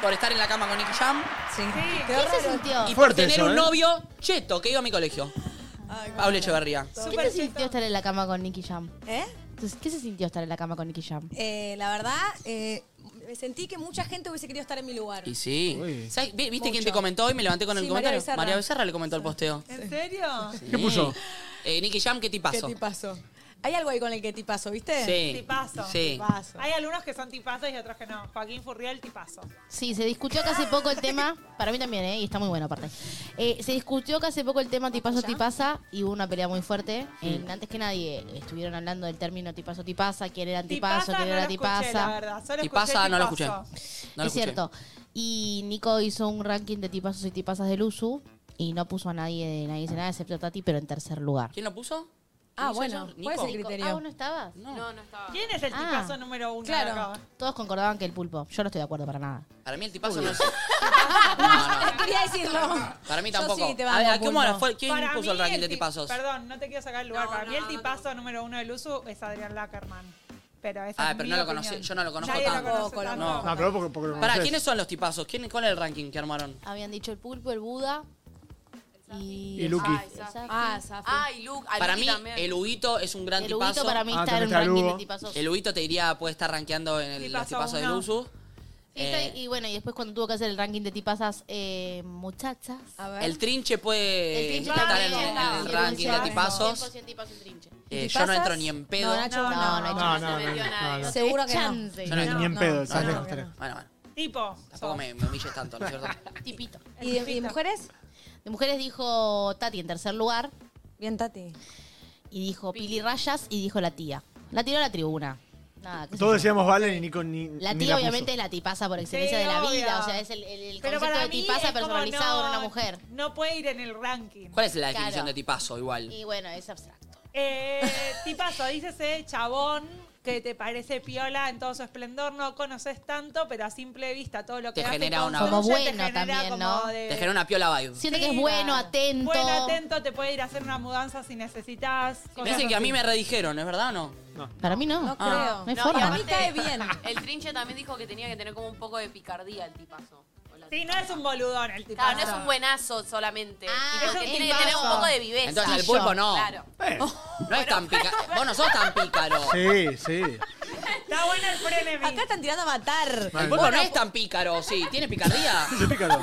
[SPEAKER 3] por estar en la cama con Nicky Jam. Sí,
[SPEAKER 21] quedó ¿Qué se raro. sintió?
[SPEAKER 3] Y por
[SPEAKER 11] Fuerte
[SPEAKER 3] tener
[SPEAKER 11] eso,
[SPEAKER 3] un
[SPEAKER 11] ¿eh?
[SPEAKER 3] novio cheto que iba a mi colegio. Pablo Echeverría.
[SPEAKER 11] ¿Qué te sintió estar en la cama con Nicky Jam?
[SPEAKER 21] ¿Eh?
[SPEAKER 11] Entonces, ¿Qué se sintió estar en la cama con Nicky Jam?
[SPEAKER 21] Eh, la verdad, eh, me sentí que mucha gente hubiese querido estar en mi lugar.
[SPEAKER 3] Y sí. ¿Sabes? Vi- ¿Viste quién te
[SPEAKER 21] Mucho.
[SPEAKER 3] comentó hoy? Me levanté con el
[SPEAKER 21] Sí, María
[SPEAKER 3] comentario.
[SPEAKER 21] Becerra.
[SPEAKER 3] María Becerra le comentó el posteo.
[SPEAKER 21] ¿En serio?
[SPEAKER 3] ¿Qué puso? Eh, Nicky Jam, ¿qué tipazo?
[SPEAKER 21] ¿Qué tipazo? Hay algo ahí con el que tipazo, ¿viste?
[SPEAKER 3] Sí.
[SPEAKER 4] Tipazo.
[SPEAKER 3] Sí.
[SPEAKER 4] Tipazo. Hay algunos que son tipazos y otros que no. Joaquín Furriel, tipazo.
[SPEAKER 11] Sí, se discutió que hace poco el tema, para mí también, ¿eh? y está muy bueno aparte. Eh, se discutió que hace poco el tema tipazo tipaza y hubo una pelea muy fuerte. En- antes que nadie eh, estuvieron hablando del término tipazo tipaza, quién era antipazo,
[SPEAKER 4] Tipaza
[SPEAKER 11] quién
[SPEAKER 4] no
[SPEAKER 11] era
[SPEAKER 4] lo escuché,
[SPEAKER 11] tipaza.
[SPEAKER 4] la verdad. Solo
[SPEAKER 3] Tipaza
[SPEAKER 4] escuché
[SPEAKER 3] no lo
[SPEAKER 4] tipazo.
[SPEAKER 3] escuché. No lo
[SPEAKER 11] es
[SPEAKER 3] escuché.
[SPEAKER 11] cierto. Y Nico hizo un ranking de tipazos y tipazas del USU y no puso a nadie de nadie dice nada excepto a Tati, pero en tercer lugar.
[SPEAKER 3] ¿Quién lo puso? ¿Quién
[SPEAKER 21] Ah,
[SPEAKER 3] hizo
[SPEAKER 21] bueno,
[SPEAKER 3] eso?
[SPEAKER 21] ¿cuál es el
[SPEAKER 3] Nico.
[SPEAKER 21] criterio?
[SPEAKER 11] Ah, ¿vos no estabas?
[SPEAKER 3] No, no, estaba.
[SPEAKER 4] ¿Quién es el
[SPEAKER 11] Ah.
[SPEAKER 4] tipazo número uno?
[SPEAKER 11] Claro.
[SPEAKER 4] acá?
[SPEAKER 11] Todos concordaban que el pulpo. Yo no estoy de acuerdo para nada.
[SPEAKER 3] Para mí el tipazo no es.
[SPEAKER 21] Quería decirlo.
[SPEAKER 3] Para mí
[SPEAKER 4] Yo
[SPEAKER 3] tampoco.
[SPEAKER 4] sí te
[SPEAKER 3] a ver, ¿a
[SPEAKER 4] banco,
[SPEAKER 3] qué hora
[SPEAKER 4] Pulpo.
[SPEAKER 3] fue? ¿Quién
[SPEAKER 4] Para
[SPEAKER 3] puso el
[SPEAKER 4] mí
[SPEAKER 3] ranking de
[SPEAKER 4] ti-
[SPEAKER 3] tipazos?
[SPEAKER 4] Perdón, no te quiero sacar el lugar. Para mí el tipazo número uno del uso es Adrián Lackerman. Pero esa
[SPEAKER 3] Ah,
[SPEAKER 4] es
[SPEAKER 3] pero
[SPEAKER 4] mi
[SPEAKER 3] no lo
[SPEAKER 4] opinión.
[SPEAKER 3] conocí, yo no lo conozco
[SPEAKER 4] Nadie
[SPEAKER 3] tanto.
[SPEAKER 4] conoce
[SPEAKER 3] Tampoco,
[SPEAKER 4] tanto.
[SPEAKER 3] no.
[SPEAKER 12] No, pero porque, porque lo
[SPEAKER 3] Pará,
[SPEAKER 12] conocés.
[SPEAKER 3] ¿quiénes son los tipazos? ¿Quién, ¿Cuál es el ranking que armaron?
[SPEAKER 11] Habían dicho el pulpo, el Buda y.
[SPEAKER 3] Y Luqui.
[SPEAKER 11] el Safi.
[SPEAKER 21] Ah, Safi.
[SPEAKER 19] Ah, y Luke. a
[SPEAKER 3] Para
[SPEAKER 19] Luke
[SPEAKER 3] mí,
[SPEAKER 19] también.
[SPEAKER 3] el Huguito es un gran
[SPEAKER 11] El
[SPEAKER 3] tipazo.
[SPEAKER 11] Huguito para mí Ah, está en un también está ranking de Lugo. tipazos.
[SPEAKER 3] El Huguito te diría, puede estar rankeando en el, los
[SPEAKER 11] Tipazo
[SPEAKER 3] tipazos del
[SPEAKER 11] uno.
[SPEAKER 3] Luzu.
[SPEAKER 11] Sí, está-
[SPEAKER 3] Eh,
[SPEAKER 11] Este, y bueno, y después cuando tuvo que hacer el ranking de tipazas, eh, muchachas. A ver.
[SPEAKER 3] el Trinche puede
[SPEAKER 11] El Trinche
[SPEAKER 3] estar
[SPEAKER 11] también
[SPEAKER 3] en, en
[SPEAKER 11] está.
[SPEAKER 3] el ranking de
[SPEAKER 11] 100%
[SPEAKER 3] tipazos.
[SPEAKER 11] tipazo el Trinche.
[SPEAKER 3] Eh, yo no entro ni en pedo.
[SPEAKER 11] No, Nacho, no, no, Nacho no, se metió nadie.
[SPEAKER 21] no. Seguro que no.
[SPEAKER 11] Chance.
[SPEAKER 3] Yo no entro.
[SPEAKER 12] Ni en pedo, estás
[SPEAKER 3] no,
[SPEAKER 12] lejos,
[SPEAKER 3] no.
[SPEAKER 12] estás lejos.
[SPEAKER 3] Bueno, bueno.
[SPEAKER 4] Tipo.
[SPEAKER 3] Tampoco me, me humilles tanto, ¿no es cierto?
[SPEAKER 11] Tipito.
[SPEAKER 21] ¿Y de- y de mujeres?
[SPEAKER 11] De mujeres dijo Tati en tercer lugar.
[SPEAKER 21] Bien, Tati.
[SPEAKER 11] Y dijo Pili Rayas y dijo la tía. La tiró a la tribuna. Nada, qué sé
[SPEAKER 12] Todos
[SPEAKER 11] yo.
[SPEAKER 12] decíamos Valen y Nico ni.
[SPEAKER 11] La
[SPEAKER 12] ni
[SPEAKER 11] tía
[SPEAKER 12] la puso.
[SPEAKER 11] obviamente es la tipaza por excelencia de la
[SPEAKER 4] obvio.
[SPEAKER 11] vida. O sea, es el, el- el
[SPEAKER 4] Pero
[SPEAKER 11] concepto
[SPEAKER 4] para
[SPEAKER 11] de
[SPEAKER 4] mí
[SPEAKER 11] tipaza
[SPEAKER 4] es como
[SPEAKER 11] personalizado
[SPEAKER 4] no-
[SPEAKER 11] en una mujer.
[SPEAKER 4] No puede ir en el ranking.
[SPEAKER 3] ¿Cuál es la definición
[SPEAKER 11] Claro.
[SPEAKER 3] de tipazo igual?
[SPEAKER 11] Y bueno, es abstracto.
[SPEAKER 4] Eh, tipazo, dícese chabón que te parece piola en todo su esplendor, no conoces tanto, pero a simple vista todo lo que
[SPEAKER 3] Te
[SPEAKER 4] hace
[SPEAKER 3] genera una-
[SPEAKER 4] construye,
[SPEAKER 11] Como
[SPEAKER 4] te
[SPEAKER 11] bueno
[SPEAKER 4] genera
[SPEAKER 11] también,
[SPEAKER 4] como
[SPEAKER 11] ¿no?
[SPEAKER 4] de-
[SPEAKER 3] Te genera una piola vibe.
[SPEAKER 11] Siente que es
[SPEAKER 4] Sí.
[SPEAKER 11] bueno, atento.
[SPEAKER 4] Bueno, atento, te puede ir a hacer una mudanza si necesitas.
[SPEAKER 3] Me dicen que a mí me redijeron, ¿es verdad o no?
[SPEAKER 11] Para mí no.
[SPEAKER 3] No
[SPEAKER 11] Ah,
[SPEAKER 3] creo.
[SPEAKER 11] No hay
[SPEAKER 3] No,
[SPEAKER 11] forma.
[SPEAKER 3] y a mí
[SPEAKER 19] Aparte, El Trinche también dijo que tenía que tener como un poco de picardía el tipazo.
[SPEAKER 4] Sí, no es un boludón el tipazo.
[SPEAKER 19] Claro, no es un buenazo solamente.
[SPEAKER 11] Ah,
[SPEAKER 19] Tipo,
[SPEAKER 4] es
[SPEAKER 19] que
[SPEAKER 4] un
[SPEAKER 19] tiene que
[SPEAKER 4] tipazo.
[SPEAKER 19] tener un poco de viveza.
[SPEAKER 3] Entonces, el pulpo no.
[SPEAKER 19] Claro.
[SPEAKER 3] No es tan pícaro. Vos no sos tan pícaro.
[SPEAKER 12] Sí, sí.
[SPEAKER 4] Está bueno el premio.
[SPEAKER 21] Acá están tirando a matar.
[SPEAKER 3] El pulpo no es tan pícaro, sí. ¿Tiene picardía?
[SPEAKER 12] Sí, pícaro.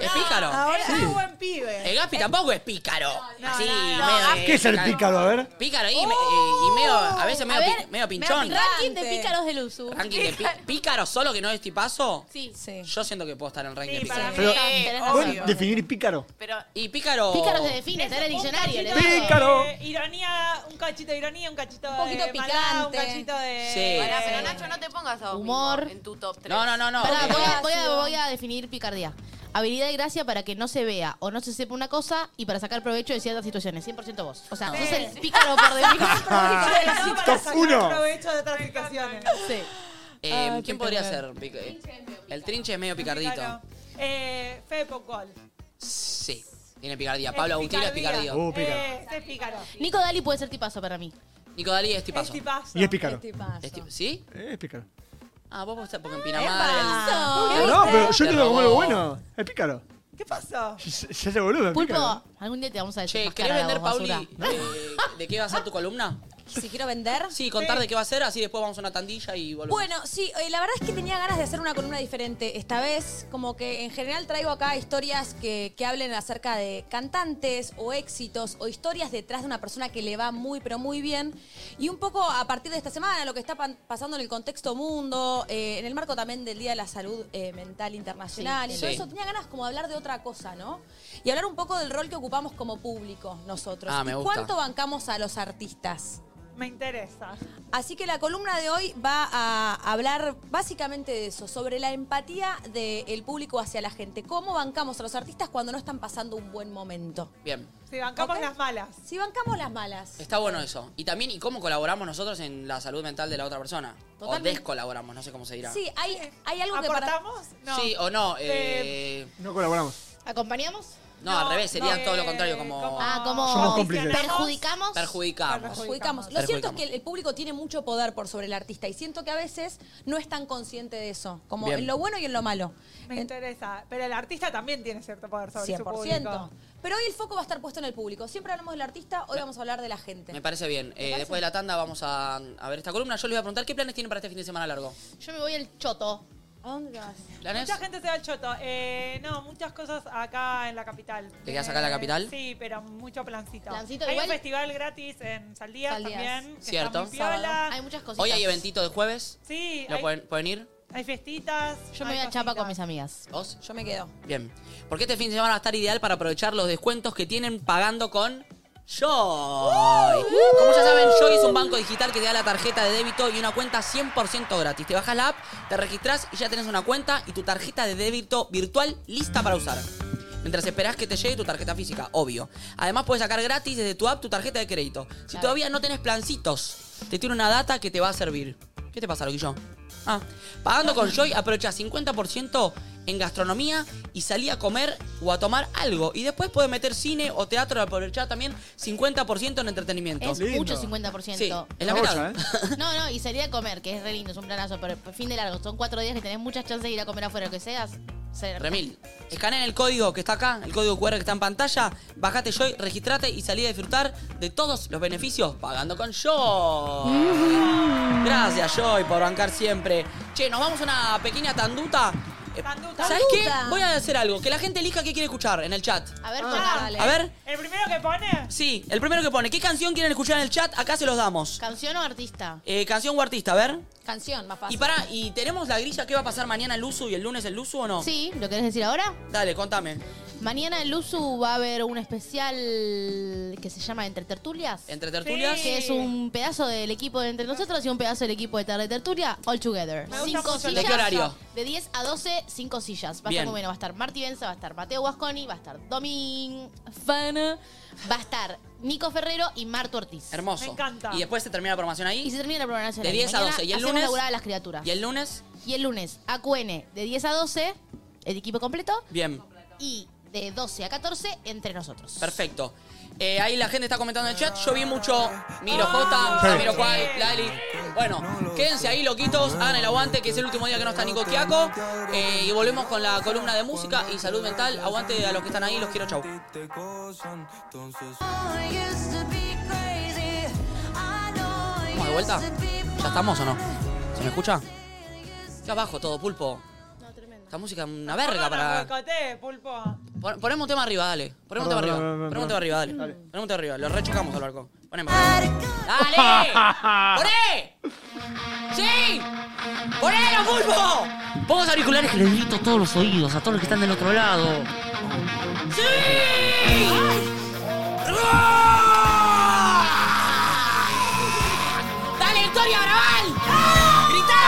[SPEAKER 3] Es pícaro.
[SPEAKER 21] Ahora
[SPEAKER 3] Sí.
[SPEAKER 4] Ah,
[SPEAKER 21] es buen pibe.
[SPEAKER 3] El Gaspi tampoco es pícaro. Así,
[SPEAKER 21] no,
[SPEAKER 3] medio de-
[SPEAKER 12] ¿Qué es el pícaro? A ver.
[SPEAKER 3] Pícaro y, me- y- y medio, a veces
[SPEAKER 11] Oh.
[SPEAKER 3] medio, pi- medio pinchón.
[SPEAKER 11] Ranking de pícaros del uso.
[SPEAKER 3] ranking de pi- pícaro solo que no es tipazo.
[SPEAKER 11] Sí.
[SPEAKER 3] Yo siento que puedo estar en el ranking de pícaro.
[SPEAKER 11] para mí Pero- también, tenés
[SPEAKER 12] ¿Pueden
[SPEAKER 11] obvio.
[SPEAKER 12] definir pícaro?
[SPEAKER 3] y pícaro.
[SPEAKER 11] Pícaro se define, está en el diccionario. le digo.
[SPEAKER 12] Pícaro.
[SPEAKER 4] Eh, ironía, un cachito de ironía, un cachito de.
[SPEAKER 21] Un poquito
[SPEAKER 4] maldad, un
[SPEAKER 21] picante.
[SPEAKER 4] cachito de.
[SPEAKER 3] Sí.
[SPEAKER 19] Pará, pero Nacho, no te pongas a vos
[SPEAKER 11] Humor.
[SPEAKER 19] mismo en tu top 3.
[SPEAKER 3] No, no, no, no.
[SPEAKER 11] Pará,
[SPEAKER 3] Eh,
[SPEAKER 11] voy, a, voy a- voy a definir picardía. Habilidad y gracia para que no se vea o no se sepa una cosa y para sacar provecho de ciertas situaciones. 100% vos. O sea,
[SPEAKER 4] Sí.
[SPEAKER 11] sos el pícaro por
[SPEAKER 21] Ah.
[SPEAKER 11] definición.
[SPEAKER 4] Para
[SPEAKER 12] Top
[SPEAKER 4] sacar
[SPEAKER 12] uno.
[SPEAKER 4] provecho de otras situaciones.
[SPEAKER 11] Sí.
[SPEAKER 3] eh,
[SPEAKER 4] Ah,
[SPEAKER 3] ¿Quién
[SPEAKER 4] pícaro.
[SPEAKER 3] podría ser? Pic- eh, El trinche es medio picardito.
[SPEAKER 4] Claro. Eh, Fede Pocol.
[SPEAKER 3] Sí, tiene picardía. Pablo Agustín es picardío.
[SPEAKER 12] Uh,
[SPEAKER 4] Eh, ese es pícaro.
[SPEAKER 11] Nico Dali puede ser tipazo para mí.
[SPEAKER 3] Nico Dalí es tipazo.
[SPEAKER 4] tipazo.
[SPEAKER 12] Y es pícaro. Es
[SPEAKER 3] Es tip- ¿Sí?
[SPEAKER 12] Eh, Es pícaro.
[SPEAKER 3] Ah, vos vos estás porque en
[SPEAKER 11] ¡Epa!
[SPEAKER 3] Pinamar.
[SPEAKER 12] Ah, No, pero yo
[SPEAKER 3] Te
[SPEAKER 12] te lo como lo
[SPEAKER 3] robó.
[SPEAKER 12] bueno. Es pícaro.
[SPEAKER 4] ¿Qué pasó?
[SPEAKER 12] Se se hace boludo. es
[SPEAKER 11] Pulpo,
[SPEAKER 12] pícaro.
[SPEAKER 11] algún día te vamos a decir.
[SPEAKER 3] Che, ¿querés vender, Pauli, eh, de qué va a ser tu columna?
[SPEAKER 21] Si quiero vender.
[SPEAKER 3] Sí, contar de qué va a ser, así después vamos a una tandilla y volvemos.
[SPEAKER 21] Bueno, sí, eh, la verdad es que tenía ganas de hacer una columna diferente esta vez. Como que en general traigo acá historias que, que hablen acerca de cantantes o éxitos o historias detrás de una persona que le va muy, pero muy bien. Y un poco a partir de esta semana, lo que está pan- pasando en el contexto mundo, eh, en el marco también del Día de la Salud eh, Mental Internacional
[SPEAKER 19] Sí.
[SPEAKER 21] y todo
[SPEAKER 19] Sí.
[SPEAKER 21] eso, tenía ganas como de hablar de otra cosa, ¿no? Y hablar un poco del rol que ocupamos como público nosotros.
[SPEAKER 19] Ah, me
[SPEAKER 21] ¿Y
[SPEAKER 19] gusta.
[SPEAKER 21] ¿Cuánto bancamos a los artistas?
[SPEAKER 4] Me interesa.
[SPEAKER 21] Así que la columna de hoy va a hablar básicamente de eso, sobre la empatía del público hacia la gente. ¿Cómo bancamos a los artistas cuando no están pasando un buen momento?
[SPEAKER 3] Bien.
[SPEAKER 4] Si bancamos las malas.
[SPEAKER 21] Si bancamos las malas.
[SPEAKER 3] Está bueno eso. Y también, ¿y cómo colaboramos nosotros en la salud mental de la otra persona?
[SPEAKER 21] Totalmente.
[SPEAKER 3] O descolaboramos, no sé cómo se dirá.
[SPEAKER 21] Sí, hay, hay algo
[SPEAKER 4] ¿Aportamos?
[SPEAKER 21] que para...
[SPEAKER 4] No.
[SPEAKER 3] Sí o no. eh,
[SPEAKER 12] No colaboramos.
[SPEAKER 11] ¿Acompañamos?
[SPEAKER 3] no, al revés, sería todo lo contrario, como.
[SPEAKER 11] Ah, como
[SPEAKER 3] Somos cómplices.
[SPEAKER 11] perjudicamos.
[SPEAKER 3] Perjudicamos.
[SPEAKER 21] Perjudicamos. Lo cierto es
[SPEAKER 3] Perjudicamos.
[SPEAKER 21] que el, el público tiene mucho poder por sobre el artista y siento que a veces no es tan consciente de eso, como
[SPEAKER 3] Bien.
[SPEAKER 21] en lo bueno y en lo malo.
[SPEAKER 4] Me interesa. Pero el artista también tiene cierto poder sobre su
[SPEAKER 21] 100%.
[SPEAKER 4] público.
[SPEAKER 21] Pero hoy el foco va a estar puesto en el público. Siempre hablamos del artista, hoy vamos a hablar de la gente.
[SPEAKER 3] Me parece bien. Eh, Después de la tanda vamos a, a ver esta columna. Yo les voy a preguntar qué planes tienen para este fin de semana largo.
[SPEAKER 11] Yo me voy al choto.
[SPEAKER 21] ¿A dónde vas?
[SPEAKER 3] ¿Planes?
[SPEAKER 4] Mucha gente se va al choto. Eh, no, muchas cosas acá en la capital. Eh,
[SPEAKER 3] ¿Te quedás acá en la capital?
[SPEAKER 4] Sí, pero mucho plancito.
[SPEAKER 11] Plancito
[SPEAKER 4] Hay
[SPEAKER 11] igual.
[SPEAKER 4] un festival gratis en Saldías,
[SPEAKER 11] Saldías.
[SPEAKER 4] también. que
[SPEAKER 3] Cierto.
[SPEAKER 4] está muy piola.
[SPEAKER 11] Hay muchas cositas.
[SPEAKER 3] Hoy hay eventito de jueves.
[SPEAKER 4] Sí,
[SPEAKER 3] ¿Lo
[SPEAKER 4] hay-
[SPEAKER 3] pueden, pueden ir?
[SPEAKER 4] Hay festitas.
[SPEAKER 11] Yo me voy a Chapa con mis amigas.
[SPEAKER 3] ¿Vos?
[SPEAKER 21] Yo me quedo.
[SPEAKER 3] Bien. Porque este fin de semana va a estar ideal para aprovechar los descuentos que tienen pagando con
[SPEAKER 4] ¡Uh!
[SPEAKER 3] Joy. Como ya saben, Joy es un banco digital que te da la tarjeta de débito y una cuenta 100% gratis. Te bajas la app, te registras y ya tenés una cuenta y tu tarjeta de débito virtual lista para usar. Mientras esperás que te llegue tu tarjeta física, obvio. Además, puedes sacar gratis desde tu app tu tarjeta de crédito. Si
[SPEAKER 11] Claro.
[SPEAKER 3] todavía no tenés plancitos, te tiene una data que te va a servir. ¿Qué te pasa, loquillo? Ah, pagando con Joy aprovecha 50% en gastronomía y salí a comer o a tomar algo. Y después puedes meter cine o teatro y aprovechar también 50% en entretenimiento.
[SPEAKER 11] Es mucho 50%.
[SPEAKER 3] Sí, es la mitad.
[SPEAKER 11] No, no, y salir a comer, que es re lindo, es un planazo, pero fin de largo. Son cuatro días que tenés muchas chances de ir a comer afuera, lo que seas. se-
[SPEAKER 3] Remil, escaneen el código que está acá, el código QR que está en pantalla, bajate Joy, registrate y salí a disfrutar de todos los beneficios pagando con Joy. Gracias Joy por bancar siempre. Che, nos vamos a una pequeña tanduta. Eh, ¿Sabes qué?
[SPEAKER 4] Tanduta.
[SPEAKER 3] Voy a hacer algo, que la gente elija qué quiere escuchar en el chat.
[SPEAKER 11] A ver,
[SPEAKER 3] A ver.
[SPEAKER 4] Ah, ¿El primero que pone?
[SPEAKER 3] Sí, el primero que pone, ¿qué canción quieren escuchar en el chat? Acá se los damos.
[SPEAKER 11] ¿Canción o artista?
[SPEAKER 3] Eh, canción o artista, a ver.
[SPEAKER 21] Canción, más fácil.
[SPEAKER 3] Y pará, ¿y tenemos la grilla que va a pasar mañana el Luzu y el lunes el Luzu o no?
[SPEAKER 11] Sí, ¿lo querés decir ahora?
[SPEAKER 3] Dale, contame.
[SPEAKER 11] Mañana en Luzu va a haber un especial que se llama Entre Tertulias.
[SPEAKER 3] Entre tertulias.
[SPEAKER 11] Que es un pedazo del equipo de Entre Nosotros y un pedazo del equipo de Tarde Tertulia, All Together.
[SPEAKER 3] Me gusta
[SPEAKER 11] Cinco
[SPEAKER 3] mucho el
[SPEAKER 11] sillas.
[SPEAKER 3] ¿De qué horario?
[SPEAKER 11] De 10 a 12, cinco sillas. Va a
[SPEAKER 3] Bien.
[SPEAKER 11] estar muy bueno. Va a estar Marti Benza, va a estar Mateo Guasconi, va a estar Domin Fana, va a estar Nico Ferrero y Marto Ortiz.
[SPEAKER 3] Hermoso. Y después se termina la programación ahí.
[SPEAKER 11] Y se termina la programación.
[SPEAKER 3] De
[SPEAKER 11] ahí.
[SPEAKER 3] 10 a
[SPEAKER 11] Mañana
[SPEAKER 3] 12. ¿Y el
[SPEAKER 11] hacemos
[SPEAKER 3] lunes?
[SPEAKER 11] laburar a las criaturas.
[SPEAKER 3] ¿Y el lunes?
[SPEAKER 11] Y el lunes, AQN, de 10 a 12, el equipo completo.
[SPEAKER 3] Bien,
[SPEAKER 11] Y de 12 a 14, Entre Nosotros.
[SPEAKER 3] perfecto. Eh, ahí la gente está comentando en el chat. Yo vi mucho Miro J,
[SPEAKER 11] Sí.
[SPEAKER 3] Miro Quay, Lali. Bueno, quédense ahí, loquitos. Hagan el aguante, que es el último día que no está Nico Quiaco. Eh, y volvemos con la columna de música y salud mental. Aguante a los que están ahí. Los quiero, chau. ¿Estamos de vuelta? ¿Ya estamos o no? ¿Se me escucha? Qué abajo todo, pulpo. Esta música es una verga para.
[SPEAKER 4] Boicoté, pulpo.
[SPEAKER 3] Pon- Ponemos un tema arriba, dale. Ponemos un tema
[SPEAKER 4] Perdón,
[SPEAKER 3] arriba.
[SPEAKER 4] perdón, perdón,
[SPEAKER 3] Ponemos un tema arriba, dale. Ponemos un tema arriba. Lo rechocamos al barco. Ponemos.
[SPEAKER 6] ¡Dale!
[SPEAKER 3] ¡Poné! ¡Sí! ¡Ponelo, pulpo! Pon los auriculares que les grito a todos los oídos, a todos los que están del otro lado. ¡Sí! ¡Dale, Victoria Braval! ¡Grita!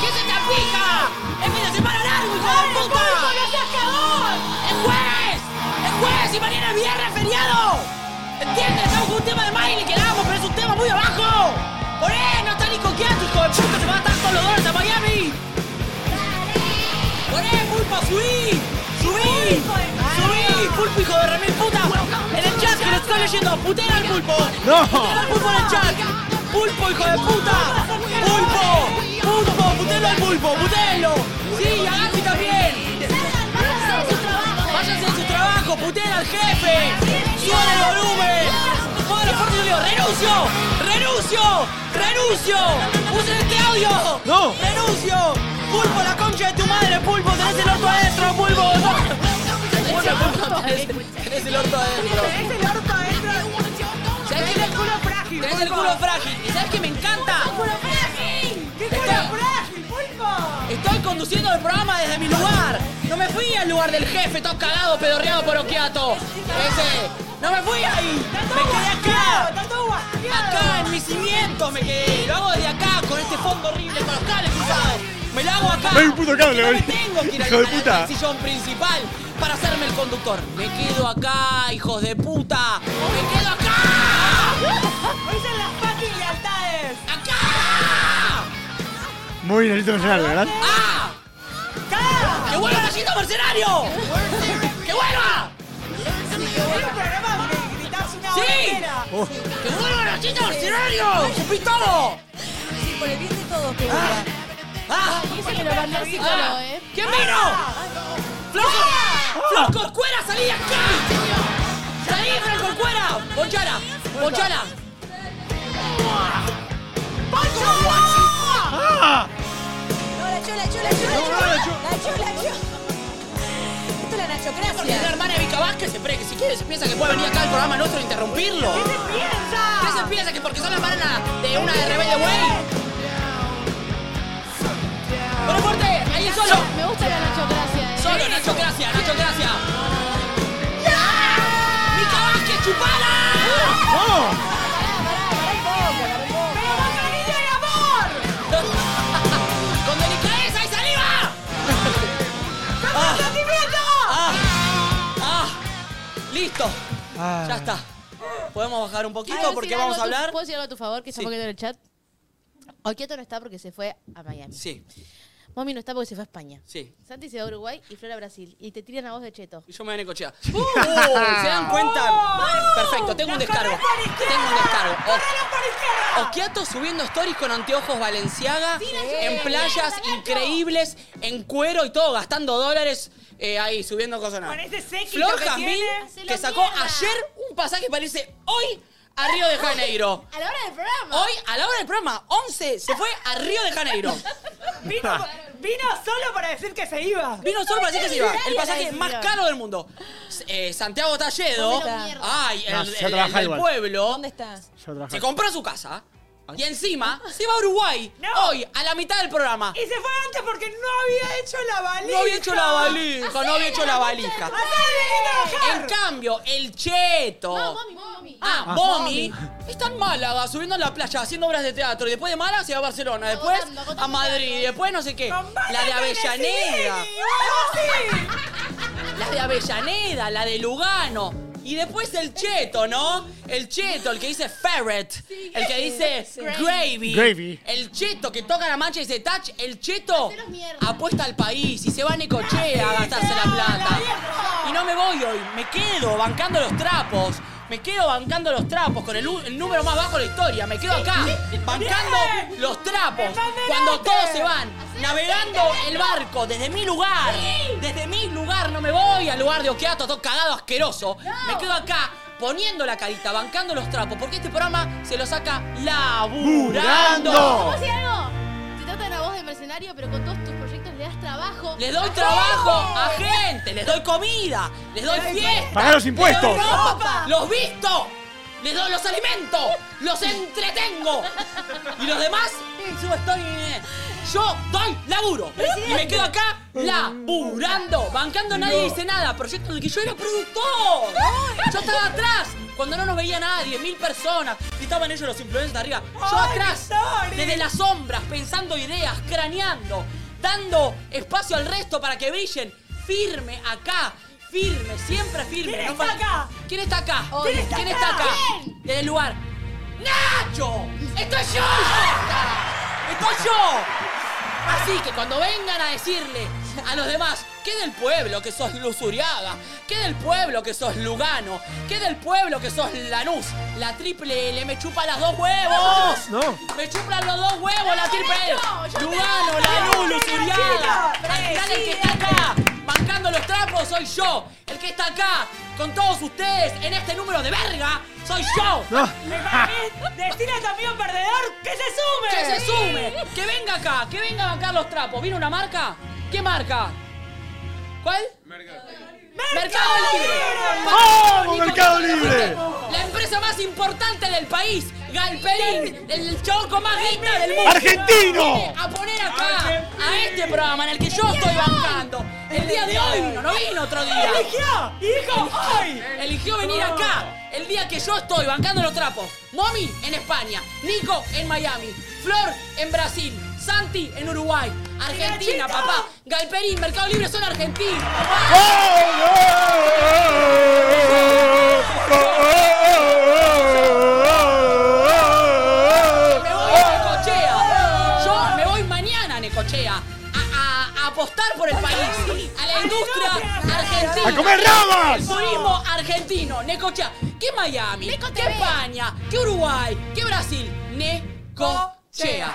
[SPEAKER 3] ¿Qué se te pica? ¡Es fin de semana largo, hijo de puta! no seas cagón! ¡Es jueves! ¡Es jueves y mañana es viernes feriado! ¿Entiendes? Estamos con un tema de Miley que la amo, pero es un tema muy abajo. ¡Por eso no está ni coqueando, hijo de puta! ¡Se va a estar con los dólares a Miami! ¡Por eso, pulpo, subí! ¡Subí! ¡Subí! ¡Pulpo, hijo de remil puta! ¡En el chat que lo está leyendo! ¡Putera al pulpo!
[SPEAKER 6] No.
[SPEAKER 3] ¡Putera al pulpo en el chat! ¡Pulpo, hijo de puta! ¡Pulpo! ¡Pulpo! ¡Putelo al pulpo! ¡Putelo! ¡Sí, a Gaby también! ¡Váyanse a su trabajo! ¡Putela al jefe! ¡Suena el volumen! ¡Modo fuerte sonido! ¡Renuncio! ¡Renuncio! ¡Renuncio! ¡Usen este audio! ¡No! ¡Renuncio! ¡Pulpo, la concha de tu madre! ¡Pulpo, tenés el orto adentro! ¡Pulpo! ¡Pulpo, pulpo! tenés- Tenés el orto adentro. Tenés el orto adentro. Tenés el culo frágil. Tenés el culo frágil. ¿Y sabes qué me encanta?
[SPEAKER 4] ¡Qué
[SPEAKER 3] Estoy-
[SPEAKER 4] cara frágil, pulpo!
[SPEAKER 3] Estoy conduciendo el programa desde mi lugar. No me fui al lugar del jefe, todo cagado, pedorreado por Okiato. Ese.
[SPEAKER 6] ¡No me fui ahí! ¡Me quedé acá! ¡Acá en mis cimientos me quedé! ¡Lo hago de acá con este fondo horrible, con los cables cruzados! ¡Me lo hago acá!
[SPEAKER 12] Hay un puto cable,
[SPEAKER 6] Porque no me
[SPEAKER 12] boludo.
[SPEAKER 6] tengo que ir al,
[SPEAKER 12] Hijo de
[SPEAKER 6] al-
[SPEAKER 12] puta.
[SPEAKER 6] al sillón principal para hacerme el conductor. ¡Me quedo acá, hijos de puta! ¡Me quedo acá!
[SPEAKER 3] Hoy son las fucking lealtades.
[SPEAKER 9] Muy bien, Alito Nacional, ¿verdad?
[SPEAKER 6] ¡Que vuelva Nachito Mercenario! ¡Que vuelva! ¡Sí! ¡Que vuelva Nachito Mercenario! ¡Supí todo!
[SPEAKER 21] Sí, por el bien de todos, que
[SPEAKER 6] ¡Ah!
[SPEAKER 21] que lo mandó el psicólogo,
[SPEAKER 6] Ah.
[SPEAKER 21] ¿eh? Ah.
[SPEAKER 6] ¿Quién vino? ¡Floco! ¡Floco Cuera, salí acá! ¡Salí, Franco Cuera! ¡Ponchala! ¡Ponchala!
[SPEAKER 12] ¡Ah!
[SPEAKER 21] No, la chula, la chula, la chula. La chula, la chula. Esto es la Nacho,
[SPEAKER 6] Porque es la hermana de Vika Vázquez, se pre- que si quiere se piensa que puede venir acá al programa nuestro e interrumpirlo. ¿Qué se piensa? ¿Qué se piensa? Que porque son la hermana de Eh, una de Rebelde Way. ¡Pero fuerte! ¡Ahí solo!
[SPEAKER 11] Me gusta la nachocracia, eh.
[SPEAKER 6] ¡Solo, Nacho, gracias! ¡Nacho, gracias! ¡Vika Vázquez, chupala! ¡Con delicadeza y saliva! ¡Ah! ¡Ah! ¡Ah! ¡Listo! Ya está. Podemos bajar un
[SPEAKER 11] Ay,
[SPEAKER 6] poquito
[SPEAKER 11] ¿puedo
[SPEAKER 6] porque
[SPEAKER 11] decir algo
[SPEAKER 6] vamos a
[SPEAKER 11] tu-
[SPEAKER 6] hablar.
[SPEAKER 11] ¿Puedo decir algo a tu favor que está
[SPEAKER 6] Sí.
[SPEAKER 11] poniendo en el chat? Oquieto no está porque se fue a Miami.
[SPEAKER 6] Sí,
[SPEAKER 11] Mami no está porque se fue a España.
[SPEAKER 6] sí.
[SPEAKER 11] Santi se va a Uruguay y Flora a Brasil. Y te tiran a vos de cheto.
[SPEAKER 6] Y yo me voy a Necochea. ¡Uh! ¿Se dan cuenta?
[SPEAKER 11] ¡Oh!
[SPEAKER 6] Perfecto, tengo un descargo. Tengo un descargo. O- Okiato subiendo stories con anteojos Valenciaga en playas increíbles, en cuero y todo, gastando dólares eh, ahí, subiendo cosas. nada.
[SPEAKER 3] Con ese séquito
[SPEAKER 6] Flor
[SPEAKER 3] que
[SPEAKER 6] Jazmín,
[SPEAKER 3] tiene.
[SPEAKER 6] que,
[SPEAKER 3] Hacelo
[SPEAKER 6] sacó
[SPEAKER 3] mierda.
[SPEAKER 6] ayer un pasaje para irse hoy a Río de Janeiro.
[SPEAKER 11] A la hora del programa.
[SPEAKER 6] Hoy, a la hora del programa, 11, se fue a Río de Janeiro.
[SPEAKER 3] Vino, vino solo para decir que se iba.
[SPEAKER 6] Vino solo para decir que se iba. El pasaje más caro del mundo. Eh, Santiago Talledo.
[SPEAKER 3] ¿Dónde está?
[SPEAKER 6] Ay, el,
[SPEAKER 9] No,
[SPEAKER 6] el-
[SPEAKER 9] ya
[SPEAKER 6] el
[SPEAKER 9] trabaja
[SPEAKER 6] del
[SPEAKER 9] igual.
[SPEAKER 6] pueblo.
[SPEAKER 21] ¿Dónde estás?
[SPEAKER 6] Se compró su casa. Y encima se va a Uruguay. Hoy, a la mitad del programa.
[SPEAKER 3] Y se fue antes porque no había hecho la valija.
[SPEAKER 6] No había hecho la valija, no había hecho la valija. En cambio, el cheto.
[SPEAKER 11] No, mami, mami.
[SPEAKER 6] Ah, Bomi está en Málaga, subiendo a la playa, haciendo obras de teatro. Y después de Málaga se va a Barcelona, después a Madrid, y después no sé qué. La de Avellaneda. La de Avellaneda, la de Lugano. Y después el cheto, ¿no? El cheto, el que dice ferret, el que dice
[SPEAKER 12] Sí.
[SPEAKER 6] gravy.
[SPEAKER 12] Gravy.
[SPEAKER 6] El cheto que toca la mancha y dice touch. El cheto apuesta al país y se va a Necochea a gastarse la plata. Y no me voy hoy, me quedo bancando los trapos. Me quedo bancando los trapos con el, u- el número más bajo de la historia. Me quedo acá, bancando
[SPEAKER 12] Bien.
[SPEAKER 6] los trapos.
[SPEAKER 12] Adelante.
[SPEAKER 6] Cuando todos se van, navegando el barco desde mi lugar. Desde mi lugar no me voy al lugar de Okeato, todo cagado asqueroso. Me quedo acá poniendo la carita, bancando los trapos, porque este programa se lo saca
[SPEAKER 11] ¿Puedo
[SPEAKER 6] laburando.
[SPEAKER 11] decir algo? Te tratan a vos de mercenario, pero con todos tus proyectos le das trabajo. ¡Oh!
[SPEAKER 6] Les doy trabajo a gente, les doy comida, les doy fiesta.
[SPEAKER 9] Pagá los
[SPEAKER 6] les
[SPEAKER 9] impuestos.
[SPEAKER 6] doy ropa, los visto, les doy los alimentos, los entretengo. Y los demás, mm, subo story, eh. Yo doy laburo. Y me quedo acá laburando, bancando, nadie dice nada. Proyecto en el que yo era productor. Yo estaba atrás. Cuando no nos veía nadie, mil personas, y estaban ellos los influencers de arriba. Yo
[SPEAKER 12] Ay,
[SPEAKER 6] atrás, desde las sombras, pensando ideas, craneando, dando espacio al resto para que brillen. Firme acá, firme, siempre firme.
[SPEAKER 12] ¿Quién
[SPEAKER 6] No
[SPEAKER 12] está
[SPEAKER 6] para-
[SPEAKER 12] acá?
[SPEAKER 6] ¿Quién está acá?
[SPEAKER 12] Hoy.
[SPEAKER 6] ¿Quién está acá? Desde el lugar. ¡Nacho! ¡Estoy yo! ¡Estoy yo! Así que cuando vengan a decirle a los demás que del pueblo que sos Luzuriaga, que del pueblo que sos Lugano, que del pueblo que sos Lanús, la triple L me chupa las dos huevos.
[SPEAKER 9] No.
[SPEAKER 6] Me chupan los dos huevos la triple L.
[SPEAKER 12] Yo te
[SPEAKER 6] Lugano,
[SPEAKER 12] amo.
[SPEAKER 6] Lanús,
[SPEAKER 12] Chica,
[SPEAKER 6] Luzuriaga. Al final el que está acá, bancando los trapos, soy yo. El que está acá, con todos ustedes, en este número de verga, soy yo.
[SPEAKER 3] Me parece- Decirle a tu amigo perdedor que se sume.
[SPEAKER 6] Que se sume, que venga acá, que venga a bancar los trapos. ¿Vino una marca? ¿Qué marca? ¿Cuál? Mercado Libre.
[SPEAKER 12] ¡Vamos, Mercado Libre!
[SPEAKER 6] La empresa más importante del país, Galperín, el choco más guita del mundo.
[SPEAKER 12] ¡Argentino!
[SPEAKER 6] Viene A poner acá, a este programa en el que yo estoy bancando,
[SPEAKER 3] El día de hoy vino, no vino otro día.
[SPEAKER 4] Eligió y dijo hoy.
[SPEAKER 3] Eligió venir acá. El día que yo estoy bancando los trapos. Momi en España. Nico en Miami. Flor en Brasil. Santi en Uruguay. Argentina, papá. Galperín, Mercado Libre son argentinos. Me voy a Necochea. Yo me voy mañana a Necochea a, a- a apostar por el país, a la industria argentina.
[SPEAKER 6] ¡A comer rabas!
[SPEAKER 3] El turismo argentino. Necochea. ¿Qué Miami? ¿Qué España? ¿Qué Uruguay? ¿Qué Brasil? Necochea.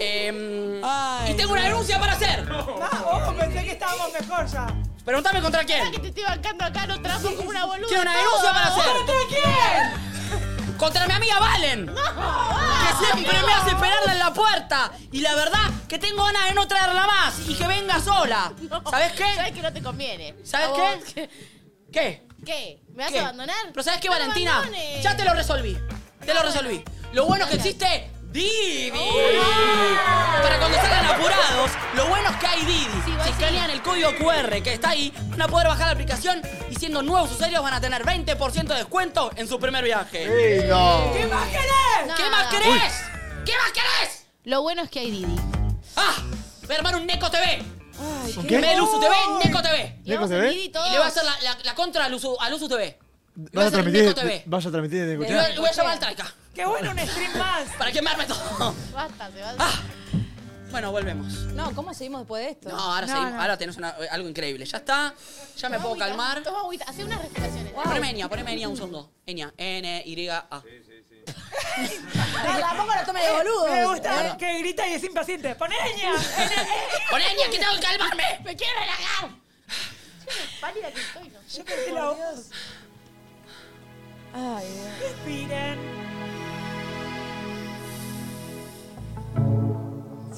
[SPEAKER 3] Em, y tengo una denuncia para hacer.
[SPEAKER 4] Vamos, Ah, pensé que estábamos mejor ya.
[SPEAKER 3] Pregúntame contra
[SPEAKER 11] Ahora
[SPEAKER 3] quién.
[SPEAKER 11] que te estoy bancando acá, no trabajo como una boluda.
[SPEAKER 3] Quiero una denuncia para hacer.
[SPEAKER 11] ¿Contra
[SPEAKER 3] quién? Contra mi amiga Valen. que siempre me hace esperarla en la puerta. Y la verdad que tengo ganas de no traerla más y que venga sola. ¿Sabes qué?
[SPEAKER 11] Sabes que no te conviene.
[SPEAKER 3] ¿Sabes
[SPEAKER 11] A
[SPEAKER 3] qué?
[SPEAKER 11] vos-
[SPEAKER 3] ¿qué?
[SPEAKER 11] ¿Qué? ¿Me vas
[SPEAKER 3] ¿Qué?
[SPEAKER 11] a abandonar?
[SPEAKER 3] Pero ¿sabes qué,
[SPEAKER 11] No
[SPEAKER 3] Valentina?
[SPEAKER 11] abandones.
[SPEAKER 3] Ya te lo resolví. Te lo resolví. Lo bueno es que existe Didi. Para cuando salgan apurados, lo bueno es que hay Didi. si escanean el código QR que está ahí, van a poder bajar la aplicación y siendo nuevos usuarios van a tener 20% de descuento en su primer viaje.
[SPEAKER 6] Sí, no.
[SPEAKER 3] ¿Qué más querés? ¿Qué más querés? ¿Qué más querés?
[SPEAKER 11] Lo bueno es que hay Didi.
[SPEAKER 3] ¡Ah! Voy a armar un Neco TV.
[SPEAKER 11] ¿Qué?
[SPEAKER 3] En vez de Luzu TV, Neco TV.
[SPEAKER 11] ¿Neco vamos a TV? Didi todos.
[SPEAKER 3] Y le voy a hacer la, la- la contra a Luzu, a Luzu TV.
[SPEAKER 12] Vas a
[SPEAKER 3] hacer
[SPEAKER 12] transmitir,
[SPEAKER 3] Nico TV.
[SPEAKER 12] vas a transmitir desde
[SPEAKER 3] Le voy,
[SPEAKER 12] Cochea.
[SPEAKER 3] a- le voy a llamar al Traica.
[SPEAKER 4] ¡Qué bueno un stream más!
[SPEAKER 3] Para que me arme todo.
[SPEAKER 11] Basta, se va.
[SPEAKER 3] Bueno, volvemos.
[SPEAKER 21] No, ¿cómo seguimos después de esto?
[SPEAKER 3] No, ahora seguimos. Ahora tenés una- eh, algo increíble. Ya está. Ya me puedo calmar.
[SPEAKER 11] Toma agüita, hace unas respiraciones.
[SPEAKER 3] Poneme Enya, poneme Enya un segundo. Enya, N-Y-A.
[SPEAKER 21] No, tampoco lo tome de boludo.
[SPEAKER 4] Me gusta
[SPEAKER 3] Eh.
[SPEAKER 4] que grita y es impaciente. ¡Poneña!
[SPEAKER 3] ¡Poné Enya, que tengo que calmarme!
[SPEAKER 11] ¡Me quiero relajar! Pálida que estoy, no.
[SPEAKER 4] Yo pensé la voz.
[SPEAKER 21] Ay,
[SPEAKER 4] Respiren.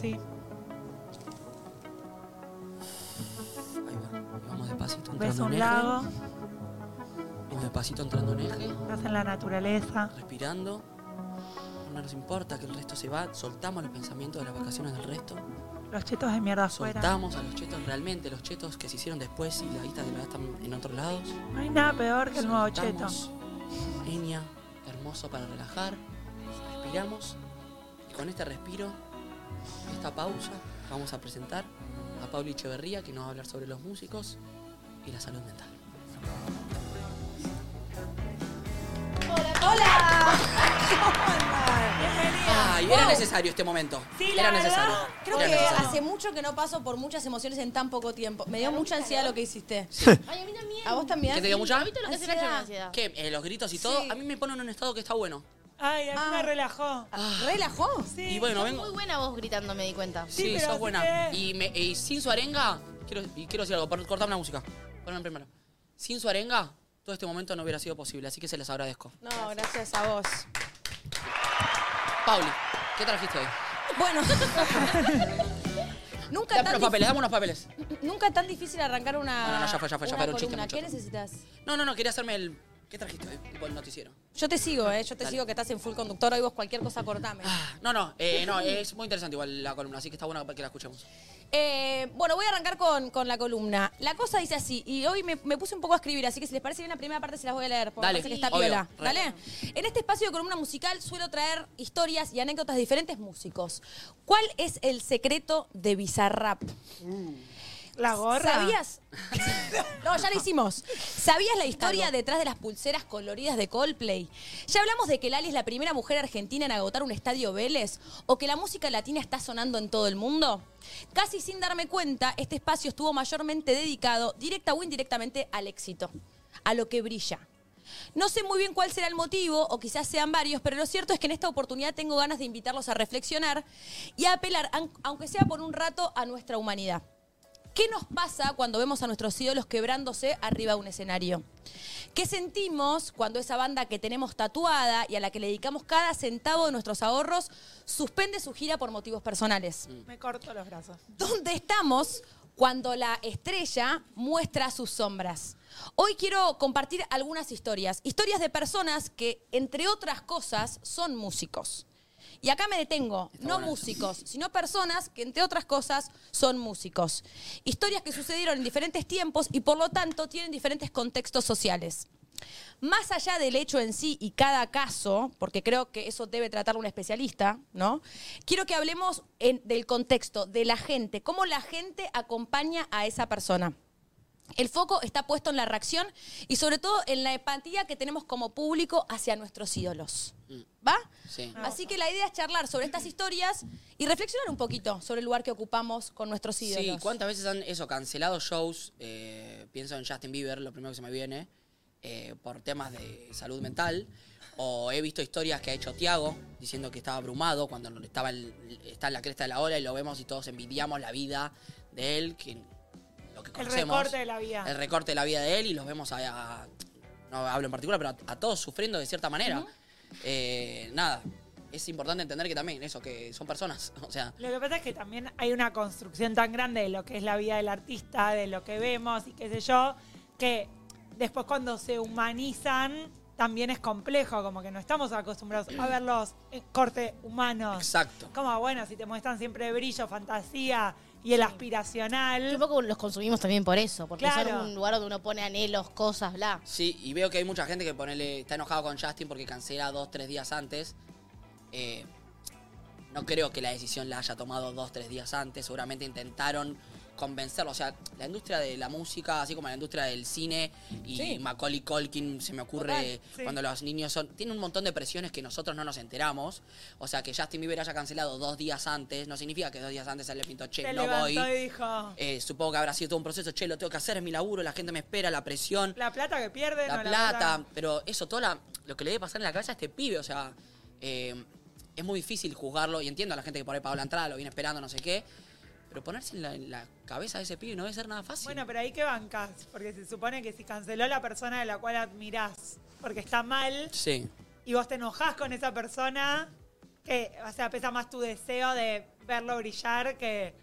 [SPEAKER 4] Sí.
[SPEAKER 3] Vamos despacito
[SPEAKER 4] Ves
[SPEAKER 3] entrando en
[SPEAKER 4] un
[SPEAKER 3] eje.
[SPEAKER 4] lago,
[SPEAKER 3] Vamos despacito entrando en eje.
[SPEAKER 4] estás en la naturaleza.
[SPEAKER 3] Respirando. No nos importa que el resto se va. Soltamos los pensamientos de las vacaciones del resto.
[SPEAKER 4] Los chetos de mierda afuera.
[SPEAKER 3] Soltamos a los chetos realmente, los chetos que se hicieron después y la guita que la gastan en otros lados.
[SPEAKER 4] No hay nada peor que el nuevo cheto.
[SPEAKER 3] Soltamos Enya, hermoso para relajar. Respiramos. Y con este respiro, esta pausa, vamos a presentar a Pablo Echeverría, que nos va a hablar sobre los músicos y la salud mental.
[SPEAKER 21] ¡Hola!
[SPEAKER 3] Ay, era necesario este momento.
[SPEAKER 21] Sí, la
[SPEAKER 3] era
[SPEAKER 21] verdad,
[SPEAKER 3] necesario.
[SPEAKER 21] creo
[SPEAKER 3] Era
[SPEAKER 21] que
[SPEAKER 3] necesario.
[SPEAKER 21] hace mucho que no paso por muchas emociones en tan poco tiempo. Me dio mucha ansiedad lo que hiciste.
[SPEAKER 11] Ay, a mí también.
[SPEAKER 21] ¿A vos también?
[SPEAKER 3] ¿Qué te dio mucha?
[SPEAKER 11] ¿Viste lo que hace la ansiedad?
[SPEAKER 3] ¿Qué? Eh, los gritos y todo, a mí me ponen en un estado que está bueno.
[SPEAKER 4] Ay, a mí me relajó.
[SPEAKER 21] ¿Relajó?
[SPEAKER 4] Sí.
[SPEAKER 3] Ah. Y bueno,
[SPEAKER 11] Sos
[SPEAKER 3] vengo-
[SPEAKER 11] muy buena vos gritando, me di cuenta.
[SPEAKER 3] Sí, sos buena. Y, me- y sin su arenga, quiero, y quiero decir algo, por- cortame la música. Ponme en primero. Sin su arenga, todo este momento no hubiera sido posible, así que se les agradezco.
[SPEAKER 21] No, gracias a vos.
[SPEAKER 3] Pauli, ¿qué trajiste hoy?
[SPEAKER 21] Bueno. nunca,
[SPEAKER 3] Dame
[SPEAKER 21] tan
[SPEAKER 3] unos papeles, dame unos papeles.
[SPEAKER 21] dif- nunca tan difícil arrancar una.
[SPEAKER 3] No, no, no, ya fue, ya fue, ya
[SPEAKER 21] una
[SPEAKER 3] fue, era un chiste,
[SPEAKER 21] columna.
[SPEAKER 3] un chiste.
[SPEAKER 21] ¿Qué necesitas?
[SPEAKER 3] No, no, no, quería hacerme el. ¿Qué trajiste hoy? Tipo el noticiero.
[SPEAKER 21] Yo te sigo, ¿eh? Yo te
[SPEAKER 3] Dale.
[SPEAKER 21] sigo que estás en full conductor. Hoy vos cualquier cosa cortame.
[SPEAKER 3] No, no, eh, no, es muy interesante igual la columna, así que está bueno que la escuchemos.
[SPEAKER 21] Eh, bueno, voy a arrancar con, con la columna. La cosa dice así, y hoy me, me puse un poco a escribir, así que si les parece bien la primera parte se las voy a leer, porque
[SPEAKER 3] Dale,
[SPEAKER 21] me parece que está
[SPEAKER 3] obvio,
[SPEAKER 21] piola.
[SPEAKER 3] re.
[SPEAKER 21] ¿Dale? En este espacio de columna musical suelo traer historias y anécdotas de diferentes músicos. ¿Cuál es el secreto de Bizarrap?
[SPEAKER 4] La gorra.
[SPEAKER 21] ¿Sabías? No, ya lo hicimos. ¿Sabías la historia detrás de las pulseras coloridas de Coldplay? ¿Ya hablamos de que Lali es la primera mujer argentina en agotar un estadio Vélez? ¿O que la música latina está sonando en todo el mundo? Casi sin darme cuenta, este espacio estuvo mayormente dedicado, directa o indirectamente, al éxito, a lo que brilla. No sé muy bien cuál será el motivo, o quizás sean varios, pero lo cierto es que en esta oportunidad tengo ganas de invitarlos a reflexionar y a apelar, an- aunque sea por un rato, a nuestra humanidad. ¿Qué nos pasa cuando vemos a nuestros ídolos quebrándose arriba de un escenario? ¿Qué sentimos cuando esa banda que tenemos tatuada y a la que le dedicamos cada centavo de nuestros ahorros suspende su gira por motivos personales?
[SPEAKER 4] Me corto los brazos.
[SPEAKER 21] ¿Dónde estamos cuando la estrella muestra sus sombras? Hoy quiero compartir algunas historias, historias de personas que, entre otras cosas, son músicos. Y acá me detengo, no músicos, sino personas que, entre otras cosas, son músicos. Historias que sucedieron en diferentes tiempos y, por lo tanto, tienen diferentes contextos sociales. Más allá del hecho en sí y cada caso, porque creo que eso debe tratar un especialista, ¿no? Quiero que hablemos en- del contexto, de la gente, cómo la gente acompaña a esa persona. El foco está puesto en la reacción y sobre todo en la empatía que tenemos como público hacia nuestros ídolos. ¿Va?
[SPEAKER 3] Sí.
[SPEAKER 21] Así que la idea es charlar sobre estas historias y reflexionar un poquito sobre el lugar que ocupamos con nuestros
[SPEAKER 3] Sí,
[SPEAKER 21] ídolos.
[SPEAKER 3] ¿cuántas veces han eso, cancelado shows? Eh, pienso en Justin Bieber, lo primero que se me viene, eh, por temas de salud mental. O he visto historias que ha hecho Tiago diciendo que estaba abrumado cuando estaba en- está en la cresta de la ola y lo vemos y todos envidiamos la vida de él, que, lo que
[SPEAKER 4] El
[SPEAKER 3] conocemos.
[SPEAKER 4] recorte de la vida.
[SPEAKER 3] el recorte de la vida de él y los vemos a, a- no hablo en particular, pero a, a todos sufriendo de cierta manera. Eh, nada, es importante entender que también eso, que son personas, o sea,
[SPEAKER 4] Lo que pasa es que también hay una construcción tan grande de lo que es la vida del artista, de lo que vemos y qué sé yo, que después cuando se humanizan también es complejo, como que no estamos acostumbrados a verlos en corte humanos.
[SPEAKER 3] Exacto.
[SPEAKER 4] Como bueno, si te muestran siempre brillo, fantasía y el aspiracional. Un poco
[SPEAKER 11] los consumimos también por eso, porque son
[SPEAKER 3] Claro.
[SPEAKER 11] un lugar donde uno pone anhelos, cosas, bla.
[SPEAKER 3] Sí, y veo que hay mucha gente que ponele, está enojado con Justin porque cancela dos, tres días antes. Eh, no creo que la decisión la haya tomado dos, tres días antes. Seguramente intentaron convencerlo. O sea, la industria de la música, así como la industria del cine y
[SPEAKER 6] Sí.
[SPEAKER 3] Macaulay Culkin, se me ocurre
[SPEAKER 6] Total, sí.
[SPEAKER 3] cuando los niños son... Tiene un montón de presiones que nosotros no nos enteramos. O sea, que Justin Bieber haya cancelado dos días antes, no significa que dos días antes él le pintó, che,
[SPEAKER 4] se
[SPEAKER 3] no voy.
[SPEAKER 4] levantó y dijo,
[SPEAKER 3] Eh, supongo que habrá sido todo un proceso, che, lo tengo que hacer, es mi laburo, la gente me espera, la presión
[SPEAKER 4] la plata que pierde,
[SPEAKER 3] la
[SPEAKER 4] no
[SPEAKER 3] plata, pero eso, todo la- lo que le debe pasar en la cabeza a este pibe, o sea, eh, es muy difícil juzgarlo y entiendo a la gente que por ahí pagó la entrada, lo viene esperando, no sé qué, pero ponerse en la, en la cabeza de ese pibe no debe ser nada fácil.
[SPEAKER 4] Bueno, pero ahí que bancas, porque se supone que si canceló la persona de la cual admirás, porque está mal,
[SPEAKER 3] Sí.
[SPEAKER 4] y vos te enojás con esa persona, que, o sea, pesa más tu deseo de verlo brillar que,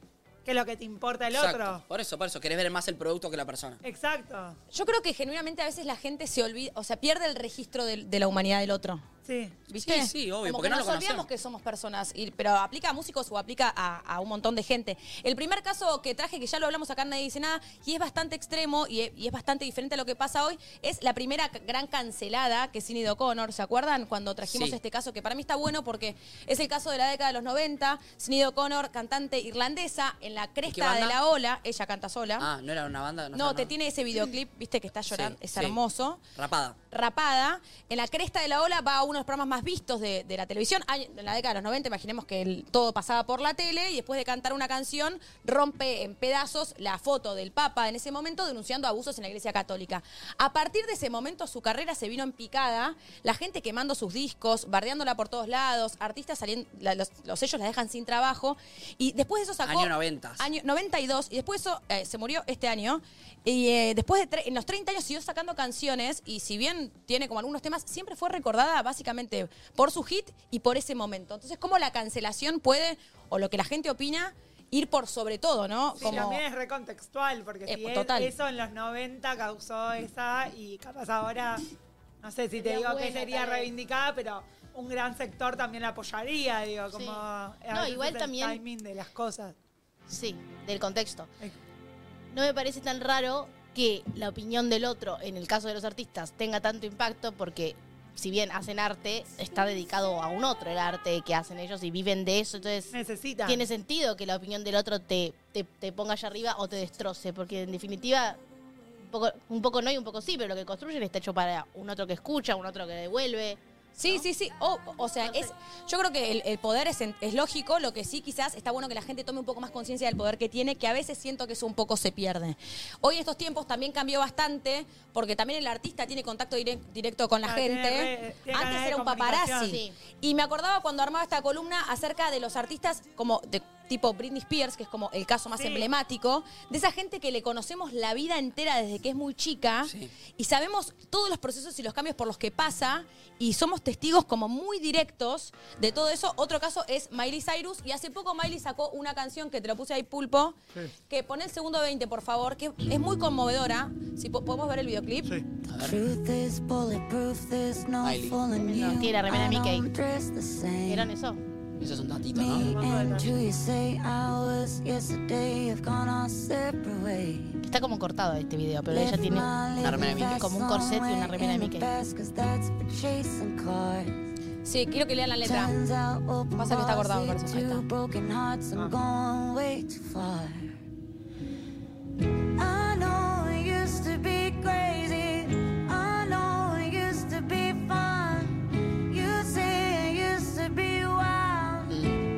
[SPEAKER 4] que lo que te importa el
[SPEAKER 3] Exacto.
[SPEAKER 4] otro.
[SPEAKER 3] Por eso, por eso, querés ver más el producto que la persona.
[SPEAKER 4] Exacto.
[SPEAKER 21] Yo creo que genuinamente a veces la gente se olvida, o sea, pierde el registro del- de, la humanidad del otro.
[SPEAKER 4] Sí.
[SPEAKER 21] ¿Viste?
[SPEAKER 3] Sí, sí, obvio,
[SPEAKER 21] Como
[SPEAKER 3] porque
[SPEAKER 21] que
[SPEAKER 3] no lo
[SPEAKER 21] nos olvidamos
[SPEAKER 3] conocemos.
[SPEAKER 21] que somos personas, y- pero aplica a músicos o aplica a, a un montón de gente. El primer caso que traje, que ya lo hablamos acá, nadie dice nada, y es bastante extremo y e- y es, bastante diferente a lo que pasa hoy, es la primera c- gran cancelada que es Sinead O'Connor, ¿se acuerdan? Cuando trajimos
[SPEAKER 11] Sí.
[SPEAKER 21] este caso, que para mí está bueno porque es el caso de la década de los 90, Sinead O'Connor, cantante irlandesa, en la cresta de
[SPEAKER 3] banda?
[SPEAKER 21] la ola, ella canta sola.
[SPEAKER 3] Ah, no era una banda.
[SPEAKER 21] No,
[SPEAKER 3] No, sé,
[SPEAKER 21] te tiene ese videoclip, viste que está llorando, es
[SPEAKER 3] sí.
[SPEAKER 21] hermoso.
[SPEAKER 3] Rapada.
[SPEAKER 21] Rapada, en la cresta de la ola va a uno de los programas más vistos de, de la televisión. Ay, En la década de los 90, imaginemos que el- todo pasaba por la tele y después de cantar una canción rompe en pedazos la foto del Papa en ese momento denunciando abusos en la Iglesia Católica. A partir de ese momento su carrera se vino en picada, la gente quemando sus discos, bardeándola por todos lados, artistas saliendo, la- los, los sellos la dejan sin trabajo y después de eso sacó...
[SPEAKER 3] Año 90.
[SPEAKER 21] Año 92, y después eso eh, se murió este año. Y eh, después de tre- en los 30 años siguió sacando canciones, y si bien tiene como algunos temas, siempre fue recordada básicamente por su hit y por ese momento. Entonces, ¿cómo la cancelación puede, o lo que la gente opina, ir por sobre todo, no?
[SPEAKER 4] Sí,
[SPEAKER 21] como,
[SPEAKER 4] también es recontextual, porque
[SPEAKER 21] Eh,
[SPEAKER 4] si es-
[SPEAKER 21] total.
[SPEAKER 4] eso en los 90 causó esa, y capaz ahora, no sé si te
[SPEAKER 21] Sería
[SPEAKER 4] digo que
[SPEAKER 21] buena,
[SPEAKER 4] sería
[SPEAKER 21] tal vez.
[SPEAKER 4] reivindicada, pero un gran sector también la apoyaría, digo, como... eh, a
[SPEAKER 11] No,
[SPEAKER 4] veces
[SPEAKER 11] igual
[SPEAKER 4] el
[SPEAKER 11] también-
[SPEAKER 4] timing de las cosas.
[SPEAKER 11] Sí, del contexto. No me parece tan raro que la opinión del otro, en el caso de los artistas, tenga tanto impacto porque si bien hacen arte, está dedicado a un otro el arte que hacen ellos y viven de eso, entonces
[SPEAKER 4] Necesitan.
[SPEAKER 11] tiene sentido que la opinión del otro te, te, te ponga allá arriba o te destroce, porque en definitiva, un poco, un poco no y un poco sí, pero lo que construyen está hecho para un otro que escucha, un otro que devuelve.
[SPEAKER 21] Sí, sí, sí. O, o sea, es, yo creo que el, el poder es, en- es lógico, lo que sí quizás está bueno que la gente tome un poco más conciencia del poder que tiene, que a veces siento que eso un poco se pierde. Hoy estos tiempos también cambió bastante, porque también el artista tiene contacto direc- directo con la
[SPEAKER 11] Claro,
[SPEAKER 21] gente.
[SPEAKER 11] tiene re- tiene canales
[SPEAKER 21] Antes
[SPEAKER 11] de
[SPEAKER 21] era un
[SPEAKER 11] comunicación.
[SPEAKER 21] paparazzi.
[SPEAKER 11] Sí.
[SPEAKER 21] Y me acordaba cuando armaba esta columna acerca de los artistas como de tipo Britney Spears, que es como el caso más emblemático, de esa gente que le conocemos la vida entera desde que es muy chica y sabemos todos los procesos y los cambios por los que pasa y somos testigos como muy directos de todo eso. Otro caso es Miley Cyrus y hace poco Miley sacó una canción que te lo puse ahí pulpo, que pone el segundo 20, por favor, que es muy conmovedora. Si po- podemos ver el videoclip.
[SPEAKER 2] Truth is bulletproof, there's no fooling you.
[SPEAKER 11] Tiene la remera de Mickey.
[SPEAKER 2] I don't dress the same.
[SPEAKER 11] ¿Vieron eso?
[SPEAKER 3] Eso es un datito,
[SPEAKER 2] Me
[SPEAKER 3] ¿no?
[SPEAKER 2] and you, you say hours yesterday have gone our separate ways.
[SPEAKER 11] Está como cortado este video, pero ella tiene
[SPEAKER 2] Una remera de Mickey.
[SPEAKER 11] como un corset y una remera de Mickey.
[SPEAKER 21] Sí, quiero que lean la letra. Pasa que está acordado, me parece. Ahí está. Ah.
[SPEAKER 2] Broken hearts, I'm going way too far. I know it used to be crazy. I know it used to be fun. You say it used to be wild.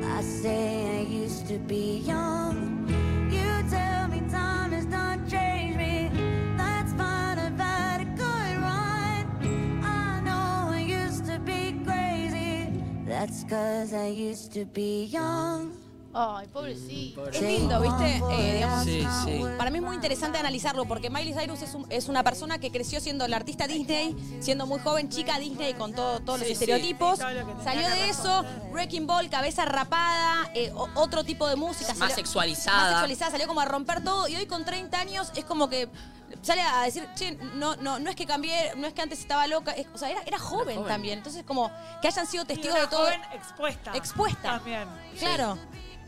[SPEAKER 2] I say I used to be young. You tell me time has not changed me. That's fine, I've had a good run. I know I used to be crazy. That's cause I used to be young.
[SPEAKER 11] Ay, pobrecito.
[SPEAKER 21] Es lindo, ¿viste? Eh, digamos,
[SPEAKER 2] Sí, sí.
[SPEAKER 21] Para mí es muy interesante analizarlo porque Miley Cyrus es, un- es una persona que creció siendo la artista Disney, siendo muy joven, chica Disney, con todo- todos los
[SPEAKER 11] Sí, sí.
[SPEAKER 21] estereotipos.
[SPEAKER 11] Sí, todo lo que tenía
[SPEAKER 21] Salió
[SPEAKER 11] que
[SPEAKER 21] de eso, Wrecking Ball, cabeza rapada, eh, o- otro tipo de música.
[SPEAKER 3] Más
[SPEAKER 21] salió-
[SPEAKER 3] sexualizada.
[SPEAKER 21] Más sexualizada, salió como a romper todo y hoy con 30 años es como que sale a decir, che, no, no, no es que cambié, no es que antes estaba loca, es- o sea, era, era joven,
[SPEAKER 4] joven.
[SPEAKER 21] también. Entonces como que hayan sido testigos
[SPEAKER 4] Y una
[SPEAKER 21] de todo.
[SPEAKER 4] joven expuesta.
[SPEAKER 21] Expuesta.
[SPEAKER 4] También.
[SPEAKER 21] Claro.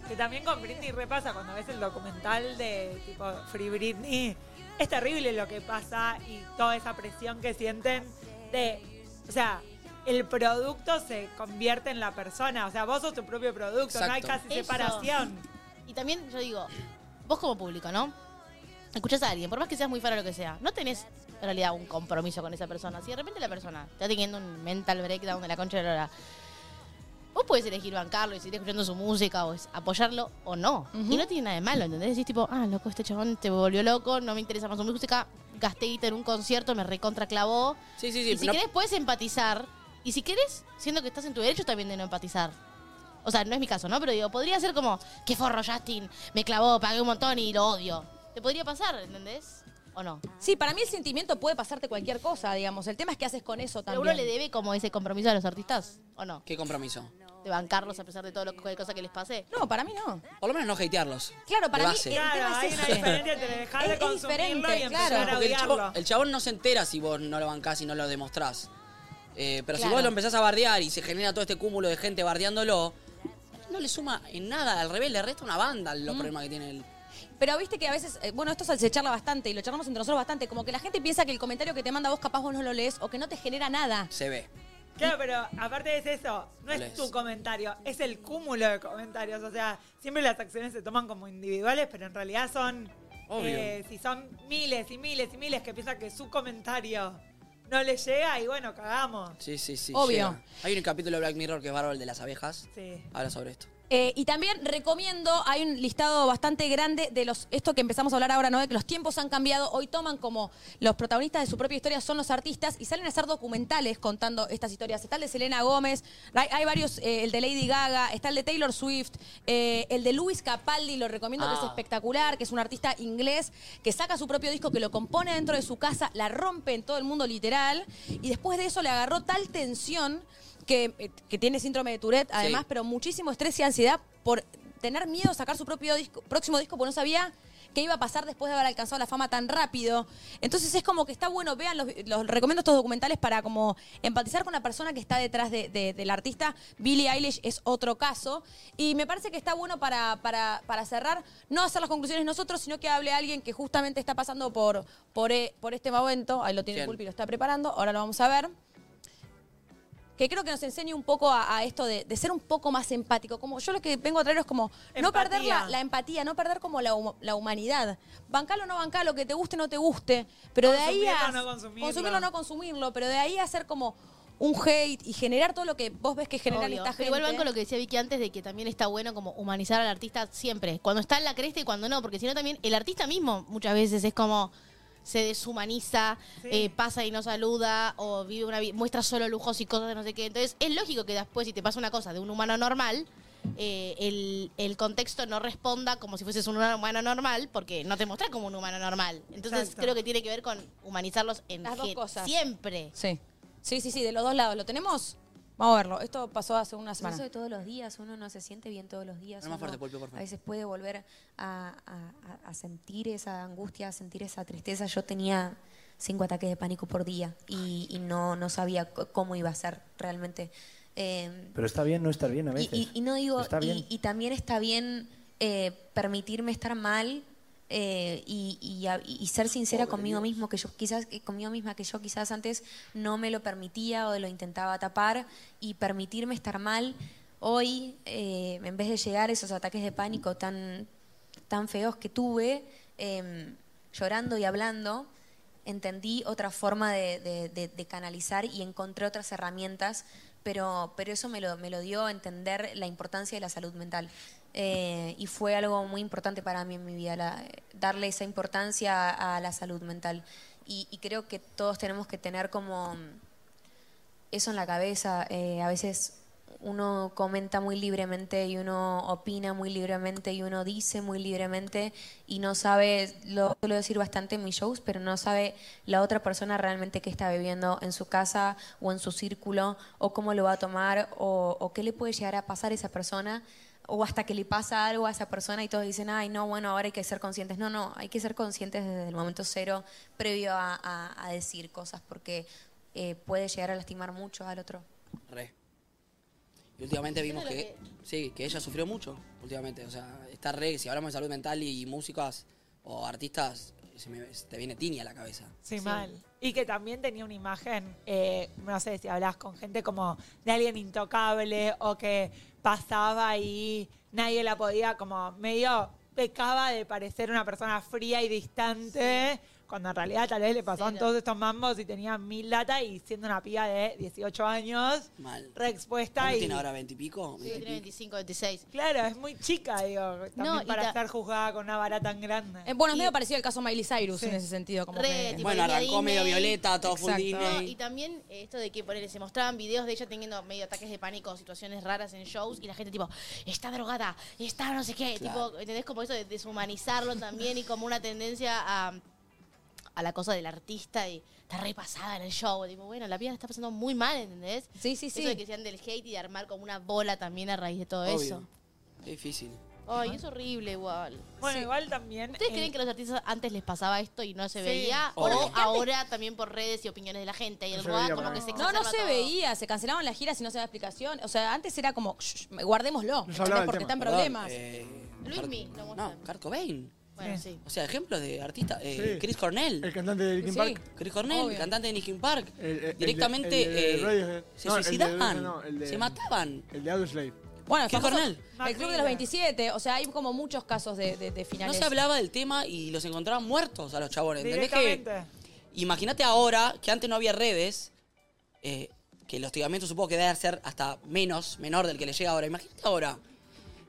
[SPEAKER 4] Que también con Britney repasa cuando ves el documental de tipo Free Britney. Es terrible lo que pasa y toda esa presión que sienten de. O sea. El producto se convierte en la persona. O sea, vos sos tu propio producto. No hay casi
[SPEAKER 11] Eso.
[SPEAKER 4] separación.
[SPEAKER 11] Y también yo digo, vos como público, ¿no? Escuchás a alguien, por más que seas muy fan o lo que sea, no tenés en realidad un compromiso con esa persona. Si de repente la persona está teniendo un mental breakdown de la concha de la hora, vos podés elegir bancarlo y seguir escuchando su música o es- apoyarlo o no. Y no tiene nada de malo, ¿entendés? Decís tipo, ah, loco, este chabón te volvió loco, no me interesa más su música, gasté guita en un concierto, me recontraclavó.
[SPEAKER 3] Sí, sí, sí,
[SPEAKER 11] Y si
[SPEAKER 3] no-
[SPEAKER 11] querés, puedes empatizar. Y si querés, siendo que estás en tu derecho también de no empatizar. O sea, no es mi caso, ¿no? Pero digo, podría ser como, qué forro Justin, me clavó, pagué un montón y lo odio. Te podría pasar, ¿entendés? ¿O no?
[SPEAKER 21] Sí, para mí el sentimiento puede pasarte cualquier cosa, digamos. El tema es qué haces con eso
[SPEAKER 11] Pero
[SPEAKER 21] también.
[SPEAKER 11] uno le debe como ese compromiso a los artistas, ¿o no?
[SPEAKER 3] ¿Qué compromiso?
[SPEAKER 11] De bancarlos a pesar de todo lo cualquier cosa que les pase.
[SPEAKER 21] No, para mí no.
[SPEAKER 3] Por lo menos no hatearlos.
[SPEAKER 21] Claro, para
[SPEAKER 3] De
[SPEAKER 21] mí
[SPEAKER 3] base.
[SPEAKER 21] el tema es ese.
[SPEAKER 4] dejar de
[SPEAKER 21] Es- es
[SPEAKER 4] consumirlo
[SPEAKER 21] diferente,
[SPEAKER 4] y empezar
[SPEAKER 21] claro.
[SPEAKER 4] a
[SPEAKER 3] Porque el
[SPEAKER 4] odiarlo.
[SPEAKER 3] chabón, el chabón no se entera si vos no lo bancás y no lo demostrás. Eh, pero si
[SPEAKER 21] Claro.
[SPEAKER 3] vos lo empezás a bardear y se genera todo este cúmulo de gente bardeándolo, no le suma en nada, al revés, le resta una banda los problemas que tiene él.
[SPEAKER 21] Pero viste que a veces, eh, bueno, esto se charla bastante y lo charlamos entre nosotros bastante, como que la gente piensa que el comentario que te manda vos capaz vos no lo lees o que no te genera nada.
[SPEAKER 3] Se ve.
[SPEAKER 4] Claro, pero aparte es eso, no
[SPEAKER 3] ¿Cuál
[SPEAKER 4] es
[SPEAKER 3] es?
[SPEAKER 4] tu comentario, es el cúmulo de comentarios. O sea, siempre las acciones se toman como individuales, pero en realidad son.
[SPEAKER 3] Obvio.
[SPEAKER 4] eh, si son miles y miles y miles que piensan que su comentario no les llega, y bueno, cagamos.
[SPEAKER 3] Sí, sí, sí.
[SPEAKER 4] Obvio.
[SPEAKER 3] llega. Hay un capítulo de Black Mirror que es bárbaro, el de las abejas.
[SPEAKER 4] Sí.
[SPEAKER 3] Habla sobre esto.
[SPEAKER 21] Eh, y también recomiendo, hay un listado bastante grande de los esto que empezamos a hablar ahora, ¿no? De que los tiempos han cambiado. Hoy toman como los protagonistas de su propia historia son los artistas y salen a hacer documentales contando estas historias. Está el de Selena Gómez, hay, hay varios, eh, el de Lady Gaga, está el de Taylor Swift, eh, el de Luis Capaldi, lo recomiendo que es
[SPEAKER 11] Ah.
[SPEAKER 21] espectacular, que es un artista inglés que saca su propio disco, que lo compone dentro de su casa, la rompe en todo el mundo literal. Y después de eso le agarró tal tensión que, eh, que tiene síndrome de Tourette, además,
[SPEAKER 11] Sí.
[SPEAKER 21] pero muchísimo estrés y ansiedad por tener miedo a sacar su propio disco, próximo disco, porque no sabía qué iba a pasar después de haber alcanzado la fama tan rápido. Entonces es como que está bueno, vean, los, los recomiendo estos documentales para como empatizar con la persona que está detrás de- de- del artista. Billie Eilish es otro caso. Y me parece que está bueno para, para- para cerrar, no hacer las conclusiones nosotros, sino que hable alguien que justamente está pasando por, por, eh, por este momento. Ahí lo tiene
[SPEAKER 11] Bien.
[SPEAKER 21] Pulpi, lo está preparando, ahora lo vamos a ver que creo que nos enseñe un poco a, a esto de, de ser un poco más empático. Como yo lo que vengo a traer es como no
[SPEAKER 11] Empatía.
[SPEAKER 21] perder la, la empatía, no perder como la, hum- la humanidad. Bancalo o no bancalo, que te guste o no te guste, pero de ahí a
[SPEAKER 4] Consumirlo o no consumirlo.
[SPEAKER 21] consumirlo o no consumirlo, pero de ahí a hacer como un hate y generar todo lo que vos ves que generan
[SPEAKER 11] Obvio.
[SPEAKER 21] esta
[SPEAKER 11] Pero
[SPEAKER 21] gente.
[SPEAKER 11] igual van con lo que decía Vicky antes de que también está bueno como humanizar al artista siempre, cuando está en la cresta y cuando no, porque si no también el artista mismo muchas veces es como se deshumaniza, eh, pasa y no saluda o vive una vi- muestra solo lujos y cosas de no sé qué. Entonces es lógico que después si te pasa una cosa de un humano normal, eh, el, el contexto no responda como si fueses un humano normal, porque no te mostrás como un humano normal. Entonces
[SPEAKER 21] Exacto.
[SPEAKER 11] creo que tiene que ver con humanizarlos en
[SPEAKER 21] Las dos
[SPEAKER 11] gen-
[SPEAKER 21] cosas.
[SPEAKER 11] Siempre.
[SPEAKER 21] Sí. Sí, sí, sí, de los dos lados. ¿Lo tenemos? Vamos a verlo. Esto pasó hace una semana.
[SPEAKER 10] Eso de todos los días, uno no se siente bien todos los días.
[SPEAKER 3] Dale más
[SPEAKER 10] uno
[SPEAKER 3] fuerte, Polpio, por favor.
[SPEAKER 10] A veces puede volver a, a- a- a sentir esa angustia, a sentir esa tristeza. Yo tenía cinco ataques de pánico por día y, y no, no sabía c- cómo iba a ser realmente. Eh,
[SPEAKER 22] Pero está bien no estar bien a
[SPEAKER 10] y,
[SPEAKER 22] veces.
[SPEAKER 10] y- y no digo,
[SPEAKER 22] Está bien.
[SPEAKER 10] y, y también está bien eh, permitirme estar mal eh, y, y a- y ser sincera conmigo mismo, que yo quizás, que conmigo misma, que yo quizás antes no me lo permitía o lo intentaba tapar, y permitirme estar mal hoy, eh, en vez de llegar a esos ataques de pánico tan, tan feos que tuve, eh, llorando y hablando, entendí otra forma de, de- de- de canalizar y encontré otras herramientas, pero, pero eso me lo, me lo dio a entender la importancia de la salud mental. Eh, y fue algo muy importante para mí en mi vida, la- darle esa importancia a, a la salud mental. Y, y creo que todos tenemos que tener como eso en la cabeza. Eh, a veces uno comenta muy libremente y uno opina muy libremente y uno dice muy libremente y no sabe, lo suelo decir bastante en mis shows, pero no sabe la otra persona realmente qué está viviendo en su casa o en su círculo o cómo lo va a tomar o, o qué le puede llegar a pasar a esa persona o hasta que le pasa algo a esa persona y todos dicen, ay, no, bueno, ahora hay que ser conscientes. No, no, hay que ser conscientes desde el momento cero previo a, a- a decir cosas porque eh, puede llegar a lastimar mucho al otro.
[SPEAKER 3] Re. Y últimamente vimos
[SPEAKER 10] Yo creo
[SPEAKER 3] que, sí, que ella sufrió mucho últimamente. O sea, está re, si hablamos de salud mental y músicas o artistas, se me- se te viene Tini a la cabeza.
[SPEAKER 4] Sí, mal. Y que también tenía una imagen, eh, no sé si hablabas con gente como de alguien intocable o que pasaba y nadie la podía, como medio pecaba de parecer una persona fría y distante, cuando en realidad tal vez le pasaban
[SPEAKER 3] Cero.
[SPEAKER 4] todos estos mambos y tenía mil lata y siendo una piba de 18 años,
[SPEAKER 3] Mal.
[SPEAKER 4] re expuesta
[SPEAKER 3] ¿Cuánto
[SPEAKER 4] y...
[SPEAKER 3] tiene ahora, 20 y pico?
[SPEAKER 11] Sí, tiene 25, 26.
[SPEAKER 4] Claro, es muy chica, digo, también
[SPEAKER 11] No, y
[SPEAKER 4] para
[SPEAKER 11] ta-
[SPEAKER 4] estar juzgada con una vara tan grande.
[SPEAKER 21] Eh, bueno, es medio parecido al caso Miley Cyrus
[SPEAKER 4] Sí.
[SPEAKER 21] en ese sentido. Como
[SPEAKER 11] Re,
[SPEAKER 21] que-
[SPEAKER 11] tipo,
[SPEAKER 3] Bueno,
[SPEAKER 11] venía
[SPEAKER 3] arrancó medio
[SPEAKER 11] Disney.
[SPEAKER 3] Violeta, todo full Disney.
[SPEAKER 11] No, y también eh, esto de que ponele, se mostraban videos de ella teniendo medio ataques de pánico, situaciones raras en shows y la gente tipo, está drogada, está no sé qué.
[SPEAKER 21] Claro.
[SPEAKER 11] Tipo, ¿entendés? Como eso de deshumanizarlo también y como una tendencia a, a la cosa del artista y está repasada en el show. Tipo, bueno, la piba la está pasando muy mal, ¿entendés?
[SPEAKER 21] Sí, sí, sí.
[SPEAKER 11] Eso de que sean del hate y de armar como una bola también a raíz de todo
[SPEAKER 3] Obvio.
[SPEAKER 11] eso.
[SPEAKER 3] Es difícil.
[SPEAKER 11] Ay, es horrible igual.
[SPEAKER 4] Bueno, igual también.
[SPEAKER 11] ¿Ustedes
[SPEAKER 4] eh,
[SPEAKER 11] creen que a los artistas antes les pasaba esto y no se
[SPEAKER 21] Sí.
[SPEAKER 11] veía?
[SPEAKER 3] Obvio.
[SPEAKER 11] O ahora también por redes y opiniones de la gente. Y el
[SPEAKER 21] se
[SPEAKER 11] Goa
[SPEAKER 21] veía
[SPEAKER 11] como
[SPEAKER 21] para
[SPEAKER 11] que se
[SPEAKER 21] nada. No, no se
[SPEAKER 11] exacerba todo.
[SPEAKER 21] veía, se cancelaban las giras y no se daba explicación. O sea, antes era como, "Shh, guardémoslo,
[SPEAKER 4] No
[SPEAKER 21] ¿entendés?
[SPEAKER 4] se hablaba del
[SPEAKER 21] porque
[SPEAKER 4] tema.
[SPEAKER 21] están problemas.
[SPEAKER 11] Luismi, lo
[SPEAKER 3] eh, No, Kurt Cobain.
[SPEAKER 11] Eh, Bueno, sí.
[SPEAKER 3] O sea, ejemplos de artistas. eh,
[SPEAKER 12] Sí.
[SPEAKER 3] Chris Cornell.
[SPEAKER 12] El cantante de Linkin
[SPEAKER 3] Sí.
[SPEAKER 12] Park.
[SPEAKER 3] Chris Cornell,
[SPEAKER 12] Obvio.
[SPEAKER 3] cantante de Linkin Park.
[SPEAKER 12] El- el-
[SPEAKER 3] Directamente
[SPEAKER 12] el de- el de
[SPEAKER 3] eh,
[SPEAKER 12] Radiohead.
[SPEAKER 3] se
[SPEAKER 12] No, el de-
[SPEAKER 3] suicidaban.
[SPEAKER 12] no, el de-
[SPEAKER 3] se mataban.
[SPEAKER 12] El de Audioslave.
[SPEAKER 21] Bueno,
[SPEAKER 3] Chris
[SPEAKER 21] famoso-
[SPEAKER 3] Cornell.
[SPEAKER 21] El club de los 27, o sea, hay como muchos casos de, de- de
[SPEAKER 3] No
[SPEAKER 21] finales.
[SPEAKER 3] se hablaba del tema y los encontraban muertos a los chabones. ¿Entendés que
[SPEAKER 4] Directamente.
[SPEAKER 3] Imagínate ahora que antes no había redes, eh, que el hostigamiento supongo que debe ser hasta menos, menor del que le llega ahora. Imagínate ahora.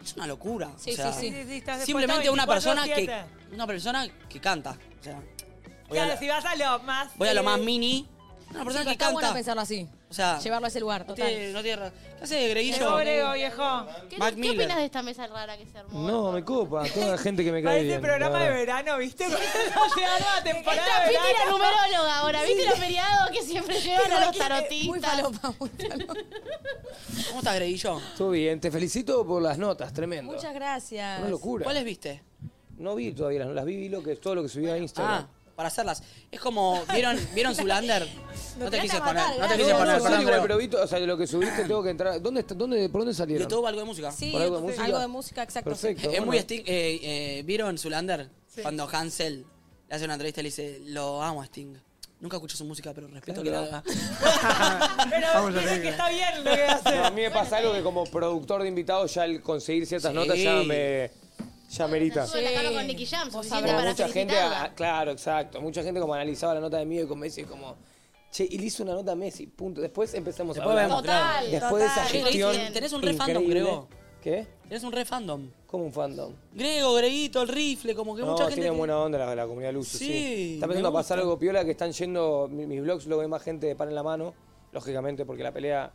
[SPEAKER 3] Es una locura.
[SPEAKER 21] Sí,
[SPEAKER 3] o sea,
[SPEAKER 21] sí, sí. Sí, sí, estás
[SPEAKER 3] Simplemente
[SPEAKER 4] expuesto
[SPEAKER 3] una persona que
[SPEAKER 4] 24/7.
[SPEAKER 3] una persona que canta. O sea, voy, a
[SPEAKER 4] Claro,
[SPEAKER 3] la-
[SPEAKER 4] si vas a lo más.
[SPEAKER 3] voy a lo
[SPEAKER 4] eh,
[SPEAKER 3] más mini. Una persona
[SPEAKER 21] Sí,
[SPEAKER 3] que
[SPEAKER 21] está
[SPEAKER 3] canta. Ah.
[SPEAKER 21] bueno pensarlo así.
[SPEAKER 3] O sea,
[SPEAKER 21] Llevarlo a ese lugar,
[SPEAKER 3] no
[SPEAKER 21] total.
[SPEAKER 3] tiene, no tiene ra- ¿Qué hace Greguillo?
[SPEAKER 4] Llegó Grego, viejo.
[SPEAKER 11] ¿Qué,
[SPEAKER 3] Mac
[SPEAKER 11] ¿qué
[SPEAKER 3] Miller.
[SPEAKER 11] opinas de esta mesa rara que se armó?
[SPEAKER 22] No, me copa. Toda la gente que me cae
[SPEAKER 4] Parece
[SPEAKER 22] bien.
[SPEAKER 4] programa
[SPEAKER 22] la
[SPEAKER 4] de
[SPEAKER 22] verdad.
[SPEAKER 4] verano, ¿viste? Porque la nueva temporada.
[SPEAKER 11] Esta
[SPEAKER 4] de
[SPEAKER 11] Piti la
[SPEAKER 4] verano.
[SPEAKER 11] numeróloga ahora. ¿Viste
[SPEAKER 4] Sí.
[SPEAKER 11] los feriados este que siempre llevan a los tarotistas?
[SPEAKER 21] Muy falopa, muy falopa.
[SPEAKER 3] ¿Cómo estás, Greguillo?
[SPEAKER 22] Todo bien. Te felicito por las notas. Tremendo.
[SPEAKER 21] Muchas gracias.
[SPEAKER 22] Una locura.
[SPEAKER 3] ¿Cuáles viste?
[SPEAKER 22] No vi todavía las Las vi, vi lo que, todo lo que subí a Instagram.
[SPEAKER 3] Ah, para hacerlas. Es como, ¿vieron, ¿vieron Zulander? No te
[SPEAKER 21] querés
[SPEAKER 3] quise
[SPEAKER 21] matar,
[SPEAKER 3] poner, no te
[SPEAKER 22] No,
[SPEAKER 3] quise
[SPEAKER 22] no,
[SPEAKER 3] poner,
[SPEAKER 22] sí,
[SPEAKER 3] perdón,
[SPEAKER 22] igual,
[SPEAKER 3] pero-
[SPEAKER 22] pero vi to- o sea, lo que subiste tengo que entrar. ¿Dónde, está- dónde, ¿Por dónde salieron?
[SPEAKER 3] YouTube, algo de música.
[SPEAKER 21] Sí,
[SPEAKER 22] ¿Por algo de música?
[SPEAKER 21] algo de música, exacto.
[SPEAKER 22] Perfecto.
[SPEAKER 3] Es
[SPEAKER 22] bueno.
[SPEAKER 3] muy Sting. eh, eh, ¿Vieron Zulander? Cuando Hansel le hace una entrevista y le dice, lo amo a Sting. Nunca escucho su música, pero respeto que la haga.
[SPEAKER 4] Pero
[SPEAKER 22] Vamos a
[SPEAKER 4] dice
[SPEAKER 22] ver.
[SPEAKER 4] que está bien lo que hace.
[SPEAKER 22] No, a mí me pasa algo que como productor de invitados ya el conseguir ciertas
[SPEAKER 3] Sí.
[SPEAKER 22] notas ya me ya merita.
[SPEAKER 11] Sube la cama con Nicky Jam, suficiente
[SPEAKER 22] Como
[SPEAKER 11] para
[SPEAKER 22] mucha gente,
[SPEAKER 11] felicitarla.
[SPEAKER 22] ah, claro, exacto. Mucha gente como analizaba la nota de mí y como me dice como, che, y le hizo una nota a Messi, punto. Después empezamos
[SPEAKER 3] Después
[SPEAKER 22] a hablar.
[SPEAKER 3] vemos, claro.
[SPEAKER 22] Después de esa
[SPEAKER 3] Total, total.
[SPEAKER 22] gestión.
[SPEAKER 3] Tenés- tenés un re fandom,
[SPEAKER 22] increíble.
[SPEAKER 3] Grego.
[SPEAKER 22] ¿Qué?
[SPEAKER 3] Eres un re fandom.
[SPEAKER 22] Como un fandom.
[SPEAKER 3] Grego, Greguito, el rifle, como que
[SPEAKER 22] No,
[SPEAKER 3] mucha
[SPEAKER 22] tienen
[SPEAKER 3] gente...
[SPEAKER 22] buena onda la, la comunidad Luzu, sí.
[SPEAKER 3] Sí,
[SPEAKER 22] Está
[SPEAKER 3] me
[SPEAKER 22] empezando a pasar
[SPEAKER 3] gusta.
[SPEAKER 22] algo piola que están yendo, mi- mis blogs lo ve más gente de pan en la mano, lógicamente porque la pelea...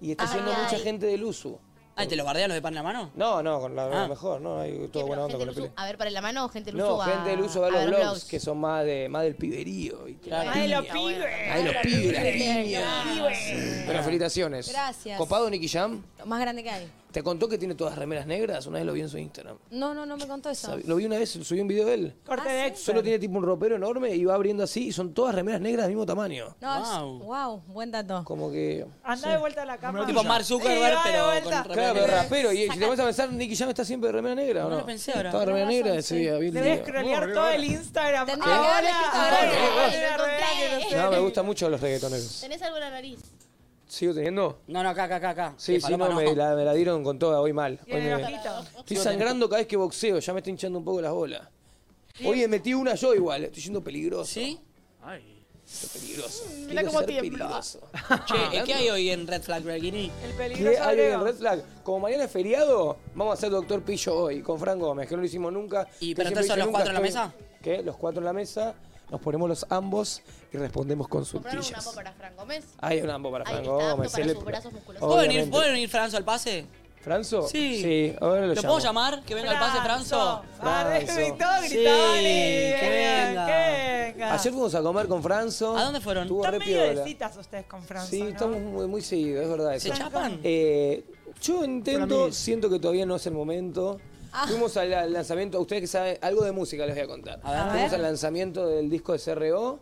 [SPEAKER 22] Y está
[SPEAKER 11] Ay,
[SPEAKER 22] yendo mucha
[SPEAKER 11] ay.
[SPEAKER 22] gente de Luzu.
[SPEAKER 3] Ah, ¿y ¿te los bardean los de pan en la mano?
[SPEAKER 22] No, no, con la
[SPEAKER 3] Ah.
[SPEAKER 22] mejor, no, hay todo buena onda con la
[SPEAKER 11] Gente del
[SPEAKER 22] peli.
[SPEAKER 11] Uso, a ver, para la mano, gente del
[SPEAKER 22] No,
[SPEAKER 11] uso
[SPEAKER 22] gente del uso
[SPEAKER 11] a
[SPEAKER 22] ve los
[SPEAKER 11] ver
[SPEAKER 22] blogs, que son más, de, más del piberío. Y
[SPEAKER 11] Claro. Más de los
[SPEAKER 22] pibes. Más de los pibes, las niñas. Bueno, felicitaciones.
[SPEAKER 21] Gracias.
[SPEAKER 22] Copado Nicky Jam,
[SPEAKER 21] Lo más grande que hay.
[SPEAKER 22] ¿te contó que tiene todas las remeras negras? Una vez lo vi en su Instagram.
[SPEAKER 21] No, no, no me contó eso.
[SPEAKER 22] Lo vi una vez, subió un video de él.
[SPEAKER 21] Corte de Dexter.
[SPEAKER 22] Solo tiene tipo un ropero enorme y va abriendo así y son todas remeras negras del mismo tamaño.
[SPEAKER 21] No, es- wow. buen dato.
[SPEAKER 22] Como que.
[SPEAKER 4] Anda de vuelta a la cama.
[SPEAKER 22] Tipo Mark
[SPEAKER 3] Zuckerberg, pero con remera
[SPEAKER 22] Claro, pero
[SPEAKER 3] negra.
[SPEAKER 22] rapero. Y si te vas a pensar, Nicky Jam está siempre de remera negra, ¿o no?
[SPEAKER 3] lo pensé ahora.
[SPEAKER 22] Estaba de remera negra ese día. vi el
[SPEAKER 4] Debes
[SPEAKER 22] video. Ah,
[SPEAKER 4] scrollear todo el Instagram.
[SPEAKER 22] que
[SPEAKER 4] Ahora,
[SPEAKER 22] haberle escrito
[SPEAKER 4] ahora,
[SPEAKER 22] ahora.
[SPEAKER 4] ahora,
[SPEAKER 22] Ay,
[SPEAKER 4] ahora, ahora,
[SPEAKER 11] Eh.
[SPEAKER 4] ahora.
[SPEAKER 22] No, me gustan mucho los reggaetoneros.
[SPEAKER 11] ¿Tenés algo en la nariz?
[SPEAKER 22] ¿Sigo teniendo?
[SPEAKER 3] No, no, acá, acá, acá, acá.
[SPEAKER 22] Sí,
[SPEAKER 3] Eh,
[SPEAKER 22] sí,
[SPEAKER 3] Paloma,
[SPEAKER 22] no, me la, me la dieron con toda, hoy mal. Hoy
[SPEAKER 4] Tiene
[SPEAKER 22] me-
[SPEAKER 4] el ojito.
[SPEAKER 22] Estoy sangrando cada vez que boxeo, ya me estoy hinchando un poco las bolas. Hoy me metí una yo igual, estoy siendo peligroso. ¿Sí?
[SPEAKER 23] Ay.
[SPEAKER 22] Estoy peligroso.
[SPEAKER 23] Mirá
[SPEAKER 22] Quiero
[SPEAKER 23] cómo
[SPEAKER 22] ser
[SPEAKER 23] tiembla.
[SPEAKER 22] peligroso.
[SPEAKER 3] Che, ¿eh, ¿qué hay hoy en Red Flag Bergini?
[SPEAKER 4] El
[SPEAKER 22] ¿Qué hay en Red Flag? Como mañana es feriado, vamos a hacer Doctor Pillo hoy con Fran Gómez, que no lo hicimos nunca.
[SPEAKER 3] ¿Y
[SPEAKER 22] que
[SPEAKER 3] pero
[SPEAKER 22] siempre
[SPEAKER 3] entonces son
[SPEAKER 22] dice,
[SPEAKER 3] los cuatro en la
[SPEAKER 22] "Nunca
[SPEAKER 3] mesa?
[SPEAKER 22] estoy-". ¿Qué? Los cuatro en la mesa, nos ponemos los ambos y respondemos
[SPEAKER 11] ¿Compraron un
[SPEAKER 22] consultillas.
[SPEAKER 11] ambo para Fran Gómez?
[SPEAKER 22] Hay un ambo para
[SPEAKER 11] Ay,
[SPEAKER 22] Fran
[SPEAKER 11] que está apto
[SPEAKER 22] Gómez.
[SPEAKER 11] para
[SPEAKER 22] él-
[SPEAKER 11] sus brazos musculosos.
[SPEAKER 3] ¿Puede venir,
[SPEAKER 22] Obviamente.
[SPEAKER 3] puede venir Franzo al pase?
[SPEAKER 22] ¿Franzo?
[SPEAKER 3] Sí.
[SPEAKER 22] Sí, ahora lo,
[SPEAKER 3] ¿Lo puedo llamar? ¿Que venga al pase, Franzo?
[SPEAKER 22] Franzo.
[SPEAKER 4] Ah, Y todos
[SPEAKER 3] Sí,
[SPEAKER 4] gritaban.
[SPEAKER 3] que venga.
[SPEAKER 4] Que venga.
[SPEAKER 22] Ayer fuimos a comer con Franzo. ¿A dónde fueron? Estuvo
[SPEAKER 4] Están
[SPEAKER 22] re
[SPEAKER 4] medio de
[SPEAKER 22] piola.
[SPEAKER 4] citas ustedes con Franzo.
[SPEAKER 22] Sí, estamos muy, muy seguidos, es verdad.
[SPEAKER 4] ¿Se
[SPEAKER 22] eso.
[SPEAKER 4] chapan?
[SPEAKER 22] Eh, yo
[SPEAKER 4] Hola,
[SPEAKER 22] intento,
[SPEAKER 4] Miguel.
[SPEAKER 22] siento que todavía no es el momento.
[SPEAKER 4] Ah.
[SPEAKER 22] Fuimos al al lanzamiento, ustedes que saben, algo de música les voy a contar.
[SPEAKER 4] ver. A
[SPEAKER 22] Fuimos
[SPEAKER 4] ver.
[SPEAKER 22] al lanzamiento del disco de CRO.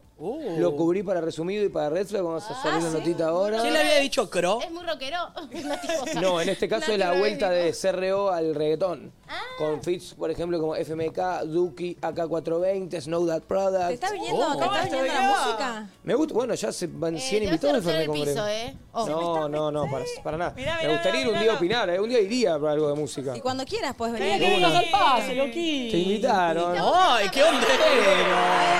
[SPEAKER 22] Lo cubrí para resumido y para Red Flag, vamos a
[SPEAKER 4] Ah,
[SPEAKER 22] salir la notita ahora.
[SPEAKER 3] ¿Quién le había dicho Cro?
[SPEAKER 11] Es muy rockero. Nati
[SPEAKER 22] No, en este caso
[SPEAKER 11] Nati
[SPEAKER 22] es la
[SPEAKER 11] Rosa.
[SPEAKER 22] vuelta de CRO al reggaetón. Con fits, por ejemplo, como FMK, Duki, AK420, Snow That Product.
[SPEAKER 21] ¿Te está viniendo, te está viniendo la música?
[SPEAKER 22] Me gusta, bueno, ya se van 100
[SPEAKER 11] te vas a
[SPEAKER 22] invitados
[SPEAKER 11] romper
[SPEAKER 22] Fernet
[SPEAKER 11] el
[SPEAKER 22] con
[SPEAKER 11] piso,
[SPEAKER 22] Gregorio.
[SPEAKER 11] ¿eh? Oh.
[SPEAKER 22] No, no, no, para, para nada.
[SPEAKER 21] Mirá,
[SPEAKER 22] Me
[SPEAKER 21] mirá,
[SPEAKER 22] gustaría ir un
[SPEAKER 21] mirá,
[SPEAKER 22] día a
[SPEAKER 21] mirá.
[SPEAKER 22] opinar, eh, un día iría para algo de música.
[SPEAKER 21] Y cuando quieras puedes venir.
[SPEAKER 22] Quería que vengas al pase,
[SPEAKER 3] loquito.
[SPEAKER 22] Te invitaron.
[SPEAKER 3] ¡Ay, qué hombrero!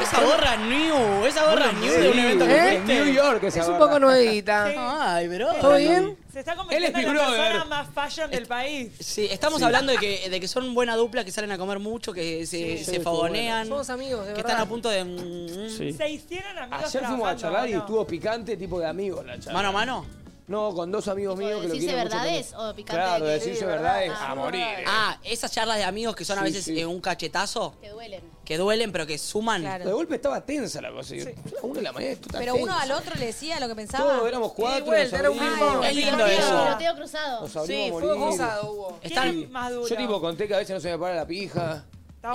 [SPEAKER 3] Esa gorra new, esa gorra new de un evento este. que
[SPEAKER 22] ¿Eh?
[SPEAKER 3] fuiste.
[SPEAKER 22] New York esa
[SPEAKER 6] Es un
[SPEAKER 22] barra.
[SPEAKER 6] poco nuevita.
[SPEAKER 3] Ay, bro.
[SPEAKER 6] ¿Todo bien?
[SPEAKER 4] Se está convirtiendo
[SPEAKER 3] Él es
[SPEAKER 4] en
[SPEAKER 3] Big
[SPEAKER 4] la
[SPEAKER 3] Brother.
[SPEAKER 4] persona más fashion del país.
[SPEAKER 3] Sí, estamos
[SPEAKER 4] Sí.
[SPEAKER 3] hablando de que, de que son buena dupla, que salen a comer mucho, que se,
[SPEAKER 4] Sí.
[SPEAKER 3] se fagonean.
[SPEAKER 6] Somos amigos, de
[SPEAKER 3] que
[SPEAKER 6] verdad.
[SPEAKER 3] están a punto de. mm,
[SPEAKER 22] Sí.
[SPEAKER 4] Se hicieron amigos
[SPEAKER 22] Ayer fuimos a
[SPEAKER 4] trabajando,
[SPEAKER 22] charlar y
[SPEAKER 4] ¿no?
[SPEAKER 22] estuvo picante, tipo de amigos la charla.
[SPEAKER 3] ¿Mano a mano?
[SPEAKER 22] No, con dos amigos míos que lo
[SPEAKER 11] ¿Decirse
[SPEAKER 22] quieren mucho
[SPEAKER 11] verdades
[SPEAKER 22] también.
[SPEAKER 11] o picante?
[SPEAKER 22] Claro,
[SPEAKER 11] de que-
[SPEAKER 22] decirse verdades a morir. eh.
[SPEAKER 3] Ah, esas charlas de amigos que son a
[SPEAKER 22] Sí,
[SPEAKER 3] veces
[SPEAKER 22] sí.
[SPEAKER 3] eh, un cachetazo,
[SPEAKER 11] Que duelen.
[SPEAKER 3] que duelen pero que suman.
[SPEAKER 22] De golpe estaba tensa la cosa. yo, A una de la mañana. esto está
[SPEAKER 21] Pero uno
[SPEAKER 22] tenso.
[SPEAKER 21] al otro le decía lo que pensaba.
[SPEAKER 22] Todos éramos cuatro. nos abrimos.
[SPEAKER 3] Es lindo eso.
[SPEAKER 11] Tiroteo cruzado.
[SPEAKER 22] Nos abrimos a morir.
[SPEAKER 11] hubo.
[SPEAKER 22] Sí. Yo tipo conté que a veces no se me para la pija. Eh.
[SPEAKER 11] Está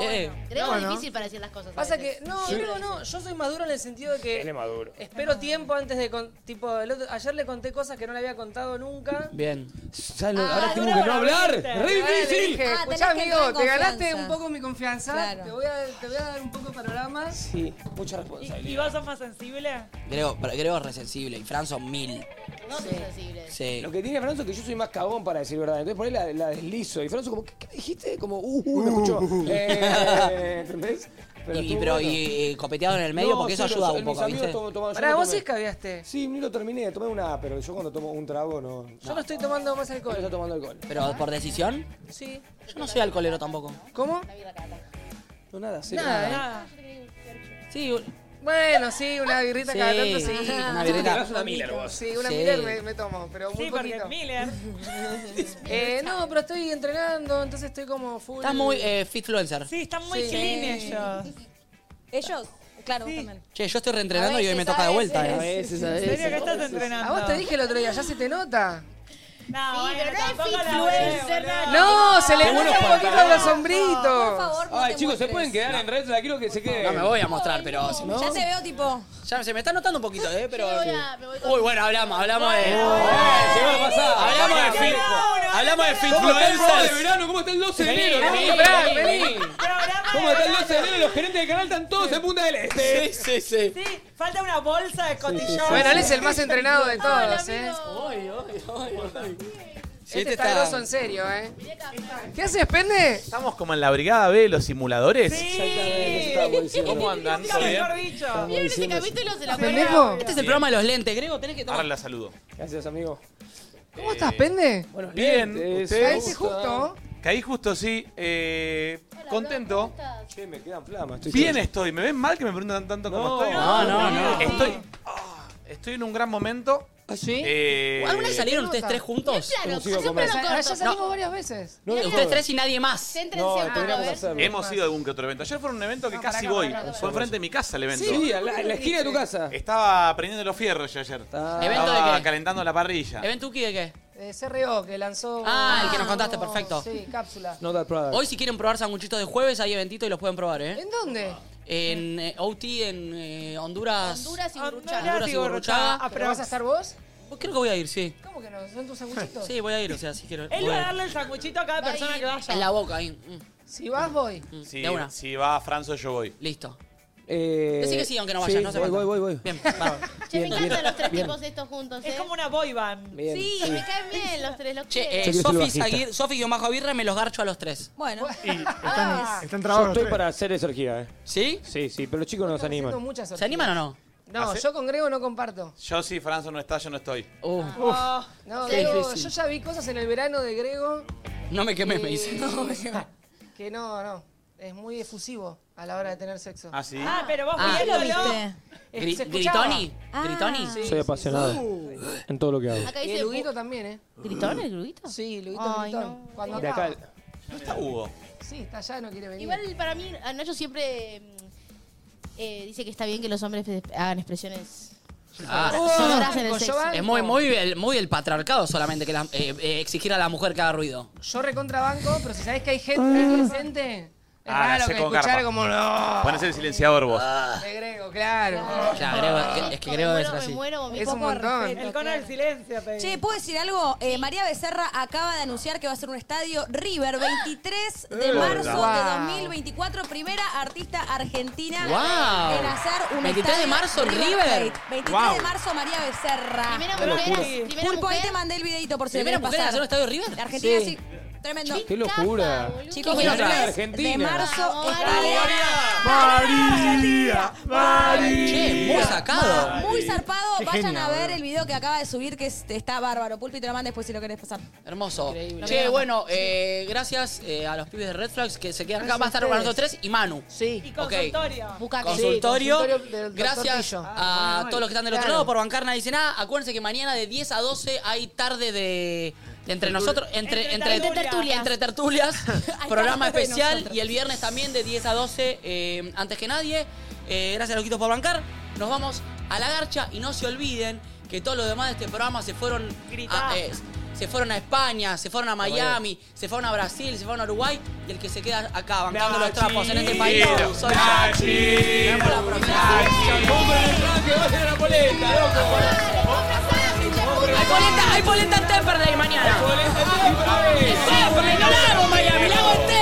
[SPEAKER 11] Creo que es difícil para decir las cosas.
[SPEAKER 6] Pasa que, no,
[SPEAKER 22] Sí.
[SPEAKER 6] Grego no, yo soy maduro en el sentido de que
[SPEAKER 22] Él es maduro.
[SPEAKER 6] espero tiempo antes de, con- tipo, el otro- ayer le conté cosas que no le había contado nunca.
[SPEAKER 3] Bien.
[SPEAKER 6] Ah,
[SPEAKER 22] ahora tengo que no hablar. Re
[SPEAKER 6] Ahora le
[SPEAKER 22] difícil.
[SPEAKER 6] dije,
[SPEAKER 22] Ah,
[SPEAKER 6] escuchá,
[SPEAKER 22] tenés que
[SPEAKER 6] amigo,
[SPEAKER 22] entrar en
[SPEAKER 6] te ganaste
[SPEAKER 22] confianza.
[SPEAKER 6] un poco mi confianza,
[SPEAKER 21] Claro.
[SPEAKER 6] te, voy a, te voy a dar un poco de panorama.
[SPEAKER 22] Sí, mucha
[SPEAKER 4] ¿Y
[SPEAKER 22] responsabilidad.
[SPEAKER 4] vos sos más sensible?
[SPEAKER 3] Grego, pero Grego es resensible y Fran son mil.
[SPEAKER 11] No soy sensible.
[SPEAKER 3] Sí.
[SPEAKER 22] Lo que tiene Franzo es que yo soy más cagón para decir verdad. Entonces por ahí la, la deslizo. Y Franzo como, ¿qué, qué dijiste? Como, uh, uh, no escuchó. Eh, ¿Entendés?
[SPEAKER 3] Pero y,
[SPEAKER 22] estuvo
[SPEAKER 3] pero
[SPEAKER 22] bueno.
[SPEAKER 3] y, eh, copeteado en el medio
[SPEAKER 22] No,
[SPEAKER 3] porque
[SPEAKER 22] sí,
[SPEAKER 3] eso
[SPEAKER 22] los-
[SPEAKER 3] ayuda un
[SPEAKER 22] mis
[SPEAKER 3] poco,
[SPEAKER 22] amigos
[SPEAKER 3] ¿viste?
[SPEAKER 22] toman- toman- yo
[SPEAKER 6] Pará,
[SPEAKER 22] no
[SPEAKER 6] vos
[SPEAKER 22] tomé.
[SPEAKER 6] sí caviaste.
[SPEAKER 22] Sí, ni lo terminé, tomé una, pero yo cuando tomo un trago no.
[SPEAKER 6] Yo no estoy tomando más alcohol.
[SPEAKER 22] Yo tomando alcohol.
[SPEAKER 3] Pero por decisión,
[SPEAKER 6] Sí.
[SPEAKER 3] yo no soy alcoholero tampoco.
[SPEAKER 6] ¿Cómo?
[SPEAKER 22] No, nada, sí.
[SPEAKER 6] Nada, nada.
[SPEAKER 4] Ah.
[SPEAKER 3] Sí.
[SPEAKER 6] Bueno, sí, una birrita cada
[SPEAKER 3] Sí,
[SPEAKER 6] tanto, sí.
[SPEAKER 3] una birrita. Te das una
[SPEAKER 22] Miller vos.
[SPEAKER 6] Sí, una
[SPEAKER 3] Sí.
[SPEAKER 6] Miller me, me tomo, pero muy
[SPEAKER 4] Sí, porque
[SPEAKER 6] poquito.
[SPEAKER 4] Miller.
[SPEAKER 6] Eh, no, pero estoy entrenando, entonces estoy como full.
[SPEAKER 3] Estás muy eh, fitfluencer.
[SPEAKER 4] Sí, están muy
[SPEAKER 6] Sí.
[SPEAKER 4] clean ellos.
[SPEAKER 21] Ellos, claro, vos también.
[SPEAKER 3] Che, yo estoy reentrenando
[SPEAKER 21] A
[SPEAKER 3] y hoy me
[SPEAKER 21] veces,
[SPEAKER 3] toca de
[SPEAKER 21] a
[SPEAKER 3] vuelta. eh.
[SPEAKER 21] veces.
[SPEAKER 22] A veces, a
[SPEAKER 6] ¿En
[SPEAKER 22] veces.
[SPEAKER 6] serio que estás
[SPEAKER 22] a veces.
[SPEAKER 6] A vos te dije el otro día, ya se te nota.
[SPEAKER 4] No,
[SPEAKER 11] Sí, pero no es
[SPEAKER 4] tampoco la
[SPEAKER 11] influencer,
[SPEAKER 4] veo,
[SPEAKER 11] no.
[SPEAKER 6] No, se le
[SPEAKER 22] Qué
[SPEAKER 6] nota
[SPEAKER 22] buenos
[SPEAKER 6] un poquito de
[SPEAKER 22] pantalones.
[SPEAKER 6] los hombritos.
[SPEAKER 22] Ay, chicos, ¿se pueden quedar en red? La quiero que se queden.
[SPEAKER 3] No me voy a mostrar, pero. si me-
[SPEAKER 21] Ya te veo tipo.
[SPEAKER 3] Ya se me está notando un poquito, ¿eh? Pero.
[SPEAKER 21] voy a- me voy con-
[SPEAKER 3] Uy, bueno, hablamos, hablamos de.
[SPEAKER 22] llegó la pasada.
[SPEAKER 3] Hablamos de fit. Hablamos de fitfluencers.
[SPEAKER 22] verano? ¿Cómo está el 12 de
[SPEAKER 3] Vení,
[SPEAKER 22] enero?
[SPEAKER 3] vení,
[SPEAKER 22] ¿Cómo está?
[SPEAKER 3] vení, vení.
[SPEAKER 22] ¿Cómo está el 12 de enero? Los gerentes del canal están todos en Punta del Este.
[SPEAKER 3] Sí, sí, sí.
[SPEAKER 4] Sí, falta una bolsa de cotillones.
[SPEAKER 6] Bueno, él es el más entrenado de todos, eh.
[SPEAKER 3] Sí,
[SPEAKER 6] este
[SPEAKER 3] este
[SPEAKER 6] está
[SPEAKER 3] está-
[SPEAKER 6] grosso en serio, eh. ¿Qué haces, pende?
[SPEAKER 5] Estamos como en la brigada B, los simuladores. ¿Cómo andan?
[SPEAKER 4] Nunca
[SPEAKER 5] ¿Todo bien?
[SPEAKER 4] mejor dicho.
[SPEAKER 11] Vieron
[SPEAKER 6] este
[SPEAKER 11] ese capítulo de la
[SPEAKER 6] ¿Pendejo?
[SPEAKER 3] Este es el programa de los lentes, Grego. Tenés que
[SPEAKER 5] Ahora
[SPEAKER 3] tomar.
[SPEAKER 5] la saludo.
[SPEAKER 22] Gracias, amigo.
[SPEAKER 6] ¿Cómo estás, pende?
[SPEAKER 22] Buenos
[SPEAKER 5] Bien,
[SPEAKER 22] lentes,
[SPEAKER 5] ¿ustedes?
[SPEAKER 6] Caíste justo.
[SPEAKER 5] Caí justo, sí. eh, contento.
[SPEAKER 22] Che, me quedan flamas. estoy
[SPEAKER 5] Bien
[SPEAKER 22] todo-
[SPEAKER 5] estoy. ¿Me ven mal que me preguntan tanto
[SPEAKER 22] No,
[SPEAKER 5] cómo estoy?
[SPEAKER 22] no, no,
[SPEAKER 5] Estoy, ah, estoy en un gran momento.
[SPEAKER 3] ¿Sí?
[SPEAKER 5] Eh,
[SPEAKER 3] ¿Alguna vez salieron ustedes tres juntos?
[SPEAKER 6] Claro, siempre lo corto. Ah, Ya salimos
[SPEAKER 3] No,
[SPEAKER 6] varias veces.
[SPEAKER 3] no, ustedes tres y nadie más.
[SPEAKER 6] Céntrense un poco, a ver.
[SPEAKER 5] Hemos ido a algún que otro evento. Ayer fue un evento que casi
[SPEAKER 3] pará,
[SPEAKER 5] voy.
[SPEAKER 3] pará, pará.
[SPEAKER 5] Fue enfrente de mi casa el evento.
[SPEAKER 22] Sí, a la- a la esquina de tu casa.
[SPEAKER 5] Estaba prendiendo los fierros yo ayer.
[SPEAKER 3] ¿Evento de
[SPEAKER 5] Estaba
[SPEAKER 3] qué?
[SPEAKER 5] calentando la parrilla.
[SPEAKER 3] ¿Eventuki de qué?
[SPEAKER 6] Eh, CRO, que lanzó.
[SPEAKER 3] Ah, el que nos contaste, perfecto.
[SPEAKER 6] Oh, Sí, cápsula.
[SPEAKER 22] No that product.
[SPEAKER 3] Hoy si quieren probar sanguchitos de jueves hay eventito y los pueden probar, ¿eh?
[SPEAKER 6] ¿En dónde?
[SPEAKER 3] En eh, OT, en eh, Honduras.
[SPEAKER 6] Honduras y Burruchaga.
[SPEAKER 3] Honduras y Gorruchaga.
[SPEAKER 6] Ah, ¿Pero vas a estar vos?
[SPEAKER 3] Creo que voy a ir, sí.
[SPEAKER 6] ¿Cómo que no? ¿Son tus sanguchitos?
[SPEAKER 3] Sí, voy a ir, o sea, si quiero.
[SPEAKER 2] Él
[SPEAKER 3] voy
[SPEAKER 2] va a
[SPEAKER 3] a ir.
[SPEAKER 2] darle el sanguchito a cada
[SPEAKER 6] Va a
[SPEAKER 2] persona
[SPEAKER 6] ir.
[SPEAKER 2] que vaya.
[SPEAKER 3] En la boca, ahí. Mm.
[SPEAKER 6] Si vas, voy.
[SPEAKER 5] Si,
[SPEAKER 3] De una.
[SPEAKER 5] si va a Franzo, yo voy.
[SPEAKER 3] Listo.
[SPEAKER 22] Eh,
[SPEAKER 3] Decí que sí, aunque no vayas, no hace
[SPEAKER 22] voy,
[SPEAKER 3] falta.
[SPEAKER 22] voy, voy, voy.
[SPEAKER 3] Bien,
[SPEAKER 11] Che, me encantan los tres
[SPEAKER 22] bien.
[SPEAKER 11] tipos estos juntos,
[SPEAKER 2] Es
[SPEAKER 11] ¿eh?
[SPEAKER 2] como una boy band.
[SPEAKER 22] Bien,
[SPEAKER 11] Sí, me caen bien los tres, los quiero.
[SPEAKER 3] Che, eh,
[SPEAKER 22] Yo quiero ser
[SPEAKER 3] Sofi
[SPEAKER 22] bajista.
[SPEAKER 3] Saguir- Sofi y Bajo Birre me los garcho a los tres.
[SPEAKER 6] Bueno.
[SPEAKER 22] Están,
[SPEAKER 24] trabados
[SPEAKER 22] Yo
[SPEAKER 24] los
[SPEAKER 22] estoy
[SPEAKER 24] tres.
[SPEAKER 22] para hacer orgía, ¿eh?
[SPEAKER 3] ¿Sí?
[SPEAKER 22] Sí, sí, pero los chicos no se
[SPEAKER 6] Tengo
[SPEAKER 22] animan.
[SPEAKER 6] muchas
[SPEAKER 3] ¿Se animan o no?
[SPEAKER 6] No, yo congrego no comparto.
[SPEAKER 5] Yo si Franzo no está, yo no estoy.
[SPEAKER 3] Uh,
[SPEAKER 6] Ah, no,
[SPEAKER 3] qué
[SPEAKER 6] Grego,
[SPEAKER 3] difícil.
[SPEAKER 6] yo ya vi cosas en el verano de Grego
[SPEAKER 3] No me quemes, me dice.
[SPEAKER 6] que no, no. Es muy efusivo a la hora de tener sexo.
[SPEAKER 5] Ah, sí.
[SPEAKER 2] Ah, pero vos
[SPEAKER 6] Ah.
[SPEAKER 2] viéndolo.
[SPEAKER 6] ¿Lo viste?
[SPEAKER 3] Gri-
[SPEAKER 6] Se escuchaba. Ah.
[SPEAKER 3] ¿Gritoni? ¿Gritoni?
[SPEAKER 22] Soy apasionado en todo lo que hago.
[SPEAKER 6] Acá dice- Y el Luguito también, ¿eh?
[SPEAKER 11] ¿Gritón el Luguito?
[SPEAKER 6] Sí, Luguito
[SPEAKER 11] Ay,
[SPEAKER 6] Gritón.
[SPEAKER 11] no.
[SPEAKER 6] Cuando
[SPEAKER 22] De acá,
[SPEAKER 6] acaba.
[SPEAKER 5] No está Hugo.
[SPEAKER 6] Sí, está allá, no quiere venir.
[SPEAKER 11] Igual para mí, a Nacho siempre mm, eh, dice que está bien que los hombres hagan expresiones.
[SPEAKER 3] Ah.
[SPEAKER 11] sonoras en el sexo.
[SPEAKER 3] Es muy, muy, el, muy el patriarcado solamente que la- eh, eh, exigir a la mujer que haga ruido.
[SPEAKER 6] Yo recontrabanco, pero si sabés que hay gente presente, es
[SPEAKER 5] Ah, la
[SPEAKER 6] raro
[SPEAKER 5] sé
[SPEAKER 6] que
[SPEAKER 5] con
[SPEAKER 6] escuchar
[SPEAKER 5] garpa.
[SPEAKER 6] como no.
[SPEAKER 5] Pones el silenciador vos.
[SPEAKER 3] Ah.
[SPEAKER 6] De Grego, claro.
[SPEAKER 3] Ya, Grego- es que Grego debe ser así.
[SPEAKER 6] Es un montón.
[SPEAKER 2] El cono del silencio, pedí.
[SPEAKER 21] Che, ¿puedo decir algo? Eh, María Becerra acaba de anunciar que va a ser un estadio River 23 de
[SPEAKER 3] Eh,
[SPEAKER 21] marzo
[SPEAKER 3] guau.
[SPEAKER 21] de 2024. Primera artista argentina
[SPEAKER 3] Guau.
[SPEAKER 21] en hacer un
[SPEAKER 3] 23 de
[SPEAKER 21] estadio
[SPEAKER 3] marzo, River.
[SPEAKER 21] Plate. 23
[SPEAKER 3] Guau.
[SPEAKER 21] de marzo, María Becerra.
[SPEAKER 11] Primera
[SPEAKER 21] Pulpo,
[SPEAKER 11] mujer, primera
[SPEAKER 21] Pulpo, ahí
[SPEAKER 11] mujer.
[SPEAKER 21] te mandé el videito por si lo
[SPEAKER 3] ¿Primera
[SPEAKER 21] querés
[SPEAKER 3] mujer en hacer
[SPEAKER 21] pasar.
[SPEAKER 3] un estadio River?
[SPEAKER 21] La Argentina,
[SPEAKER 3] Sí.
[SPEAKER 21] sí. Tremendo.
[SPEAKER 22] ¡Qué locura!
[SPEAKER 21] Chicos,
[SPEAKER 22] Quiero
[SPEAKER 21] 23
[SPEAKER 22] ser
[SPEAKER 21] de
[SPEAKER 22] argentina.
[SPEAKER 21] marzo,
[SPEAKER 11] Vamos,
[SPEAKER 21] estadio...
[SPEAKER 22] María,
[SPEAKER 3] Che, muy sacado.
[SPEAKER 21] Muy zarpado,
[SPEAKER 3] Qué
[SPEAKER 21] vayan
[SPEAKER 3] genio,
[SPEAKER 21] a ver
[SPEAKER 3] boludo.
[SPEAKER 21] el video que acaba de subir, que es- está bárbaro. Pulpi, te lo mando después si lo querés pasar.
[SPEAKER 3] Hermoso.
[SPEAKER 21] Increíble.
[SPEAKER 3] Che, bueno, eh, gracias eh, a los pibes de Red Flags que se quedan acá. Va a estar con nosotros tres y Manu.
[SPEAKER 6] Sí.
[SPEAKER 2] Y
[SPEAKER 3] Consultorio.
[SPEAKER 2] consultorio.
[SPEAKER 6] Sí, consultorio del doctor
[SPEAKER 3] gracias
[SPEAKER 6] Pillo.
[SPEAKER 3] a todos los que están del otro
[SPEAKER 6] Claro.
[SPEAKER 3] lado por bancar nadie dice nada. Acuérdense que mañana de 10 a 12 hay tarde de. de Entre nosotros, entre, entre,
[SPEAKER 11] Entre tertulias.
[SPEAKER 3] entre tertulias, programa
[SPEAKER 11] tarde de
[SPEAKER 3] especial
[SPEAKER 11] nosotros.
[SPEAKER 3] y el viernes también de 10 a 12, eh, antes que nadie. Eh, gracias, loquitos, por bancar. Nos vamos a la garcha y no se olviden que todos los demás de este programa se fueron
[SPEAKER 2] Gritá.
[SPEAKER 3] a, eh, se fueron a España, se fueron a Miami, se fueron a Brasil, se fueron a Uruguay y el que se queda acá bancando los trapos en este país soy yo. Nos vemos la próxima. Hay polenta, hay polenta en Temperley mañana. Hay polenta en Temperley, no la hago en Miami, la hago en Temperley.